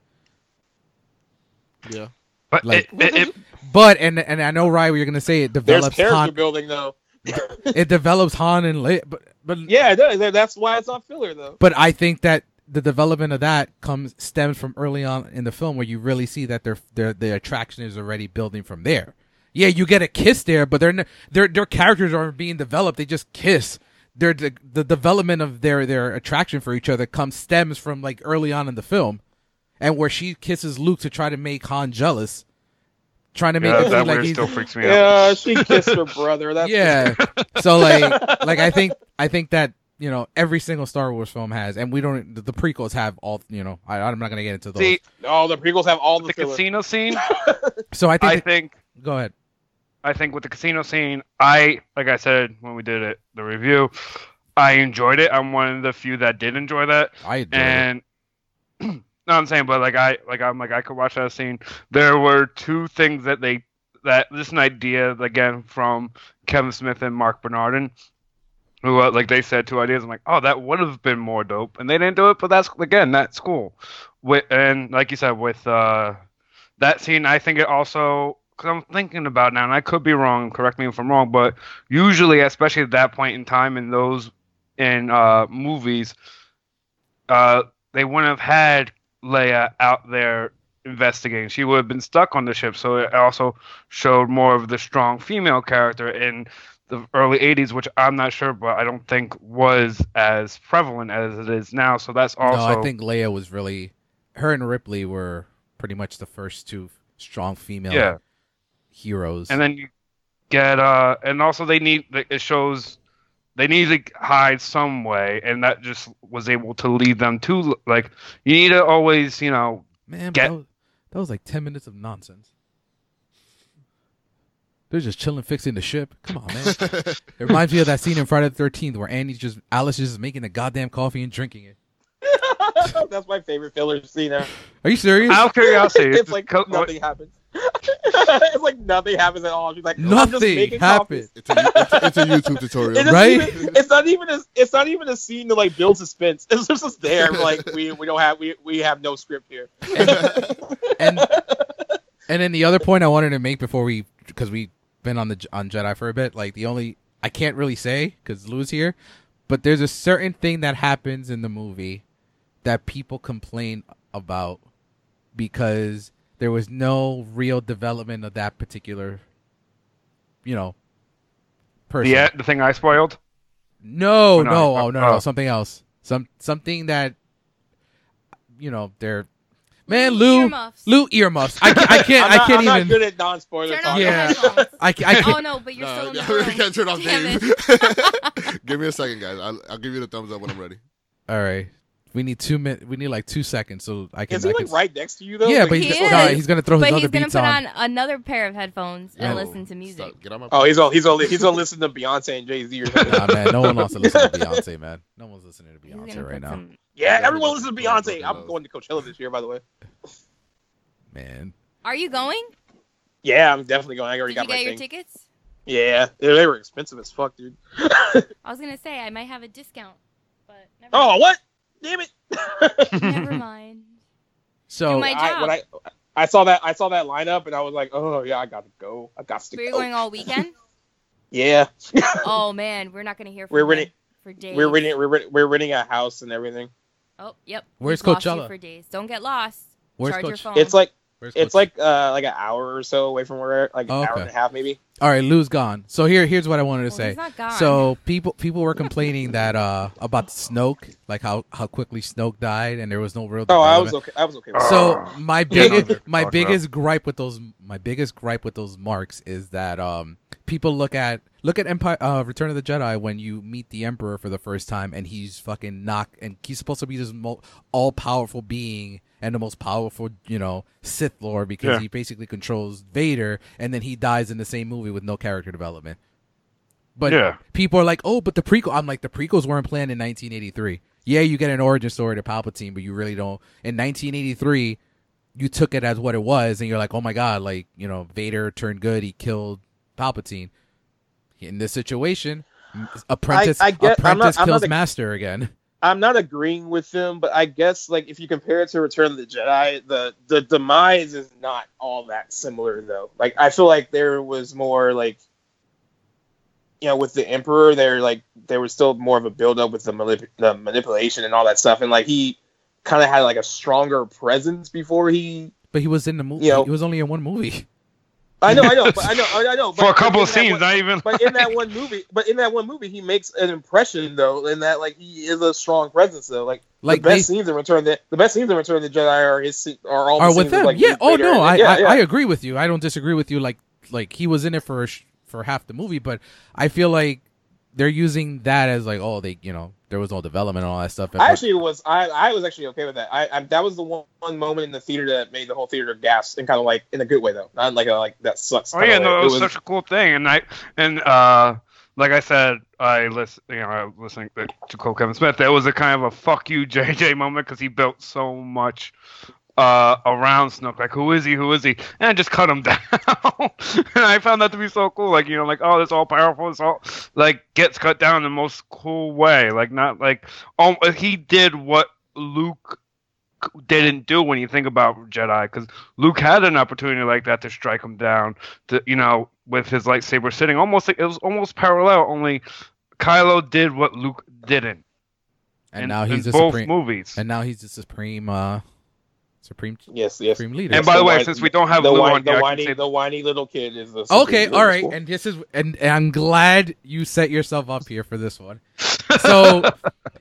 Speaker 3: yeah.
Speaker 4: But
Speaker 2: like-
Speaker 4: it, it, it,
Speaker 2: But and and I know Ryan, you're gonna say it
Speaker 5: There's
Speaker 2: develops
Speaker 5: character
Speaker 2: Han.
Speaker 5: building though.
Speaker 2: It develops Han and Leia, but but
Speaker 5: Yeah, it does. That- that's why it's not filler though.
Speaker 2: But I think that the development of that comes stems from early on in the film where you really see that their their their attraction is already building from there. Yeah, you get a kiss there, but they're n- their their characters aren't being developed. They just kiss. Their the, the development of their their attraction for each other comes stems from like early on in the film, and where she kisses Luke to try to make Han jealous, trying to make
Speaker 4: yeah,
Speaker 2: him
Speaker 4: that
Speaker 2: feel like
Speaker 4: weird
Speaker 2: he's
Speaker 4: still freaks me out.
Speaker 5: Yeah, she kissed her brother. That's
Speaker 2: yeah. so like, like I think I think that you know every single Star Wars film has, and we don't. The, the prequels have all. You know, I, I'm not gonna get into those.
Speaker 4: See,
Speaker 5: Oh, the prequels have all the,
Speaker 4: the
Speaker 5: filler.
Speaker 4: casino scene,
Speaker 2: so I think.
Speaker 4: I think
Speaker 2: go ahead.
Speaker 4: I think with the casino scene, I like I said when we did it the review, I enjoyed it. I'm one of the few that did enjoy that.
Speaker 2: I enjoyed it.
Speaker 4: And no, I'm saying, but like I like I'm like I could watch that scene. There were two things that they that this is an idea again from Kevin Smith and Mark Bernardin. Who uh, like they said two ideas. I'm like, oh, that would have been more dope, and they didn't do it. But that's again, that's cool. With and like you said, with uh, that scene, I think it also because I'm thinking about it now, and I could be wrong. Correct me if I'm wrong, but usually, especially at that point in time in those in uh, movies, uh, they wouldn't have had Leia out there investigating. She would have been stuck on the ship. So it also showed more of the strong female character in the early 80s, which I'm not sure, but I don't think was as prevalent as it is now. So that's also.
Speaker 2: no, I think Leia was really. Her and Ripley were pretty much the first two strong female
Speaker 4: Yeah.
Speaker 2: heroes.
Speaker 4: and then you get uh and also they need it shows they need to hide some way and that just was able to lead them to like you need to always you know
Speaker 2: Man, but
Speaker 4: get-
Speaker 2: that, was, that was like ten minutes of nonsense. They're just chilling, fixing the ship. Come on, man. it reminds me of that scene in Friday the Thirteenth where Annie's just Alice is just making the goddamn coffee and drinking it.
Speaker 5: that's my favorite filler scene. ever.
Speaker 2: Are you serious?
Speaker 4: out of curiosity
Speaker 5: it's like
Speaker 4: co-
Speaker 5: nothing happens. it's like nothing happens at all. She's like "Oh, I'm just
Speaker 2: Nothing
Speaker 5: making coffee.
Speaker 2: happened.
Speaker 3: It's a, it's, a- it's a YouTube tutorial.
Speaker 5: It doesn't
Speaker 2: Right?
Speaker 5: even- it's not even a, it's not even a scene to like build suspense. It's just it's there. Like we, we don't have we, we have no script here.
Speaker 2: And and then the other point I wanted to make before we because we've been on the on Jedi for a bit, like the only I can't really say because Lou's here, but there's a certain thing that happens in the movie that people complain about because there was no real development of that particular, you know, person.
Speaker 4: the, the thing i spoiled
Speaker 2: No,
Speaker 4: Or
Speaker 2: no,
Speaker 4: not?
Speaker 2: oh no, no,
Speaker 4: Oh.
Speaker 2: something else. Some something that you know, they're Man, Lou,
Speaker 1: Earmuffs.
Speaker 2: Lou earmuffs. I, ca- I can't.
Speaker 5: I'm not,
Speaker 2: I can't
Speaker 5: am
Speaker 2: even.
Speaker 5: not good at non-spoiler
Speaker 1: Turn
Speaker 5: talk.
Speaker 1: off
Speaker 2: Yeah.
Speaker 1: your headphones.
Speaker 2: I, ca- I can't.
Speaker 1: Oh no, but you're
Speaker 3: No,
Speaker 1: still in the
Speaker 3: I
Speaker 1: room.
Speaker 3: can't turn off
Speaker 1: Damn it.
Speaker 3: Dave. give me a second, guys. I'll, I'll give you the thumbs up when I'm ready.
Speaker 2: All right. We need two minutes. We need like two seconds, so I can.
Speaker 5: Is he
Speaker 2: I
Speaker 5: like
Speaker 2: can-
Speaker 5: right next to you though?
Speaker 2: yeah,
Speaker 5: Like,
Speaker 2: but
Speaker 1: He
Speaker 2: he's,
Speaker 1: is.
Speaker 2: no, he's gonna throw
Speaker 1: But
Speaker 2: his other
Speaker 1: he's gonna
Speaker 2: beats
Speaker 1: put
Speaker 2: on.
Speaker 1: on another pair of headphones and
Speaker 2: No.
Speaker 1: listen to music.
Speaker 3: Stop. Get on my.
Speaker 5: oh, he's all he's all he's all listening to Beyonce and Jay Z or something.
Speaker 2: Nah, man, no one wants to listen to Beyonce, man. No one's listening to
Speaker 1: He's gonna
Speaker 2: Beyonce right
Speaker 1: put
Speaker 2: now,
Speaker 1: some-
Speaker 5: yeah, everyone listens to Beyonce. I'm going to Coachella this year, by the way.
Speaker 2: man.
Speaker 1: Are you going?
Speaker 5: Yeah, I'm definitely going. I
Speaker 1: Did
Speaker 5: already
Speaker 1: you
Speaker 5: got
Speaker 1: get
Speaker 5: my
Speaker 1: your
Speaker 5: thing.
Speaker 1: tickets?
Speaker 5: yeah, they they were expensive as fuck, dude.
Speaker 1: I was gonna say I might have a discount, but never,
Speaker 5: Oh, what? Damn it!
Speaker 1: never mind.
Speaker 2: So
Speaker 1: You might- My
Speaker 5: I,
Speaker 1: job.
Speaker 5: when I I saw that I saw that lineup and I was like, oh yeah, I gotta go. I got to
Speaker 1: We're
Speaker 5: go.
Speaker 1: going all weekend.
Speaker 5: yeah,
Speaker 1: oh man, we're not gonna hear. From
Speaker 5: We're
Speaker 1: him
Speaker 5: renting-
Speaker 1: for days.
Speaker 5: we're renting we're, rent- we're renting a house and everything.
Speaker 1: Oh, yep.
Speaker 2: Where's
Speaker 1: We've lost you
Speaker 2: Coachella?
Speaker 1: For days. Don't get lost.
Speaker 2: where's
Speaker 1: Charge your
Speaker 2: Coach?
Speaker 1: phone.
Speaker 5: It's like
Speaker 2: where's
Speaker 5: it's
Speaker 2: Coach-
Speaker 5: like uh like an hour or so away from where like an
Speaker 2: Oh,
Speaker 5: hour
Speaker 2: okay.
Speaker 5: and a half maybe.
Speaker 2: All right, Lou's gone. So here, here's what I wanted to
Speaker 1: Well,
Speaker 2: say.
Speaker 1: he's not gone.
Speaker 2: So people people were complaining that uh about Snoke, like how how quickly Snoke died, and there was no real.
Speaker 5: Oh, I was
Speaker 2: development.
Speaker 5: okay. I was okay. With
Speaker 4: Oh.
Speaker 5: that.
Speaker 2: So my
Speaker 4: Get on
Speaker 2: biggest
Speaker 4: there,
Speaker 2: my
Speaker 4: Cosmo.
Speaker 2: biggest gripe with those my biggest gripe with those marks is that um people look at look at Empire uh, Return of the Jedi when you meet the Emperor for the first time and he's fucking knock and he's supposed to be this mo- all powerful being and the most powerful you know Sith Lord because
Speaker 4: Yeah.
Speaker 2: he basically controls Vader and then he dies in the same movie with no character development. But
Speaker 4: Yeah.
Speaker 2: people are like, oh, but the prequel. I'm like, the prequels weren't planned in 1983. Yeah, you get an origin story to Palpatine, but you really don't. In 1983, you took it as what it was, and you're like, oh my god, like you know, Vader turned good. He killed Palpatine. In this situation, apprentice
Speaker 5: I get-
Speaker 2: apprentice
Speaker 5: I'm not- I'm
Speaker 2: kills
Speaker 5: not a-
Speaker 2: master again.
Speaker 5: I'm not agreeing with them, but I guess like if you compare it to Return of the Jedi, the the demise is not all that similar though. Like I feel like there was more like you know with the Emperor, there like there was still more of a build up with the, manip- the manipulation and all that stuff, and like he kind of had like a stronger presence before he.
Speaker 2: But he was in the movie.
Speaker 5: You know-
Speaker 2: he was only in one movie.
Speaker 5: I know, I know, but I know, I know. But
Speaker 4: for a couple of
Speaker 5: in that
Speaker 4: scenes,
Speaker 5: one-
Speaker 4: not even.
Speaker 5: but in that one movie, but in that one movie, he makes an impression though, in that like he is a strong presence though. Like,
Speaker 2: Like
Speaker 5: the best
Speaker 2: they-
Speaker 5: scenes in Return of the the best scenes in Return of the Jedi are his se- are all the
Speaker 2: are
Speaker 5: scenes
Speaker 2: with
Speaker 5: of,
Speaker 2: him.
Speaker 5: like,
Speaker 2: yeah.
Speaker 5: Darth
Speaker 2: Oh
Speaker 5: Vader.
Speaker 2: no, I,
Speaker 5: yeah,
Speaker 2: I,
Speaker 5: yeah.
Speaker 2: I agree with you. I don't disagree with you. Like like he was in it for a sh- for half the movie, but I feel like they're using that as like oh they you know there was no development and all that stuff. And
Speaker 5: I
Speaker 2: but-
Speaker 5: actually was I, I was actually okay with that. I, I that was the one, one moment in the theater that made the whole theater gasp and kind of like in a good way though, not like a like that sucks.
Speaker 4: Oh
Speaker 5: kinda
Speaker 4: yeah,
Speaker 5: way.
Speaker 4: no, it was, such a cool thing, and I and uh, like I said, I listen, you know, I was listening to to Cole Kevin Smith. That was a kind of a fuck you, JJ moment because he built so much uh around Snook. Like, who is he? Who is he? And I just cut him down, and I found that to be so cool. Like, you know, like oh, this all powerful, it's all like gets cut down in the most cool way. Like, not like oh, he did what Luke didn't do when you think about Jedi because Luke had an opportunity like that to strike him down, to you know, with his lightsaber sitting almost like it was almost parallel. Only Kylo did what Luke didn't,
Speaker 2: and
Speaker 4: in-
Speaker 2: now
Speaker 4: in
Speaker 2: he's the
Speaker 4: both
Speaker 2: supreme.
Speaker 4: movies. And,
Speaker 2: And now he's the supreme uh supreme
Speaker 5: yes, yes.
Speaker 2: supreme leader.
Speaker 5: And
Speaker 4: by
Speaker 5: the
Speaker 4: the way,
Speaker 5: whine-
Speaker 4: since we don't have
Speaker 5: The
Speaker 4: Lou
Speaker 5: whiny,
Speaker 4: on here,
Speaker 5: the
Speaker 4: I can
Speaker 5: whiny,
Speaker 4: say-
Speaker 5: the whiny little kid is the
Speaker 2: Okay,
Speaker 5: supreme
Speaker 2: all right,
Speaker 5: leader.
Speaker 2: and this is and, and I'm glad you set yourself up here for this one. So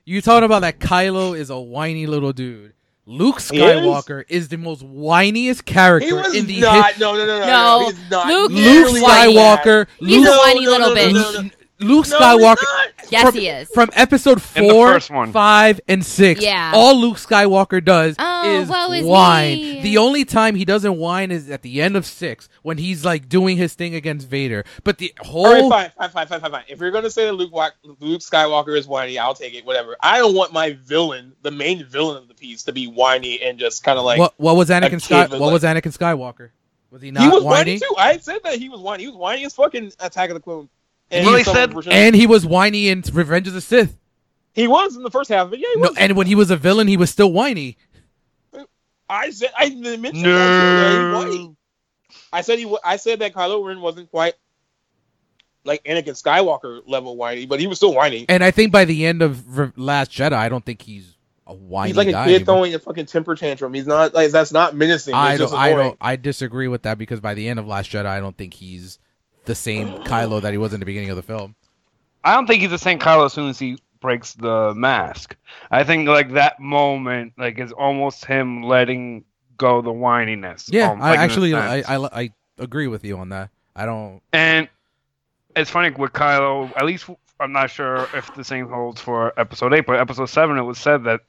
Speaker 2: you talking about that Kylo is a whiny little dude. Luke
Speaker 5: He is?
Speaker 2: Skywalker is? the most whiniest character
Speaker 5: He was
Speaker 2: in the his-
Speaker 5: not. No, no, no, no,
Speaker 1: No,
Speaker 5: no. He's not.
Speaker 1: Luke
Speaker 2: Luke
Speaker 1: Literally
Speaker 2: Skywalker.
Speaker 1: He's
Speaker 2: Luke,
Speaker 1: a whiny little bitch.
Speaker 2: Luke
Speaker 5: No,
Speaker 2: Skywalker.
Speaker 5: he's not.
Speaker 1: yes,
Speaker 2: from-
Speaker 1: he is.
Speaker 2: From episode
Speaker 4: In the
Speaker 2: four,
Speaker 4: first one.
Speaker 2: five, and six,
Speaker 1: Yeah.
Speaker 2: all Luke Skywalker does
Speaker 1: Oh,
Speaker 2: is
Speaker 1: woe is
Speaker 2: whine.
Speaker 1: me.
Speaker 2: The only time he doesn't whine is at the end of six when he's like doing his thing against Vader. But the whole
Speaker 5: All right, fine, fine, fine, fine, fine, fine. If you're gonna say that Luke, Wa- Luke Skywalker is whiny, I'll take it. Whatever. I don't want my villain, the main villain of the piece, to be whiny and just kind of like
Speaker 2: what, what was Anakin
Speaker 5: kid
Speaker 2: Sky,
Speaker 5: was
Speaker 2: What
Speaker 5: like-
Speaker 2: was Anakin Skywalker? Was he not
Speaker 5: he was whiny?
Speaker 2: whiny?
Speaker 5: too. I said that he was whiny. He was whiny as fucking Attack of the Clone.
Speaker 4: Well, he
Speaker 5: some
Speaker 4: said-
Speaker 5: version-
Speaker 2: And he was whiny in Revenge of the Sith.
Speaker 5: he was in the first half, but yeah, he
Speaker 2: No,
Speaker 5: was.
Speaker 2: and when he was a villain, he was still whiny.
Speaker 5: I said I mentioned
Speaker 4: No.
Speaker 5: that he was whiny. I said he. wa- I said that Kylo Ren wasn't quite like Anakin Skywalker level whiny, but he was still whiny.
Speaker 2: And I think by the end of Re- Last Jedi, I don't think he's a whiny
Speaker 5: He's like a
Speaker 2: guy
Speaker 5: kid
Speaker 2: anymore.
Speaker 5: throwing a fucking temper tantrum. He's not like that's not menacing. It's
Speaker 2: I
Speaker 5: just
Speaker 2: don't, I
Speaker 5: annoying.
Speaker 2: don't, I disagree with that because by the end of Last Jedi, I don't think he's the same Kylo that he was in the beginning of the film.
Speaker 4: I don't think he's the same Kylo as soon as he breaks the mask. I think like that moment, like is almost him letting go the whininess.
Speaker 2: Yeah,
Speaker 4: um,
Speaker 2: I
Speaker 4: like in a
Speaker 2: actually I,
Speaker 4: sense.
Speaker 2: I I agree with you on that. I don't.
Speaker 4: And it's funny with Kylo. At least I'm not sure if the same holds for Episode Eight, but Episode Seven, it was said that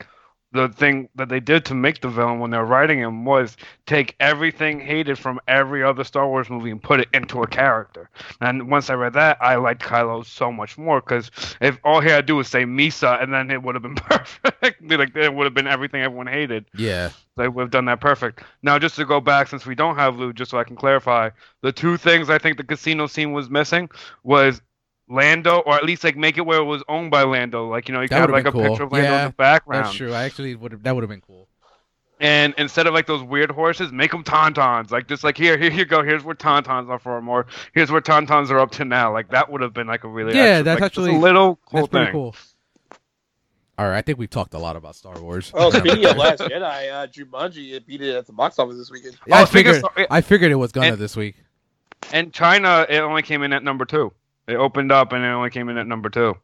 Speaker 4: the thing that they did to make the villain when they were writing him was take everything hated from every other Star Wars movie and put it into a character. And once I read that, I liked Kylo so much more because if all he had to do was say Misa, and then it would have been perfect. Be like it would have been everything everyone hated.
Speaker 2: Yeah,
Speaker 4: They would have done that perfect. Now, just to go back, since we don't have Lou, just so I can clarify, the two things I think the casino scene was missing was Lando, or at least like make it where it was owned by Lando. Like you know, you
Speaker 2: That
Speaker 4: could
Speaker 2: would've
Speaker 4: have like a
Speaker 2: been
Speaker 4: picture
Speaker 2: cool.
Speaker 4: of Lando
Speaker 2: Yeah,
Speaker 4: in the background,
Speaker 2: that's true. I actually would. That would have been cool.
Speaker 4: and instead of like those weird horses, make them tauntauns. Like just like here, here you go. Here's where tauntauns are from, or here's where tauntauns are up to now. Like that would have been like a really
Speaker 2: Yeah,
Speaker 4: extra-
Speaker 2: that's
Speaker 4: like, just a
Speaker 2: actually-
Speaker 4: little cool
Speaker 2: That's pretty
Speaker 4: thing.
Speaker 2: cool. All right, I think we've talked a lot about Star Wars.
Speaker 5: Oh,
Speaker 2: Yeah,
Speaker 5: speaking of Last Jedi, uh, Jumanji it beat it at the box office this weekend.
Speaker 2: I
Speaker 4: Oh, speaking of
Speaker 2: figured
Speaker 4: Star-
Speaker 2: I figured it was gonna
Speaker 4: And-
Speaker 2: this week.
Speaker 4: And China, it only came in at number two. It opened up and it only came in at number two.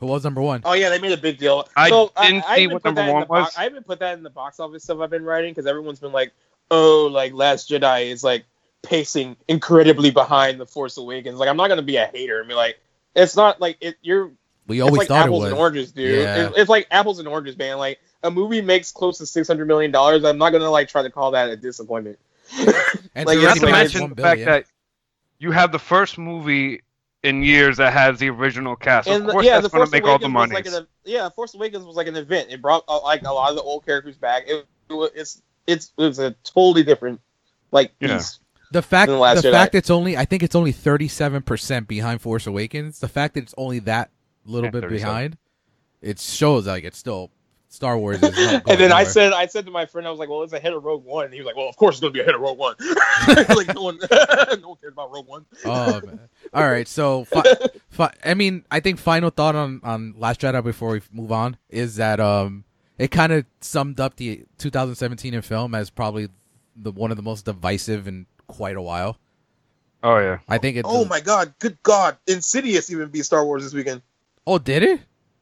Speaker 2: Who was number one?
Speaker 5: Oh yeah, they made a big deal.
Speaker 4: I
Speaker 5: so,
Speaker 4: didn't
Speaker 5: I, I
Speaker 4: see
Speaker 5: haven't
Speaker 4: what
Speaker 5: put
Speaker 4: number
Speaker 5: that in
Speaker 4: one
Speaker 5: the bo-
Speaker 4: was.
Speaker 5: I haven't put that in the box office stuff I've been writing because everyone's been like, "Oh, like Last Jedi is like pacing incredibly behind the Force Awakens." Like, I'm not gonna be a hater and be like, "It's not like it, you're
Speaker 2: We always
Speaker 5: it's like
Speaker 2: thought it
Speaker 5: apples
Speaker 2: was.
Speaker 5: and oranges, dude.
Speaker 2: Yeah.
Speaker 5: It's, it's like apples and oranges, man. Like a movie makes close to six hundred million dollars. I'm not gonna like try to call that a disappointment.
Speaker 2: and
Speaker 5: Like,
Speaker 2: to
Speaker 5: you
Speaker 4: Not
Speaker 5: have
Speaker 2: already
Speaker 4: to
Speaker 5: Anyway,
Speaker 2: make
Speaker 4: mention
Speaker 2: one
Speaker 4: the fact
Speaker 2: billion.
Speaker 4: that you have the first movie in years that has the original cast.
Speaker 5: and
Speaker 4: of course,
Speaker 5: yeah, the
Speaker 4: that's going
Speaker 5: Force
Speaker 4: to make all the
Speaker 5: Awakens
Speaker 4: money.
Speaker 5: was like an, yeah, Force Awakens was like an event. It brought uh, like a lot of the old characters back. It, it was it's it's it was a totally different like
Speaker 4: Yeah.
Speaker 5: beast.
Speaker 2: The fact,
Speaker 5: in The Last
Speaker 2: the
Speaker 5: Jedi.
Speaker 2: fact it's only, I think it's only thirty-seven percent behind Force Awakens. The fact that it's only that little
Speaker 4: Yeah,
Speaker 2: bit
Speaker 4: 37.
Speaker 2: behind, it shows like it's still Star Wars. Is not
Speaker 5: and
Speaker 2: going
Speaker 5: then I
Speaker 2: nowhere.
Speaker 5: said, I said to my friend, I was like, "Well, it's a hit of Rogue One." And he was like, "Well, of course it's gonna be a hit of Rogue One." like no one, no one cares about Rogue One.
Speaker 2: oh, man. all right. So, fi- fi- I mean, I think final thought on on Last Jedi before we move on is that um, it kind of summed up the 2017 in film as probably the one of the most divisive in quite a while.
Speaker 4: oh yeah.
Speaker 2: I think it.
Speaker 5: Oh my God! Good God! Insidious even beat Star Wars this weekend.
Speaker 2: Oh, did it?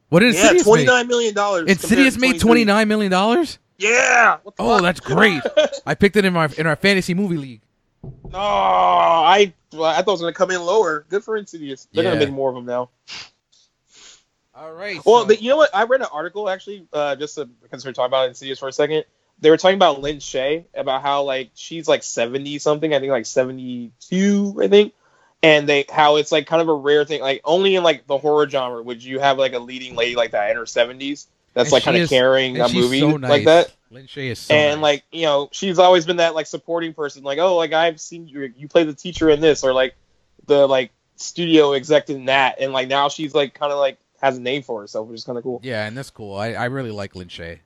Speaker 2: What did
Speaker 5: Yeah,
Speaker 2: Insidious
Speaker 5: twenty
Speaker 2: make?
Speaker 5: nine million dollars.
Speaker 2: Insidious made 29 million dollars.
Speaker 5: Yeah. What the
Speaker 2: Oh,
Speaker 5: fuck?
Speaker 2: that's great. I picked it in my in our fantasy movie league.
Speaker 5: No, I well, I thought it was gonna come in lower. Good for Insidious. They're gonna
Speaker 2: Yeah.
Speaker 5: make more of them now.
Speaker 2: All right.
Speaker 5: Well, but you know what? I read an article actually, uh, just to, because we we're talking about Insidious for a second. They were talking about Lynn Shay about how like she's like seventy something. I think like seventy two. I think. And they how it's like kind of a rare thing. Like only in like the horror genre would you have like a leading lady like that in her seventies. That's
Speaker 2: And
Speaker 5: like
Speaker 2: she
Speaker 5: kind of
Speaker 2: is-
Speaker 5: carrying a movie like that.
Speaker 2: Lin Shay is so
Speaker 5: and
Speaker 2: nice.
Speaker 5: like you know she's always been that like supporting person like oh like i've seen you you play the teacher in this or like the like studio exec in that and like now she's like kind of like has a name for herself which is kind of cool
Speaker 2: yeah, and that's cool. I, I really like Lin Shay.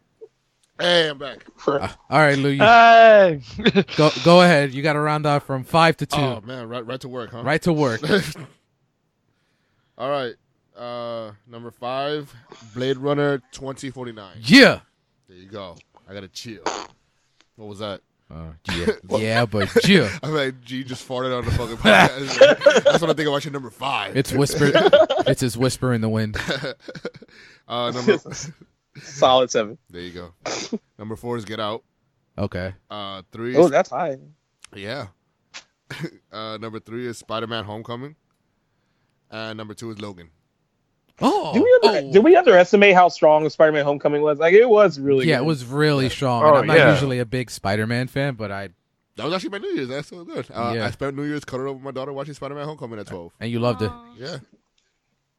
Speaker 3: Hey, I'm back.
Speaker 2: Uh, all right,
Speaker 4: Oh,
Speaker 2: Lou, you-
Speaker 4: Hey!
Speaker 2: go go ahead. You got to round off from five to two.
Speaker 3: Oh man, right, right to work, huh?
Speaker 2: right to work.
Speaker 3: All right. Uh, number five, Blade Runner 2049.
Speaker 2: Yeah.
Speaker 3: There you go. I gotta chill. What was that?
Speaker 2: Oh, yeah. yeah, but yeah.
Speaker 3: I mean, G just farted on the fucking podcast. That's what I think of watching number five.
Speaker 2: It's whisper. it's his whisper in the wind.
Speaker 3: uh, number.
Speaker 5: solid seven.
Speaker 3: There you go. Number four is Get Out.
Speaker 2: Okay.
Speaker 3: Uh, three. Is,
Speaker 5: Oh, that's high
Speaker 3: yeah. uh, number three is Spider-Man: Homecoming. And number two is Logan.
Speaker 2: Oh.
Speaker 5: did we, under-
Speaker 2: oh.
Speaker 5: did we underestimate how strong spider-man homecoming was like it was really
Speaker 2: yeah,
Speaker 5: good.
Speaker 2: it was really strong.
Speaker 4: Oh,
Speaker 2: and I'm not
Speaker 4: yeah.
Speaker 2: usually a big Spider-Man fan, but I
Speaker 3: That was actually my New Year's. That's so good. Uh,
Speaker 2: Yeah.
Speaker 3: I spent New Year's cuddled up with my daughter watching Spider-Man: Homecoming at twelve.
Speaker 2: and you loved it.
Speaker 1: Aw,
Speaker 3: Yeah,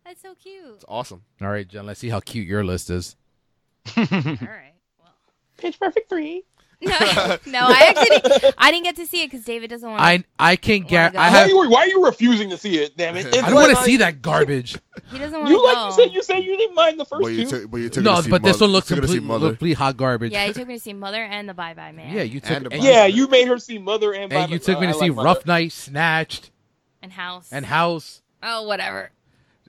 Speaker 1: That's so cute.
Speaker 3: it's awesome.
Speaker 2: All right, Jen. Let's see how cute your list is.
Speaker 1: All right. Well.
Speaker 5: pitch perfect three
Speaker 1: No, no, I actually didn't, I didn't get to see it because David doesn't want.
Speaker 2: I I can't
Speaker 1: Wanna
Speaker 2: get.
Speaker 1: go?
Speaker 2: I
Speaker 5: Oh why, are
Speaker 2: have.
Speaker 5: you, why are you refusing to see it damn it
Speaker 2: I
Speaker 3: I
Speaker 5: It's
Speaker 2: don't want
Speaker 5: like-
Speaker 2: to see that garbage.
Speaker 1: he doesn't want to
Speaker 5: you
Speaker 1: go.
Speaker 5: like you said you said you didn't mind the first
Speaker 3: But you
Speaker 5: two
Speaker 3: took- but you took her
Speaker 2: no,
Speaker 3: to see
Speaker 2: but this
Speaker 3: Mother-
Speaker 2: one looks
Speaker 3: took her to see
Speaker 2: complete,
Speaker 3: Mother.
Speaker 2: complete hot garbage.
Speaker 1: yeah, he took me to see Mother and the Bye Bye Man.
Speaker 2: Yeah, you took
Speaker 3: And
Speaker 2: and,
Speaker 3: a
Speaker 5: yeah you made her see mother and,
Speaker 2: and you
Speaker 5: Bible-
Speaker 2: took me
Speaker 5: I
Speaker 2: to see
Speaker 5: like Mother.
Speaker 2: Rough Night, Snatched,
Speaker 1: and House
Speaker 2: and House.
Speaker 1: Oh, whatever.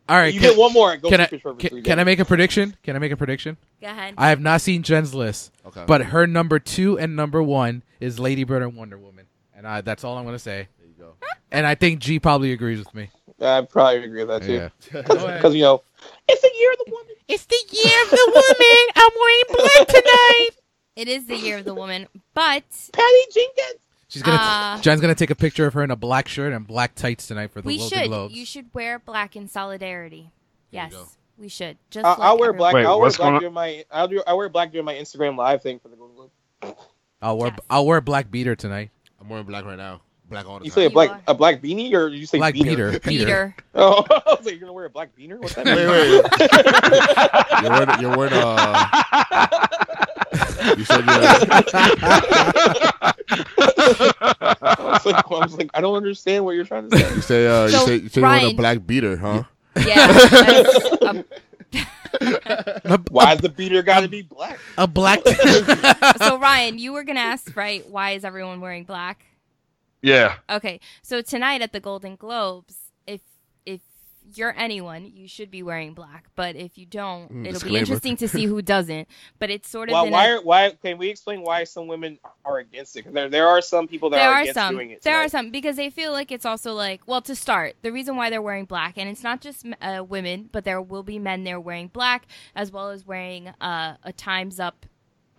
Speaker 2: All right,
Speaker 5: you
Speaker 2: can,
Speaker 5: get one more. Go
Speaker 2: can I
Speaker 5: see Pitch Perfect
Speaker 2: can,
Speaker 5: three,
Speaker 2: can I
Speaker 5: David.
Speaker 2: make a prediction? Can I make a prediction?
Speaker 1: Go ahead.
Speaker 2: I have not seen Jen's list,
Speaker 3: Okay.
Speaker 2: but her number two and number one is Lady Bird and Wonder Woman, and I, that's all I'm gonna say.
Speaker 3: there you go.
Speaker 2: And I think G probably agrees with me.
Speaker 5: I probably agree with that too.
Speaker 2: Go ahead.
Speaker 5: Because you know, it's the year of the woman.
Speaker 2: It's the year of the woman. I'm wearing black tonight.
Speaker 1: It is the year of the woman, but
Speaker 5: Patty Jenkins.
Speaker 2: She's gonna.
Speaker 1: Uh,
Speaker 2: Jen's gonna take a picture of her in a black shirt and black tights tonight for the
Speaker 1: we
Speaker 2: Golden
Speaker 1: should.
Speaker 2: Globes.
Speaker 1: You should wear black in solidarity.
Speaker 3: There you
Speaker 1: Yes,
Speaker 3: go.
Speaker 1: we should. Just
Speaker 5: I'll, I'll
Speaker 1: like
Speaker 5: wear black.
Speaker 1: everyone-
Speaker 4: Wait,
Speaker 5: I'll wear
Speaker 4: what's going
Speaker 5: black
Speaker 4: on?
Speaker 5: during my. I'll do. I wear black during my Instagram live thing for the Golden Globe.
Speaker 2: I'll wear.
Speaker 1: Yes.
Speaker 2: I'll wear a black beater tonight.
Speaker 3: I'm wearing black right now. Black all the
Speaker 5: You
Speaker 3: time.
Speaker 5: say a
Speaker 1: You
Speaker 5: black
Speaker 1: are.
Speaker 5: a black beanie or you say
Speaker 2: Black
Speaker 5: beater?
Speaker 2: beater. Peter.
Speaker 1: Peter.
Speaker 5: Oh, I was like, you're gonna wear a black beater? What's that
Speaker 3: wait,
Speaker 5: mean?
Speaker 3: wait. You're wearing, you're wearing uh, you said you're,
Speaker 5: I was like, I was like, I don't understand what you're trying to say.
Speaker 3: you say uh, you
Speaker 1: So,
Speaker 3: say, you say you're wearing a
Speaker 1: Ryan-
Speaker 3: black beater, huh?
Speaker 1: Yeah. that's a-
Speaker 2: A,
Speaker 5: Why's the beater got to be black?
Speaker 2: a black.
Speaker 1: so Ryan, you were gonna ask, right? Why is everyone wearing black?
Speaker 4: yeah.
Speaker 1: Okay, so tonight at the Golden Globes, if if you're anyone, you should be wearing black. But if you don't,
Speaker 3: Mm,
Speaker 1: it'll
Speaker 3: disclaimer.
Speaker 1: be interesting to see who doesn't. But it's sort of
Speaker 5: Why?
Speaker 1: in a-
Speaker 5: Why, are, why? Can we explain why some women are against it? 'Cause There, there are some people that
Speaker 1: there
Speaker 5: are,
Speaker 1: are
Speaker 5: against
Speaker 1: some
Speaker 5: doing it.
Speaker 1: there are
Speaker 5: tonight.
Speaker 1: some because they feel like it's also like well to start the reason why they're wearing black and it's not just uh, women but there will be men there wearing black as well as wearing uh, a times up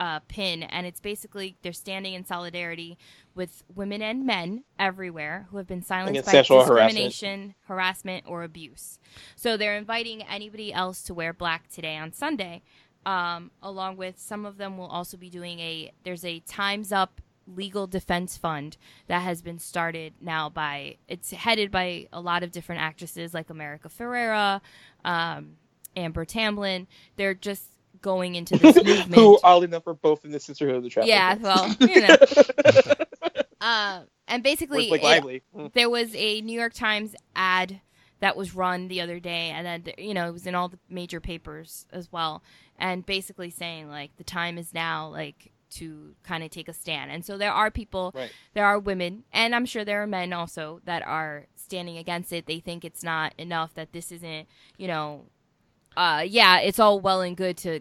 Speaker 1: uh, pin and it's basically they're standing in solidarity with women and men everywhere who have been silenced
Speaker 5: Against
Speaker 1: by
Speaker 5: sexual harassment.
Speaker 1: discrimination harassment or abuse so they're inviting anybody else to wear black today on sunday um, along with some of them will also be doing a there's a times up legal defense fund that has been started now by it's headed by a lot of different actresses like america ferrera um, amber tamblyn they're just going into this movement
Speaker 5: Who, oddly enough, are both in the Sisterhood of the Traveler.
Speaker 1: yeah well you know uh, and basically
Speaker 5: With Blake
Speaker 1: it-
Speaker 5: Lively. Mm.
Speaker 1: there was a New York Times ad that was run the other day, and then you know it was in all the major papers as well, and basically saying like the time is now, like to kind of take a stand. And so there are people,
Speaker 5: Right.
Speaker 1: there are women, and I'm sure there are men also that are standing against it. They think it's not enough that this isn't, you know, uh, yeah, it's all well and good to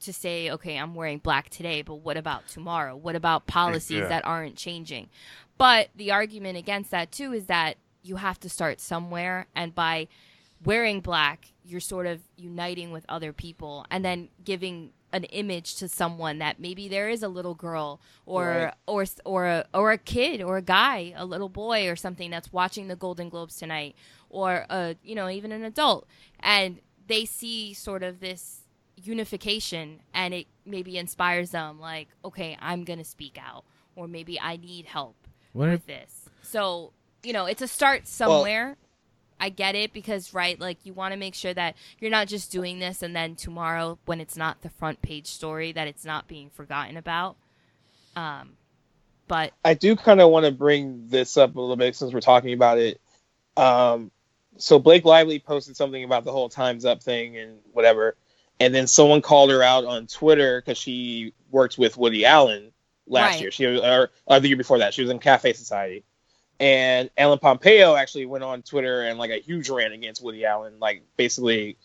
Speaker 1: to say, okay, I'm wearing black today, but what about tomorrow? What about policies
Speaker 4: Yeah.
Speaker 1: that aren't changing? But the argument against that too is that you have to start somewhere, and by wearing black, you're sort of uniting with other people, and then giving an image to someone that maybe there is a little girl or
Speaker 5: Right.
Speaker 1: or s- or a, or a kid or a guy, a little boy or something that's watching the Golden Globes tonight, or a you know even an adult, and they see sort of this unification and it maybe inspires them like okay i'm gonna speak out or maybe i need help
Speaker 2: What if-
Speaker 1: with this so you know it's a start somewhere i get it because right like you want to make sure that you're not just doing this and then tomorrow when it's not the front page story that it's not being forgotten about um but
Speaker 5: I do kind of want to bring this up a little bit since we're talking about it. Um, so Blake Lively posted something about the whole Times Up thing and whatever, and then someone called her out on Twitter because she worked with Woody Allen last
Speaker 1: Right.
Speaker 5: year. She was, or, or the year before that, she was in Cafe Society, and Ellen Pompeo actually went on Twitter and like a huge rant against Woody Allen, like basically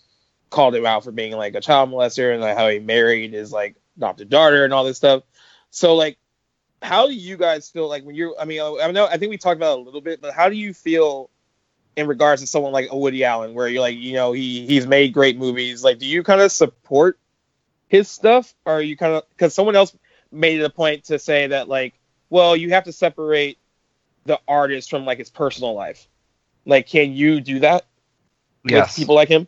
Speaker 5: called him out for being like a child molester and like how he married his like adopted daughter and all this stuff. So like how do you guys feel like when you're i mean i know i think we talked about it a little bit but how do you feel in regards to someone like woody allen where you're like you know he he's made great movies like do you kind of support his stuff or are you kind of because someone else made it a point to say that like well you have to separate the artist from like his personal life like can you do that
Speaker 4: Yes.
Speaker 5: with people like him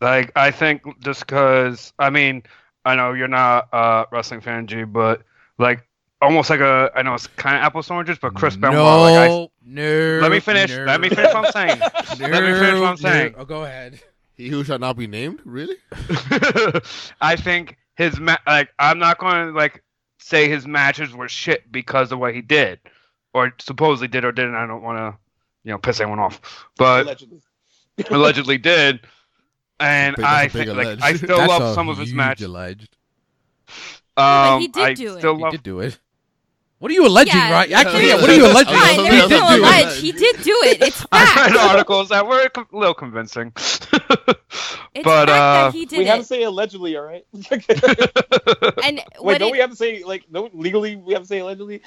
Speaker 4: Like I think just because I mean I know you're not a wrestling fan, G, but like almost like a I know it's kind of apples and oranges, but Chris
Speaker 2: no,
Speaker 4: Benoit. Like
Speaker 2: no.
Speaker 4: I, let me finish.
Speaker 2: no,
Speaker 4: Let me finish what I'm saying. let me finish what I'm
Speaker 2: no,
Speaker 4: saying.
Speaker 2: no. Oh, go ahead.
Speaker 3: He who shall not be named. Really?
Speaker 4: I think his ma- like I'm not going to like say his matches were shit because of what he did or supposedly did or didn't. I don't want to you know piss anyone off, but
Speaker 5: allegedly
Speaker 4: allegedly did. And
Speaker 3: That's a
Speaker 4: I
Speaker 3: big
Speaker 4: think like
Speaker 3: alleged.
Speaker 4: I still
Speaker 2: That's
Speaker 4: love
Speaker 2: a
Speaker 4: some of his
Speaker 2: huge
Speaker 4: matches.
Speaker 2: Alleged.
Speaker 1: but
Speaker 4: Um,
Speaker 1: he did
Speaker 4: I
Speaker 1: do it.
Speaker 4: still
Speaker 2: He
Speaker 4: love
Speaker 2: did do it. What are you alleging,
Speaker 1: Yeah.
Speaker 2: right? Actually,
Speaker 3: Yeah.
Speaker 2: yeah. What are you alleging?
Speaker 3: Fine,
Speaker 2: He
Speaker 1: Ryan,
Speaker 3: there
Speaker 1: there's
Speaker 2: did
Speaker 3: is
Speaker 2: do
Speaker 1: no
Speaker 2: it.
Speaker 1: alleged. He did do it. It's
Speaker 4: I
Speaker 1: fact.
Speaker 4: read articles that were a co- little convincing.
Speaker 1: It's
Speaker 4: but
Speaker 1: the fact
Speaker 4: uh,
Speaker 1: that he did
Speaker 5: we have to
Speaker 1: it.
Speaker 5: say allegedly, all right?
Speaker 1: and
Speaker 5: Wait,
Speaker 1: what
Speaker 5: don't
Speaker 1: it-
Speaker 5: we have to say like no legally? We have to say allegedly.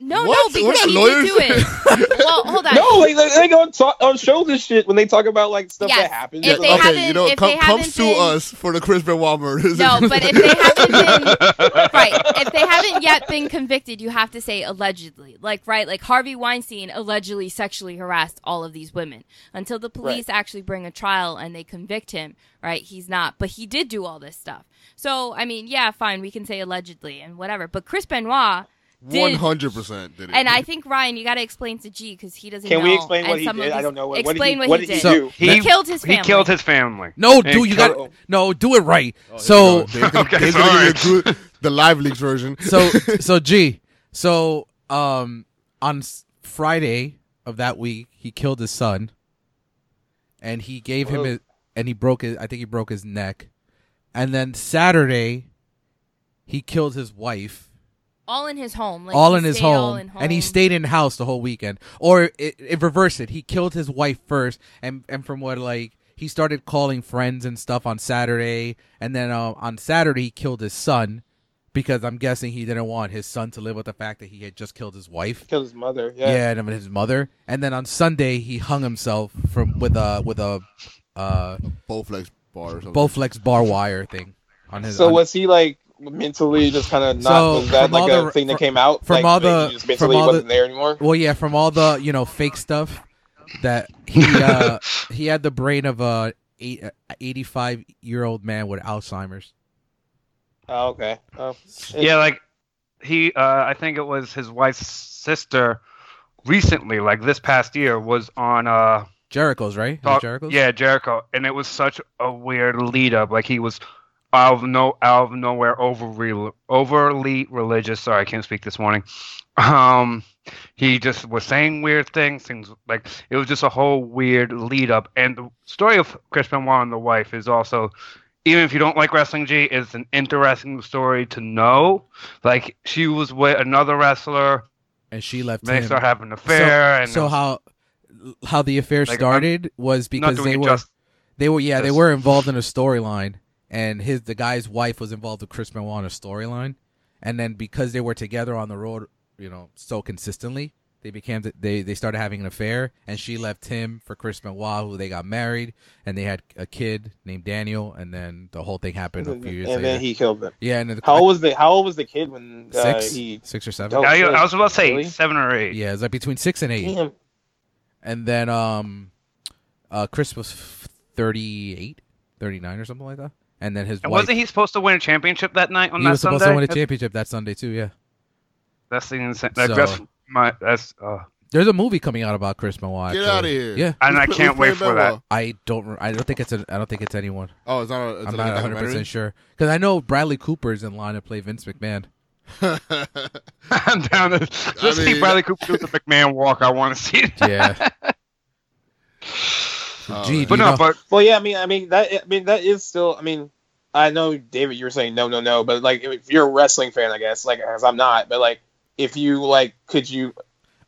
Speaker 1: no,
Speaker 3: What?
Speaker 1: no,
Speaker 3: We're
Speaker 1: because
Speaker 3: not
Speaker 1: he
Speaker 3: lawyers.
Speaker 1: did do it. well, hold on.
Speaker 5: No, like, they, they go on, talk, on shows and shit when they talk about like stuff
Speaker 1: Yes.
Speaker 5: that happens.
Speaker 1: If they
Speaker 3: okay,
Speaker 1: haven't-
Speaker 3: you know,
Speaker 1: if
Speaker 3: come,
Speaker 1: they
Speaker 3: come
Speaker 1: haven't
Speaker 3: sue
Speaker 1: been-
Speaker 3: us for the Chris Benoit murders.
Speaker 1: No, but if they haven't been right, if they haven't yet been convicted, you have to say allegedly. Like right, like Harvey Weinstein allegedly sexually harassed all of these women. Until the police actually bring a trial and they convict him, right? He's not, but he did do all this stuff. So, I mean, yeah, fine, we can say allegedly and whatever. But Chris Benoit did-
Speaker 3: one hundred percent did it.
Speaker 1: and I think Ryan, you got to explain to G because he doesn't.
Speaker 5: Can
Speaker 1: know,
Speaker 5: we explain
Speaker 1: and
Speaker 5: what he
Speaker 1: some of
Speaker 5: did? I
Speaker 1: these-
Speaker 5: don't know what- what did
Speaker 1: Explain
Speaker 5: he-
Speaker 1: what,
Speaker 5: what
Speaker 1: he
Speaker 5: did he
Speaker 1: did.
Speaker 5: do?
Speaker 1: He,
Speaker 4: He-
Speaker 1: killed his.
Speaker 4: he
Speaker 1: Family.
Speaker 4: killed his family.
Speaker 2: No,
Speaker 4: Hey,
Speaker 2: dude, you
Speaker 4: Kel-
Speaker 2: got no. Do it right. so
Speaker 3: Oh, here we go. Dave's gonna-
Speaker 4: Okay,
Speaker 3: Dave's gonna
Speaker 4: sorry.
Speaker 3: give you a good- the live leaks version.
Speaker 2: so so G. So um on s- Friday of that week, he killed his son, and he gave him
Speaker 5: Whoa.
Speaker 2: his, and he broke his. I think he broke his neck, and then Saturday, he killed his wife.
Speaker 1: all in his home. Like,
Speaker 2: all
Speaker 1: he
Speaker 2: in his
Speaker 1: stayed
Speaker 2: home,
Speaker 1: all in
Speaker 2: and he
Speaker 1: home.
Speaker 2: stayed in the house the whole weekend. Or it, it reversed it. He killed his wife first, and and from what like he started calling friends and stuff on Saturday, and then uh, on Saturday he killed his son because I'm guessing he didn't want his son to live with the fact that he had just killed his wife.
Speaker 5: Killed his mother.
Speaker 2: Yeah,
Speaker 5: Yeah.
Speaker 2: and then his mother, and then on Sunday he hung himself from with a with a uh
Speaker 3: Bowflex bar or something.
Speaker 2: Bowflex bar wire thing on his.
Speaker 5: So
Speaker 2: on-
Speaker 5: was he like mentally just kind of not?
Speaker 2: So,
Speaker 5: was that
Speaker 2: from
Speaker 5: like
Speaker 2: all
Speaker 5: a
Speaker 2: the-
Speaker 5: thing
Speaker 2: fr-
Speaker 5: that came out?
Speaker 2: from
Speaker 5: like,
Speaker 2: all
Speaker 5: that
Speaker 2: the-
Speaker 5: he just
Speaker 2: from
Speaker 5: mentally
Speaker 2: all the-
Speaker 5: wasn't there anymore.
Speaker 2: Well, yeah, from all the you know fake stuff that he uh, he had the brain of a eight, uh, 85 year old man with Alzheimer's.
Speaker 5: Oh, okay. Oh.
Speaker 4: Yeah, like he, uh, I think it was his wife's sister. Recently, like this past year, was on uh,
Speaker 2: Jericho's right? Is it
Speaker 4: Talk-
Speaker 2: Jericho's?
Speaker 4: Yeah, Jericho, and it was such a weird lead up. Like he was out of no out of nowhere overly overly religious. Sorry, I can't speak this morning. Um, he just was saying weird things. Things like it was just a whole weird lead up. And the story of Chris Benoit and the wife is also. Even if you don't like wrestling, G, it's an interesting story to know. Like she was with another wrestler,
Speaker 2: and she left
Speaker 4: they
Speaker 2: him.
Speaker 4: started having an affair,
Speaker 2: so,
Speaker 4: and
Speaker 2: so how how the affair
Speaker 4: Like, I'm
Speaker 2: started was
Speaker 4: not
Speaker 2: because
Speaker 4: doing
Speaker 2: they
Speaker 4: it
Speaker 2: were
Speaker 4: justice.
Speaker 2: they were yeah they
Speaker 4: justice.
Speaker 2: were involved in a storyline, and his the guy's wife was involved with Chris Benoit in a storyline, and then because they were together on the road, you know, so consistently, they became they they started having an affair, and she left him for Chris Benoit, who they got married, and they had a kid named Daniel, and then the whole thing happened a
Speaker 5: And
Speaker 2: few years
Speaker 5: then
Speaker 2: later.
Speaker 5: he killed them.
Speaker 2: yeah, and then the,
Speaker 5: How old was the How old was the kid when uh,
Speaker 2: six,
Speaker 5: he?
Speaker 2: six or seven.
Speaker 5: Oh,
Speaker 4: I,
Speaker 5: shit.
Speaker 4: I was about to say
Speaker 5: Really?
Speaker 4: seven or eight.
Speaker 2: Yeah, it's like between six and eight.
Speaker 5: Damn.
Speaker 2: and then um uh chris was f- 38 39 or something like that and then his
Speaker 4: And
Speaker 2: wife
Speaker 4: wasn't he supposed to win a championship that night on
Speaker 2: he
Speaker 4: that
Speaker 2: was supposed
Speaker 4: Sunday?
Speaker 2: to win a
Speaker 4: That's-
Speaker 2: championship that sunday too yeah
Speaker 4: That's the insane. Like,
Speaker 2: So-
Speaker 4: That's my. That's. Uh,
Speaker 2: there's a movie coming out about chris Benoit.
Speaker 3: Get
Speaker 2: actually.
Speaker 3: out of here.
Speaker 2: yeah
Speaker 4: and
Speaker 3: Who's
Speaker 4: I
Speaker 3: pla-
Speaker 4: can't
Speaker 3: who's
Speaker 4: wait
Speaker 3: playing
Speaker 4: for that.
Speaker 3: Benoit?
Speaker 2: i don't re- i don't think it's a, i don't think it's anyone
Speaker 3: Oh, it's not. A, it's
Speaker 2: i'm
Speaker 3: like
Speaker 2: not
Speaker 3: a
Speaker 2: 100 percent sure because i know bradley cooper is in line to play vince mcmahon
Speaker 3: documentary?
Speaker 4: I'm down to just see
Speaker 3: mean-
Speaker 4: Bradley Cooper do the McMahon walk. I want to see it.
Speaker 2: yeah
Speaker 3: Oh,
Speaker 2: Gee,
Speaker 3: man.
Speaker 2: do
Speaker 4: But
Speaker 2: you
Speaker 4: no,
Speaker 2: know-
Speaker 4: but
Speaker 5: Well, yeah. I mean, I mean that. I mean that is still. I mean, I know David, you were saying no, no, no, but like if you're a wrestling fan, I guess, like as I'm not, but like if you like, could you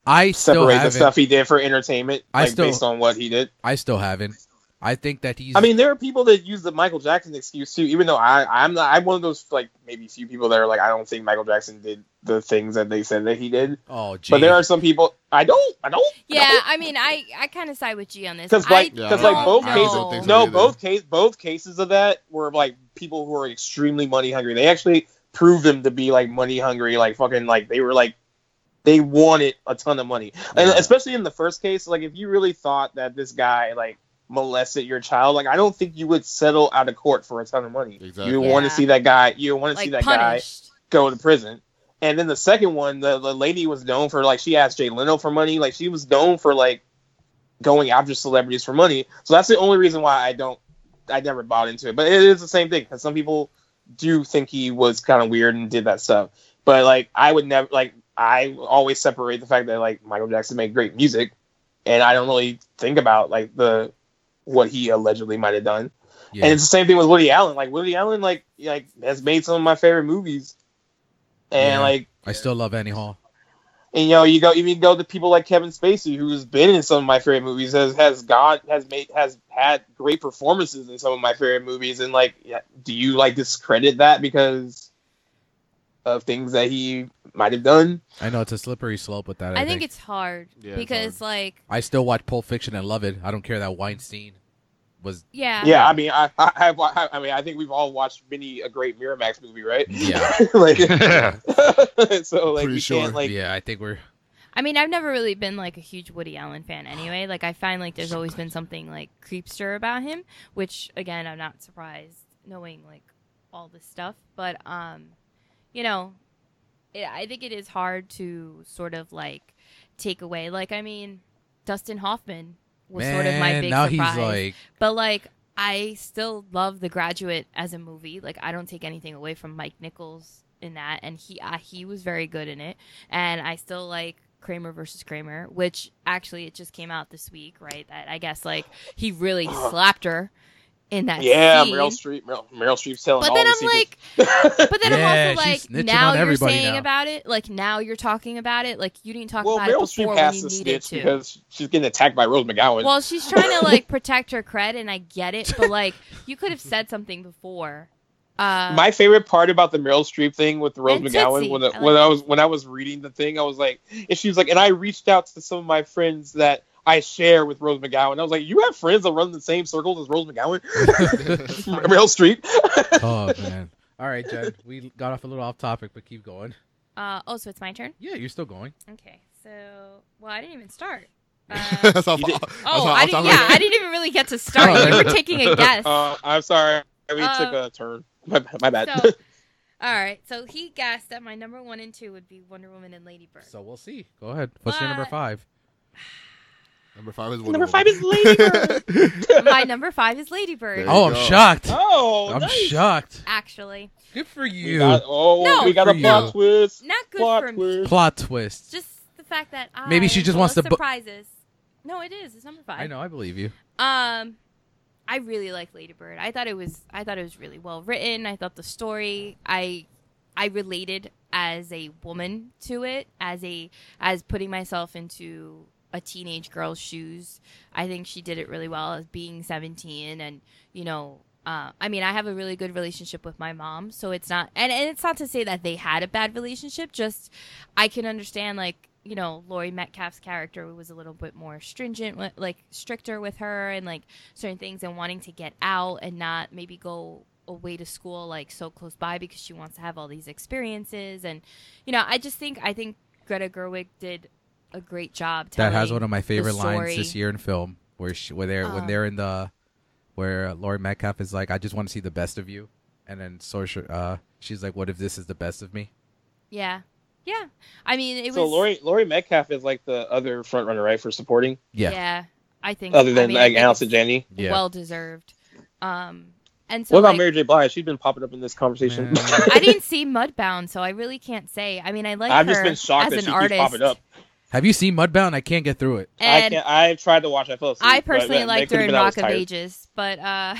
Speaker 2: i still
Speaker 5: separate the
Speaker 2: haven't
Speaker 5: stuff he did for entertainment,
Speaker 2: I
Speaker 5: like
Speaker 2: still-
Speaker 5: based on what he did?
Speaker 2: i still haven't i think that he's
Speaker 5: I mean, there are people that use the Michael Jackson excuse too. Even though I, I'm not, I'm one of those like maybe few people that are like, I don't think Michael Jackson did the things that they said that he did.
Speaker 2: oh gee.
Speaker 5: But there are some people I don't, I don't.
Speaker 1: Yeah, I mean, I I kind of side with G on this.
Speaker 5: Because
Speaker 1: I
Speaker 5: like,
Speaker 3: Yeah,
Speaker 5: because
Speaker 3: I
Speaker 5: like
Speaker 3: don't-
Speaker 5: both
Speaker 3: I
Speaker 5: cases,
Speaker 3: don't think so
Speaker 5: no,
Speaker 3: either.
Speaker 5: both case, both cases of that were like people who are extremely money hungry. They actually proved them to be like money hungry, like fucking like they were like they wanted a ton of money, and
Speaker 3: Yeah.
Speaker 5: especially in the first case, like if you really thought that this guy like molested your child, like I don't think you would settle out of court for a ton of money.
Speaker 3: Exactly.
Speaker 5: You want
Speaker 1: Yeah.
Speaker 5: to see that guy. You want to see
Speaker 1: like
Speaker 5: that guy
Speaker 1: punished.
Speaker 5: go to prison. And then the second one, the, the lady was known for like she asked Jay Leno for money. Like she was known for like going after celebrities for money. So that's the only reason why I don't, I never bought into it. But it is the same thing because some people do think he was kind of weird and did that stuff. But like I would never like I always separate the fact that like Michael Jackson made great music, and I don't really think about like the what he allegedly might have done.
Speaker 2: yeah.
Speaker 5: And it's the same thing with Woody Allen. Like Woody Allen, like like has made some of my favorite movies, and
Speaker 2: Yeah.
Speaker 5: like
Speaker 2: i still love annie hall
Speaker 5: And you know, you go even go to people like Kevin Spacey, who's been in some of my favorite movies, has has God has made has had great performances in some of my favorite movies, and like, yeah, do you like discredit that because of things that he might have done?
Speaker 2: I know it's a slippery slope with that. I,
Speaker 1: I think it's hard
Speaker 3: Yeah, it's
Speaker 1: because, like,
Speaker 2: I still watch Pulp Fiction and love it. I don't care that Weinstein was.
Speaker 1: yeah,
Speaker 5: Yeah, I mean, I I, I've wa- I I mean, I think we've all watched many a great Miramax movie, right?
Speaker 2: Yeah.
Speaker 5: like,
Speaker 4: Yeah.
Speaker 5: so like
Speaker 3: Pretty
Speaker 5: we
Speaker 3: sure,
Speaker 5: can't like
Speaker 2: yeah, I think we're.
Speaker 1: I mean, I've never really been like a huge Woody Allen fan anyway. Like, I find like there's always been something like creepster about him, which again, I'm not surprised knowing like all this stuff. But, um, you know, it, I think it is hard to sort of like take away. Like, I mean, Dustin Hoffman was
Speaker 2: Man,
Speaker 1: sort of my big
Speaker 2: now
Speaker 1: surprise.
Speaker 2: he's like.
Speaker 1: But like I still love The Graduate as a movie. Like I don't take anything away from Mike Nichols in that and he uh, he was very good in it. And I still like Kramer versus Kramer, which actually it just came out this week, right? That I guess like he really slapped her in that
Speaker 5: Uh-huh. yeah,
Speaker 1: scene.
Speaker 5: Meryl Streep, Meryl, Meryl Streep's telling
Speaker 1: but
Speaker 5: all
Speaker 1: then
Speaker 5: the
Speaker 1: I'm
Speaker 5: secrets.
Speaker 1: like but then
Speaker 2: Yeah,
Speaker 1: I'm also
Speaker 2: she's
Speaker 1: like
Speaker 2: snitching
Speaker 1: now
Speaker 2: on
Speaker 1: you're
Speaker 2: everybody
Speaker 1: saying
Speaker 2: now.
Speaker 1: about it, like now you're talking about it, like you didn't talk
Speaker 5: well,
Speaker 1: about it
Speaker 5: Meryl
Speaker 1: before
Speaker 5: Streep
Speaker 1: when
Speaker 5: has
Speaker 1: you
Speaker 5: to
Speaker 1: needed
Speaker 5: snitch
Speaker 1: to.
Speaker 5: because she's getting attacked by Rose McGowan.
Speaker 1: Well, she's trying to like protect her cred, and I get it, but like you could have said something before. Uh,
Speaker 5: My favorite part about the Meryl Streep thing with Rose
Speaker 1: And
Speaker 5: McGowan
Speaker 1: Tootsie.
Speaker 5: when,
Speaker 1: I
Speaker 5: the,
Speaker 1: like
Speaker 5: when I was when I was reading the thing, I was like, and she was like, and I reached out to some of my friends that I share with Rose McGowan. I was like, you have friends that run the same circles as Rose McGowan, Meryl Streep.
Speaker 2: oh man. All right, Jen. We got off a little off topic, but keep going.
Speaker 1: uh, oh, so it's my turn.
Speaker 2: Yeah, you're still going.
Speaker 1: Okay, so well, I didn't even start. Uh,
Speaker 3: that's how
Speaker 5: You
Speaker 3: far.
Speaker 5: did-
Speaker 3: that's
Speaker 1: oh,
Speaker 3: how-
Speaker 1: I
Speaker 3: that's how
Speaker 1: didn't. Yeah, I didn't even really get to
Speaker 2: Oh,
Speaker 1: start. You
Speaker 2: there
Speaker 1: were
Speaker 2: you go.
Speaker 1: taking a guess.
Speaker 5: Uh, I'm sorry, I mean, it
Speaker 1: Uh,
Speaker 5: took a turn. My, my bad.
Speaker 1: So, all right. So he guessed that my number one and two would be Wonder Woman and Lady Bird.
Speaker 2: So we'll see. Go ahead. What's your number
Speaker 1: But-
Speaker 2: five?
Speaker 3: Number five is Wonder
Speaker 5: Number five
Speaker 3: Woman.
Speaker 5: is Lady Bird.
Speaker 1: my number five is Lady Bird.
Speaker 3: There you
Speaker 2: Oh, I'm
Speaker 3: go.
Speaker 2: shocked.
Speaker 5: Oh,
Speaker 2: I'm
Speaker 5: nice.
Speaker 2: shocked.
Speaker 1: Actually,
Speaker 2: Good for
Speaker 5: We
Speaker 2: you.
Speaker 5: got- oh,
Speaker 1: No,
Speaker 5: we got a
Speaker 2: for
Speaker 5: plot
Speaker 2: you.
Speaker 5: twist.
Speaker 1: not good
Speaker 5: Plot
Speaker 1: for me.
Speaker 5: twist.
Speaker 2: Plot twist.
Speaker 1: Just the fact that I
Speaker 2: Maybe she
Speaker 1: am
Speaker 2: just
Speaker 1: full
Speaker 2: wants
Speaker 1: of
Speaker 2: to bu-
Speaker 1: surprises. No, it is. It's number five.
Speaker 2: I know. I believe you.
Speaker 1: Um, I really like Lady Bird. I thought it was I thought it was really well written. I thought the story I I related as a woman to it as a as putting myself into a teenage girl's shoes. I think she did it really well as being 17 and you know uh, I mean, I have a really good relationship with my mom, so it's not, and, and it's not to say that they had a bad relationship. Just I can understand, like you know, Lori Metcalf's character was a little bit more stringent, wi- like stricter with her, and like certain things, and wanting to get out and not maybe go away to school like so close by because she wants to have all these experiences, and you know, I just think I think Greta Gerwig did a great job. Telling
Speaker 2: that has one of my favorite lines this
Speaker 1: story.
Speaker 2: year in film, where she, where they're when
Speaker 1: Um,
Speaker 2: they're in the where Laurie Metcalf is like, I just want to see the best of you, and then Sorcer, uh, she's like, What if this is the best of me?
Speaker 1: yeah, yeah. I mean, it
Speaker 5: so
Speaker 1: was
Speaker 5: Lori Lori Metcalf is like the other front runner, right, for supporting,
Speaker 1: Yeah.
Speaker 2: Yeah,
Speaker 1: I think
Speaker 5: other than
Speaker 1: I mean, I
Speaker 5: like
Speaker 1: think
Speaker 5: Alice and
Speaker 1: it's-
Speaker 5: Janney.
Speaker 2: yeah.
Speaker 1: well deserved. Um, and so
Speaker 5: What about
Speaker 1: like,
Speaker 5: Mary J. Blige? She's been popping up in this conversation.
Speaker 2: Man.
Speaker 1: I didn't see Mudbound, so I really can't say. I mean, I like
Speaker 5: I've
Speaker 1: her
Speaker 5: just been shocked
Speaker 1: as
Speaker 5: that
Speaker 1: an
Speaker 5: she
Speaker 1: artist.
Speaker 5: keeps popping up.
Speaker 2: Have you seen Mudbound? I can't get through it.
Speaker 5: I
Speaker 1: And
Speaker 5: can't. I tried to watch. I fell asleep.
Speaker 1: I
Speaker 5: but
Speaker 1: personally
Speaker 5: that-
Speaker 1: liked
Speaker 5: that
Speaker 1: her
Speaker 5: could've
Speaker 1: in
Speaker 5: been I was
Speaker 1: Rock of
Speaker 5: tired.
Speaker 1: Ages, but uh,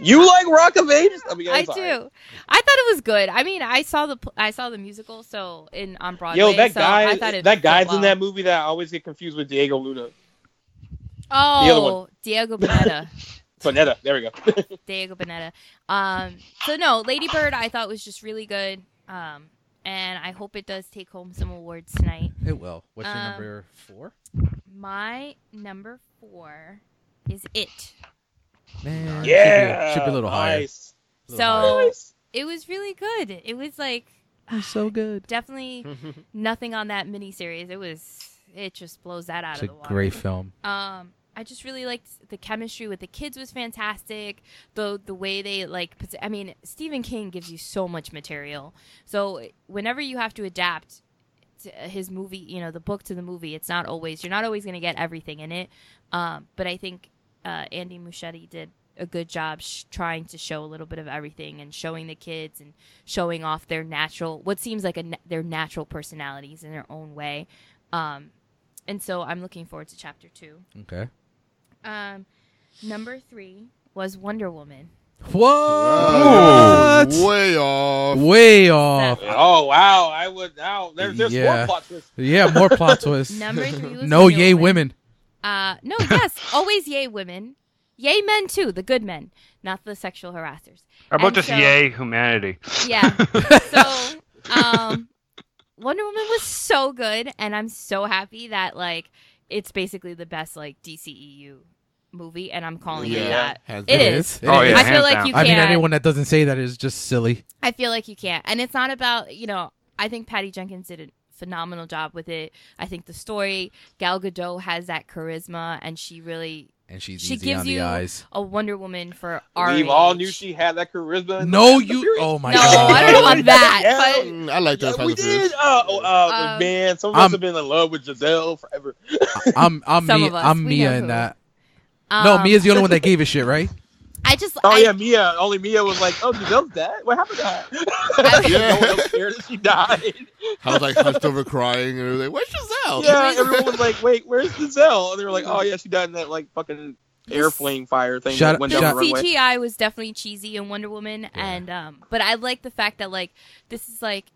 Speaker 5: You like Rock of Ages? I, mean,
Speaker 1: I
Speaker 5: it's all right.
Speaker 1: do. I thought it was good. I mean, I saw the pl- I saw the musical, so in on Broadway.
Speaker 5: Yo, that
Speaker 1: so I
Speaker 5: guy,
Speaker 1: thought it
Speaker 5: that
Speaker 1: fit
Speaker 5: guy's
Speaker 1: well.
Speaker 5: in that movie that I always get confused with Diego Luna. other
Speaker 1: Oh, Diego Boneta.
Speaker 5: Bonetta, there we go.
Speaker 1: Diego Boneta. Um, so no, Lady Bird I thought was just really good. Um, and I hope it does take home some awards tonight.
Speaker 2: It will. What's your
Speaker 1: Um,
Speaker 2: number four?
Speaker 1: My number four is it.
Speaker 2: Man,
Speaker 5: yeah,
Speaker 2: should be, a- should be a little higher.
Speaker 5: nice.
Speaker 2: A
Speaker 1: So-
Speaker 2: little higher.
Speaker 5: Nice.
Speaker 1: It was really good. It was like
Speaker 2: You're so good.
Speaker 1: definitely nothing on that miniseries. It was it just blows that out
Speaker 2: It's
Speaker 1: of
Speaker 2: a
Speaker 1: the water.
Speaker 2: great film.
Speaker 1: Um, I just really liked the chemistry with the kids was fantastic. The the way they like, pos- I mean, Stephen King gives you so much material. So whenever you have to adapt to his movie, you know, the book to the movie, it's not always you're not always going to get everything in it. Um, but I think uh, Andy Muschietti did a good job sh- trying to show a little bit of everything and showing the kids and showing off their natural, what seems like a, na- their natural personalities in their own way. Um, and so I'm looking forward to chapter two.
Speaker 2: Okay.
Speaker 1: Um, number three was Wonder Woman.
Speaker 2: What?
Speaker 3: Uh, Way off.
Speaker 2: Way off.
Speaker 5: Oh wow, I would. Now there's there's
Speaker 2: Yeah.
Speaker 5: more plot twists.
Speaker 2: Yeah, more plot twists.
Speaker 1: Number three was
Speaker 2: no
Speaker 1: Wonder
Speaker 2: yay
Speaker 1: Woman.
Speaker 2: women.
Speaker 1: Uh, no, yes, always yay women, yay men too, the good men, not the sexual harassers.
Speaker 4: How about
Speaker 1: And
Speaker 4: just
Speaker 1: so-
Speaker 4: yay humanity?
Speaker 1: Yeah. so, um, Wonder Woman was so good, and I'm so happy that like it's basically the best like DCEU movie, and I'm calling
Speaker 3: Yeah.
Speaker 1: it that.
Speaker 3: Hands
Speaker 1: It
Speaker 3: down.
Speaker 1: is.
Speaker 4: Oh, yeah,
Speaker 1: I feel
Speaker 4: hands
Speaker 1: like
Speaker 4: down.
Speaker 1: you
Speaker 2: I
Speaker 1: can't.
Speaker 2: mean, anyone that doesn't say that is just silly.
Speaker 1: I feel like you can't. And it's not about, you know, I think Patty Jenkins did a phenomenal job with it. I think the story, Gal Gadot has that charisma and she really
Speaker 2: And she's
Speaker 1: She
Speaker 2: easy
Speaker 1: gives
Speaker 2: on the
Speaker 1: you-
Speaker 2: eyes.
Speaker 1: a Wonder Woman for our
Speaker 5: We've all
Speaker 1: age.
Speaker 5: knew she had that charisma. in the
Speaker 2: No,
Speaker 5: Fast and
Speaker 2: you.
Speaker 5: Furious.
Speaker 2: Oh my
Speaker 1: No,
Speaker 2: god.
Speaker 1: I don't want that. But
Speaker 3: Mm, I like that.
Speaker 5: Yeah, we
Speaker 3: Fast and Furious.
Speaker 5: did. Oh, oh, oh,
Speaker 1: Um,
Speaker 5: man, some of us
Speaker 2: I'm-
Speaker 5: have been in love with Giselle forever.
Speaker 2: I'm I'm
Speaker 1: Some
Speaker 2: Mia,
Speaker 1: of us,
Speaker 2: I'm
Speaker 1: we know
Speaker 2: Mia
Speaker 1: who.
Speaker 2: in that.
Speaker 1: um,
Speaker 2: no, Mia's the only one that gave a shit, right?
Speaker 1: I just
Speaker 5: Oh
Speaker 1: I,
Speaker 5: yeah, Mia. Only Mia was like, "Oh, Giselle's dead. What happened to her?"
Speaker 3: Yeah.
Speaker 5: no one else cared that she died.
Speaker 3: I was like hunched over crying, and it was like, "Where's
Speaker 2: Oh.
Speaker 3: Giselle?"
Speaker 5: Yeah, everyone was like, "Wait, where's Giselle?" And they were like, "Oh yeah, she died in that like fucking airplane fire thing
Speaker 2: Shut
Speaker 5: that
Speaker 2: up-
Speaker 5: went
Speaker 1: the
Speaker 5: down
Speaker 2: shut-
Speaker 5: the runway."
Speaker 1: CGI was definitely cheesy in Wonder Woman, and um, but I like the fact that like this is like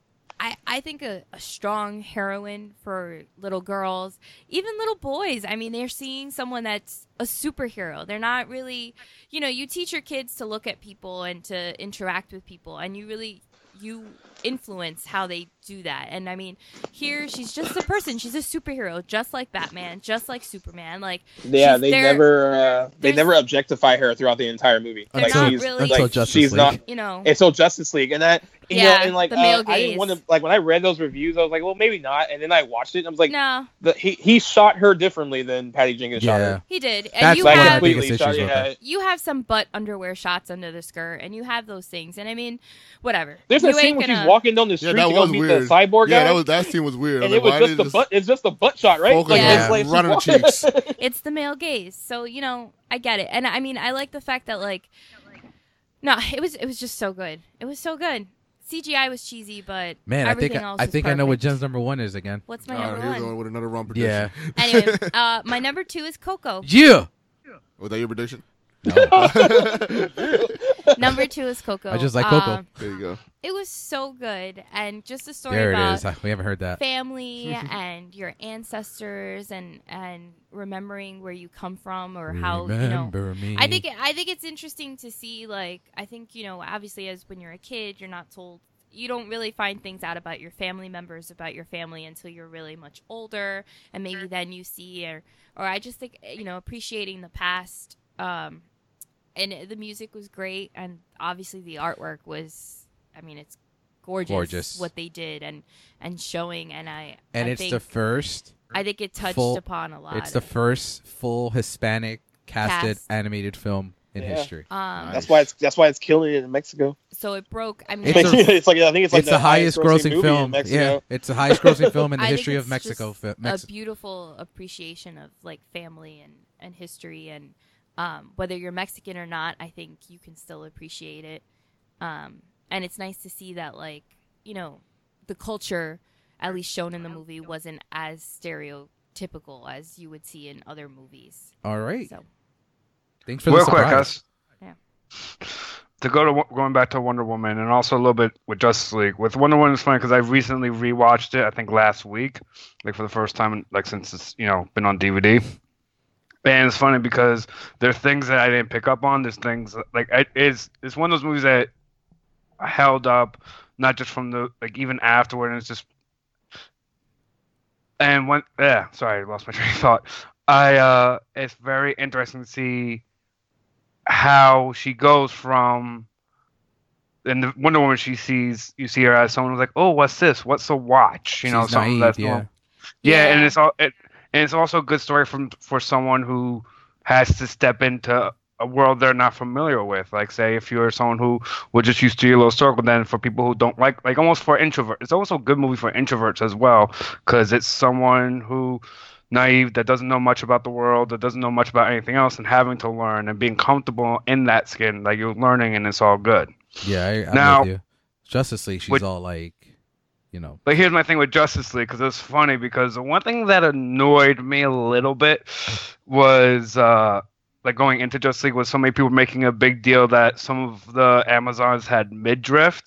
Speaker 1: I I think a, a strong heroine for little girls, even little boys. I mean, they're seeing someone that's a superhero. They're not really, you know, you teach your kids to look at people and to interact with people, and you really you influence how they do that. And I mean, here she's just a person. She's a superhero, just like Batman, just like Superman. Like
Speaker 5: Yeah,
Speaker 1: She's
Speaker 5: they
Speaker 1: there-
Speaker 5: never uh, they
Speaker 1: there's-
Speaker 5: never objectify her throughout the entire movie.
Speaker 1: They're
Speaker 5: Like
Speaker 1: not
Speaker 5: she's
Speaker 1: really-
Speaker 2: until
Speaker 5: like,
Speaker 2: Justice
Speaker 5: she's
Speaker 2: League.
Speaker 5: not
Speaker 1: you know,
Speaker 5: until Justice League, and that you know,
Speaker 1: Yeah,
Speaker 5: and like
Speaker 1: the
Speaker 5: uh,
Speaker 1: male
Speaker 5: I didn't
Speaker 1: gaze.
Speaker 5: want to like when I read those reviews, I was like, well, maybe not. And then I watched it, and I was like,
Speaker 1: no,
Speaker 5: the, he he shot her differently than Patty Jenkins shot
Speaker 2: Yeah.
Speaker 5: her.
Speaker 1: he did. And
Speaker 2: That's
Speaker 1: you
Speaker 2: one
Speaker 5: Like
Speaker 2: of the
Speaker 1: have
Speaker 5: completely
Speaker 2: biggest
Speaker 5: shot.
Speaker 2: issues with
Speaker 5: Yeah,
Speaker 1: you have some butt underwear shots under the skirt, and you have those things. And I mean, whatever.
Speaker 5: There's
Speaker 1: you
Speaker 5: that scene
Speaker 1: ain't
Speaker 5: when
Speaker 1: gonna,
Speaker 5: she's walking down the
Speaker 3: Yeah,
Speaker 5: street
Speaker 3: that
Speaker 5: to go
Speaker 3: was
Speaker 5: meet
Speaker 3: weird.
Speaker 5: the cyborg
Speaker 3: yeah,
Speaker 5: guy,
Speaker 3: that was that scene was weird.
Speaker 5: and
Speaker 3: I
Speaker 5: it
Speaker 3: was
Speaker 5: was
Speaker 3: like, why
Speaker 5: just
Speaker 3: did
Speaker 5: the
Speaker 3: it
Speaker 5: butt. It's just the butt shot, right?
Speaker 3: Focus
Speaker 5: Like,
Speaker 1: on
Speaker 5: it's
Speaker 1: her,
Speaker 5: like she's
Speaker 3: right on her
Speaker 5: walking-
Speaker 3: cheeks.
Speaker 1: It's the male gaze, so you know I get it, and I mean I like the fact that like, no, it was it was just so good. It was so good. CGI was cheesy, but
Speaker 2: Man, I think
Speaker 1: everything
Speaker 2: I,
Speaker 1: else
Speaker 2: I
Speaker 1: was
Speaker 2: think I know what
Speaker 1: perfect.
Speaker 2: Jen's number one is again.
Speaker 1: What's my
Speaker 3: All right,
Speaker 1: number
Speaker 3: Oh, here we
Speaker 1: one?
Speaker 3: go with another wrong prediction.
Speaker 2: Yeah.
Speaker 1: Anyway, uh, my number two is Coco.
Speaker 2: Yeah.
Speaker 3: Was that your prediction?
Speaker 2: No.
Speaker 1: Number two is Coco.
Speaker 2: I just like Coco.
Speaker 1: Um,
Speaker 3: There you go.
Speaker 1: it was so good, and just a story
Speaker 2: there
Speaker 1: about
Speaker 2: it is. I- We haven't heard that.
Speaker 1: family and your ancestors and and remembering where you come from or how you know
Speaker 2: Remember me.
Speaker 1: I think it- I think it's interesting to see like I think you know obviously as when you're a kid you're not told you don't really find things out about your family members about your family until you're really much older and maybe then you see or or I just think you know appreciating the past um and it- the music was great and obviously the artwork was I mean it's gorgeous,
Speaker 2: Gorgeous.
Speaker 1: what they did and and showing and I
Speaker 2: and
Speaker 1: I
Speaker 2: it's
Speaker 1: think,
Speaker 2: the first.
Speaker 1: I think it touched
Speaker 2: full-
Speaker 1: upon a lot
Speaker 2: It's the first full Hispanic casted
Speaker 1: Cast.
Speaker 2: animated film in
Speaker 5: Yeah.
Speaker 2: history.
Speaker 1: um
Speaker 5: That's why it's that's why it's killing it in Mexico.
Speaker 1: so it broke I mean
Speaker 2: It's
Speaker 5: It's,
Speaker 1: I-
Speaker 2: a-
Speaker 5: like I think it's like
Speaker 2: it's the highest grossing,
Speaker 5: movie in
Speaker 2: film. Yeah,
Speaker 5: Mexico.
Speaker 2: it's the highest grossing film in the
Speaker 1: I think
Speaker 2: history of
Speaker 1: it's
Speaker 2: Mexico.
Speaker 1: just
Speaker 2: Fi-
Speaker 1: a
Speaker 2: Mexico.
Speaker 1: beautiful appreciation of like family and and history and um, whether you're Mexican or not, I think you can still appreciate it. Um, and it's nice to see that like you know the culture at least shown in the movie wasn't as stereotypical as you would see in other movies.
Speaker 2: All right.
Speaker 1: So
Speaker 2: Thanks for
Speaker 4: Real
Speaker 2: the
Speaker 4: quick,
Speaker 2: surprise.
Speaker 4: us.
Speaker 1: Yeah.
Speaker 4: To go to Wo- going back to Wonder Woman and also a little bit with Justice League. With Wonder Woman, it's funny because I recently rewatched it. I think last week, like for the first time, in- like since it's you know been on DVD. And it's funny because there are things that I didn't pick up on. There's things like I, it's it's one of those movies that held up, not just from the like even afterward. And it's just and when yeah, sorry, I lost my train of thought. I uh, it's very interesting to see how she goes from and the Wonder Woman she sees you see her as someone who's like, Oh, what's this? What's a watch? You know,
Speaker 2: She's
Speaker 4: something
Speaker 2: naive,
Speaker 4: that's
Speaker 2: yeah.
Speaker 4: normal. Yeah, and
Speaker 1: Yeah.
Speaker 4: it's all it, and it's also a good story from for someone who has to step into a world they're not familiar with. Like say if you're someone who was just used to your little circle, then for people who don't like like almost for introvert, it's also a good movie for introverts as well because it's someone who naive that doesn't know much about the world that doesn't know much about anything else and having to learn and being comfortable in that skin like you're learning and it's all good
Speaker 2: Yeah, I, I'm
Speaker 4: Now-
Speaker 2: with you. Justice League, she's
Speaker 4: Would-
Speaker 2: all like, you know,
Speaker 4: But here's my thing with Justice League because it's funny because the one thing that annoyed me a little bit was uh, like going into Justice League was so many people making a big deal that some of the Amazons had midriff.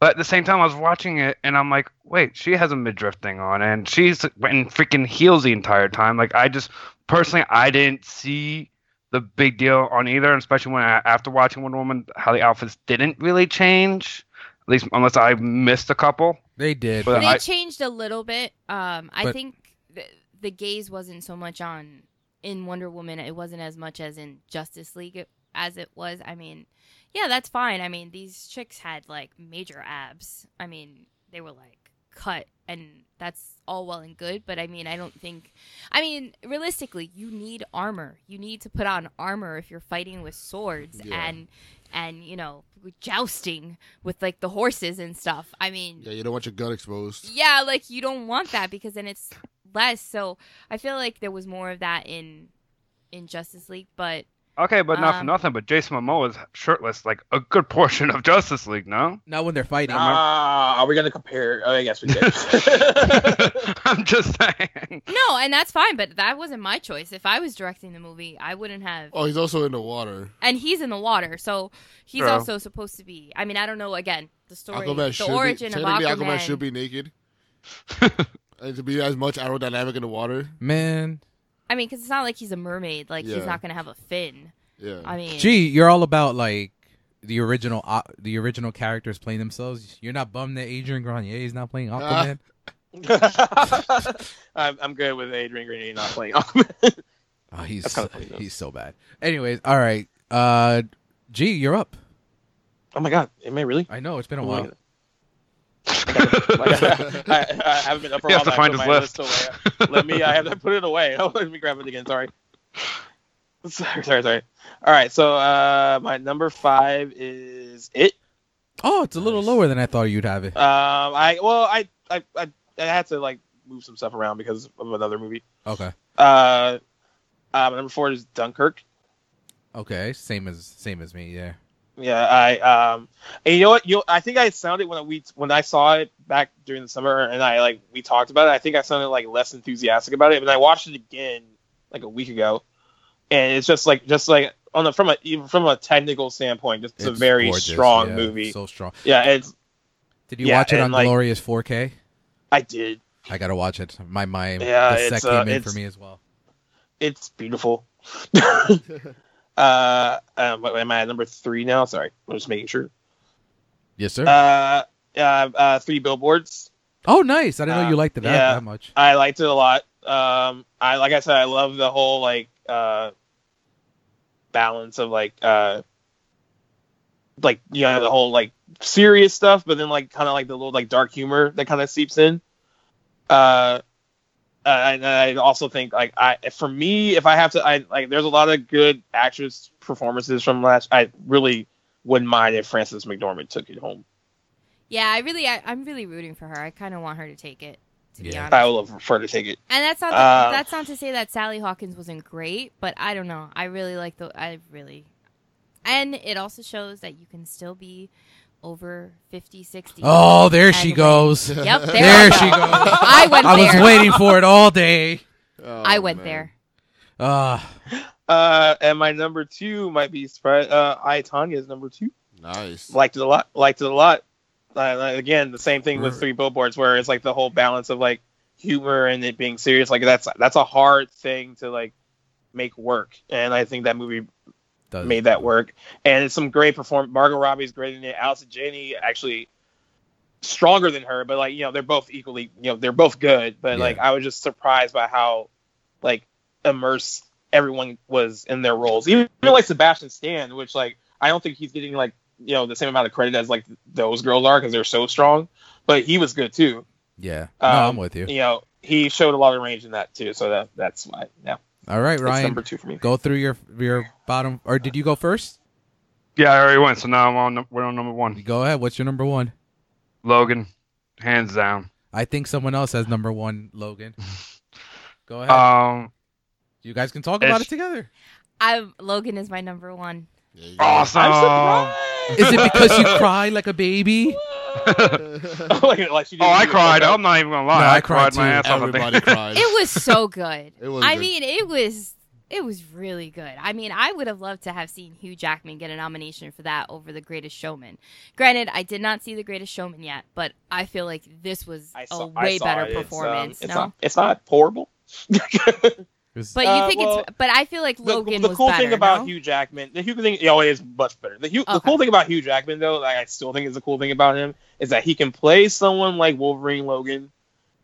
Speaker 4: But at the same time, I was watching it and I'm like, wait, she has a midriff thing on, and she's in freaking heels the entire time. Like I just personally, I didn't see the big deal on either, especially when I, after watching Wonder Woman, how the outfits didn't really change. At least unless I missed a couple.
Speaker 2: They did.
Speaker 4: But
Speaker 1: they
Speaker 4: I-
Speaker 1: changed a little bit. Um, I
Speaker 2: But-
Speaker 1: think th- the gaze wasn't so much on in Wonder Woman. It wasn't as much as in Justice League it- as it was. I mean, yeah, that's fine. I mean, these chicks had like major abs. I mean, they were like cut, and that's all well and good. But I mean, I don't think. I mean, realistically, you need armor. You need to put on armor if you're fighting with swords
Speaker 3: Yeah.
Speaker 1: and and you know jousting with like the horses and stuff. I mean,
Speaker 3: Yeah, you don't want your gun exposed.
Speaker 1: yeah, like you don't want that because then it's less. So I feel like there was more of that in in Justice League, but
Speaker 4: Okay, but not for
Speaker 1: Um,
Speaker 4: nothing. But Jason Momoa is shirtless like a good portion of Justice League. No,
Speaker 2: Not when they're fighting.
Speaker 5: Ah, are we gonna compare? Oh, I guess we did.
Speaker 4: I'm just saying.
Speaker 1: no, and that's fine. But that wasn't my choice. If I was directing the movie, I wouldn't have.
Speaker 3: Oh, he's also in the water.
Speaker 1: And he's in the water, so he's
Speaker 4: True.
Speaker 1: also supposed to be. I mean, I don't know. Again, the story,
Speaker 3: Aquaman
Speaker 1: the
Speaker 3: should
Speaker 1: origin
Speaker 3: be,
Speaker 1: of
Speaker 3: technically
Speaker 1: Aquaman.
Speaker 3: Aquaman should be naked. and to be as much aerodynamic in the water.
Speaker 2: Man,
Speaker 1: I mean, because it's not like he's a mermaid. Like
Speaker 3: Yeah.
Speaker 1: he's not gonna have a fin.
Speaker 3: Yeah.
Speaker 1: I mean,
Speaker 2: gee, you're all about like the original, uh, the original characters playing themselves. You're not bummed that Adrian Grenier is not playing Aquaman.
Speaker 5: I'm, I'm good with Adrian Grenier not playing. Aquaman.
Speaker 2: oh, he's
Speaker 5: That's kinda funny, though.
Speaker 2: he's so bad. Anyways, all right. Uh, gee, you're up.
Speaker 5: oh my god, am I really?
Speaker 2: I know it's been a
Speaker 5: Oh my
Speaker 2: while.
Speaker 5: God. Like, I, I, I haven't been up for a
Speaker 4: You have to
Speaker 5: while. but I
Speaker 4: find
Speaker 5: put
Speaker 4: his
Speaker 5: my
Speaker 4: list.
Speaker 5: away. Let me. I have to put it away. Oh, let me grab it again. Sorry. Sorry, sorry, sorry. All right. So uh, my number five is it.
Speaker 2: Oh, it's a little
Speaker 3: Nice.
Speaker 2: lower than I thought you'd have it.
Speaker 5: Um, I well, I, I, I, I had to like move some stuff around because of another movie.
Speaker 2: Okay.
Speaker 5: Uh, uh, my number four is Dunkirk.
Speaker 2: Okay. Same as same as me. Yeah.
Speaker 5: Yeah, I um, and you know what? You, I think I sounded when we when I saw it back during the summer, and I like we talked about it. I think I sounded like less enthusiastic about it, but I watched it again like a week ago, and it's just like just like on the from a even from a technical standpoint, just it's a very
Speaker 2: gorgeous,
Speaker 5: strong
Speaker 2: yeah,
Speaker 5: movie.
Speaker 2: So strong.
Speaker 5: yeah, it's
Speaker 2: Did you
Speaker 5: Yeah,
Speaker 2: watch it
Speaker 5: and,
Speaker 2: on
Speaker 5: like-
Speaker 2: glorious 4K?
Speaker 5: I did.
Speaker 2: I gotta watch it. My my
Speaker 5: Yeah,
Speaker 2: the
Speaker 5: it's,
Speaker 2: set
Speaker 5: uh,
Speaker 2: came in for
Speaker 5: it's-
Speaker 2: me as well.
Speaker 5: It's beautiful. uh, um, what- am I at number three now? Sorry, I'm just making sure.
Speaker 2: Yes, sir.
Speaker 5: Uh, uh, uh three billboards.
Speaker 2: oh, nice. I didn't know
Speaker 5: uh,
Speaker 2: you liked it that,
Speaker 5: yeah.
Speaker 2: that much.
Speaker 5: I liked it a lot. Um, I like I said, I love the whole like uh, balance of like uh, like you know the whole like serious stuff, but then like kind of like the little like dark humor that kind of seeps in. Uh, I, and I also think like I for me, if I have to, I like there's a lot of good actress performances from last. I really wouldn't mind if Frances McDormand took it home.
Speaker 1: yeah, I really, I, I'm really rooting for her. I kind of want her to take it. To be
Speaker 2: Yeah.
Speaker 1: honest,
Speaker 5: I would love for her to take it.
Speaker 1: And that's not
Speaker 5: Uh,
Speaker 1: that's not to say that Sally Hawkins wasn't great, but I don't know. I really like the I really and it also shows that you can still be over 50, 60.
Speaker 2: Oh, there she
Speaker 1: Anyway.
Speaker 2: goes.
Speaker 1: Yep, there,
Speaker 2: There
Speaker 1: I go.
Speaker 2: she goes.
Speaker 1: I went
Speaker 2: I
Speaker 1: there.
Speaker 2: was waiting for it all day.
Speaker 3: Oh,
Speaker 1: I went
Speaker 3: man.
Speaker 1: there.
Speaker 2: Uh,
Speaker 5: Uh, and my number two might be surprise. Uh, I Tanya is number two.
Speaker 3: Nice.
Speaker 5: Liked it a lot. Liked it a lot. Uh, like, again, the same thing with Three Billboards, where it's like the whole balance of like humor and it being serious. Like that's that's a hard thing to like make work, and I think that movie
Speaker 2: does-
Speaker 5: made that work. And it's some great perform. Margot Robbie's great in it. Alice Janney actually stronger than her, but like you know they're both equally you know they're both good. But
Speaker 2: Yeah.
Speaker 5: like I was just surprised by how like immersed everyone was in their roles. Even, even like Sebastian Stan, which like I don't think he's getting like you know the same amount of credit as like those girls are because they're so strong. But he was good too.
Speaker 2: Yeah. No, I'm
Speaker 5: Um,
Speaker 2: with you.
Speaker 5: You know he showed a lot of range in that too. So that that's why yeah
Speaker 2: All right,
Speaker 5: it's
Speaker 2: Ryan.
Speaker 5: number two for me.
Speaker 2: Go through your your bottom, or did you go first?
Speaker 4: Yeah, I already went, so now I'm on. num- We're on number one.
Speaker 2: Go ahead. What's your number one?
Speaker 4: Logan, hands down.
Speaker 2: I think someone else has number one, Logan. Go
Speaker 5: Uh,
Speaker 2: ahead.
Speaker 4: Um,
Speaker 2: you guys can talk
Speaker 4: it's-
Speaker 2: about it together.
Speaker 1: I Logan is my number 1.
Speaker 3: There you go.
Speaker 4: awesome.
Speaker 5: I'm surprised.
Speaker 2: Is it because you cry like a baby?
Speaker 5: like, like she
Speaker 4: Oh,
Speaker 5: didn't
Speaker 4: I
Speaker 5: even-
Speaker 4: cried. I'm not even gonna lie.
Speaker 2: No, I
Speaker 4: I cried
Speaker 2: cried
Speaker 4: my
Speaker 2: too.
Speaker 4: ass off. I think.
Speaker 3: Everybody cried.
Speaker 1: It was so good.
Speaker 3: It was
Speaker 1: I
Speaker 3: good.
Speaker 1: mean, it was It was really good. I mean, I would have loved to have seen Hugh Jackman get a nomination for that over The Greatest Showman. Granted, I did not see The Greatest Showman yet, but I feel like this was
Speaker 5: I
Speaker 1: a
Speaker 5: saw, I
Speaker 1: way
Speaker 5: saw
Speaker 1: better
Speaker 5: it. It's, um,
Speaker 1: performance.
Speaker 5: It's,
Speaker 1: no,
Speaker 5: not, it's not horrible. the,
Speaker 1: but you
Speaker 5: uh,
Speaker 1: think
Speaker 5: well,
Speaker 1: it's? But I feel like Logan
Speaker 5: the
Speaker 1: was
Speaker 5: cool
Speaker 1: better.
Speaker 5: thing about
Speaker 1: no?
Speaker 5: Hugh Jackman, the Hugh thing, oh, it is much better. The, Hugh, the
Speaker 1: Okay.
Speaker 5: cool thing about Hugh Jackman, though, like I still think is the cool thing about him, is that he can play someone like Wolverine Logan,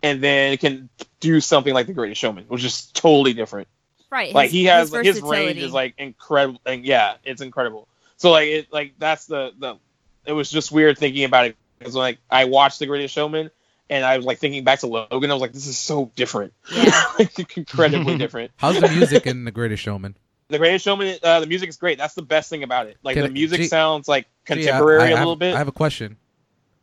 Speaker 5: and then can do something like The Greatest Showman, which is totally different.
Speaker 1: right?
Speaker 5: like he has his, range
Speaker 1: versatility.
Speaker 5: is like incredible and yeah it's incredible so like it like that's the the it was just weird thinking about it because like i watched the greatest showman and i was like thinking back to logan i was like this is so different
Speaker 1: yeah.
Speaker 5: like incredibly different
Speaker 2: How's the music in The Greatest Showman?
Speaker 5: the greatest showman uh, the music is great that's the best thing about it like
Speaker 2: Can
Speaker 5: the
Speaker 2: I-
Speaker 5: music
Speaker 2: gee-
Speaker 5: sounds like
Speaker 2: Gee, I-
Speaker 5: contemporary
Speaker 2: I
Speaker 5: a
Speaker 2: have-
Speaker 5: little bit
Speaker 2: I
Speaker 5: i,
Speaker 2: have a question.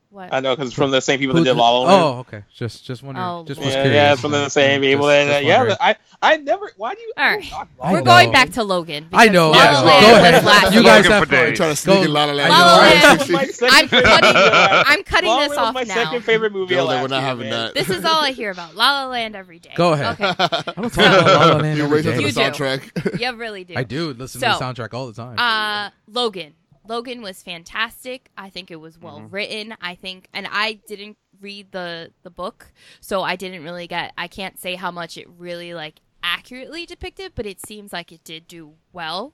Speaker 1: What?
Speaker 5: know because it's from the same people that
Speaker 2: Who's
Speaker 5: did
Speaker 2: the-
Speaker 5: la La Land.
Speaker 2: oh, okay. Just just wondering.
Speaker 1: Oh,
Speaker 2: just was
Speaker 1: Lord.
Speaker 5: yeah,
Speaker 2: curious.
Speaker 5: yeah, it's from the same
Speaker 2: Just-
Speaker 5: people.
Speaker 2: just
Speaker 5: that yeah,
Speaker 2: wondering.
Speaker 5: but I, I never. Why do you?
Speaker 1: All right.
Speaker 5: why
Speaker 2: I
Speaker 1: We're
Speaker 2: know.
Speaker 5: do-
Speaker 1: going back to Logan.
Speaker 2: I
Speaker 1: because
Speaker 2: know.
Speaker 1: La La
Speaker 2: Yeah,
Speaker 1: Land
Speaker 2: go
Speaker 1: was
Speaker 2: ahead.
Speaker 1: last
Speaker 2: You
Speaker 1: year.
Speaker 2: guys
Speaker 4: Logan
Speaker 2: have
Speaker 4: for
Speaker 3: I'm
Speaker 4: days.
Speaker 3: trying to sneak in La La Land.
Speaker 1: La La Land was
Speaker 5: My second
Speaker 1: I'm
Speaker 5: favorite
Speaker 1: cutting-
Speaker 5: video ever.
Speaker 1: I'm cutting
Speaker 5: Long
Speaker 1: this
Speaker 5: Run was
Speaker 1: off
Speaker 5: my
Speaker 1: now.
Speaker 5: second favorite movie.
Speaker 3: Girls,
Speaker 5: of
Speaker 3: like, we're
Speaker 5: last
Speaker 3: not
Speaker 5: year,
Speaker 3: having that.
Speaker 5: man.
Speaker 1: This is all I hear about. La La Land every day.
Speaker 2: Go ahead.
Speaker 1: Okay.
Speaker 2: I don't talk about La La Land
Speaker 3: you
Speaker 2: every
Speaker 3: raise it
Speaker 2: day.
Speaker 3: to the
Speaker 1: You do.
Speaker 3: soundtrack.
Speaker 1: You really do.
Speaker 2: I do listen to
Speaker 1: So,
Speaker 2: the soundtrack all the time.
Speaker 1: Uh, Logan. Logan was fantastic. I think it was well written. I think, and I didn't read the the book, so I didn't really get. I can't say how much it really like accurately depicted, but it seems like it did do well.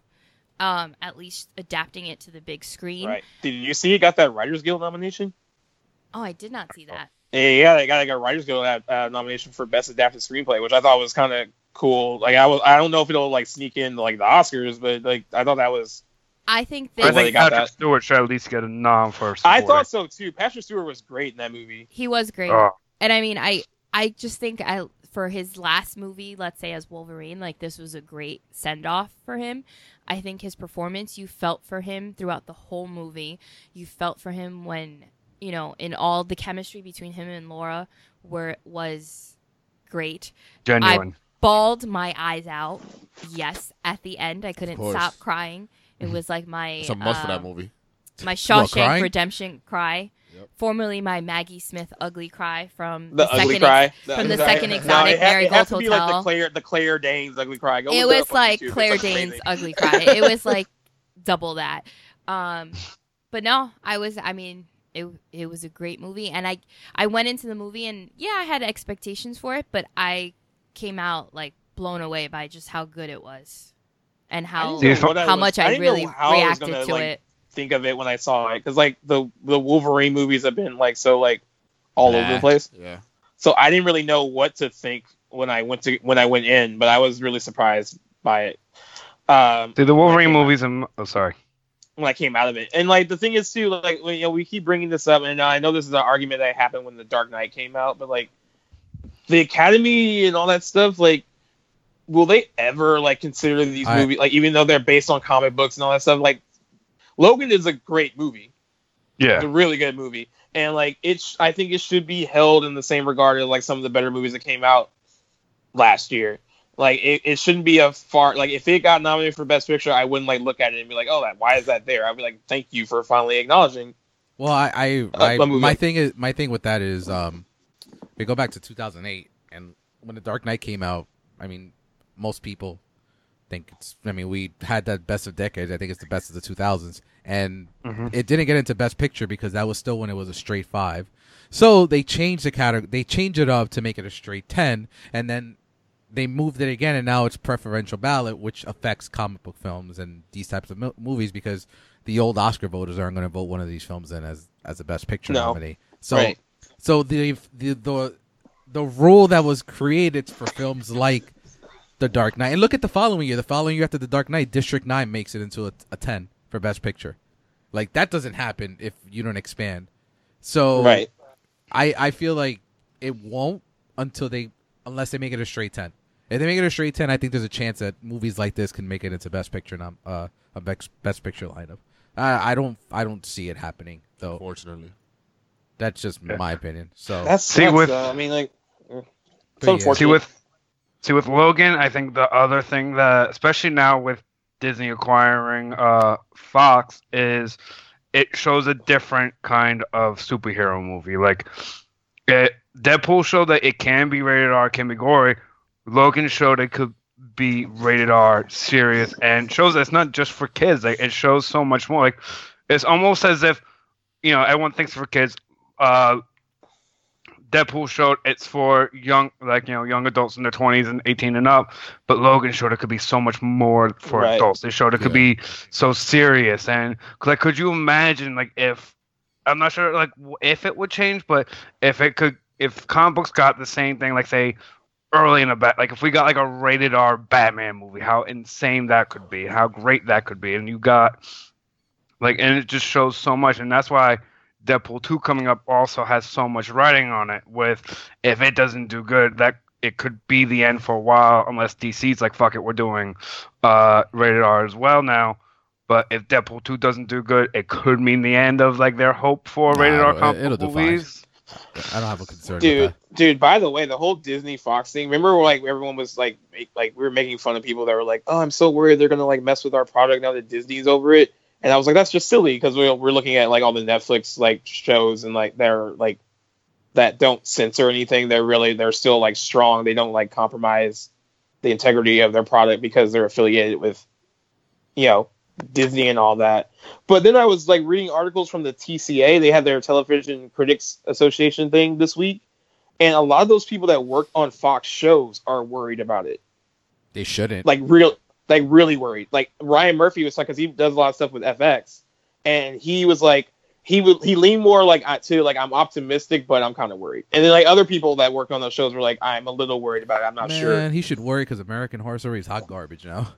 Speaker 1: Um, at least adapting it to the big screen.
Speaker 5: Right. Did you see it got that Writers Guild nomination?
Speaker 1: Oh, I did not see that.
Speaker 5: Yeah, they got like a Writers Guild uh, uh, nomination for Best Adapted Screenplay, which I thought was kind of cool. Like I was, I don't know if it'll like sneak in like the Oscars, but like I thought that was.
Speaker 1: I think
Speaker 5: I
Speaker 1: that
Speaker 4: I
Speaker 5: Well, they
Speaker 4: think
Speaker 5: got
Speaker 4: Patrick
Speaker 5: that.
Speaker 4: Stewart should at least get a nom for.
Speaker 5: I
Speaker 4: supporting.
Speaker 5: thought so too. Patrick Stewart was great in that movie.
Speaker 1: he was great.
Speaker 4: Oh,
Speaker 1: and I mean, I I just think I for his last movie, let's say as Wolverine, like this was a great send off for him. I think his performance you felt for him throughout the whole movie. You felt for him when you know in all the chemistry between him and Laura were was great.
Speaker 4: genuine.
Speaker 1: Bawled my eyes out. Yes, at the end I couldn't
Speaker 3: course. Mm-hmm.
Speaker 1: stop crying. It was like my
Speaker 3: It's a must for that
Speaker 1: um,
Speaker 3: movie.
Speaker 1: my
Speaker 2: crying?
Speaker 1: Shawshank Redemption cry,
Speaker 3: Yep.
Speaker 1: formerly my Maggie Smith ugly cry from
Speaker 5: The,
Speaker 1: the,
Speaker 5: ugly
Speaker 1: second
Speaker 5: cry
Speaker 1: from the
Speaker 5: Sorry.
Speaker 1: second
Speaker 5: No,
Speaker 1: Exotic
Speaker 5: it had- it
Speaker 1: Marigold
Speaker 5: had to be like the
Speaker 1: Hotel.
Speaker 5: Claire, the Claire Danes ugly cry. Go
Speaker 1: it
Speaker 5: look
Speaker 1: was
Speaker 5: up on
Speaker 1: like
Speaker 5: YouTube. It's,
Speaker 1: Claire
Speaker 5: amazing.
Speaker 1: Dane's ugly cry. It was like double that. Um, but no, I was. I mean, it it was a great movie, and I I went into the movie and yeah, I had expectations for it, but I came out like blown away by just how good it was, and
Speaker 5: I
Speaker 1: how
Speaker 5: didn't know
Speaker 4: how
Speaker 5: what
Speaker 1: how
Speaker 5: was-
Speaker 1: much
Speaker 5: I
Speaker 1: I,
Speaker 5: didn't know
Speaker 1: really
Speaker 5: how I was
Speaker 1: reacted
Speaker 5: gonna,
Speaker 1: to
Speaker 5: like,
Speaker 1: it.
Speaker 5: think of it when I saw it because like the the Wolverine movies have been like so like all over
Speaker 2: Nah.
Speaker 5: the place.
Speaker 3: Yeah.
Speaker 5: So I didn't really know what to think when I went to when I went in, but I was really surprised by it. Um,
Speaker 4: Dude, the Wolverine
Speaker 5: Okay.
Speaker 4: movies. And, oh, sorry.
Speaker 5: when I came out of it, and like the thing is too, like when, you know we keep bringing this up, and I know this is an argument that happened when the Dark Knight came out, but like the Academy and all that stuff, like will they ever like consider these
Speaker 2: I-
Speaker 5: movies like even though they're based on comic books and all that stuff? Like Logan is a great movie. It's
Speaker 4: Yeah.
Speaker 5: a really good movie, and like it's, I think it should be held in the same regard as like some of the better movies that came out last year. Like it, it shouldn't be a far like if it got nominated for best picture, I wouldn't like look at it and be like, oh, that why is that there? I'd be like, thank you for finally acknowledging.
Speaker 2: Well, I, I, I
Speaker 5: let me
Speaker 2: my
Speaker 5: go.
Speaker 2: thing is my thing with that is um, we go back to 2008 and when the Dark Knight came out. I mean, most people think it's. I mean, we had that best of decades. I think it's the best of the 2000s, and
Speaker 5: Mm-hmm.
Speaker 4: Mhm.
Speaker 2: it didn't get into best picture because that was still when it was a straight five. So they changed the category. They changed it up to make it a straight ten, and then they moved it again, and now it's preferential ballot, which affects comic book films and these types of mo- movies because the old Oscar voters aren't going to vote one of these films in as as a best picture
Speaker 5: No.
Speaker 2: nominee. So,
Speaker 5: Right.
Speaker 2: so the, the the the rule that was created for films like The Dark Knight, and look at the following year. The following year after The Dark Knight, District Nine makes it into a, a ten for best picture. Like that doesn't happen if you don't expand. So
Speaker 5: Right.
Speaker 2: I I feel like it won't until they unless they make it a straight ten. If they make it a straight ten, I think there's a chance that movies like this can make it into best picture nom- uh a best best picture lineup. I I don't I don't see it happening though.
Speaker 3: Fortunately.
Speaker 2: That's just
Speaker 4: Yeah.
Speaker 2: my opinion. So
Speaker 5: That's
Speaker 4: See,
Speaker 5: that's,
Speaker 4: with-
Speaker 5: uh, I mean, like eh. it's
Speaker 2: yeah.
Speaker 5: unfortunate.
Speaker 4: See with see with Logan, I think the other thing that especially now with Disney acquiring uh Fox is it shows a different kind of superhero movie. Like it, Deadpool showed that it can be rated R, can be gory. Logan showed it could be rated R, serious, and shows that it's not just for kids. Like it shows so much more. Like it's almost as if you know everyone thinks for kids. Uh, Deadpool showed it's for young, like you know, young adults in their twenties and eighteen and up. But Logan showed it could be so much more for
Speaker 5: Right.
Speaker 4: adults. They showed it could
Speaker 3: Yeah.
Speaker 4: be so serious and like, could you imagine like if I'm not sure like w- if it would change, but if it could, if comic books got the same thing, like say early in a bat, like if we got like a rated R Batman movie, how insane that could be, how great that could be, and you got like, and it just shows so much, and that's why. Deadpool 2 coming up also has so much writing on it with if it doesn't do good that it could be the end for a while unless DC's like fuck it we're doing uh rated R as well now but if Deadpool 2 doesn't do good it could mean the end of like their hope for
Speaker 2: Nah,
Speaker 4: rated R
Speaker 2: it-
Speaker 4: comic
Speaker 2: it'll
Speaker 4: book
Speaker 2: do fine.
Speaker 4: movies
Speaker 2: I don't have a concern.
Speaker 5: dude
Speaker 2: With
Speaker 5: dude by the way the whole disney fox thing remember like everyone was like make, like we were making fun of people that were like oh i'm so worried they're gonna like mess with our product now that disney's over it and i was like that's just silly because we're, we're looking at like all the netflix like shows and like they're like that don't censor anything they're really they're still like strong they don't like compromise the integrity of their product because they're affiliated with you know disney and all that but then I was like reading articles from the TCA. They had their Television Critics Association thing this week, and a lot of those people that work on Fox shows are worried about it.
Speaker 2: that. They shouldn't.
Speaker 5: Like real, like really worried. Like Ryan Murphy was like, because he does a lot of stuff with FX, and he was like, he would he leaned more like I too, like I'm optimistic, but I'm kind of worried. And then like other people that work on those shows were like, I'm a little worried about it. I'm not
Speaker 2: Man,
Speaker 5: sure.
Speaker 2: he should worry because American Horror Story is hot garbage now.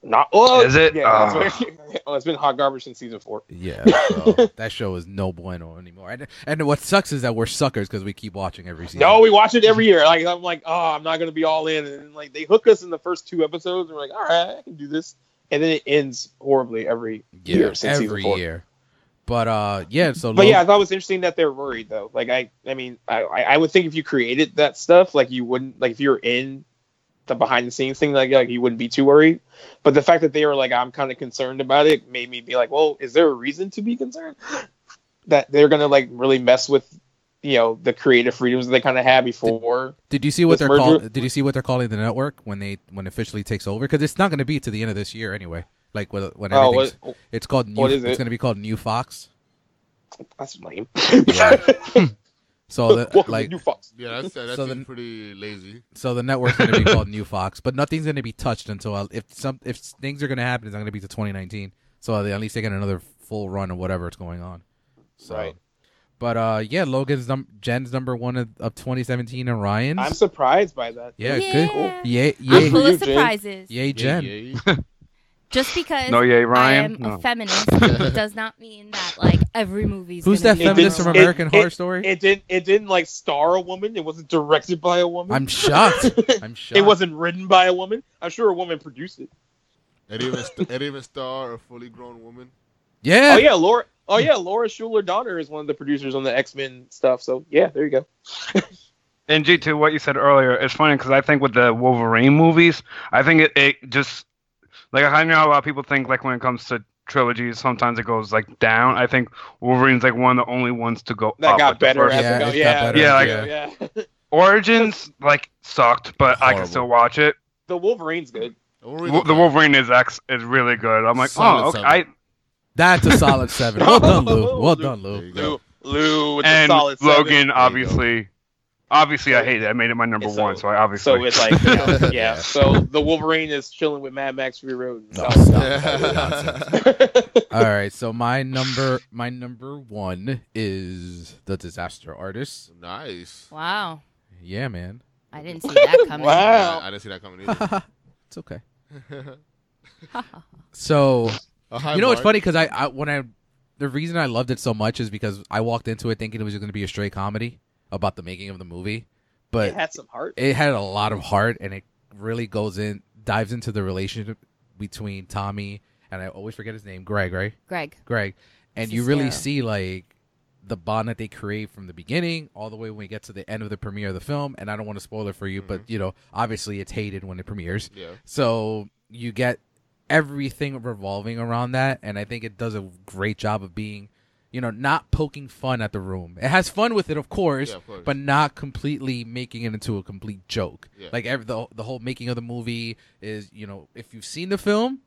Speaker 5: Not well,
Speaker 4: Is it?
Speaker 5: Yeah, that's
Speaker 4: Ah.
Speaker 5: what- well, it's been hot garbage since season four.
Speaker 2: Yeah, so that show is no bueno anymore. And, and what sucks is that we're suckers because we keep watching every season.
Speaker 5: No, we watch it every year. Like I'm like, oh, I'm not gonna be all in, and like they hook us in the first two episodes, and we're like, all right, I can do this, and then it ends horribly every
Speaker 2: yeah,
Speaker 5: year since season
Speaker 2: every
Speaker 5: four.
Speaker 2: year. But uh, yeah. So
Speaker 5: But
Speaker 2: Lo-
Speaker 5: yeah, I thought it was interesting that they're worried though. Like I, I mean, I, I I would think if you created that stuff, like you wouldn't, like if you're in the behind the scenes thing, like, like you wouldn't be too worried. But the fact that they were like, I'm kind of concerned about it, made me be like, well, is there a reason to be concerned that they're gonna like really mess with, you know, the creative freedoms that they kind of had before?
Speaker 2: Did you see what
Speaker 5: This
Speaker 2: they're call-
Speaker 5: merger-
Speaker 2: Did you see what they're calling the network when they when it officially takes over? Because it's not going to be to the end of this year anyway. Like when, when
Speaker 5: Oh,
Speaker 2: everything's-
Speaker 5: what-
Speaker 2: it's called new,
Speaker 5: what is
Speaker 2: it's
Speaker 5: it?
Speaker 2: going to be called New Fox.
Speaker 5: That's lame.
Speaker 2: So the,
Speaker 5: Welcome
Speaker 2: like
Speaker 5: to New Fox.
Speaker 3: Yeah, that's that
Speaker 2: So
Speaker 3: seems
Speaker 2: the-
Speaker 3: pretty lazy.
Speaker 2: so the network's going to be called New Fox, but nothing's going to be touched until uh, if some if things are going to happen, it's not going to be to 2019. So they at least taking another full run of whatever is going on. So,
Speaker 5: Right.
Speaker 2: But uh, yeah, Logan's num- Jen's number one of, of 2017, and Ryan's.
Speaker 5: I'm surprised by that.
Speaker 2: yeah,
Speaker 1: Yeah.
Speaker 2: good. Yay,
Speaker 1: I'm
Speaker 2: yay,
Speaker 1: full of
Speaker 5: Yay, Jen.
Speaker 1: surprises.
Speaker 2: yay, Jen.
Speaker 3: Yeah,
Speaker 1: Just because
Speaker 4: no yay Ryan
Speaker 1: I am
Speaker 4: no.
Speaker 1: a feminist does not mean that like every movie's
Speaker 2: Who's
Speaker 1: gonna
Speaker 2: that
Speaker 1: be
Speaker 5: It
Speaker 2: feminist
Speaker 5: did-
Speaker 2: from
Speaker 1: number one.
Speaker 5: it-
Speaker 2: American Horror Story?
Speaker 5: It didn't. It didn't like star a woman. It wasn't directed by a woman.
Speaker 2: I'm shocked. I'm shocked.
Speaker 5: It wasn't written by a woman. I'm sure a woman produced it.
Speaker 3: It even st- it even star a fully grown woman.
Speaker 2: Yeah. Hmm.
Speaker 5: Oh yeah, Laura. Oh yeah, Laura Schuler Donner is one of the producers on the X Men stuff. So yeah, there you go.
Speaker 4: And G to what you said earlier, it's funny because I think with the Wolverine movies, I think it, it just like I know a lot of people think like when it comes to trilogies, sometimes it goes like down. I think Wolverine's like one of the only ones to go
Speaker 5: That
Speaker 4: up
Speaker 5: got
Speaker 4: with the
Speaker 5: better
Speaker 4: first-
Speaker 5: as
Speaker 2: Yeah, it got
Speaker 5: it go. Yeah,
Speaker 2: better,
Speaker 5: yeah, yeah.
Speaker 4: Origins like sucked, but I can
Speaker 2: Horrible.
Speaker 4: still watch it.
Speaker 5: The Wolverine's good.
Speaker 4: Wo- the Wolverine is X is really good. I'm like,
Speaker 3: Solid
Speaker 4: oh, okay.
Speaker 3: seven.
Speaker 4: I,
Speaker 2: That's a solid seven. Well done, Lou.
Speaker 5: Oh,
Speaker 2: Well
Speaker 5: Lou.
Speaker 2: done,
Speaker 3: There
Speaker 2: Lou.
Speaker 3: you go.
Speaker 5: Lou, Lou with
Speaker 4: and
Speaker 5: the solid seven.
Speaker 4: Logan obviously, obviously I
Speaker 5: So-
Speaker 4: hate it. I made it my number
Speaker 5: so-
Speaker 4: one, so I obviously
Speaker 5: So it's like, you know, yeah.
Speaker 2: Yeah.
Speaker 5: So the Wolverine is chilling with Mad Max Reroad.
Speaker 2: No,
Speaker 5: Oh,
Speaker 2: stop.
Speaker 5: stop.
Speaker 2: All right, so my number, my number one is the Disaster Artist.
Speaker 3: nice.
Speaker 1: Wow,
Speaker 2: Yeah, man.
Speaker 1: I didn't see that coming.
Speaker 5: Wow.
Speaker 3: I, I didn't see that coming either.
Speaker 2: it's okay. So
Speaker 3: A high
Speaker 2: you know what's
Speaker 3: mark.
Speaker 2: funny? Because I, I when I the reason I loved it so much is because I walked into it thinking it was going to be a straight comedy about the making of the movie, but
Speaker 5: it had some heart.
Speaker 2: it had a lot of heart and it really goes in dives into the relationship between Tommy and I always forget his name, Greg, right?
Speaker 1: Greg.
Speaker 2: Greg. And
Speaker 1: This
Speaker 2: you
Speaker 1: is
Speaker 2: really
Speaker 1: Sarah.
Speaker 2: see like the bond that they create from the beginning all the way when we get to the end of the premiere of the film. And I don't want to spoil it for you,
Speaker 1: Mm-hmm.
Speaker 2: but you know, obviously it's hated when it premieres.
Speaker 3: Yeah.
Speaker 2: So you get everything revolving around that, and I think it does a great job of being you know, not poking fun at the room. It has fun with it, of course,
Speaker 3: Yeah, of course.
Speaker 2: but not completely making it into a complete joke.
Speaker 3: Yeah.
Speaker 2: Like every, the the whole making of the movie is, you know, if you've seen the film,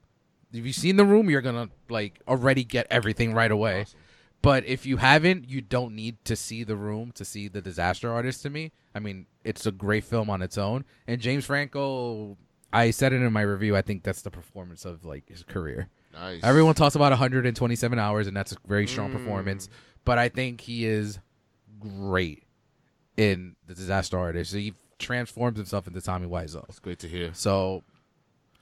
Speaker 2: if you've seen the room, you're gonna like already get everything right away.
Speaker 3: Awesome.
Speaker 2: But if you haven't, you don't need to see the room to see the disaster artist. To me, I mean, it's a great film on its own. And James Franco, I said it in my review. I think that's the performance of like his career.
Speaker 3: Nice.
Speaker 2: Everyone talks about 127 hours, and that's a very strong
Speaker 3: Mm.
Speaker 2: performance. But I think he is great in the disaster artist. He transforms himself into Tommy Wiseau.
Speaker 3: That's great to hear.
Speaker 2: So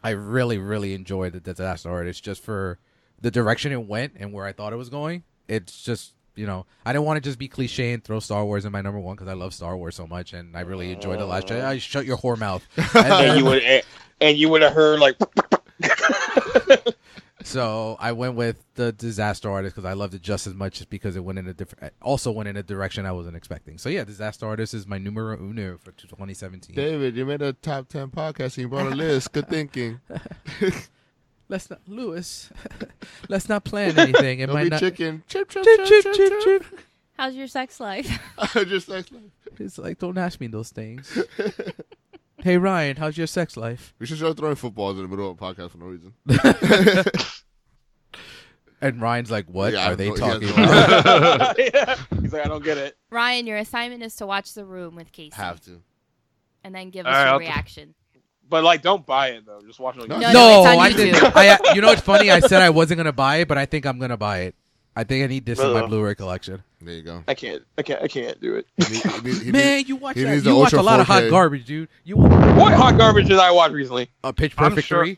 Speaker 2: I really, really enjoyed the disaster artist just for the direction it went and where I thought it was going. It's just you know I didn't want to just be cliche and throw Star Wars in my number one because I love Star Wars so much and I really enjoyed the last Jedi. I shut your whore mouth. And
Speaker 5: and
Speaker 2: then-
Speaker 5: you would and, and you would have heard like
Speaker 2: So I went with the disaster artist because I loved it just as much, just because it went in a different, also went in a direction I wasn't expecting. So yeah, disaster artist is my numero uno for 2017.
Speaker 3: David, you made a top ten podcast. And you brought a list. Good thinking.
Speaker 2: let's not, Lewis. let's not plan anything. It
Speaker 3: Don't be chicken. Chip chip
Speaker 2: Chip,
Speaker 3: chip
Speaker 2: chip,
Speaker 3: chip
Speaker 2: chip, chip.
Speaker 1: How's your sex life?
Speaker 3: Just like
Speaker 2: It's like don't ask me those things. hey Ryan, how's your sex life?
Speaker 3: we should start throwing footballs in the middle of a podcast for no reason.
Speaker 2: And Ryan's like, what
Speaker 3: Yeah, I
Speaker 2: are they
Speaker 3: know- he has
Speaker 2: talking
Speaker 3: no
Speaker 2: about?
Speaker 3: idea.
Speaker 5: he's like I don't get it.
Speaker 1: Ryan, your assignment is to watch The Room with Casey,
Speaker 3: Have to.
Speaker 1: and then give
Speaker 4: All
Speaker 1: us
Speaker 4: right,
Speaker 1: your
Speaker 4: I'll-
Speaker 1: reaction.
Speaker 5: But like don't buy it though. Just watch it on
Speaker 3: No,
Speaker 1: No,
Speaker 5: YouTube.
Speaker 2: no,
Speaker 1: it's on
Speaker 2: I
Speaker 1: YouTube.
Speaker 2: didn't. I, you know what's funny? I said I wasn't gonna buy it, but I think I'm gonna buy it. I think I need this in my
Speaker 5: Ugh.
Speaker 2: Blu-ray collection.
Speaker 3: There you go.
Speaker 5: I can't I can't I can't do it.
Speaker 3: He need- he need- he
Speaker 2: Man, you watch
Speaker 3: he
Speaker 2: that.
Speaker 3: needs the
Speaker 2: You watch
Speaker 3: Ultra
Speaker 2: a lot of hot
Speaker 3: 4K.
Speaker 2: garbage, dude. You watch
Speaker 5: What hot garbage did I watch recently?
Speaker 2: a Pitch
Speaker 4: I'm
Speaker 2: Perfect
Speaker 4: sure-
Speaker 2: three.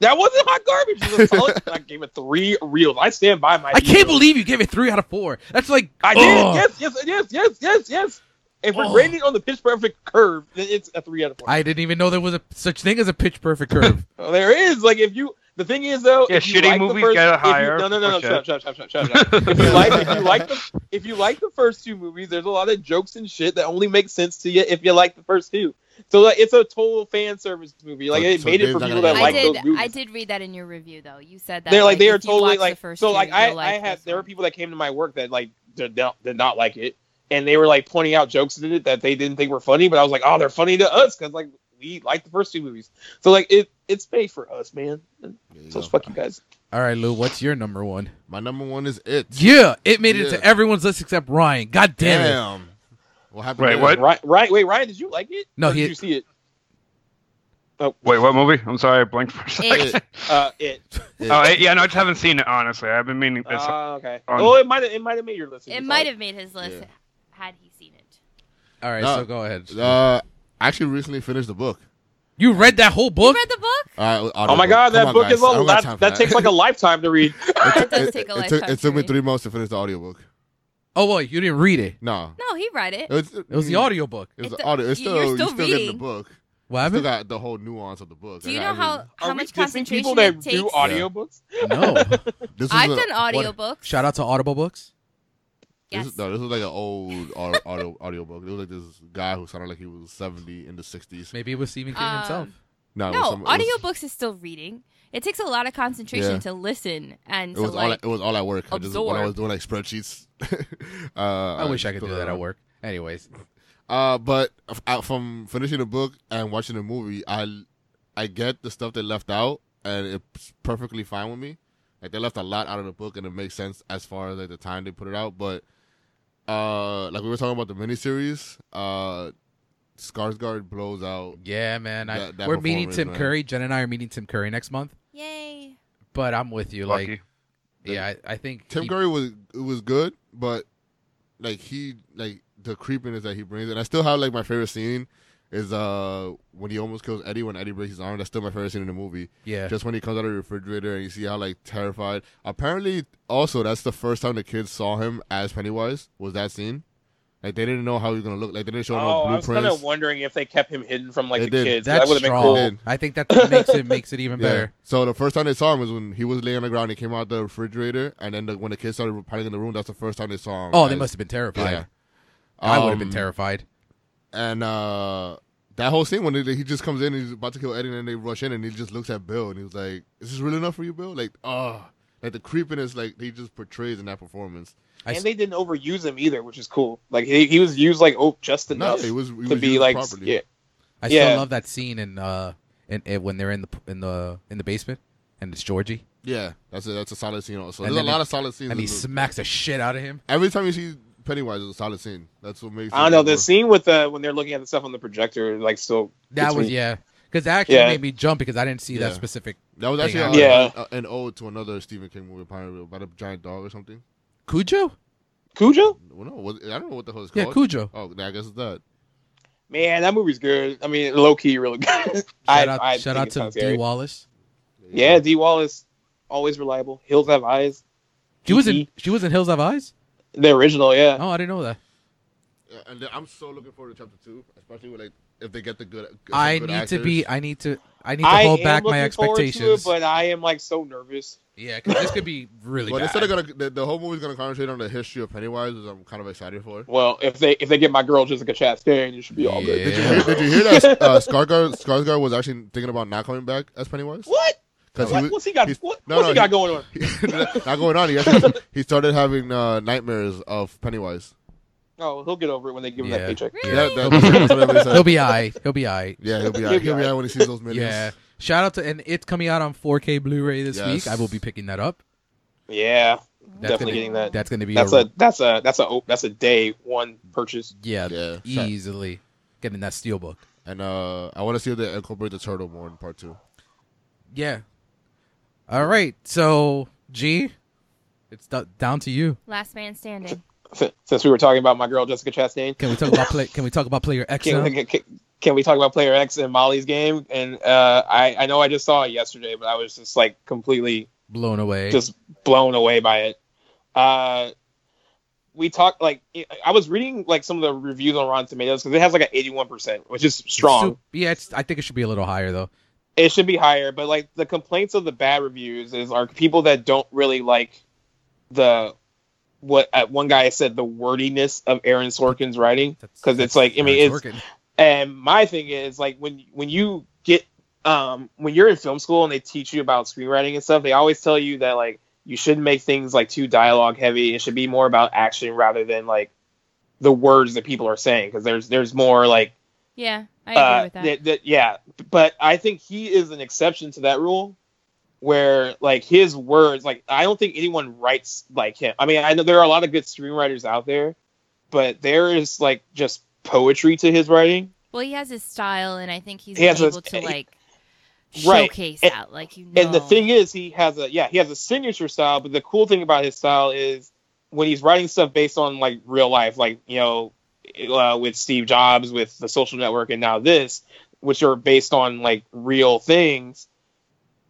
Speaker 5: That wasn't hot garbage. It was a solid. I gave it three reels. I stand by my.
Speaker 2: I can't
Speaker 5: reels.
Speaker 2: believe Oh. you gave it three out of four. That's like
Speaker 5: I did.
Speaker 2: ugh.
Speaker 5: Yes, yes, yes, yes, yes, yes. If we're
Speaker 4: Oh.
Speaker 2: Ugh.
Speaker 5: rating on the pitch perfect curve, then it's a three out of four.
Speaker 2: I didn't even know there was a such thing as a Pitch Perfect curve.
Speaker 5: Well, there is like if you. The thing is though,
Speaker 4: Yeah,
Speaker 5: if you
Speaker 4: shitty
Speaker 5: like the
Speaker 4: movies
Speaker 5: first,
Speaker 4: get a
Speaker 5: if you-
Speaker 4: higher Oh,
Speaker 5: no, no, no, no. Shut up,
Speaker 4: percent.
Speaker 5: shut up, shut up, shut up. shut up. if you like, if you like the, if you like the first two movies, there's a lot of jokes and shit that only makes sense to you if you like the first two. So like, it's a total fan service movie. Like
Speaker 3: So-
Speaker 5: it
Speaker 3: so
Speaker 5: made it
Speaker 3: Dave's
Speaker 5: for
Speaker 3: not
Speaker 5: people
Speaker 3: gonna get
Speaker 5: that
Speaker 1: I
Speaker 5: like
Speaker 3: it.
Speaker 5: those
Speaker 1: did.
Speaker 5: movies.
Speaker 1: I did read that in your review, though. You said that
Speaker 5: they're like, they
Speaker 1: if
Speaker 5: are
Speaker 1: you
Speaker 5: totally
Speaker 1: watch
Speaker 5: like
Speaker 1: the first
Speaker 5: so
Speaker 1: two,
Speaker 5: like I,
Speaker 1: you'll like
Speaker 5: I had
Speaker 1: this
Speaker 5: there were
Speaker 1: one.
Speaker 5: people that came to my work that like did not, did not like it and they were like pointing out jokes in it that they didn't think were funny but I was like oh they're funny to us because like we like the first two movies so like it it's made for us man
Speaker 3: There you
Speaker 5: so
Speaker 3: go.
Speaker 5: fuck you guys
Speaker 2: All right, Lou, what's your number one?
Speaker 3: My number one is it.
Speaker 2: Yeah, it made it
Speaker 3: Yeah.
Speaker 2: to everyone's list except Ryan. God damn, it!
Speaker 3: Damn. What happened?
Speaker 4: Wait,
Speaker 3: there?
Speaker 4: what?
Speaker 5: right right wait Ryan did you like it
Speaker 2: No,
Speaker 5: Or did
Speaker 2: he-
Speaker 5: you see it
Speaker 4: Wait, what movie? I'm sorry, I blinked for a second.
Speaker 1: It-
Speaker 5: uh it
Speaker 4: Oh, it- yeah, no, I just haven't seen it, honestly. I've been meaning it's
Speaker 5: uh, okay
Speaker 4: on-
Speaker 5: well it might have it might have made your list if
Speaker 1: it
Speaker 5: you
Speaker 1: might
Speaker 5: saw
Speaker 1: have made his list
Speaker 3: Yeah.
Speaker 1: had he seen it.
Speaker 2: All right,
Speaker 3: No.
Speaker 2: so go ahead.
Speaker 3: Uh, I actually recently finished the book.
Speaker 2: you read that whole
Speaker 1: You
Speaker 2: book?
Speaker 1: read the book?
Speaker 3: Uh,
Speaker 5: Oh my god, that book is a that, that takes like a lifetime to read.
Speaker 1: That does take a
Speaker 3: it,
Speaker 1: lifetime.
Speaker 3: took, it took me
Speaker 1: to read.
Speaker 3: three months to finish the audiobook.
Speaker 2: oh wait, you didn't read it.
Speaker 3: No,
Speaker 1: No, he read it.
Speaker 3: it was,
Speaker 2: It was the audio book.
Speaker 3: It was
Speaker 1: It's
Speaker 3: the
Speaker 1: a-
Speaker 3: audio. It's
Speaker 1: you're
Speaker 3: still,
Speaker 1: still
Speaker 3: you're still getting the
Speaker 1: reading.
Speaker 3: book.
Speaker 2: What
Speaker 3: Still
Speaker 2: happened?
Speaker 3: got the whole nuance of the book.
Speaker 1: Do you
Speaker 3: I
Speaker 1: know
Speaker 3: got
Speaker 1: how how
Speaker 5: Are we
Speaker 1: much
Speaker 5: dissing
Speaker 1: concentration
Speaker 5: people that
Speaker 1: it takes?
Speaker 5: do audiobooks?
Speaker 2: No.
Speaker 3: everything. This was
Speaker 1: I've
Speaker 3: a-
Speaker 1: done audiobooks.
Speaker 2: Shout out to Audible Books.
Speaker 3: This
Speaker 1: Yes.
Speaker 3: is, no, this was like an old audio, audio audiobook. It was like this guy who sounded like he was seventy in the sixties.
Speaker 2: Maybe it was Stephen King
Speaker 1: Um,
Speaker 2: himself.
Speaker 3: No, it was
Speaker 1: No,
Speaker 3: some- it was-
Speaker 1: audiobooks is still reading. It takes a lot of concentration
Speaker 3: Yeah.
Speaker 1: to listen and
Speaker 3: It
Speaker 1: to
Speaker 3: was all.
Speaker 1: like
Speaker 3: At, it was all at work. I just- when I was
Speaker 1: absorb.
Speaker 3: doing like spreadsheets. uh,
Speaker 2: I wish I could
Speaker 3: still
Speaker 2: do that
Speaker 3: around.
Speaker 2: at work. Anyways,
Speaker 3: Uh, but f- out from finishing the book and watching the movie, I I get the stuff they left out, and it's perfectly fine with me. Like they left a lot out of the book, and it makes sense as far as like the time they put it out. But uh, like we were talking about the miniseries, uh, Skarsgård blows out.
Speaker 2: yeah, man. I,
Speaker 3: That- that
Speaker 2: we're meeting
Speaker 3: performance,
Speaker 2: Tim
Speaker 3: man.
Speaker 2: Curry. Jen and I are meeting Tim Curry next month.
Speaker 1: yay.
Speaker 2: But I'm with you. Like,
Speaker 4: lucky.
Speaker 2: yeah, I, I think
Speaker 3: Tim
Speaker 2: he-
Speaker 3: Curry was it was good, but like he like the creepiness that he brings, and I still have like my favorite scene is uh when he almost kills Eddie when Eddie breaks his arm. That's still my favorite scene in the movie.
Speaker 2: Yeah,
Speaker 3: just when he comes out of the refrigerator and you see how like terrified. Apparently, also that's the first time the kids saw him as Pennywise was that scene. Like they didn't know how he was gonna look. Like they didn't show
Speaker 5: oh,
Speaker 3: no
Speaker 5: I was kind of
Speaker 3: blueprints.
Speaker 5: wondering if they kept him hidden from like
Speaker 3: They
Speaker 5: the
Speaker 3: did.
Speaker 5: kids.
Speaker 2: that's
Speaker 5: that would have been
Speaker 2: strong.
Speaker 5: cool.
Speaker 3: cool.
Speaker 2: I think that makes it makes it even
Speaker 3: Yeah.
Speaker 2: better.
Speaker 3: So the first time they saw him was when he was laying on the ground. He came out the refrigerator, and then the, when the kids started piling in the room, that's the first time they saw him.
Speaker 2: Oh, they
Speaker 3: as-
Speaker 2: must have been terrified.
Speaker 3: Yeah.
Speaker 2: I would have been
Speaker 3: Um,
Speaker 2: terrified.
Speaker 3: And uh, that whole scene when they, he just comes in, he's about to kill Eddie, and then they rush in, and he just looks at Bill, and he was like, "Is this real enough for you, Bill?" Like, oh, Like the creepiness, like he just portrays in that performance.
Speaker 2: I
Speaker 5: and
Speaker 2: s-
Speaker 5: they didn't overuse him either, which is cool. Like he, he was used like oh just
Speaker 3: No,
Speaker 5: enough
Speaker 3: it was, it was
Speaker 5: to be
Speaker 3: used
Speaker 5: like
Speaker 3: properly.
Speaker 5: yeah,
Speaker 2: I still
Speaker 5: Yeah.
Speaker 2: love that scene in uh in, in when they're in the in the in the basement and it's Georgie
Speaker 3: Yeah, that's a that's a solid scene. Also,
Speaker 2: And
Speaker 3: there's a
Speaker 2: then
Speaker 3: lot
Speaker 2: it-
Speaker 3: of solid scenes.
Speaker 2: and he
Speaker 3: in the-
Speaker 2: smacks the shit out of him.
Speaker 3: Every time you see Pennywise, it's a solid scene. That's what makes.
Speaker 5: I
Speaker 3: it
Speaker 5: don't know. The
Speaker 3: more-
Speaker 5: scene with the when they're looking at the stuff on the projector, like still
Speaker 2: That
Speaker 5: gets
Speaker 2: was
Speaker 5: me.
Speaker 2: yeah, because that actually
Speaker 5: Yeah.
Speaker 2: made me jump because I didn't see that
Speaker 3: Yeah.
Speaker 2: specific.
Speaker 3: That was actually
Speaker 2: thing
Speaker 3: uh,
Speaker 5: happened.
Speaker 3: uh,
Speaker 5: Yeah.
Speaker 3: an ode to another Stephen King movie, probably about a giant dog or something.
Speaker 2: Cujo,
Speaker 5: Cujo.
Speaker 3: Well, no, was, I don't know what the hell it's
Speaker 2: yeah,
Speaker 3: called.
Speaker 2: Cujo.
Speaker 3: Oh, I guess it's that.
Speaker 5: Man, that movie's good. I mean, low key, really good. I,
Speaker 2: Shout out,
Speaker 5: I
Speaker 2: shout
Speaker 5: think
Speaker 2: out
Speaker 5: it's
Speaker 2: to
Speaker 5: kinda scary.
Speaker 2: D Wallace.
Speaker 5: Yeah, D Wallace always reliable. Hills have eyes.
Speaker 2: She was in
Speaker 5: Kiki.
Speaker 2: she was in Hills Have Eyes.
Speaker 5: the original. Yeah,
Speaker 2: Oh, I didn't know that.
Speaker 3: Yeah, and then I'm so looking forward to chapter two, especially with like if they get the good. some
Speaker 2: I
Speaker 3: good
Speaker 2: need
Speaker 3: actors.
Speaker 2: to be. I need to. I need to
Speaker 5: I
Speaker 2: hold
Speaker 5: am
Speaker 2: back my
Speaker 5: looking forward to it,
Speaker 2: expectations.
Speaker 5: but I am like so nervous.
Speaker 2: Yeah, because this could be really
Speaker 3: But
Speaker 2: bad.
Speaker 3: instead of gonna the, the whole movie's gonna concentrate on the history of Pennywise, which I'm kind of excited for.
Speaker 5: Well, if they if they get my girl Jessica Chastain, it should be all good.
Speaker 3: Did you hear, did you hear that uh, Skarsgård, Skarsgård was actually thinking about not coming back as Pennywise?
Speaker 5: What?
Speaker 3: Because
Speaker 5: What? What's he got?
Speaker 3: he's-
Speaker 5: What,
Speaker 3: no,
Speaker 5: what's
Speaker 3: no,
Speaker 5: he got going on?
Speaker 3: not going on. He, actually, he started having uh, nightmares of Pennywise.
Speaker 5: Oh, he'll get over it when they give him
Speaker 2: Yeah.
Speaker 5: that paycheck.
Speaker 1: Really?
Speaker 3: Yeah, that- that's what everybody
Speaker 2: he'll
Speaker 3: said.
Speaker 2: be alright. He'll be alright.
Speaker 3: Yeah, he'll be
Speaker 5: He'll
Speaker 3: out.
Speaker 5: be
Speaker 3: He'll be
Speaker 5: alright.
Speaker 3: out when he sees those minions.
Speaker 2: Yeah. Shout out to and it's coming out on 4K Blu-ray this
Speaker 3: Yes.
Speaker 2: week. I will be picking that up.
Speaker 5: Yeah,
Speaker 2: That's
Speaker 5: definitely
Speaker 2: gonna,
Speaker 5: getting that.
Speaker 2: That's going to be
Speaker 5: That's
Speaker 2: a,
Speaker 5: a that's a that's a that's a day one purchase.
Speaker 2: yeah,
Speaker 3: Yeah.
Speaker 2: easily getting that steelbook.
Speaker 3: And uh, I want to see if they incorporate the turtle more in part two.
Speaker 2: Yeah. All right. So G, it's do- down to you.
Speaker 1: Last man standing.
Speaker 5: S- Since we were talking about my girl Jessica Chastain,
Speaker 2: Can we talk about play? Can we talk about player X?
Speaker 5: can,
Speaker 2: Now?
Speaker 5: can, can- can we talk about Player X in Molly's game? And uh, I I know I just saw it yesterday, but I was just like completely
Speaker 2: Blown away.
Speaker 5: just blown away by it. Uh, we talked like I was reading like some of the reviews on Rotten Tomatoes because it has like an eighty one percent, which is strong.
Speaker 2: Sup- yeah, it's, I think it should be a little higher though.
Speaker 5: it should be higher but like the complaints of the bad reviews is are people that don't really like the what uh, one guy said the wordiness of aaron sorkin's writing
Speaker 2: That's-
Speaker 5: 'Cause it's
Speaker 2: that's
Speaker 5: like, I mean,
Speaker 2: where
Speaker 5: it's-
Speaker 2: working.
Speaker 5: and my thing is like when when you get um when you're in film school and they teach you about screenwriting and stuff they always tell you that like you shouldn't make things like too dialogue heavy it should be more about action rather than like the words that people are saying because there's there's more like
Speaker 1: Yeah, I agree
Speaker 5: uh,
Speaker 1: with that.
Speaker 5: th- th- yeah, but I think he is an exception to that rule, where like his words, like I don't think anyone writes like him. I mean, I know there are a lot of good screenwriters out there, but there is like just poetry to his writing.
Speaker 1: well, he has his style, and I think he's
Speaker 5: He has
Speaker 1: able
Speaker 5: his-
Speaker 1: to like
Speaker 5: Right.
Speaker 1: showcase
Speaker 5: And-
Speaker 1: that. Like you know.
Speaker 5: And the thing is, he has a yeah, he has a signature style. But the cool thing about his style is when he's writing stuff based on like real life, like you know, uh, with Steve Jobs, with the Social Network, and now this, which are based on like real things.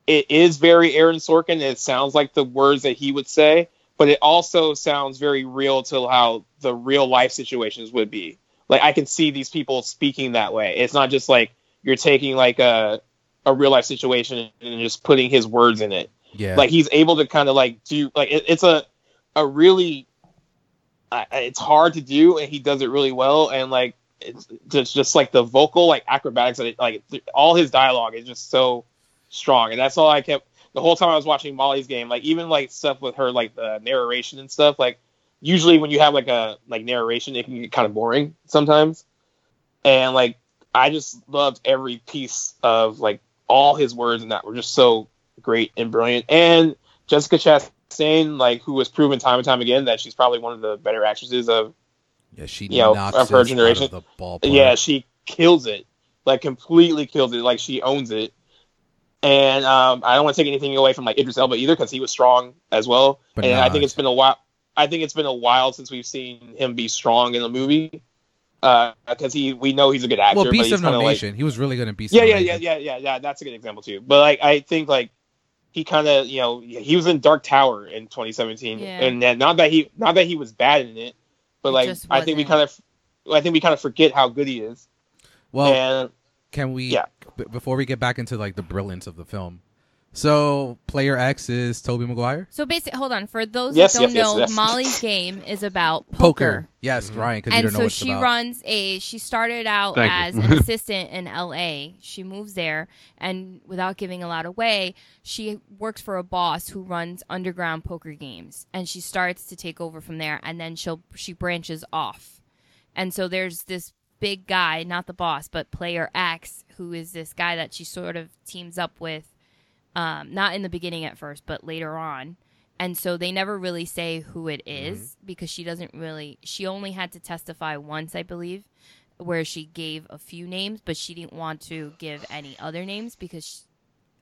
Speaker 5: It is very Aaron Sorkin. and It sounds like the words that he would say, but it also sounds very real to how the real life situations would be. Like I can see these people speaking that way. It's not just like you're taking like a a real life situation and just putting his words in it.
Speaker 2: Yeah.
Speaker 5: Like he's able to kind of like do like it, it's a a really uh, it's hard to do and he does it really well and like it's just, just like the vocal like acrobatics that it, like th- all his dialogue is just so strong and that's all I kept the whole time I was watching Molly's game like even like stuff with her like the narration and stuff like usually when you have like a like narration it can get kind of boring sometimes and like I just loved every piece of like all his words and that were just so great and brilliant. And Jessica Chastain, like who was proven time and time again that she's probably one of the better actresses of.
Speaker 2: yeah, she
Speaker 5: you know,
Speaker 2: knocks
Speaker 5: of her
Speaker 2: us out
Speaker 5: generation.
Speaker 2: the ballpark.
Speaker 5: Yeah, she kills it, like completely kills it. Like she owns it. And um, I don't want to take anything away from like Idris Elba either because he was strong as well.
Speaker 2: But
Speaker 5: and I
Speaker 2: not.
Speaker 5: think it's been a while. I think it's been a while since we've seen him be strong in a movie. Because he, we know he's a good actor.
Speaker 2: Well,
Speaker 5: but
Speaker 2: Beast
Speaker 5: he's
Speaker 2: of No
Speaker 5: kinda, like-
Speaker 2: Nation. he was really good in Beast
Speaker 5: yeah,
Speaker 2: of No
Speaker 5: yeah,
Speaker 2: Nation.
Speaker 5: yeah, yeah, yeah, yeah. That's a good example too. But like, I think like he kind of, you know, he was in Dark Tower in 2017,
Speaker 1: Yeah.
Speaker 5: and that, not that he, not that he was bad in it, but
Speaker 1: It
Speaker 5: like,
Speaker 1: just
Speaker 5: I think we
Speaker 1: wasn't.
Speaker 5: kind of, I think we kind of forget how good he is.
Speaker 2: Well,
Speaker 5: and
Speaker 2: can we
Speaker 5: yeah.
Speaker 2: b- before we get back into like the brilliance of the film So player X is Toby Maguire.
Speaker 1: So basically, hold on. For those
Speaker 5: Yes,
Speaker 1: who don't
Speaker 5: yes, yes,
Speaker 1: know,
Speaker 5: yes.
Speaker 1: Molly's game is about
Speaker 2: Poker.
Speaker 1: poker.
Speaker 2: Yes,
Speaker 3: Mhm.
Speaker 2: Ryan, because you
Speaker 1: And
Speaker 2: don't know
Speaker 1: so
Speaker 2: what it's
Speaker 1: she
Speaker 2: about.
Speaker 1: runs a. She started out
Speaker 4: Thank
Speaker 1: as
Speaker 4: you.
Speaker 1: an assistant in L.A. She moves there, and without giving a lot away, she works for a boss who runs underground poker games, and she starts to take over from there, and then she'll she branches off, and so there's this big guy, not the boss, but player X, who is this guy that she sort of teams up with, um, not in the beginning at first, but later on. And so they never really say who it
Speaker 2: Mm-hmm.
Speaker 1: is because she doesn't really. She only had to testify once, I believe, where she gave a few names, but she didn't want to give any other names because sh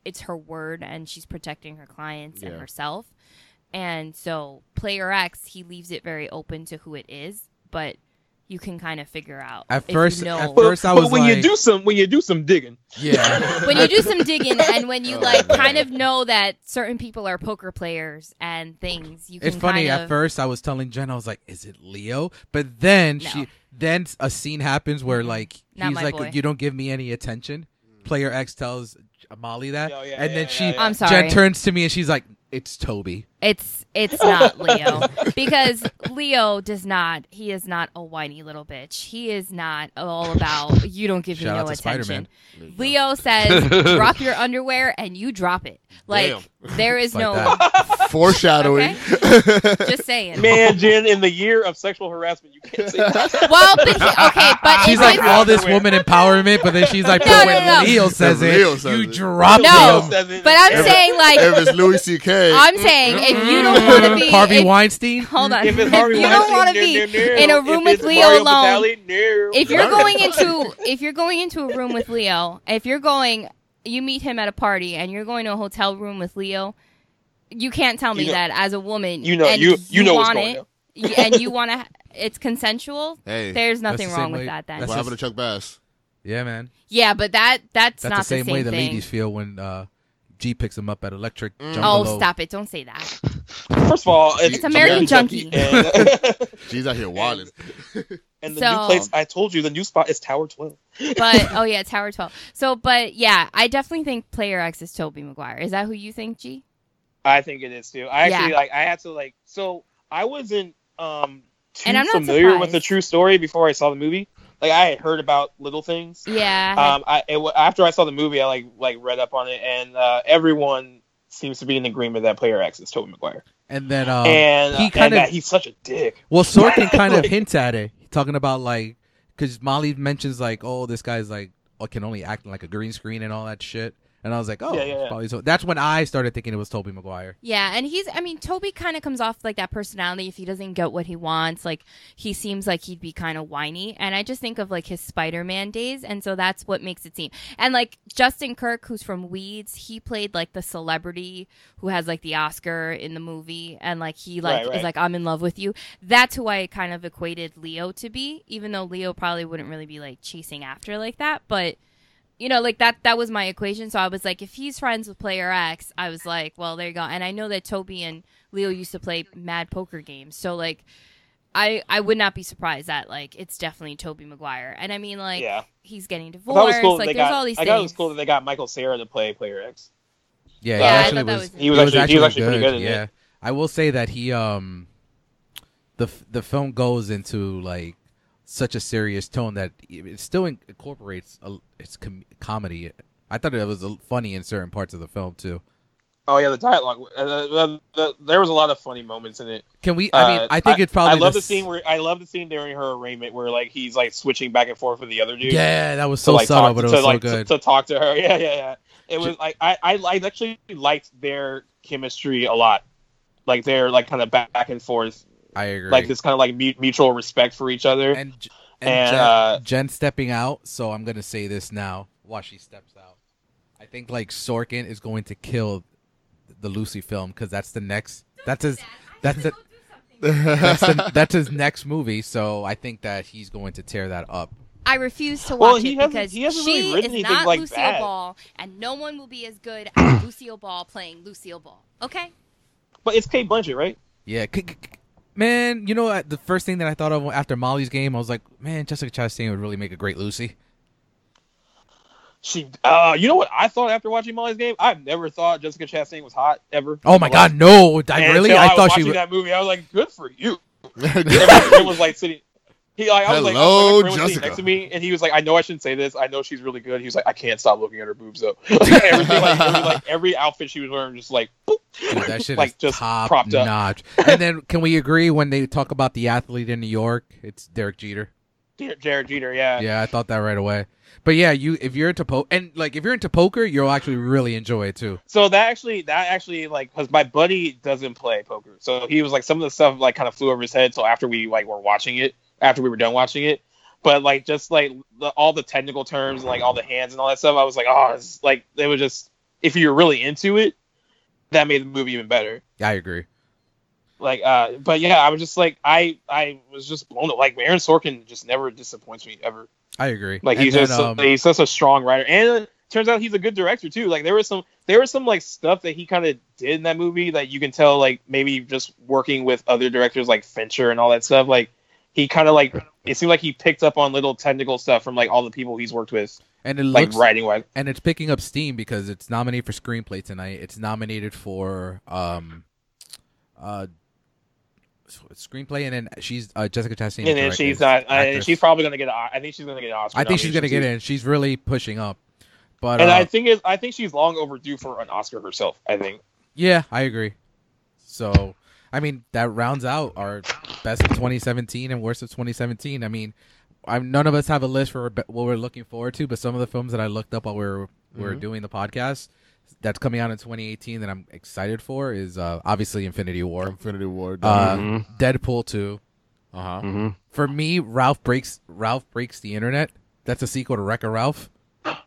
Speaker 1: it's her word and she's protecting her clients and
Speaker 3: Yeah.
Speaker 1: herself. And so, player X, he leaves it very open to who it is, but you can kind of figure out
Speaker 2: At
Speaker 1: if you
Speaker 2: first-
Speaker 1: know.
Speaker 2: at
Speaker 5: But,
Speaker 2: First, I
Speaker 5: but
Speaker 2: was
Speaker 5: when
Speaker 2: like-
Speaker 5: you do some when you do some digging,
Speaker 2: Yeah.
Speaker 1: when you do some digging and when you
Speaker 3: Oh,
Speaker 1: like
Speaker 3: man.
Speaker 1: kind of know that certain people are poker players and things, you can
Speaker 2: It's funny.
Speaker 1: kind
Speaker 2: At
Speaker 1: of-
Speaker 2: first, I was telling Jen, I was like, "Is it Leo?" But then
Speaker 1: No.
Speaker 2: she, then a scene happens where
Speaker 1: Mhm.
Speaker 2: like
Speaker 1: Not
Speaker 2: he's
Speaker 1: my
Speaker 2: like,
Speaker 1: boy.
Speaker 2: "You don't give me any attention." Player X tells Molly that,
Speaker 5: Oh, yeah,
Speaker 2: and
Speaker 5: yeah,
Speaker 2: then
Speaker 5: yeah,
Speaker 2: she,
Speaker 5: yeah.
Speaker 1: I'm
Speaker 2: Jen
Speaker 1: sorry.
Speaker 2: turns to me and she's like, "It's Toby."
Speaker 1: It's it's not Leo because Leo does not. He is not a whiny little bitch. He is not all about you. Don't give
Speaker 2: Shout
Speaker 1: me
Speaker 2: out
Speaker 1: no
Speaker 2: to Spider-Man.
Speaker 1: attention. Leo says drop your underwear and you drop it. Like there is
Speaker 2: Like
Speaker 1: no.
Speaker 2: that.
Speaker 3: Foreshadowing.
Speaker 1: Just saying.
Speaker 5: man, Jen, in the year of sexual harassment, you can't say that.
Speaker 1: Well, but he, okay, but
Speaker 2: She's
Speaker 1: it's
Speaker 2: like
Speaker 1: just-
Speaker 2: all this
Speaker 5: Underwear.
Speaker 2: woman empowerment, but then she's like,
Speaker 1: No,
Speaker 2: "But
Speaker 1: no,
Speaker 2: when
Speaker 1: no.
Speaker 2: Leo says
Speaker 3: If
Speaker 2: it,
Speaker 3: Leo says
Speaker 2: you
Speaker 3: it."
Speaker 2: drop
Speaker 1: No.
Speaker 2: him."
Speaker 1: But I'm saying like
Speaker 3: if it's Louis C.K.,
Speaker 1: I'm saying if you don't want to be
Speaker 2: Mm. Harvey
Speaker 1: if-
Speaker 2: Weinstein.
Speaker 1: Hold on.
Speaker 5: If
Speaker 1: If
Speaker 5: it's Harvey
Speaker 1: you don't
Speaker 5: want to
Speaker 1: be in a room with Leo alone, if you're going into if you're going into a room with Leo, if you're going you meet him at a party and you're going to a hotel room with Leo, you can't tell me
Speaker 5: You know-
Speaker 1: that as a woman.
Speaker 5: you know,
Speaker 1: and
Speaker 5: you you, know what's
Speaker 1: want
Speaker 5: going on.
Speaker 1: it, y- and you want to. It's consensual.
Speaker 3: hey,
Speaker 1: There's
Speaker 2: That's the
Speaker 1: nothing
Speaker 2: same
Speaker 1: wrong
Speaker 2: way-
Speaker 1: with that. Then,
Speaker 3: what
Speaker 2: that's
Speaker 3: happened to Chuck Bass?
Speaker 2: Yeah, man.
Speaker 1: yeah, but that that's,
Speaker 2: That's
Speaker 1: not
Speaker 2: the same, way the
Speaker 1: thing.
Speaker 2: ladies feel when uh, G picks him up at Electric.
Speaker 3: Mm.
Speaker 2: Jump
Speaker 1: Oh,
Speaker 2: Below.
Speaker 1: stop it! Don't say that.
Speaker 5: First of all,
Speaker 3: It's
Speaker 1: American
Speaker 5: And,
Speaker 3: She's out here wilding.
Speaker 5: and the
Speaker 1: So-
Speaker 5: new place I told you, the new spot is Tower Twelve.
Speaker 1: But oh yeah, Tower Twelve. So, but yeah, I definitely think player X is Toby Maguire. Is that who you think, G?
Speaker 5: I think it is too. I actually
Speaker 1: Yeah.
Speaker 5: like. I had to like. So I wasn't um too
Speaker 1: And I'm not
Speaker 5: familiar with the
Speaker 1: surprised.
Speaker 5: true story before I saw the movie. Like I had heard about little things.
Speaker 1: Yeah. I had-
Speaker 5: Um, I it, wa- after I saw the movie, I like like read up on it, and uh, everyone seems to be in agreement that player X is Tobey Maguire,
Speaker 2: And then um,
Speaker 5: and,
Speaker 2: he
Speaker 5: he
Speaker 2: kinda-
Speaker 5: and that he's such a dick.
Speaker 2: Well, Sorkin kind of hints at it, talking about like, because Molly mentions like, oh, this guy's like, oh, can only act in, like a green screen and all that shit. And I was like, oh,
Speaker 5: Yeah, yeah,
Speaker 2: it's
Speaker 5: yeah.
Speaker 2: probably so. That's when I started thinking it was Toby Maguire.
Speaker 1: yeah, and he's I mean, Toby kind of comes off like that personality if he doesn't get what he wants, like he seems like he'd be kind of whiny, and I just think of like his Spider-Man days, and so that's what makes it seem. And like Justin Kirk who's from Weeds, he played like the celebrity who has like the Oscar in the movie and like he like
Speaker 5: Right, right.
Speaker 1: is like I'm in love with you. That's who I kind of equated Leo to be, even though Leo probably wouldn't really be like chasing after like that, but you know, like that that was my equation. So I was like, if he's friends with player X, I was like, well, there you go. And I know that Toby and Leo used to play mad poker games. So like I I would not be surprised that like it's definitely Toby Maguire. And I mean like
Speaker 5: yeah,
Speaker 1: he's getting
Speaker 5: I thought it was
Speaker 1: divorced.
Speaker 5: cool that
Speaker 1: like
Speaker 5: they
Speaker 1: there's
Speaker 5: got.
Speaker 1: all these
Speaker 5: I
Speaker 1: things.
Speaker 5: thought it was cool that they got Michael Sarah to play player X.
Speaker 2: Yeah,
Speaker 5: Yeah, I
Speaker 2: he actually
Speaker 1: thought that
Speaker 2: was.
Speaker 1: was-
Speaker 5: He was actually- he was actually pretty good in it.
Speaker 2: yeah, I will say that he um, the f- the film goes into like such a serious tone that it still in- incorporates a, its com- comedy. I thought it was uh, funny in certain parts of the film too.
Speaker 5: Oh yeah, the dialogue. Uh, the, the, there was a lot of funny moments in it.
Speaker 2: Can we? I mean,
Speaker 5: Uh,
Speaker 2: I think it's probably
Speaker 5: I love the,
Speaker 2: s-
Speaker 5: scene where I love the scene during her arraignment where like he's like switching back and forth with the other dude.
Speaker 2: Yeah, that was
Speaker 5: to,
Speaker 2: so
Speaker 5: like,
Speaker 2: subtle,
Speaker 5: talk-
Speaker 2: but it was
Speaker 5: to,
Speaker 2: so
Speaker 5: like, to-
Speaker 2: good.
Speaker 5: To, talk to her. Yeah, yeah, yeah. It was like I, I, I actually liked their chemistry a lot. Like their like kind of back, back and forth,
Speaker 2: I agree.
Speaker 5: like this kind of like mu- mutual respect for each other.
Speaker 2: and J- and,
Speaker 5: and,
Speaker 2: Jen,
Speaker 5: uh,
Speaker 2: Jen stepping out. So I'm gonna say this now while she steps out. I think like Sorkin is going to kill the Lucy film because that's the next. That's his. That's the, that's the, that's his next movie. So I think that he's going to tear that up.
Speaker 1: I refuse to watch
Speaker 5: Well, he
Speaker 1: it
Speaker 5: hasn't-
Speaker 1: because
Speaker 5: he hasn't really
Speaker 1: she
Speaker 5: written
Speaker 1: is
Speaker 5: anything
Speaker 1: not
Speaker 5: like
Speaker 1: Lucille
Speaker 5: that.
Speaker 1: Ball, and no one will be as good as Lucille Ball playing Lucille Ball. Okay,
Speaker 5: but it's Kate Blanchett, right?
Speaker 2: Yeah, c- c- c- man. You know what? The first thing that I thought of after Molly's game, I was like, man, Jessica Chastain would really make a great Lucy.
Speaker 5: She, uh, you know what I thought after watching Molly's Game? I've never thought Jessica Chastain was hot ever.
Speaker 2: Oh my
Speaker 5: Like,
Speaker 2: god, no! I
Speaker 5: and
Speaker 2: really,
Speaker 5: until
Speaker 2: I
Speaker 5: was
Speaker 2: thought she.
Speaker 5: watching
Speaker 2: Was,
Speaker 5: that movie. I was like, good for you.
Speaker 3: Good.
Speaker 5: Everyone was like sitting. He like I was like,
Speaker 3: Hello,
Speaker 5: my friend was sitting
Speaker 3: Jessica.
Speaker 5: next to me, and he was like, I know I shouldn't say this. I know she's really good. He was like, I can't stop looking at her boobs though. everything, like, every, like every outfit she was wearing, just like boop,
Speaker 2: dude, that shit
Speaker 5: like
Speaker 2: is
Speaker 5: just
Speaker 2: top
Speaker 5: propped up.
Speaker 2: notch. and then, can we agree when they talk about the athlete in New York? It's Derek Jeter.
Speaker 5: Jar- Jared Jeter, yeah.
Speaker 2: Yeah, I thought that right away. But yeah, you if you're into po and like if you're into poker, you'll actually really enjoy it too.
Speaker 5: So that actually, that actually, like, because my buddy doesn't play poker, so he was like, some of the stuff like kind of flew over his head. So after we like were watching it, after we were done watching it, but like just like the, all the technical terms and like all the hands and all that stuff, I was like, oh, it's like they was just if you're really into it, that made the movie even better.
Speaker 2: I agree.
Speaker 5: like uh but yeah i was just like i i was just blown away like aaron sorkin just never disappoints me ever
Speaker 2: I agree.
Speaker 5: like
Speaker 2: And
Speaker 5: he's
Speaker 2: then,
Speaker 5: just so-
Speaker 2: um,
Speaker 5: he's such a strong writer and it turns out he's a good director too like there was some there was some like stuff that he kind of did in that movie that you can tell like maybe just working with other directors like fincher and all that stuff like he kind of like it seemed like he picked up on little technical stuff from like all the people he's worked with
Speaker 2: and it
Speaker 5: like
Speaker 2: looks
Speaker 5: writing wise
Speaker 2: and it's picking up steam because it's nominated for screenplay tonight. It's nominated for um uh screenplay and then she's uh, Jessica Chastain.
Speaker 5: and then
Speaker 2: directed.
Speaker 5: she's not I,
Speaker 2: Actress.
Speaker 5: she's probably gonna get a, i think she's gonna get an oscar
Speaker 2: I think she's gonna
Speaker 5: nomination,
Speaker 2: get
Speaker 5: too.
Speaker 2: in. She's really pushing up. But
Speaker 5: and
Speaker 2: uh,
Speaker 5: i think it's, i think she's long overdue for an oscar herself i think
Speaker 2: yeah, I agree. So I mean that rounds out our best of 2017 and worst of 2017. I mean, I'm none of us have a list for be- what we're looking forward to, but some of the films that I looked up while we were we were doing the podcast that's coming out in 2018 that I'm excited for is uh, obviously Infinity War,
Speaker 3: Infinity War.
Speaker 2: uh,
Speaker 4: Mhm.
Speaker 2: Deadpool 2. Uh huh.
Speaker 4: hmm
Speaker 2: For me, Ralph breaks Ralph breaks the internet. That's a sequel to Wreck a Ralph.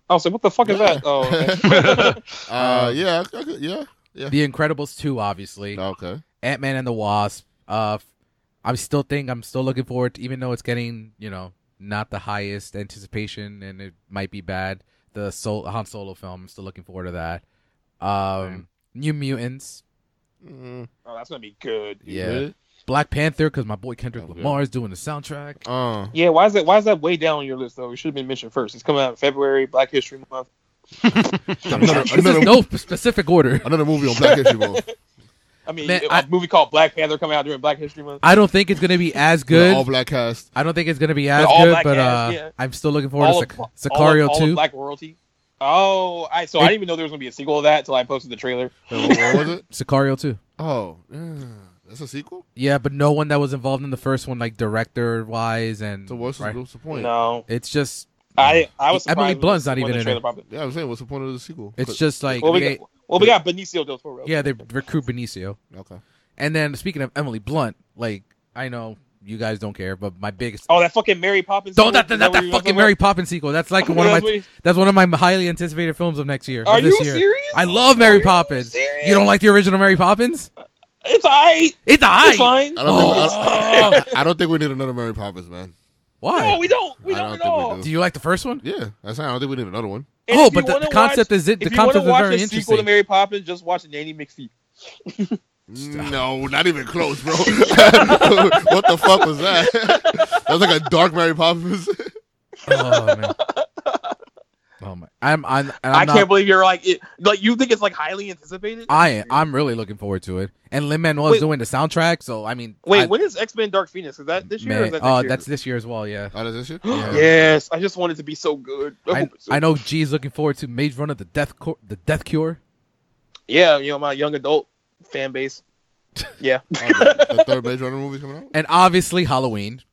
Speaker 5: Oh, so what the fuck is that? Oh, okay.
Speaker 2: Um,
Speaker 3: uh, yeah, I could- yeah, yeah.
Speaker 2: The Incredibles 2, obviously.
Speaker 3: Okay.
Speaker 2: Ant Man and the Wasp. Uh, f- I'm still think I'm still looking forward, to, even though it's getting you know not the highest anticipation and it might be bad. The Sol- Han Solo film, I'm still looking forward to that. Um, New Mutants,
Speaker 3: Mm,
Speaker 5: oh, that's gonna be good. Oh, dude.
Speaker 2: Yeah.
Speaker 3: really?
Speaker 2: Black Panther, because my boy Kendrick
Speaker 3: Sounds good.
Speaker 2: Lamar is doing the soundtrack.
Speaker 5: Oh,
Speaker 3: Uh,
Speaker 5: Yeah, why is that? Why is that way down on your list though? It should have been mentioned first. It's coming out in February, Black History Month.
Speaker 3: another,
Speaker 2: This is
Speaker 3: another,
Speaker 2: no specific order.
Speaker 3: another movie on Black History Month.
Speaker 5: I mean,
Speaker 2: Man,
Speaker 5: a
Speaker 2: I-
Speaker 5: movie called Black Panther coming out during Black History Month.
Speaker 2: I don't think it's gonna be as good.
Speaker 3: All black cast.
Speaker 2: I don't think it's gonna be as
Speaker 5: all
Speaker 2: good,
Speaker 5: black
Speaker 2: but
Speaker 5: ass,
Speaker 2: uh,
Speaker 5: yeah.
Speaker 2: I'm still looking forward to
Speaker 5: of-
Speaker 2: Sic- Sicario
Speaker 5: all of, all
Speaker 2: too.
Speaker 5: of Black royalty. Oh, I so
Speaker 2: It-
Speaker 5: I didn't even know there was gonna be a sequel to that until I posted the trailer.
Speaker 3: Wait, what, what was it?
Speaker 2: Sicario too.
Speaker 3: Oh, yeah. that's a sequel.
Speaker 2: Yeah, but no one that was involved in the first one, like director wise, and
Speaker 3: So what's, the-
Speaker 2: right?
Speaker 3: what's the point?
Speaker 5: No,
Speaker 2: it's just
Speaker 5: I I was.
Speaker 2: Emily
Speaker 5: surprised when-
Speaker 2: Blunt's not
Speaker 5: when
Speaker 2: even
Speaker 5: the
Speaker 2: in
Speaker 5: trailer
Speaker 2: it.
Speaker 5: popped up.
Speaker 3: Yeah, I'm saying, what's the point of the sequel?
Speaker 2: it's just like
Speaker 5: Well, we
Speaker 2: they-
Speaker 5: got, well, we got Benicio del Toro.
Speaker 2: yeah they recruit Benicio.
Speaker 3: okay.
Speaker 2: And then speaking of Emily Blunt, like I know you guys don't care, but my biggest
Speaker 5: Oh, that fucking Mary Poppins.
Speaker 2: don't
Speaker 5: sequel?
Speaker 2: that, that,
Speaker 5: Is what
Speaker 2: that
Speaker 5: you were
Speaker 2: fucking
Speaker 5: talking
Speaker 2: Mary
Speaker 5: about?
Speaker 2: Poppins sequel. That's like one of
Speaker 5: That's
Speaker 2: my
Speaker 5: what you-
Speaker 2: that's one of my highly anticipated films of next year. of
Speaker 5: Are
Speaker 2: this
Speaker 5: you
Speaker 2: year.
Speaker 5: serious?
Speaker 2: I love Mary Poppins.
Speaker 5: serious?
Speaker 2: You don't like the original Mary Poppins?
Speaker 5: It's alright.
Speaker 2: It's
Speaker 5: It's
Speaker 2: I.
Speaker 5: fine.
Speaker 3: I don't, think, I,
Speaker 2: Oh.
Speaker 3: don't- I don't think we need another Mary Poppins, man.
Speaker 5: No,
Speaker 2: Why?
Speaker 5: we don't. We
Speaker 3: I
Speaker 5: don't,
Speaker 3: don't
Speaker 5: at
Speaker 3: think we
Speaker 5: all.
Speaker 3: do.
Speaker 2: Do you like the first one?
Speaker 3: Yeah, that's not, I don't think we need another one.
Speaker 5: And
Speaker 2: Oh,
Speaker 5: if
Speaker 2: but
Speaker 5: you
Speaker 2: the-
Speaker 5: wanna
Speaker 2: the concept
Speaker 5: watch-
Speaker 2: is it- the
Speaker 5: if you wanna
Speaker 2: concept is
Speaker 5: watch
Speaker 2: very
Speaker 5: a sequel to
Speaker 2: interesting.
Speaker 5: Mary Poppins, just watch Nanny McPhee.
Speaker 3: No, not even close, bro. what the fuck was that? that was like a dark Mary Poppins.
Speaker 2: Oh man. Oh my. I'm I'm, and I'm
Speaker 5: I
Speaker 2: not,
Speaker 5: can't believe you're like, it, like you think it's like highly anticipated.
Speaker 2: I I'm really looking forward to it. And Lin Manuel is
Speaker 5: Wait.
Speaker 2: doing the soundtrack, so I mean,
Speaker 5: Wait,
Speaker 2: I,
Speaker 5: when is X Men Dark Phoenix? Is that this year? or
Speaker 2: man,
Speaker 5: is that next
Speaker 2: uh,
Speaker 5: year?
Speaker 2: that's this year as well. Yeah.
Speaker 3: oh, that's this shit?
Speaker 2: yeah.
Speaker 5: Yes, I just want it to be so good. I
Speaker 2: I,
Speaker 5: hope it's Oh, so
Speaker 2: I know G's looking forward to Mage Runner, the Death Cor- the Death Cure.
Speaker 5: Yeah, you know my young adult fan base. Yeah.
Speaker 3: Oh, the, the third Blade Runner movie coming out?
Speaker 2: And obviously Halloween.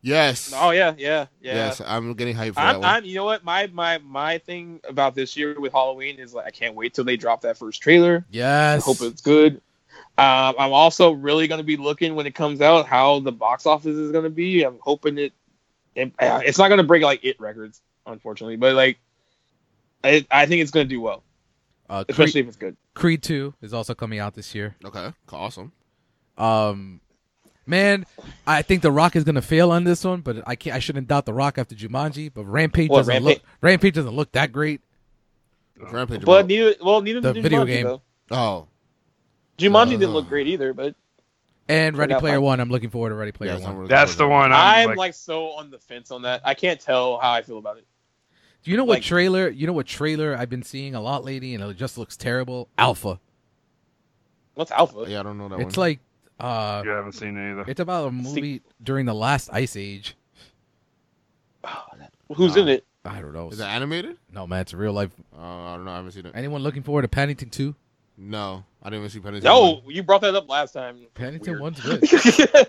Speaker 3: Yes.
Speaker 5: oh yeah, yeah, yeah.
Speaker 3: Yes, I'm getting hyped for that
Speaker 5: I'm,
Speaker 3: one.
Speaker 5: I'm, you know what? My my my thing about this year with Halloween is like I can't wait till they drop that first trailer. I
Speaker 2: Yes.
Speaker 5: hope it's good. Um, I'm also really going to be looking when it comes out how the box office is going to be. I'm hoping it, it uh, it's not going to break like it records, unfortunately, but like I, I think it's going to do well,
Speaker 2: uh, Creed,
Speaker 5: especially if it's good.
Speaker 2: Creed 2 is also coming out this year.
Speaker 3: okay, awesome.
Speaker 2: Um man, I think The Rock is going to fail on this one, but I can't I shouldn't doubt The Rock after Jumanji, but Rampage
Speaker 5: What,
Speaker 2: doesn't
Speaker 5: Rampage?
Speaker 2: look Rampage doesn't look that great. Oh.
Speaker 3: Rampage.
Speaker 5: But
Speaker 3: bro.
Speaker 5: neither, well, neither
Speaker 2: The
Speaker 5: did
Speaker 2: video
Speaker 5: Jumanji,
Speaker 2: game.
Speaker 5: Though.
Speaker 3: oh,
Speaker 5: Jumanji
Speaker 3: Uh,
Speaker 5: didn't look great either, but
Speaker 2: And
Speaker 5: Check
Speaker 2: Ready
Speaker 5: out
Speaker 2: Player
Speaker 5: Mike.
Speaker 2: 1, I'm looking forward to Ready
Speaker 3: yeah,
Speaker 2: Player
Speaker 3: it's
Speaker 2: 1.
Speaker 3: not really
Speaker 4: That's
Speaker 3: close.
Speaker 4: the one. I'm,
Speaker 5: I'm like,
Speaker 4: like,
Speaker 5: so on the fence on that. I can't tell how I feel about it.
Speaker 2: Do you know what
Speaker 5: Like-
Speaker 2: trailer? You know what trailer I've been seeing a lot lately, and it just looks terrible. Alpha.
Speaker 5: What's Alpha?
Speaker 3: Yeah, I don't know that
Speaker 2: It's
Speaker 3: one.
Speaker 2: like uh,
Speaker 4: You haven't seen it either.
Speaker 2: it's about a movie during the last ice age.
Speaker 5: Who's
Speaker 2: Nah.
Speaker 5: in it?
Speaker 2: I don't know.
Speaker 3: Is it animated?
Speaker 2: No man, it's real life.
Speaker 3: Uh, I don't know. I haven't seen it.
Speaker 2: Anyone looking forward to Paddington Two?
Speaker 3: No, I didn't even see Pennington.
Speaker 5: No, you brought that up last time.
Speaker 2: Paddington
Speaker 5: Weird.
Speaker 2: One's good,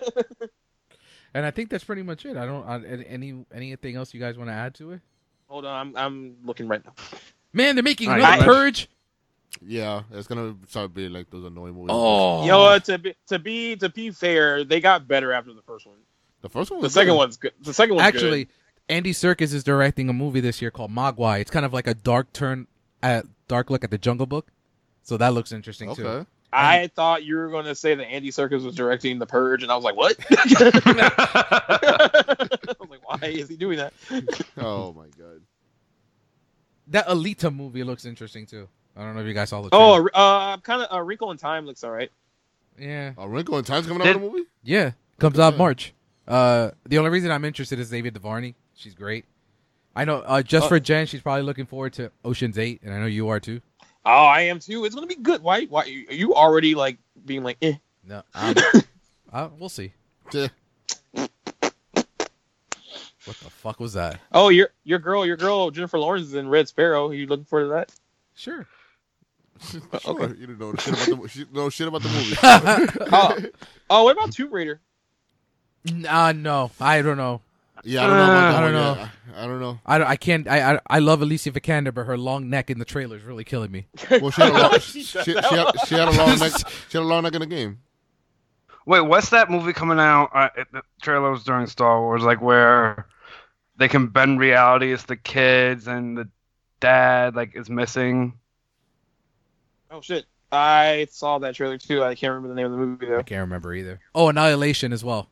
Speaker 2: and I think that's pretty much it. I don't I, an- any anything else you guys want to add to it?
Speaker 5: Hold on, I'm, I'm looking right now.
Speaker 2: Man, they're making
Speaker 4: All
Speaker 2: another
Speaker 4: right, guys.
Speaker 2: Purge.
Speaker 3: Yeah, it's gonna start being like those annoying movies.
Speaker 2: Oh,
Speaker 5: You know what? To be to be to be fair, they got better after the first one.
Speaker 3: the first one.
Speaker 5: The
Speaker 3: Was
Speaker 5: second
Speaker 3: good.
Speaker 5: one's good. The second one's
Speaker 2: actually, Andy Serkis is directing a movie this year called Mogwai. It's kind of like a dark turn, at dark look at the Jungle Book. So that looks interesting too.
Speaker 3: Okay.
Speaker 5: Good. I thought you were going to say that Andy Serkis was directing The Purge, and I was like, what? I was like, why is he doing that?
Speaker 3: Oh my god.
Speaker 2: That Alita movie looks interesting too. I don't know if you guys saw the.
Speaker 5: Oh,
Speaker 2: trailer.
Speaker 5: uh, kind of. Uh, Wrinkle in Time looks all right.
Speaker 2: yeah,
Speaker 3: A Wrinkle in Uh, Time's coming out in a
Speaker 4: Did-
Speaker 3: movie.
Speaker 2: yeah. Comes out
Speaker 3: Yeah.
Speaker 2: March. Uh, the only reason I'm interested is David Duchovny. She's great. I know. Uh, just
Speaker 5: Oh.
Speaker 2: for Jen, she's probably looking forward to Ocean's Eight, and I know you are too.
Speaker 5: Oh, I am too. It's gonna be good. Why? Why are you already like being like, eh?
Speaker 2: No, I'm, uh, we'll see.
Speaker 3: Yeah.
Speaker 2: What the fuck was that?
Speaker 5: Oh, your your girl, your girl Jennifer Lawrence is in Red Sparrow. Are you looking forward to that?
Speaker 2: Sure.
Speaker 3: Sure,
Speaker 5: Okay.
Speaker 3: You didn't know shit about the mo- she- no shit about the movie.
Speaker 5: Oh, oh, what about Tomb Raider?
Speaker 2: Nah, no, I don't know.
Speaker 3: yeah, I don't know. About that
Speaker 2: I don't
Speaker 3: one
Speaker 2: know.
Speaker 3: yet. I, I don't know.
Speaker 2: I, don't- I can't. I, I I love Alicia Vikander, but her long neck in the trailer is really killing me.
Speaker 3: Well, she had a long,
Speaker 5: She
Speaker 3: she,
Speaker 5: said
Speaker 3: she,
Speaker 5: that
Speaker 3: had, she had a long neck. She had a long neck in the game.
Speaker 4: Wait, what's that movie coming out? Uh, it, the trailer was during Star Wars, like where they can bend reality. It's the kids and the dad, like is missing.
Speaker 5: Oh shit, I saw that trailer too. I can't remember the name of the movie
Speaker 2: I
Speaker 5: though.
Speaker 2: can't remember either. Oh, Annihilation as well,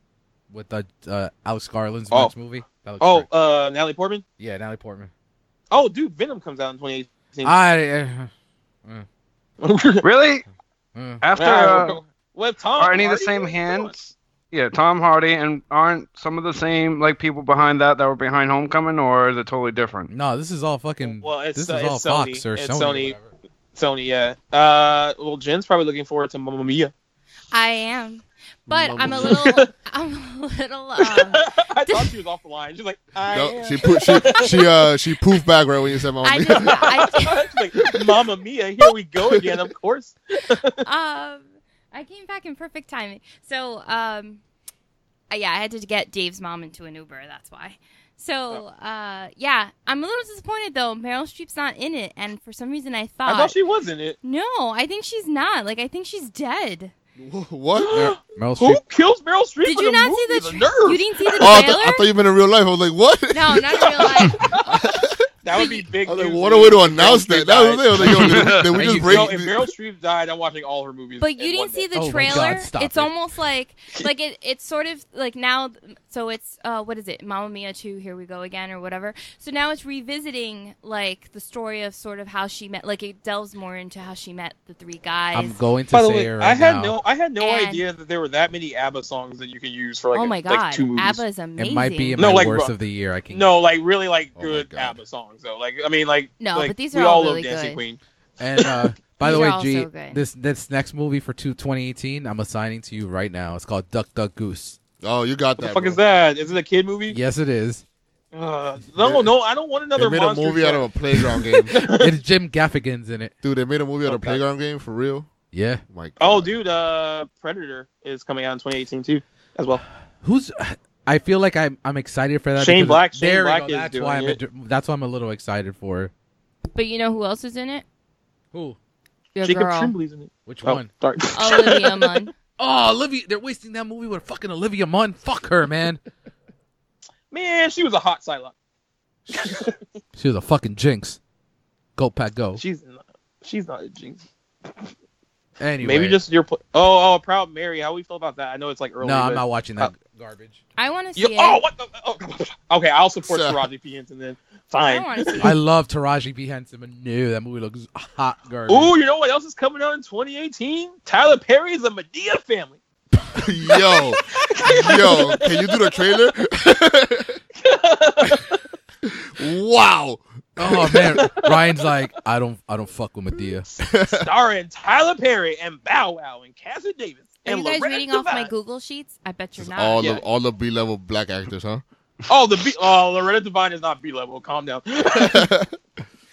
Speaker 2: with uh, uh, Alex Garland's
Speaker 5: Oh.
Speaker 2: next movie. That looks
Speaker 5: Oh,
Speaker 2: great.
Speaker 5: uh, Natalie Portman.
Speaker 2: yeah, Natalie Portman.
Speaker 5: Oh, dude, Venom comes out in 2018.
Speaker 2: I uh,
Speaker 4: Really?
Speaker 2: uh,
Speaker 4: After
Speaker 5: Yeah,
Speaker 4: uh,
Speaker 5: we're- we're- Tom
Speaker 4: are any of the
Speaker 5: Hardy?
Speaker 4: same
Speaker 5: What's going on?
Speaker 4: hands? Yeah, Tom Hardy, and aren't some of the same like people behind that that were behind Homecoming, or is it totally different?
Speaker 2: no, this is all fucking.
Speaker 5: Well, it's,
Speaker 2: this
Speaker 5: uh,
Speaker 2: is all
Speaker 5: it's Sony.
Speaker 2: Fox or
Speaker 5: It's
Speaker 2: Sony. or
Speaker 5: Sony.
Speaker 2: whatever.
Speaker 5: Sony, yeah. Uh, well, Jen's probably looking forward to Mamma Mia.
Speaker 1: I am, but I'm a
Speaker 3: Mamma
Speaker 1: little. I'm a little. Uh,
Speaker 5: I thought she was off the line. She's like, I.
Speaker 3: No,
Speaker 5: am.
Speaker 3: she put she she uh she poofed back right when you said my
Speaker 1: I
Speaker 3: only.
Speaker 1: did. I,
Speaker 5: She's like, Mamma Mia, here we go again. Of course.
Speaker 1: um, I came back in perfect timing. So, um, uh, yeah, I had to get Dave's mom into an Uber. That's why. So,
Speaker 5: Oh.
Speaker 1: uh, yeah, I'm a little disappointed though. Meryl Streep's not in it, and for some reason, I thought.
Speaker 5: I thought she was in it.
Speaker 1: no, I think she's not. Like, I think she's dead.
Speaker 3: Wh- what? oh,
Speaker 2: Meryl
Speaker 5: Who
Speaker 2: Streep.
Speaker 5: kills Meryl Streep?
Speaker 1: Did
Speaker 5: in
Speaker 1: you
Speaker 5: a
Speaker 1: not
Speaker 5: movie?
Speaker 1: see the?
Speaker 5: the
Speaker 1: tra-
Speaker 5: nerve?
Speaker 1: You didn't see the
Speaker 3: Oh, I, th-
Speaker 1: trailer?
Speaker 3: I thought you meant in real life. I was like, what?
Speaker 1: no, not in real life.
Speaker 5: That would be big.
Speaker 3: I was like,
Speaker 5: news
Speaker 3: what
Speaker 5: if
Speaker 3: a way to
Speaker 5: Meryl
Speaker 3: announce
Speaker 5: Streep
Speaker 3: that. That was
Speaker 5: died.
Speaker 3: it. I was like, yo, did we, did we
Speaker 2: Are you-
Speaker 3: just
Speaker 5: Yo, if
Speaker 3: break?
Speaker 5: Meryl Streep died, I'm watching all her movies.
Speaker 1: But you
Speaker 5: in one
Speaker 1: didn't see
Speaker 5: day.
Speaker 1: the
Speaker 2: Oh my
Speaker 1: trailer.
Speaker 2: God, stop
Speaker 1: it's
Speaker 2: it.
Speaker 1: almost like like it. It's sort of like now. So it's uh, what is it? Mamma Mia two. Here we go again, or whatever. So now it's revisiting like the story of sort of how she met. Like it delves more into how she met the three guys.
Speaker 2: I'm going to
Speaker 5: By the
Speaker 2: say
Speaker 5: way,
Speaker 2: it
Speaker 5: I
Speaker 2: right
Speaker 5: had
Speaker 2: now.
Speaker 5: no, I had no
Speaker 1: And-
Speaker 5: idea that there were that many ABBA songs that you could use for like,
Speaker 1: oh
Speaker 5: a-
Speaker 1: my god,
Speaker 5: like two movies.
Speaker 1: ABBA is amazing.
Speaker 2: It might be in
Speaker 5: No,
Speaker 2: my
Speaker 5: like,
Speaker 2: worst
Speaker 5: bro-
Speaker 2: of the year. I can.
Speaker 5: No, like really, like
Speaker 3: Oh my
Speaker 5: good
Speaker 3: God.
Speaker 5: ABBA songs though. Like I mean, like
Speaker 1: No,
Speaker 5: like,
Speaker 1: but these
Speaker 5: we
Speaker 1: are
Speaker 5: all
Speaker 1: all
Speaker 5: love
Speaker 1: really
Speaker 5: Dancing
Speaker 1: good.
Speaker 5: Queen.
Speaker 2: And uh, by the
Speaker 1: These are
Speaker 2: way,
Speaker 1: all
Speaker 2: G,
Speaker 1: so good.
Speaker 2: this this next movie for two- 2018, I'm assigning to you right now. It's called Duck Duck Goose.
Speaker 3: Oh, you got
Speaker 5: What the
Speaker 3: that.
Speaker 5: fuck
Speaker 3: bro.
Speaker 5: is that? Is it a kid movie?
Speaker 2: Yes, it is.
Speaker 5: Uh, no, no, I don't want another
Speaker 3: They made a
Speaker 5: monster
Speaker 3: movie
Speaker 5: show.
Speaker 3: out of a playground game.
Speaker 2: it's Jim Gaffigan's in it.
Speaker 3: Dude, they made a movie out of a
Speaker 5: Okay.
Speaker 3: playground game for real.
Speaker 2: Yeah.
Speaker 3: My God.
Speaker 5: Oh, dude, uh, Predator is coming out in 2018 too, as well.
Speaker 2: Who's? I feel like I'm I'm excited for that.
Speaker 5: Shane
Speaker 2: because-
Speaker 5: Black- Shane
Speaker 2: there we
Speaker 5: Black
Speaker 2: go.
Speaker 5: is
Speaker 2: That's
Speaker 5: doing
Speaker 2: why I'm.
Speaker 5: it.
Speaker 2: A, that's why I'm a little excited for.
Speaker 1: But you know who else is in it?
Speaker 2: Who?
Speaker 1: Your
Speaker 5: Jacob
Speaker 1: girl,
Speaker 5: Tremblay's in it.
Speaker 2: Which
Speaker 5: Oh,
Speaker 2: one?
Speaker 5: sorry.
Speaker 1: Olivia Munn.
Speaker 2: Oh, Olivia! They're wasting that movie with fucking Olivia Munn. Fuck her, man.
Speaker 5: Man, she was a hot Psylocke.
Speaker 2: she was a fucking jinx. Go pack,
Speaker 3: Oh.
Speaker 2: go.
Speaker 5: She's not, she's not a jinx.
Speaker 2: Anyway,
Speaker 5: Maybe just your pl- oh oh proud Mary. How we feel about that? I know it's like
Speaker 2: no.
Speaker 5: early.
Speaker 2: I'm
Speaker 5: but-
Speaker 2: not watching that
Speaker 5: Uh,
Speaker 2: garbage.
Speaker 1: I want to see
Speaker 5: You-
Speaker 1: it.
Speaker 5: oh what the oh, okay. I'll support
Speaker 3: So-
Speaker 5: Taraji P Henson then.
Speaker 1: I
Speaker 5: Fine.
Speaker 1: want to see.
Speaker 2: I
Speaker 1: It.
Speaker 2: love Taraji P Henson, but no, that movie looks hot garbage.
Speaker 5: Ooh, you know what else is coming out in 2018? Tyler Perry's a Medea family.
Speaker 3: yo, yo, can you do the trailer? wow.
Speaker 2: Oh man, Ryan's like, I don't, I don't fuck with Medea.
Speaker 5: starring Tyler Perry and Bow Wow and Cassie Davis.
Speaker 1: Are
Speaker 5: and
Speaker 1: you guys
Speaker 5: Loretta
Speaker 1: reading off my
Speaker 5: Devine.
Speaker 1: Google sheets? I bet you're
Speaker 3: Just
Speaker 1: not.
Speaker 3: all
Speaker 5: Yeah.
Speaker 3: the all the B level black actors, huh?
Speaker 5: Oh, the B- oh Loretta Devine is not B level. Calm down.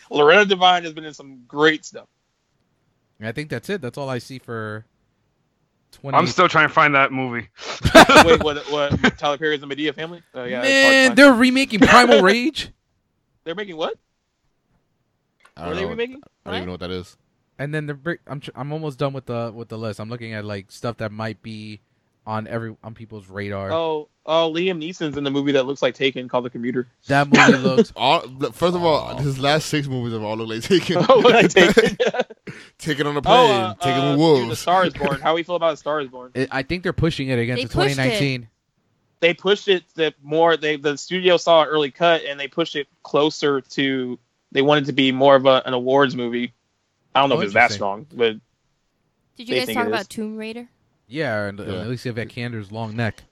Speaker 5: Loretta Devine has been in some great stuff.
Speaker 2: And I think that's it. That's all I see for twenty.
Speaker 4: I'm still trying to find that movie.
Speaker 5: Wait, what? What? Tyler Perry's the Medea family? Oh yeah, it's hard to
Speaker 2: man,
Speaker 5: find.
Speaker 2: they're remaking Primal Rage,
Speaker 5: they're making what?
Speaker 3: I
Speaker 5: What Are
Speaker 3: don't
Speaker 5: they
Speaker 3: know. what-
Speaker 5: remaking?
Speaker 3: I don't even know what that is.
Speaker 2: and then they're. br- I'm, tr- I'm almost done with the with the list. I'm looking at like stuff that might be on every on people's radar.
Speaker 5: Oh, oh, Liam Neeson's in the movie that looks like Taken called The Commuter.
Speaker 2: That movie looks.
Speaker 3: All first of all,
Speaker 2: Aw.
Speaker 3: his last six movies have all looked like taking
Speaker 5: oh, like Taken.
Speaker 3: taking on a plane,
Speaker 5: oh, uh,
Speaker 3: taking
Speaker 5: uh,
Speaker 3: with
Speaker 5: dude, The
Speaker 3: wolves.
Speaker 5: Star is Born. How we feel about The Star is Born?
Speaker 2: It, I think they're pushing it again
Speaker 1: They
Speaker 2: to
Speaker 1: pushed it.
Speaker 2: 2019.
Speaker 5: They pushed it the more they the studio saw an early cut and they pushed it closer to. They wanted to be more of a, an awards movie. I don't know
Speaker 2: Oh,
Speaker 5: if it's that
Speaker 2: interesting.
Speaker 5: strong, but
Speaker 1: Did you
Speaker 5: They
Speaker 1: guys
Speaker 5: think
Speaker 1: talk
Speaker 5: it
Speaker 1: about
Speaker 5: is.
Speaker 1: Tomb Raider?
Speaker 2: Yeah, and, and
Speaker 3: Yeah.
Speaker 2: at least if Cander's long neck.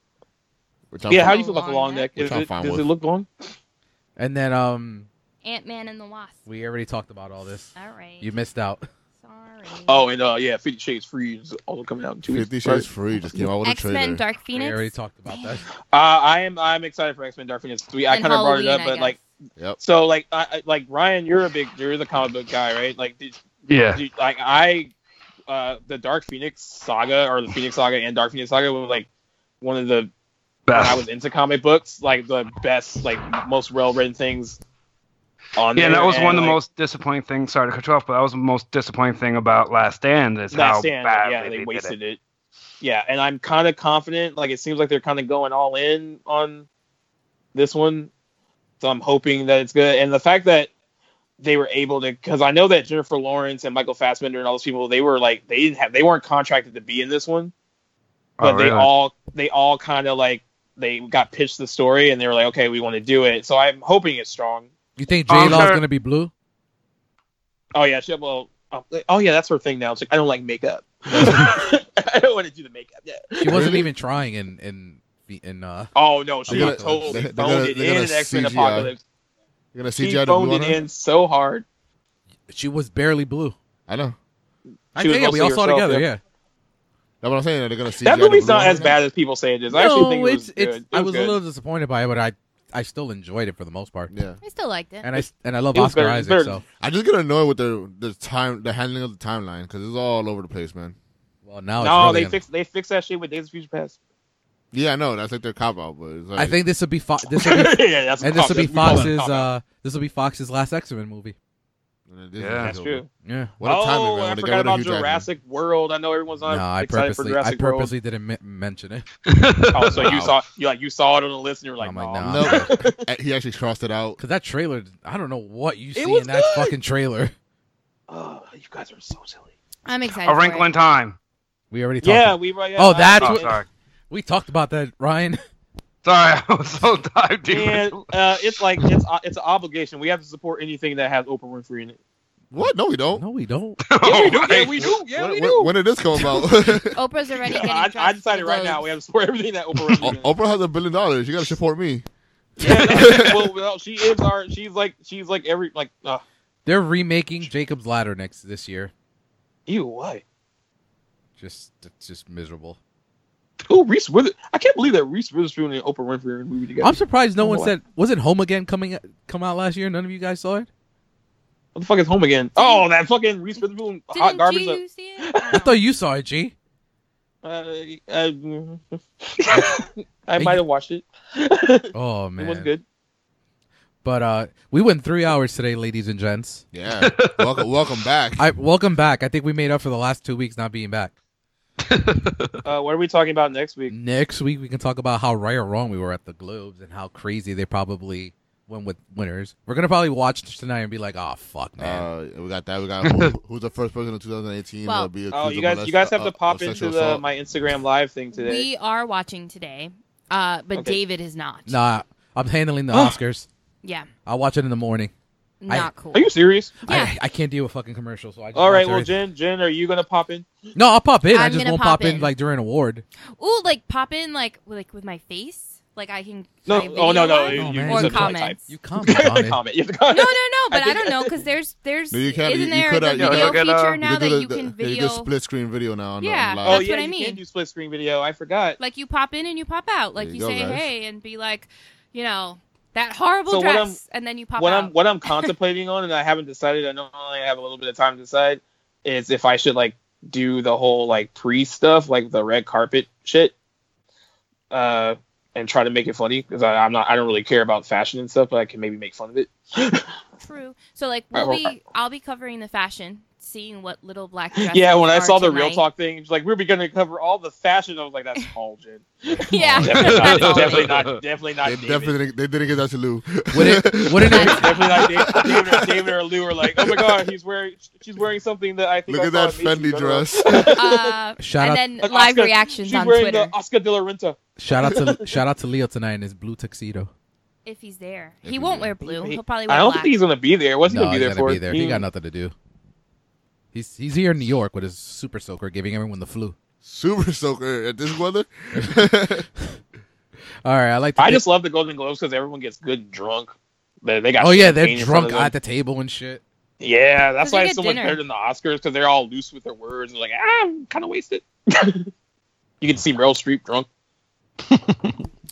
Speaker 3: Which I'm
Speaker 5: yeah.
Speaker 3: fine-
Speaker 5: How do you feel about the long
Speaker 1: Long
Speaker 5: neck?
Speaker 1: neck?
Speaker 5: Is
Speaker 3: Which I'm
Speaker 5: it,
Speaker 3: fine
Speaker 5: does
Speaker 3: with.
Speaker 5: it look long?
Speaker 2: And then um,
Speaker 1: Ant Man and the Wasp.
Speaker 2: we already talked about all this.
Speaker 1: All right.
Speaker 2: You missed out.
Speaker 1: Sorry.
Speaker 5: Oh, and uh, yeah, Fifty Shades Free is also coming out in two weeks.
Speaker 3: Fifty Shades Free just came out with a
Speaker 1: X Men
Speaker 3: trailer.
Speaker 1: Dark
Speaker 2: We already
Speaker 1: Phoenix.
Speaker 2: talked about that.
Speaker 5: Uh, I am I'm excited for X Men Dark Phoenix. We, I
Speaker 1: and
Speaker 5: kind of brought it
Speaker 1: Halloween,
Speaker 5: up,
Speaker 1: I
Speaker 5: but
Speaker 1: guess.
Speaker 5: like
Speaker 3: Yep.
Speaker 5: so, like I, I- like Ryan, you're a big you're the comic book guy, right? Like did,
Speaker 4: Yeah.
Speaker 5: did- like I uh, the Dark Phoenix saga or the Phoenix saga and Dark Phoenix saga were like one of the when I
Speaker 4: Best.
Speaker 5: was into comic books, like the best, like most well written things. On
Speaker 4: Yeah,
Speaker 5: there,
Speaker 4: that was one of the
Speaker 5: like,
Speaker 4: most disappointing things. Sorry to cut you off, but that was the most disappointing thing about Last Stand is
Speaker 5: Last
Speaker 4: how
Speaker 5: Stand,
Speaker 4: badly
Speaker 5: yeah,
Speaker 4: they,
Speaker 5: they,
Speaker 4: did it.
Speaker 5: wasted it. Yeah, and I'm kind of confident. Like it seems like they're kind of going all in on this one, so I'm hoping that it's good. And the fact that they were able to, because I know that Jennifer Lawrence and Michael Fassbender and all those people, they were like they didn't have, they weren't contracted to be in this one, but
Speaker 4: Oh,
Speaker 5: they
Speaker 4: really?
Speaker 5: all they all kind of like they got pitched the story and they were like, okay, we want to do it. So I'm hoping it's strong.
Speaker 2: You think J
Speaker 4: Um,
Speaker 2: Law's
Speaker 4: her-
Speaker 2: gonna be blue?
Speaker 5: Oh yeah, she well. Oh, oh yeah, that's her thing now. It's like I don't like makeup. I don't want to do the makeup. Yeah.
Speaker 2: She wasn't
Speaker 3: Really?
Speaker 2: even trying in in in uh.
Speaker 5: Oh no, she
Speaker 3: They're gonna-
Speaker 5: totally
Speaker 3: they're- they're
Speaker 5: phoned
Speaker 3: gonna-
Speaker 5: it
Speaker 3: they're gonna
Speaker 5: in in X Men
Speaker 3: CGI.
Speaker 5: Apocalypse.
Speaker 3: You're gonna
Speaker 5: She
Speaker 3: see Jared
Speaker 5: phoned it in so hard.
Speaker 2: She was barely blue.
Speaker 3: I know.
Speaker 2: I
Speaker 5: She was
Speaker 2: think yeah, we all
Speaker 5: mostly
Speaker 2: saw
Speaker 5: herself,
Speaker 2: together.
Speaker 5: yeah.
Speaker 2: Yeah.
Speaker 3: That's what I'm saying. They're gonna see
Speaker 5: That
Speaker 3: Jared
Speaker 5: movie's
Speaker 3: Blue
Speaker 5: not
Speaker 3: on
Speaker 5: as
Speaker 3: it.
Speaker 5: bad as people say it is. I actually think it was
Speaker 2: it's
Speaker 5: good.
Speaker 2: it's.
Speaker 5: It
Speaker 2: I
Speaker 5: was
Speaker 2: was
Speaker 5: good.
Speaker 2: a little disappointed by it, but I I still enjoyed it for the most part.
Speaker 3: Yeah,
Speaker 1: I still liked it.
Speaker 2: And I and I love
Speaker 5: It was
Speaker 2: Oscar
Speaker 5: better-
Speaker 2: Isaac.
Speaker 5: better-
Speaker 2: So
Speaker 3: I just get annoyed with the the time, the handling of the timeline because it's all over the place, man.
Speaker 2: well now
Speaker 5: No,
Speaker 2: it's really
Speaker 5: they fixed they fixed that shit with Days of Future Past.
Speaker 3: Yeah, I know that's like their cop out, but it's like,
Speaker 2: I think this will be Fo- this will be
Speaker 5: yeah, that's
Speaker 2: and
Speaker 5: a
Speaker 2: this
Speaker 5: cop.
Speaker 2: will be
Speaker 5: We call that a
Speaker 2: Fox's
Speaker 5: cop.
Speaker 2: uh this will be Fox's last X Men movie.
Speaker 4: Yeah.
Speaker 5: That's true.
Speaker 2: Yeah.
Speaker 3: What a
Speaker 5: oh,
Speaker 3: timing, man. when
Speaker 5: I
Speaker 3: they got
Speaker 5: forgot
Speaker 3: rid of
Speaker 5: about
Speaker 3: Hugh Jackman.
Speaker 5: Jurassic World. I know everyone's
Speaker 2: No,
Speaker 5: on
Speaker 2: I
Speaker 5: excited for
Speaker 2: purposely I
Speaker 5: Jurassic
Speaker 2: purposely didn't mi- mention it.
Speaker 5: World. Oh, so you
Speaker 3: Wow.
Speaker 5: saw you like you saw it on the list and you were like,
Speaker 2: I'm like,
Speaker 5: "Nah."
Speaker 2: nah.
Speaker 3: No, but he actually crossed it out.
Speaker 2: Cause that trailer, I don't know what you see
Speaker 5: was
Speaker 2: in that
Speaker 5: good.
Speaker 2: fucking trailer.
Speaker 5: Oh, you guys are so silly.
Speaker 1: I'm excited.
Speaker 4: A
Speaker 1: for
Speaker 4: Wrinkle in
Speaker 1: it.
Speaker 4: Time.
Speaker 2: We already talked.
Speaker 5: Yeah,
Speaker 2: about-
Speaker 5: we were. Yeah,
Speaker 2: Oh,
Speaker 5: I-
Speaker 2: that's
Speaker 4: Oh,
Speaker 2: what-
Speaker 4: sorry.
Speaker 2: we talked about that, Ryan.
Speaker 4: Sorry, I was so dived deep.
Speaker 5: Man, uh, it's like it's it's an obligation. We have to support anything that has Oprah Winfrey in it.
Speaker 3: What? No, we don't.
Speaker 2: No, we don't.
Speaker 5: Yeah, we
Speaker 4: Oh,
Speaker 5: do. Yeah,
Speaker 4: right.
Speaker 5: we do. Yeah,
Speaker 3: when,
Speaker 5: we
Speaker 3: when-
Speaker 5: do.
Speaker 3: when did this come about?
Speaker 1: Oprah's already getting.
Speaker 5: I,
Speaker 1: dressed
Speaker 5: I
Speaker 1: for
Speaker 5: decided
Speaker 1: the
Speaker 5: right now
Speaker 1: Globes.
Speaker 5: we have to support everything that Oprah.
Speaker 2: Oh,
Speaker 5: Winfrey
Speaker 3: O- Oprah has a billion dollars. You gotta support me.
Speaker 5: yeah, no, well, well, she is our. She's like she's like every like. Uh,
Speaker 2: They're remaking Jacob's Ladder next this year.
Speaker 5: ew, why?
Speaker 2: Just, it's just miserable.
Speaker 5: Who Reese with I can't believe that Reese Witherspoon and Oprah Winfrey are in a movie together.
Speaker 2: I'm surprised no one
Speaker 5: What?
Speaker 2: said. Wasn't Home Again coming come out last year? None of you guys saw it.
Speaker 5: what the fuck is home again? Oh, that fucking Reese Witherspoon hot
Speaker 1: Didn't
Speaker 5: garbage.
Speaker 1: you see it? I
Speaker 2: I
Speaker 1: don't know.
Speaker 2: thought you saw it, G.
Speaker 5: Uh, uh, I might have watched it. it
Speaker 2: Oh man,
Speaker 5: was good.
Speaker 2: But uh, we went three hours today, ladies and gents.
Speaker 3: Yeah. welcome, welcome back.
Speaker 2: I welcome back. I think we made up for the last two weeks not being back.
Speaker 5: Uh, what are we talking about next week?
Speaker 2: Next week we can talk about how right or wrong we were at the Globes and how crazy they probably went with winners. We're gonna probably watch tonight and be like, "Oh fuck, man."
Speaker 3: Uh, we got that. We got who, who's the first person in 2018
Speaker 1: Well-
Speaker 3: to be accused
Speaker 5: Oh, you
Speaker 3: of
Speaker 5: guys,
Speaker 3: molest-
Speaker 5: you guys have
Speaker 3: uh,
Speaker 5: to pop
Speaker 3: of sexual
Speaker 5: into the,
Speaker 3: assault.
Speaker 5: my Instagram live thing today.
Speaker 1: We are watching today, uh, but
Speaker 5: Okay.
Speaker 1: David is not.
Speaker 2: nah, I'm handling the Oscars.
Speaker 1: Yeah,
Speaker 2: I'll watch it in the morning. I-
Speaker 1: not cool.
Speaker 5: are you serious?
Speaker 1: Yeah.
Speaker 2: I, I can't deal with fucking commercials. So I just
Speaker 5: All right,
Speaker 2: watch
Speaker 5: well,
Speaker 2: everything.
Speaker 5: Jen, Jen, are you gonna pop in?
Speaker 2: no, I'll pop in. I
Speaker 1: I'm
Speaker 2: just
Speaker 1: gonna
Speaker 2: won't pop
Speaker 1: pop
Speaker 2: in
Speaker 1: in.
Speaker 2: like during award.
Speaker 1: Ooh, like pop in like with- like with my face. Like I can.
Speaker 5: No,
Speaker 1: I
Speaker 5: oh no,
Speaker 1: videoize?
Speaker 5: no, you,
Speaker 2: Oh, man.
Speaker 5: you use
Speaker 1: Or
Speaker 5: a point type.
Speaker 1: comments.
Speaker 2: You comment on
Speaker 5: the
Speaker 2: it.
Speaker 5: comment. You have to comment.
Speaker 1: No, no, no. But
Speaker 5: I
Speaker 1: I,
Speaker 5: think-
Speaker 1: don't know because there's there's
Speaker 3: No, you can't-
Speaker 1: isn't
Speaker 3: you- you
Speaker 1: there
Speaker 3: could, uh,
Speaker 1: the
Speaker 3: you
Speaker 1: video
Speaker 3: could, uh,
Speaker 1: feature
Speaker 4: you
Speaker 1: now that
Speaker 3: do the-
Speaker 1: you
Speaker 3: the-
Speaker 1: can
Speaker 3: yeah, you
Speaker 1: video
Speaker 3: do split screen video now. On,
Speaker 1: Yeah.
Speaker 3: on
Speaker 5: Oh
Speaker 1: That's
Speaker 3: live.
Speaker 5: yeah,
Speaker 1: what I
Speaker 5: you
Speaker 1: mean.
Speaker 5: can do split screen video. I forgot.
Speaker 1: like you pop in and you pop out. Like
Speaker 3: There
Speaker 1: you,
Speaker 3: you go,
Speaker 1: say
Speaker 3: guys.
Speaker 1: hey and be like, you know, that horrible
Speaker 5: So what I'm-
Speaker 1: dress, and then you pop
Speaker 5: what
Speaker 1: out.
Speaker 5: I'm what I'm contemplating on, and I haven't decided. I know I only have a little bit of time to decide. Is if I should like do the whole like pre stuff, like the red carpet shit, uh, and try to make it funny because I'm not. I don't really care about fashion and stuff, but I can maybe make fun of it.
Speaker 1: True. So like
Speaker 5: Right,
Speaker 1: we'll
Speaker 5: well,
Speaker 1: be, I'll be covering the fashion, seeing what little black dresses.
Speaker 5: yeah, when I
Speaker 1: are
Speaker 5: saw the real
Speaker 1: tonight.
Speaker 5: talk thing, it's like we were going to cover all the fashion. I was like, that's all Jen.
Speaker 1: Yeah.
Speaker 5: definitely, not,
Speaker 1: That's all.
Speaker 5: definitely not. Definitely not.
Speaker 3: They
Speaker 5: David.
Speaker 3: definitely didn't, they didn't get that to Lou.
Speaker 2: Would it? Would it?
Speaker 5: It's definitely not David, David, or- David or Lou are like, oh my god, he's wearing, she's wearing something that I think.
Speaker 3: Look
Speaker 5: I
Speaker 3: at that
Speaker 5: saw at
Speaker 3: Fendi
Speaker 5: Macy's General."
Speaker 3: dress.
Speaker 1: Uh,
Speaker 2: Shout
Speaker 1: and
Speaker 2: out!
Speaker 1: then
Speaker 5: Like
Speaker 1: live
Speaker 5: Oscar-
Speaker 1: reactions
Speaker 5: She's
Speaker 1: on
Speaker 5: wearing
Speaker 1: Twitter
Speaker 5: the uh, Oscar de la Renta.
Speaker 2: Shout out to! Shout out to Leo tonight in his blue tuxedo.
Speaker 1: if he's there.
Speaker 3: If
Speaker 1: he
Speaker 3: he's
Speaker 1: won't
Speaker 3: there.
Speaker 1: wear blue.
Speaker 5: He-
Speaker 1: He'll probably wear
Speaker 5: I don't
Speaker 1: black.
Speaker 5: think he's gonna be there. What's he
Speaker 2: no,
Speaker 5: gonna be
Speaker 2: he's
Speaker 5: there
Speaker 2: gonna
Speaker 5: for?
Speaker 2: be there. He got nothing to do. He's he's here in New York with his super soaker, giving everyone the flu.
Speaker 3: Super soaker at this weather.
Speaker 2: All right, I like. To
Speaker 5: I
Speaker 2: think-
Speaker 5: just love the Golden Globes because everyone gets good drunk. They, they got
Speaker 2: Oh yeah,
Speaker 5: champagne
Speaker 2: they're
Speaker 5: in front
Speaker 2: drunk
Speaker 5: of them.
Speaker 2: at the table and shit.
Speaker 5: yeah, that's
Speaker 1: 'Cause they
Speaker 5: why
Speaker 1: get
Speaker 5: it's so much
Speaker 1: dinner.
Speaker 5: better than the Oscars because they're all loose with their words and like ah, I'm kind of wasted. you can see Meryl Streep drunk.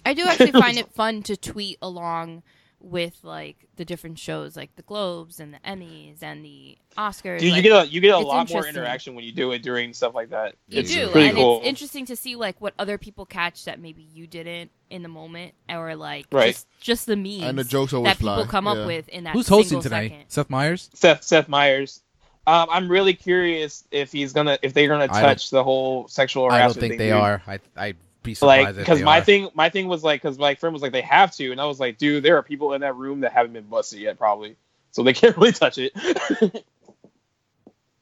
Speaker 1: I do actually find it fun to tweet along with like the different shows, like the Globes and the Emmys and the Oscars.
Speaker 5: Dude, you
Speaker 1: like-
Speaker 5: get a you get a
Speaker 1: it's
Speaker 5: lot more
Speaker 1: interesting.
Speaker 5: interaction when you do it during stuff like that.
Speaker 1: you
Speaker 5: It's
Speaker 1: do,
Speaker 5: pretty
Speaker 1: and
Speaker 5: cool.
Speaker 1: it's interesting to see like what other people catch that maybe you didn't in the moment, or like
Speaker 5: Right.
Speaker 1: just, just the memes
Speaker 3: And the jokes always
Speaker 1: that people
Speaker 3: fly.
Speaker 1: come
Speaker 3: Yeah.
Speaker 1: up with in that.
Speaker 2: Who's hosting
Speaker 1: single
Speaker 2: tonight?
Speaker 1: second.
Speaker 2: Seth Meyers.
Speaker 5: Seth Seth Myers. Um, I'm really curious if he's gonna if they're gonna
Speaker 2: I don't-
Speaker 5: touch the whole sexual
Speaker 2: I
Speaker 5: harassment.
Speaker 2: don't think
Speaker 5: thing,
Speaker 2: they
Speaker 5: dude.
Speaker 2: are. I I'd be surprised
Speaker 5: like
Speaker 2: if
Speaker 5: because
Speaker 2: they
Speaker 5: my
Speaker 2: are.
Speaker 5: thing my thing was like because my friend was like they have to and i was like dude there are people in that room that haven't been busted yet probably so they can't really touch it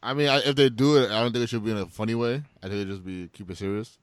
Speaker 3: I mean, I, if they do it, I don't think it should be in a funny way. I think it just be keep it serious.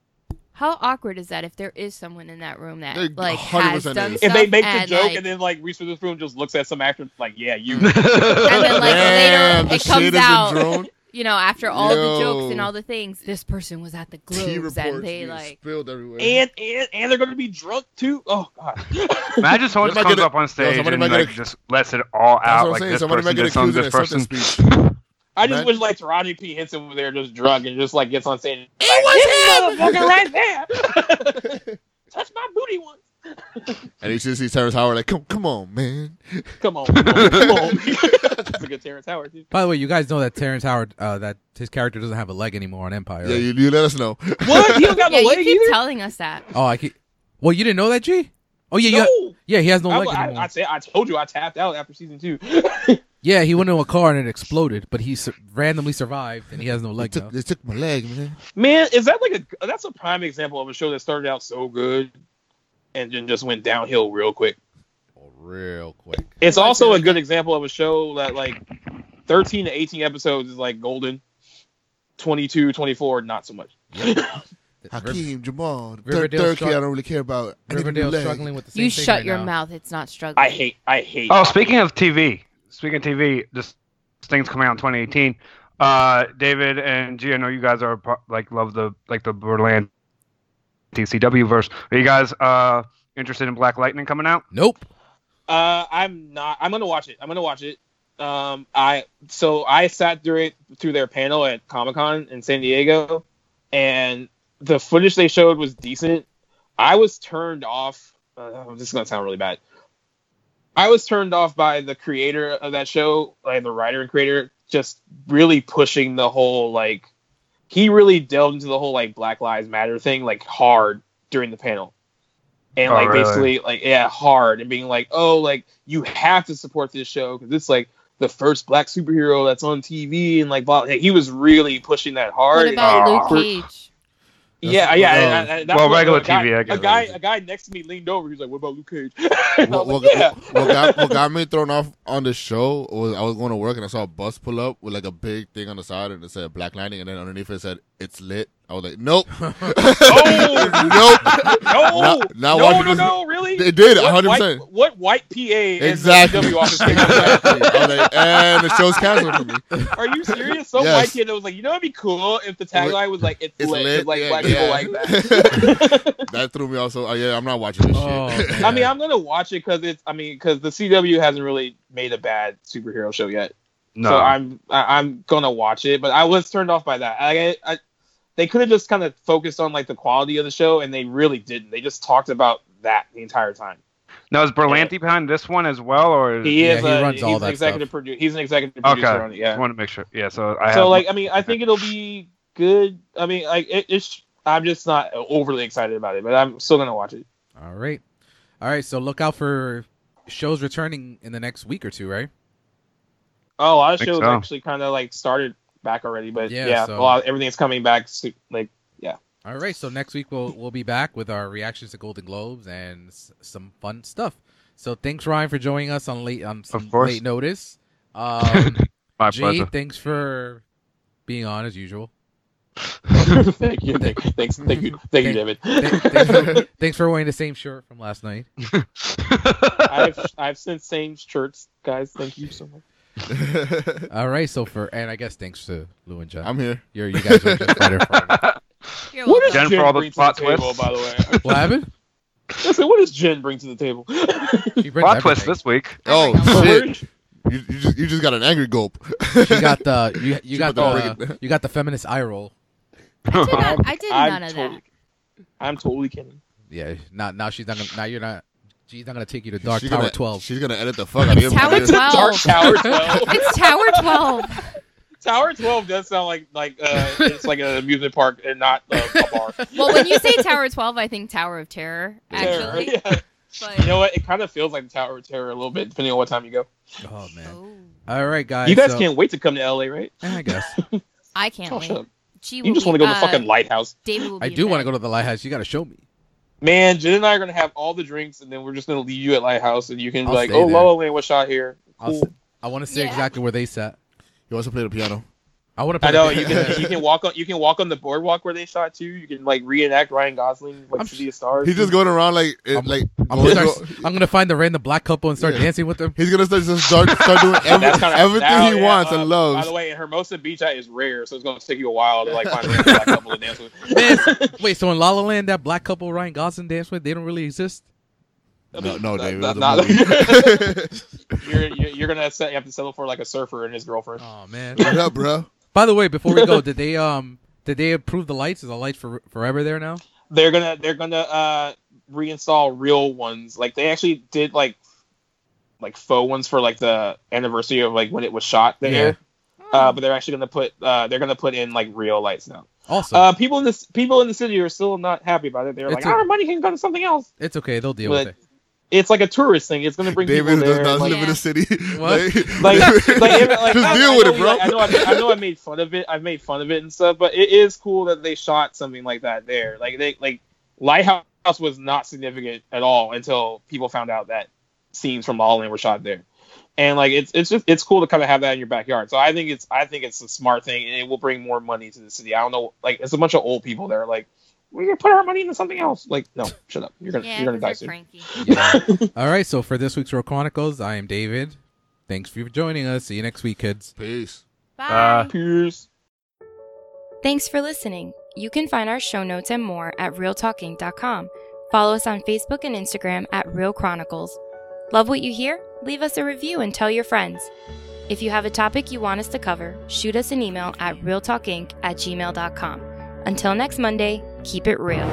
Speaker 1: How awkward is that if there is someone in that room that
Speaker 3: They
Speaker 1: like has
Speaker 3: 100%
Speaker 1: done
Speaker 3: is.
Speaker 5: if they
Speaker 1: stuff
Speaker 5: make the
Speaker 1: and,
Speaker 5: joke
Speaker 1: like,
Speaker 5: and then like reese witherspoon just looks at some actor like yeah you
Speaker 1: and then like
Speaker 3: Damn,
Speaker 1: later it
Speaker 3: the shade
Speaker 1: comes
Speaker 3: has
Speaker 1: out,
Speaker 3: been thrown.
Speaker 1: you know, after all the jokes and
Speaker 3: Yo.
Speaker 1: all the things, this person was at the
Speaker 3: Tea
Speaker 1: Globes and
Speaker 3: reports
Speaker 1: they
Speaker 3: being
Speaker 1: like.
Speaker 3: spilled everywhere.
Speaker 5: and and and they're gonna be drunk too oh god
Speaker 4: Imagine someone just
Speaker 3: Somebody
Speaker 4: comes
Speaker 3: might
Speaker 4: up on
Speaker 3: get a-
Speaker 4: stage
Speaker 3: somebody
Speaker 4: and
Speaker 3: might get
Speaker 4: like
Speaker 3: a-
Speaker 4: just lets it all
Speaker 3: That's
Speaker 4: out.
Speaker 3: what I'm
Speaker 4: like
Speaker 3: saying.
Speaker 4: this
Speaker 3: Somebody might
Speaker 4: person
Speaker 3: get
Speaker 4: did something.
Speaker 3: accused in a
Speaker 4: This
Speaker 3: something
Speaker 4: person.
Speaker 3: speech.
Speaker 5: i just
Speaker 3: Man.
Speaker 5: wish like Taraji p henson was there just drunk and just like gets on stage and,
Speaker 1: It
Speaker 5: like, motherfucker right there touch my booty once
Speaker 3: And you should see Terrence Howard like, come, come on, man.
Speaker 5: come on come on, come on. that's a good terrence howard dude
Speaker 2: By the way, you guys know that Terrence Howard, uh, that his character doesn't have a leg anymore on Empire.
Speaker 3: Yeah,
Speaker 2: right?
Speaker 3: you, you let us know.
Speaker 5: what you don't got
Speaker 1: Yeah,
Speaker 5: no
Speaker 1: you
Speaker 5: leg
Speaker 1: keep
Speaker 5: either
Speaker 1: telling us that.
Speaker 2: oh, I keep. Well, you didn't know that, G. Oh yeah,
Speaker 5: no.
Speaker 2: yeah, yeah. He has no
Speaker 5: I,
Speaker 2: leg
Speaker 5: I,
Speaker 2: anymore.
Speaker 5: I, said- I told you I tapped out after season two.
Speaker 2: yeah, he went into a car and it exploded, but he su- randomly survived and he has no
Speaker 3: They
Speaker 2: leg now.
Speaker 3: took, they took my leg, man.
Speaker 5: Man, is that like a that's a prime example of a show that started out so good and then just went downhill real quick.
Speaker 3: real quick.
Speaker 5: It's also a good example of a show that like 13 to 18 episodes is like golden. 22, 24, not so much.
Speaker 3: Hakeem, Jamal, Dur-
Speaker 2: Riverdale
Speaker 3: Durkee,
Speaker 2: strugg-
Speaker 3: I don't really care about. I need a new
Speaker 2: Riverdale
Speaker 3: leg.
Speaker 2: struggling with the same
Speaker 1: You
Speaker 2: thing
Speaker 1: shut
Speaker 2: right
Speaker 1: your
Speaker 2: now.
Speaker 1: mouth. It's not struggling.
Speaker 5: I hate I hate
Speaker 4: Oh, speaking of TV, speaking of TV, just things coming out in 2018. Uh, David and G, I know you guys are pro- like love the like the Berland DCW verse. Are you guys uh interested in Black Lightning coming out?
Speaker 2: Nope.
Speaker 5: Uh, I'm not. I'm gonna watch it. I'm gonna watch it. Um, I so I sat through it through their panel at Comic Con in San Diego, and the footage they showed was decent. I was turned off. Uh, this is gonna sound really bad. I was turned off by the creator of that show, like the writer and creator, just really pushing the whole like he really delved into the whole like Black Lives Matter thing like hard during the panel. And
Speaker 4: Oh,
Speaker 5: like
Speaker 4: really?
Speaker 5: basically like yeah, hard and being like, "Oh, like you have to support this show cuz it's like the first black superhero that's on TV and like blah. like, he was really pushing that hard.
Speaker 1: What
Speaker 5: and
Speaker 1: about
Speaker 5: it
Speaker 4: Oh.
Speaker 1: Luke
Speaker 5: awkward.
Speaker 1: Cage?
Speaker 5: Yeah, yeah. and-
Speaker 3: Oh.
Speaker 5: and- and that's
Speaker 4: Well,
Speaker 5: what-
Speaker 4: regular
Speaker 5: a guy,
Speaker 4: TV, I guess.
Speaker 5: A guy, a guy next to me leaned over. He was like, "What about Luke Cage?" And I
Speaker 3: What,
Speaker 5: was
Speaker 3: what,
Speaker 5: like, yeah.
Speaker 3: what, what got, what got me thrown off on the show was I was going to work and I saw a bus pull up with like a big thing on the side and it said Black Lightning and then underneath it said it's lit. I was like, nope,
Speaker 5: Oh!
Speaker 3: nope.
Speaker 5: No,
Speaker 3: Not- not
Speaker 5: no, no,
Speaker 3: watching-
Speaker 5: no, really?
Speaker 3: They did
Speaker 5: What
Speaker 3: 100.
Speaker 5: white,
Speaker 3: percent
Speaker 5: what white PA
Speaker 3: Exactly.
Speaker 5: exactly. the CW office
Speaker 3: Exactly.
Speaker 5: thing was
Speaker 3: I was like, and the show's canceled for me.
Speaker 5: like, Are you serious? Some
Speaker 3: Yes.
Speaker 5: white kid that was like, you know, it'd be cool if the tagline was like, "It's,
Speaker 3: It's
Speaker 5: lit,
Speaker 3: lit.
Speaker 5: 'cause, like
Speaker 3: yeah,
Speaker 5: black
Speaker 3: yeah.
Speaker 5: people like that."
Speaker 3: that threw me also. Uh, yeah, I'm not watching this
Speaker 2: Oh,
Speaker 3: shit.
Speaker 2: man.
Speaker 5: I mean, I'm gonna watch it because it's. I mean, because the CW hasn't really made a bad superhero show yet,
Speaker 4: No.
Speaker 5: so I'm I, I'm gonna watch it. But I was turned off by that. I, I they could have just kind of focused on like the quality of the show, and they really didn't. They just talked about that the entire time.
Speaker 4: now is Berlanti behind this one as well, or
Speaker 5: He
Speaker 2: Yeah,
Speaker 5: is
Speaker 2: he
Speaker 5: a,
Speaker 2: runs
Speaker 5: he's
Speaker 2: all
Speaker 5: an
Speaker 2: that
Speaker 5: executive producer. He's an executive
Speaker 4: Mm. Okay.
Speaker 5: producer on it. Yeah.
Speaker 4: just want to make sure? Yeah. So I have,
Speaker 5: so like I mean I think it'll be good. I mean like it, it's I'm just not overly excited about it, but I'm still gonna watch it.
Speaker 2: All right. All right. So look out for shows returning in the next week or two, right?
Speaker 5: Oh, a lot of
Speaker 4: Think
Speaker 5: shows
Speaker 4: so.
Speaker 5: actually kind of like started back already, but
Speaker 2: Yeah,
Speaker 5: yeah,
Speaker 2: so-
Speaker 5: a lot everything's coming back. So, like
Speaker 2: All right. So next week we'll we'll be back with our reactions to Golden Globes and s- some fun stuff. So thanks Ryan for joining us on late on some
Speaker 4: Of course.
Speaker 2: late notice. Um,
Speaker 4: my
Speaker 2: Jay,
Speaker 4: pleasure.
Speaker 2: thanks for being on as usual.
Speaker 5: thank you, thank you, thanks, thank you, thank you, David.
Speaker 2: Th- thanks, for, thanks for wearing the same shirt from last night.
Speaker 5: I've I've sent same shirts, guys. Thank you so much.
Speaker 2: All right. So for and I guess thanks to Lou and Jeff.
Speaker 3: I'm here.
Speaker 2: You're you guys are just better for
Speaker 1: You're welcome.
Speaker 5: What does
Speaker 4: Jen, for
Speaker 5: Jen
Speaker 4: all the
Speaker 5: bring to the
Speaker 4: plot
Speaker 5: table,
Speaker 4: twists.
Speaker 5: by the way?
Speaker 2: What happened?
Speaker 5: Listen, what does Jen bring to the table?
Speaker 2: She brings
Speaker 4: Plot twist
Speaker 2: everything.
Speaker 4: this week.
Speaker 1: Oh
Speaker 3: Oh
Speaker 1: my God.
Speaker 3: shit! You, you just you just got an angry gulp.
Speaker 2: You got the you, you got
Speaker 3: put the
Speaker 2: the
Speaker 3: break in.
Speaker 2: you got the feminist eye roll.
Speaker 1: I did, not, I did
Speaker 5: I'm
Speaker 1: none of
Speaker 5: totally-
Speaker 1: that.
Speaker 5: I'm totally kidding.
Speaker 2: Yeah, now now she's not gonna now you're not she's not gonna take you to Dark
Speaker 3: She's
Speaker 2: Tower
Speaker 3: gonna,
Speaker 2: Twelve.
Speaker 3: She's gonna edit the fuck out of
Speaker 1: Tower
Speaker 3: this.
Speaker 1: 12.
Speaker 5: Dark Tower Twelve.
Speaker 1: It's Tower 12.
Speaker 5: Tower 12 does sound like like uh, it's like an amusement park and not uh, a bar.
Speaker 1: Well, when you say Tower 12, I think Tower of Terror,
Speaker 5: Terror.
Speaker 1: actually.
Speaker 5: Yeah.
Speaker 1: But,
Speaker 5: You know what? It kind of feels like the Tower of Terror a little bit, depending on what time you go.
Speaker 2: Oh man!
Speaker 1: Oh,
Speaker 2: All right, guys.
Speaker 5: you guys
Speaker 2: so-
Speaker 5: can't wait to come to LA, right?
Speaker 2: Eh, I guess
Speaker 1: I can't
Speaker 5: Oh,
Speaker 1: wait.
Speaker 5: shut up.
Speaker 1: Gee,
Speaker 5: You just want to go to the fucking lighthouse.
Speaker 1: uh, David will
Speaker 2: I
Speaker 1: be
Speaker 2: do want to
Speaker 1: back.
Speaker 2: go to the lighthouse. You got to show me.
Speaker 5: Man, Jen and I are gonna have all the drinks, and then we're just gonna leave you at lighthouse, and you can
Speaker 2: I'll
Speaker 5: be like,
Speaker 2: stay
Speaker 5: "Oh,
Speaker 2: there.
Speaker 5: La La Land was shot here."
Speaker 2: I'll
Speaker 5: Cool.
Speaker 2: s- I want to see
Speaker 1: Yeah.
Speaker 2: exactly where they sat.
Speaker 3: He wants to play the piano.
Speaker 2: I want to.
Speaker 5: I know you can you can walk on you can walk on the boardwalk where they shot too. You can like reenact Ryan Gosling like
Speaker 2: I'm
Speaker 5: City of Stars.
Speaker 3: He's just going around like it,
Speaker 2: I'm-
Speaker 3: like
Speaker 2: I'm
Speaker 3: going
Speaker 2: gonna,
Speaker 3: to-
Speaker 2: start, I'm gonna find the random black couple and start
Speaker 3: Yeah.
Speaker 2: dancing with them.
Speaker 3: He's gonna start just start start doing every-
Speaker 5: That's kinda-
Speaker 3: everything
Speaker 5: now,
Speaker 3: he
Speaker 5: yeah,
Speaker 3: wants
Speaker 5: uh,
Speaker 3: and
Speaker 5: By
Speaker 3: loves.
Speaker 5: the way, in Hermosa Beach, that is rare, so it's gonna take you a while to like find a black couple to dance with.
Speaker 2: Man, wait, so in La La Land, that black couple Ryan Gosling danced with, they don't really exist.
Speaker 5: I
Speaker 3: No,
Speaker 5: mean,
Speaker 3: no,
Speaker 5: that-
Speaker 3: David,
Speaker 5: that-
Speaker 3: it was a
Speaker 5: not-
Speaker 3: movie.
Speaker 5: you're, you're you're gonna set, you have to settle for like a surfer and his girlfriend.
Speaker 2: Oh man!
Speaker 3: what up, bro?
Speaker 2: By the way, before we go, did they um did they approve the lights? Is the lights for forever there now?
Speaker 5: They're gonna they're gonna uh reinstall real ones. Like they actually did like like faux ones for like the anniversary of like when it was shot there. Uh, but they're actually gonna put uh they're gonna put in like real lights now.
Speaker 2: Also,
Speaker 5: Uh, people in this people in the city are still not happy about it. They're
Speaker 2: It's
Speaker 5: like,
Speaker 2: a-
Speaker 5: our money can go to something else.
Speaker 2: it's okay. They'll deal
Speaker 5: But
Speaker 2: with it.
Speaker 5: it's like a tourist thing. It's gonna bring
Speaker 3: David
Speaker 5: people
Speaker 3: does
Speaker 5: there.
Speaker 3: not
Speaker 5: like,
Speaker 3: live in the city.
Speaker 2: What?
Speaker 5: like, like, it- like,
Speaker 3: just
Speaker 5: I-
Speaker 3: deal
Speaker 5: I
Speaker 3: with
Speaker 5: know
Speaker 3: it,
Speaker 5: we-
Speaker 3: bro.
Speaker 5: like, I know, I, I know, I made fun of it. I made fun of it and stuff, but it is cool that they shot something like that there. Like they, like Lighthouse was not significant at all until people found out that scenes from La La Land were shot there. And like it's it's just it's cool to kind of have that in your backyard. So I think it's I think it's a smart thing, and it will bring more money to the city. I don't know, like it's a bunch of old people that are like, we're gonna put our money into something else. Like no, shut up, you're gonna
Speaker 1: yeah,
Speaker 5: you're gonna
Speaker 1: 'cause
Speaker 5: die
Speaker 1: they're
Speaker 5: soon.
Speaker 1: cranky.
Speaker 2: Yeah. All right. So for this week's Real Chronicles, I am David. Thanks for joining us. See you next week, kids.
Speaker 3: Peace.
Speaker 1: Bye.
Speaker 4: Uh,
Speaker 5: Peace.
Speaker 1: Thanks for listening. You can find our show notes and more at realtalking.com. Follow us on Facebook and Instagram at Real Chronicles. Love what you hear? Leave us a review and tell your friends. If you have a topic you want us to cover, shoot us an email at realtalkinc at gmail.com. Until next Monday, keep it real.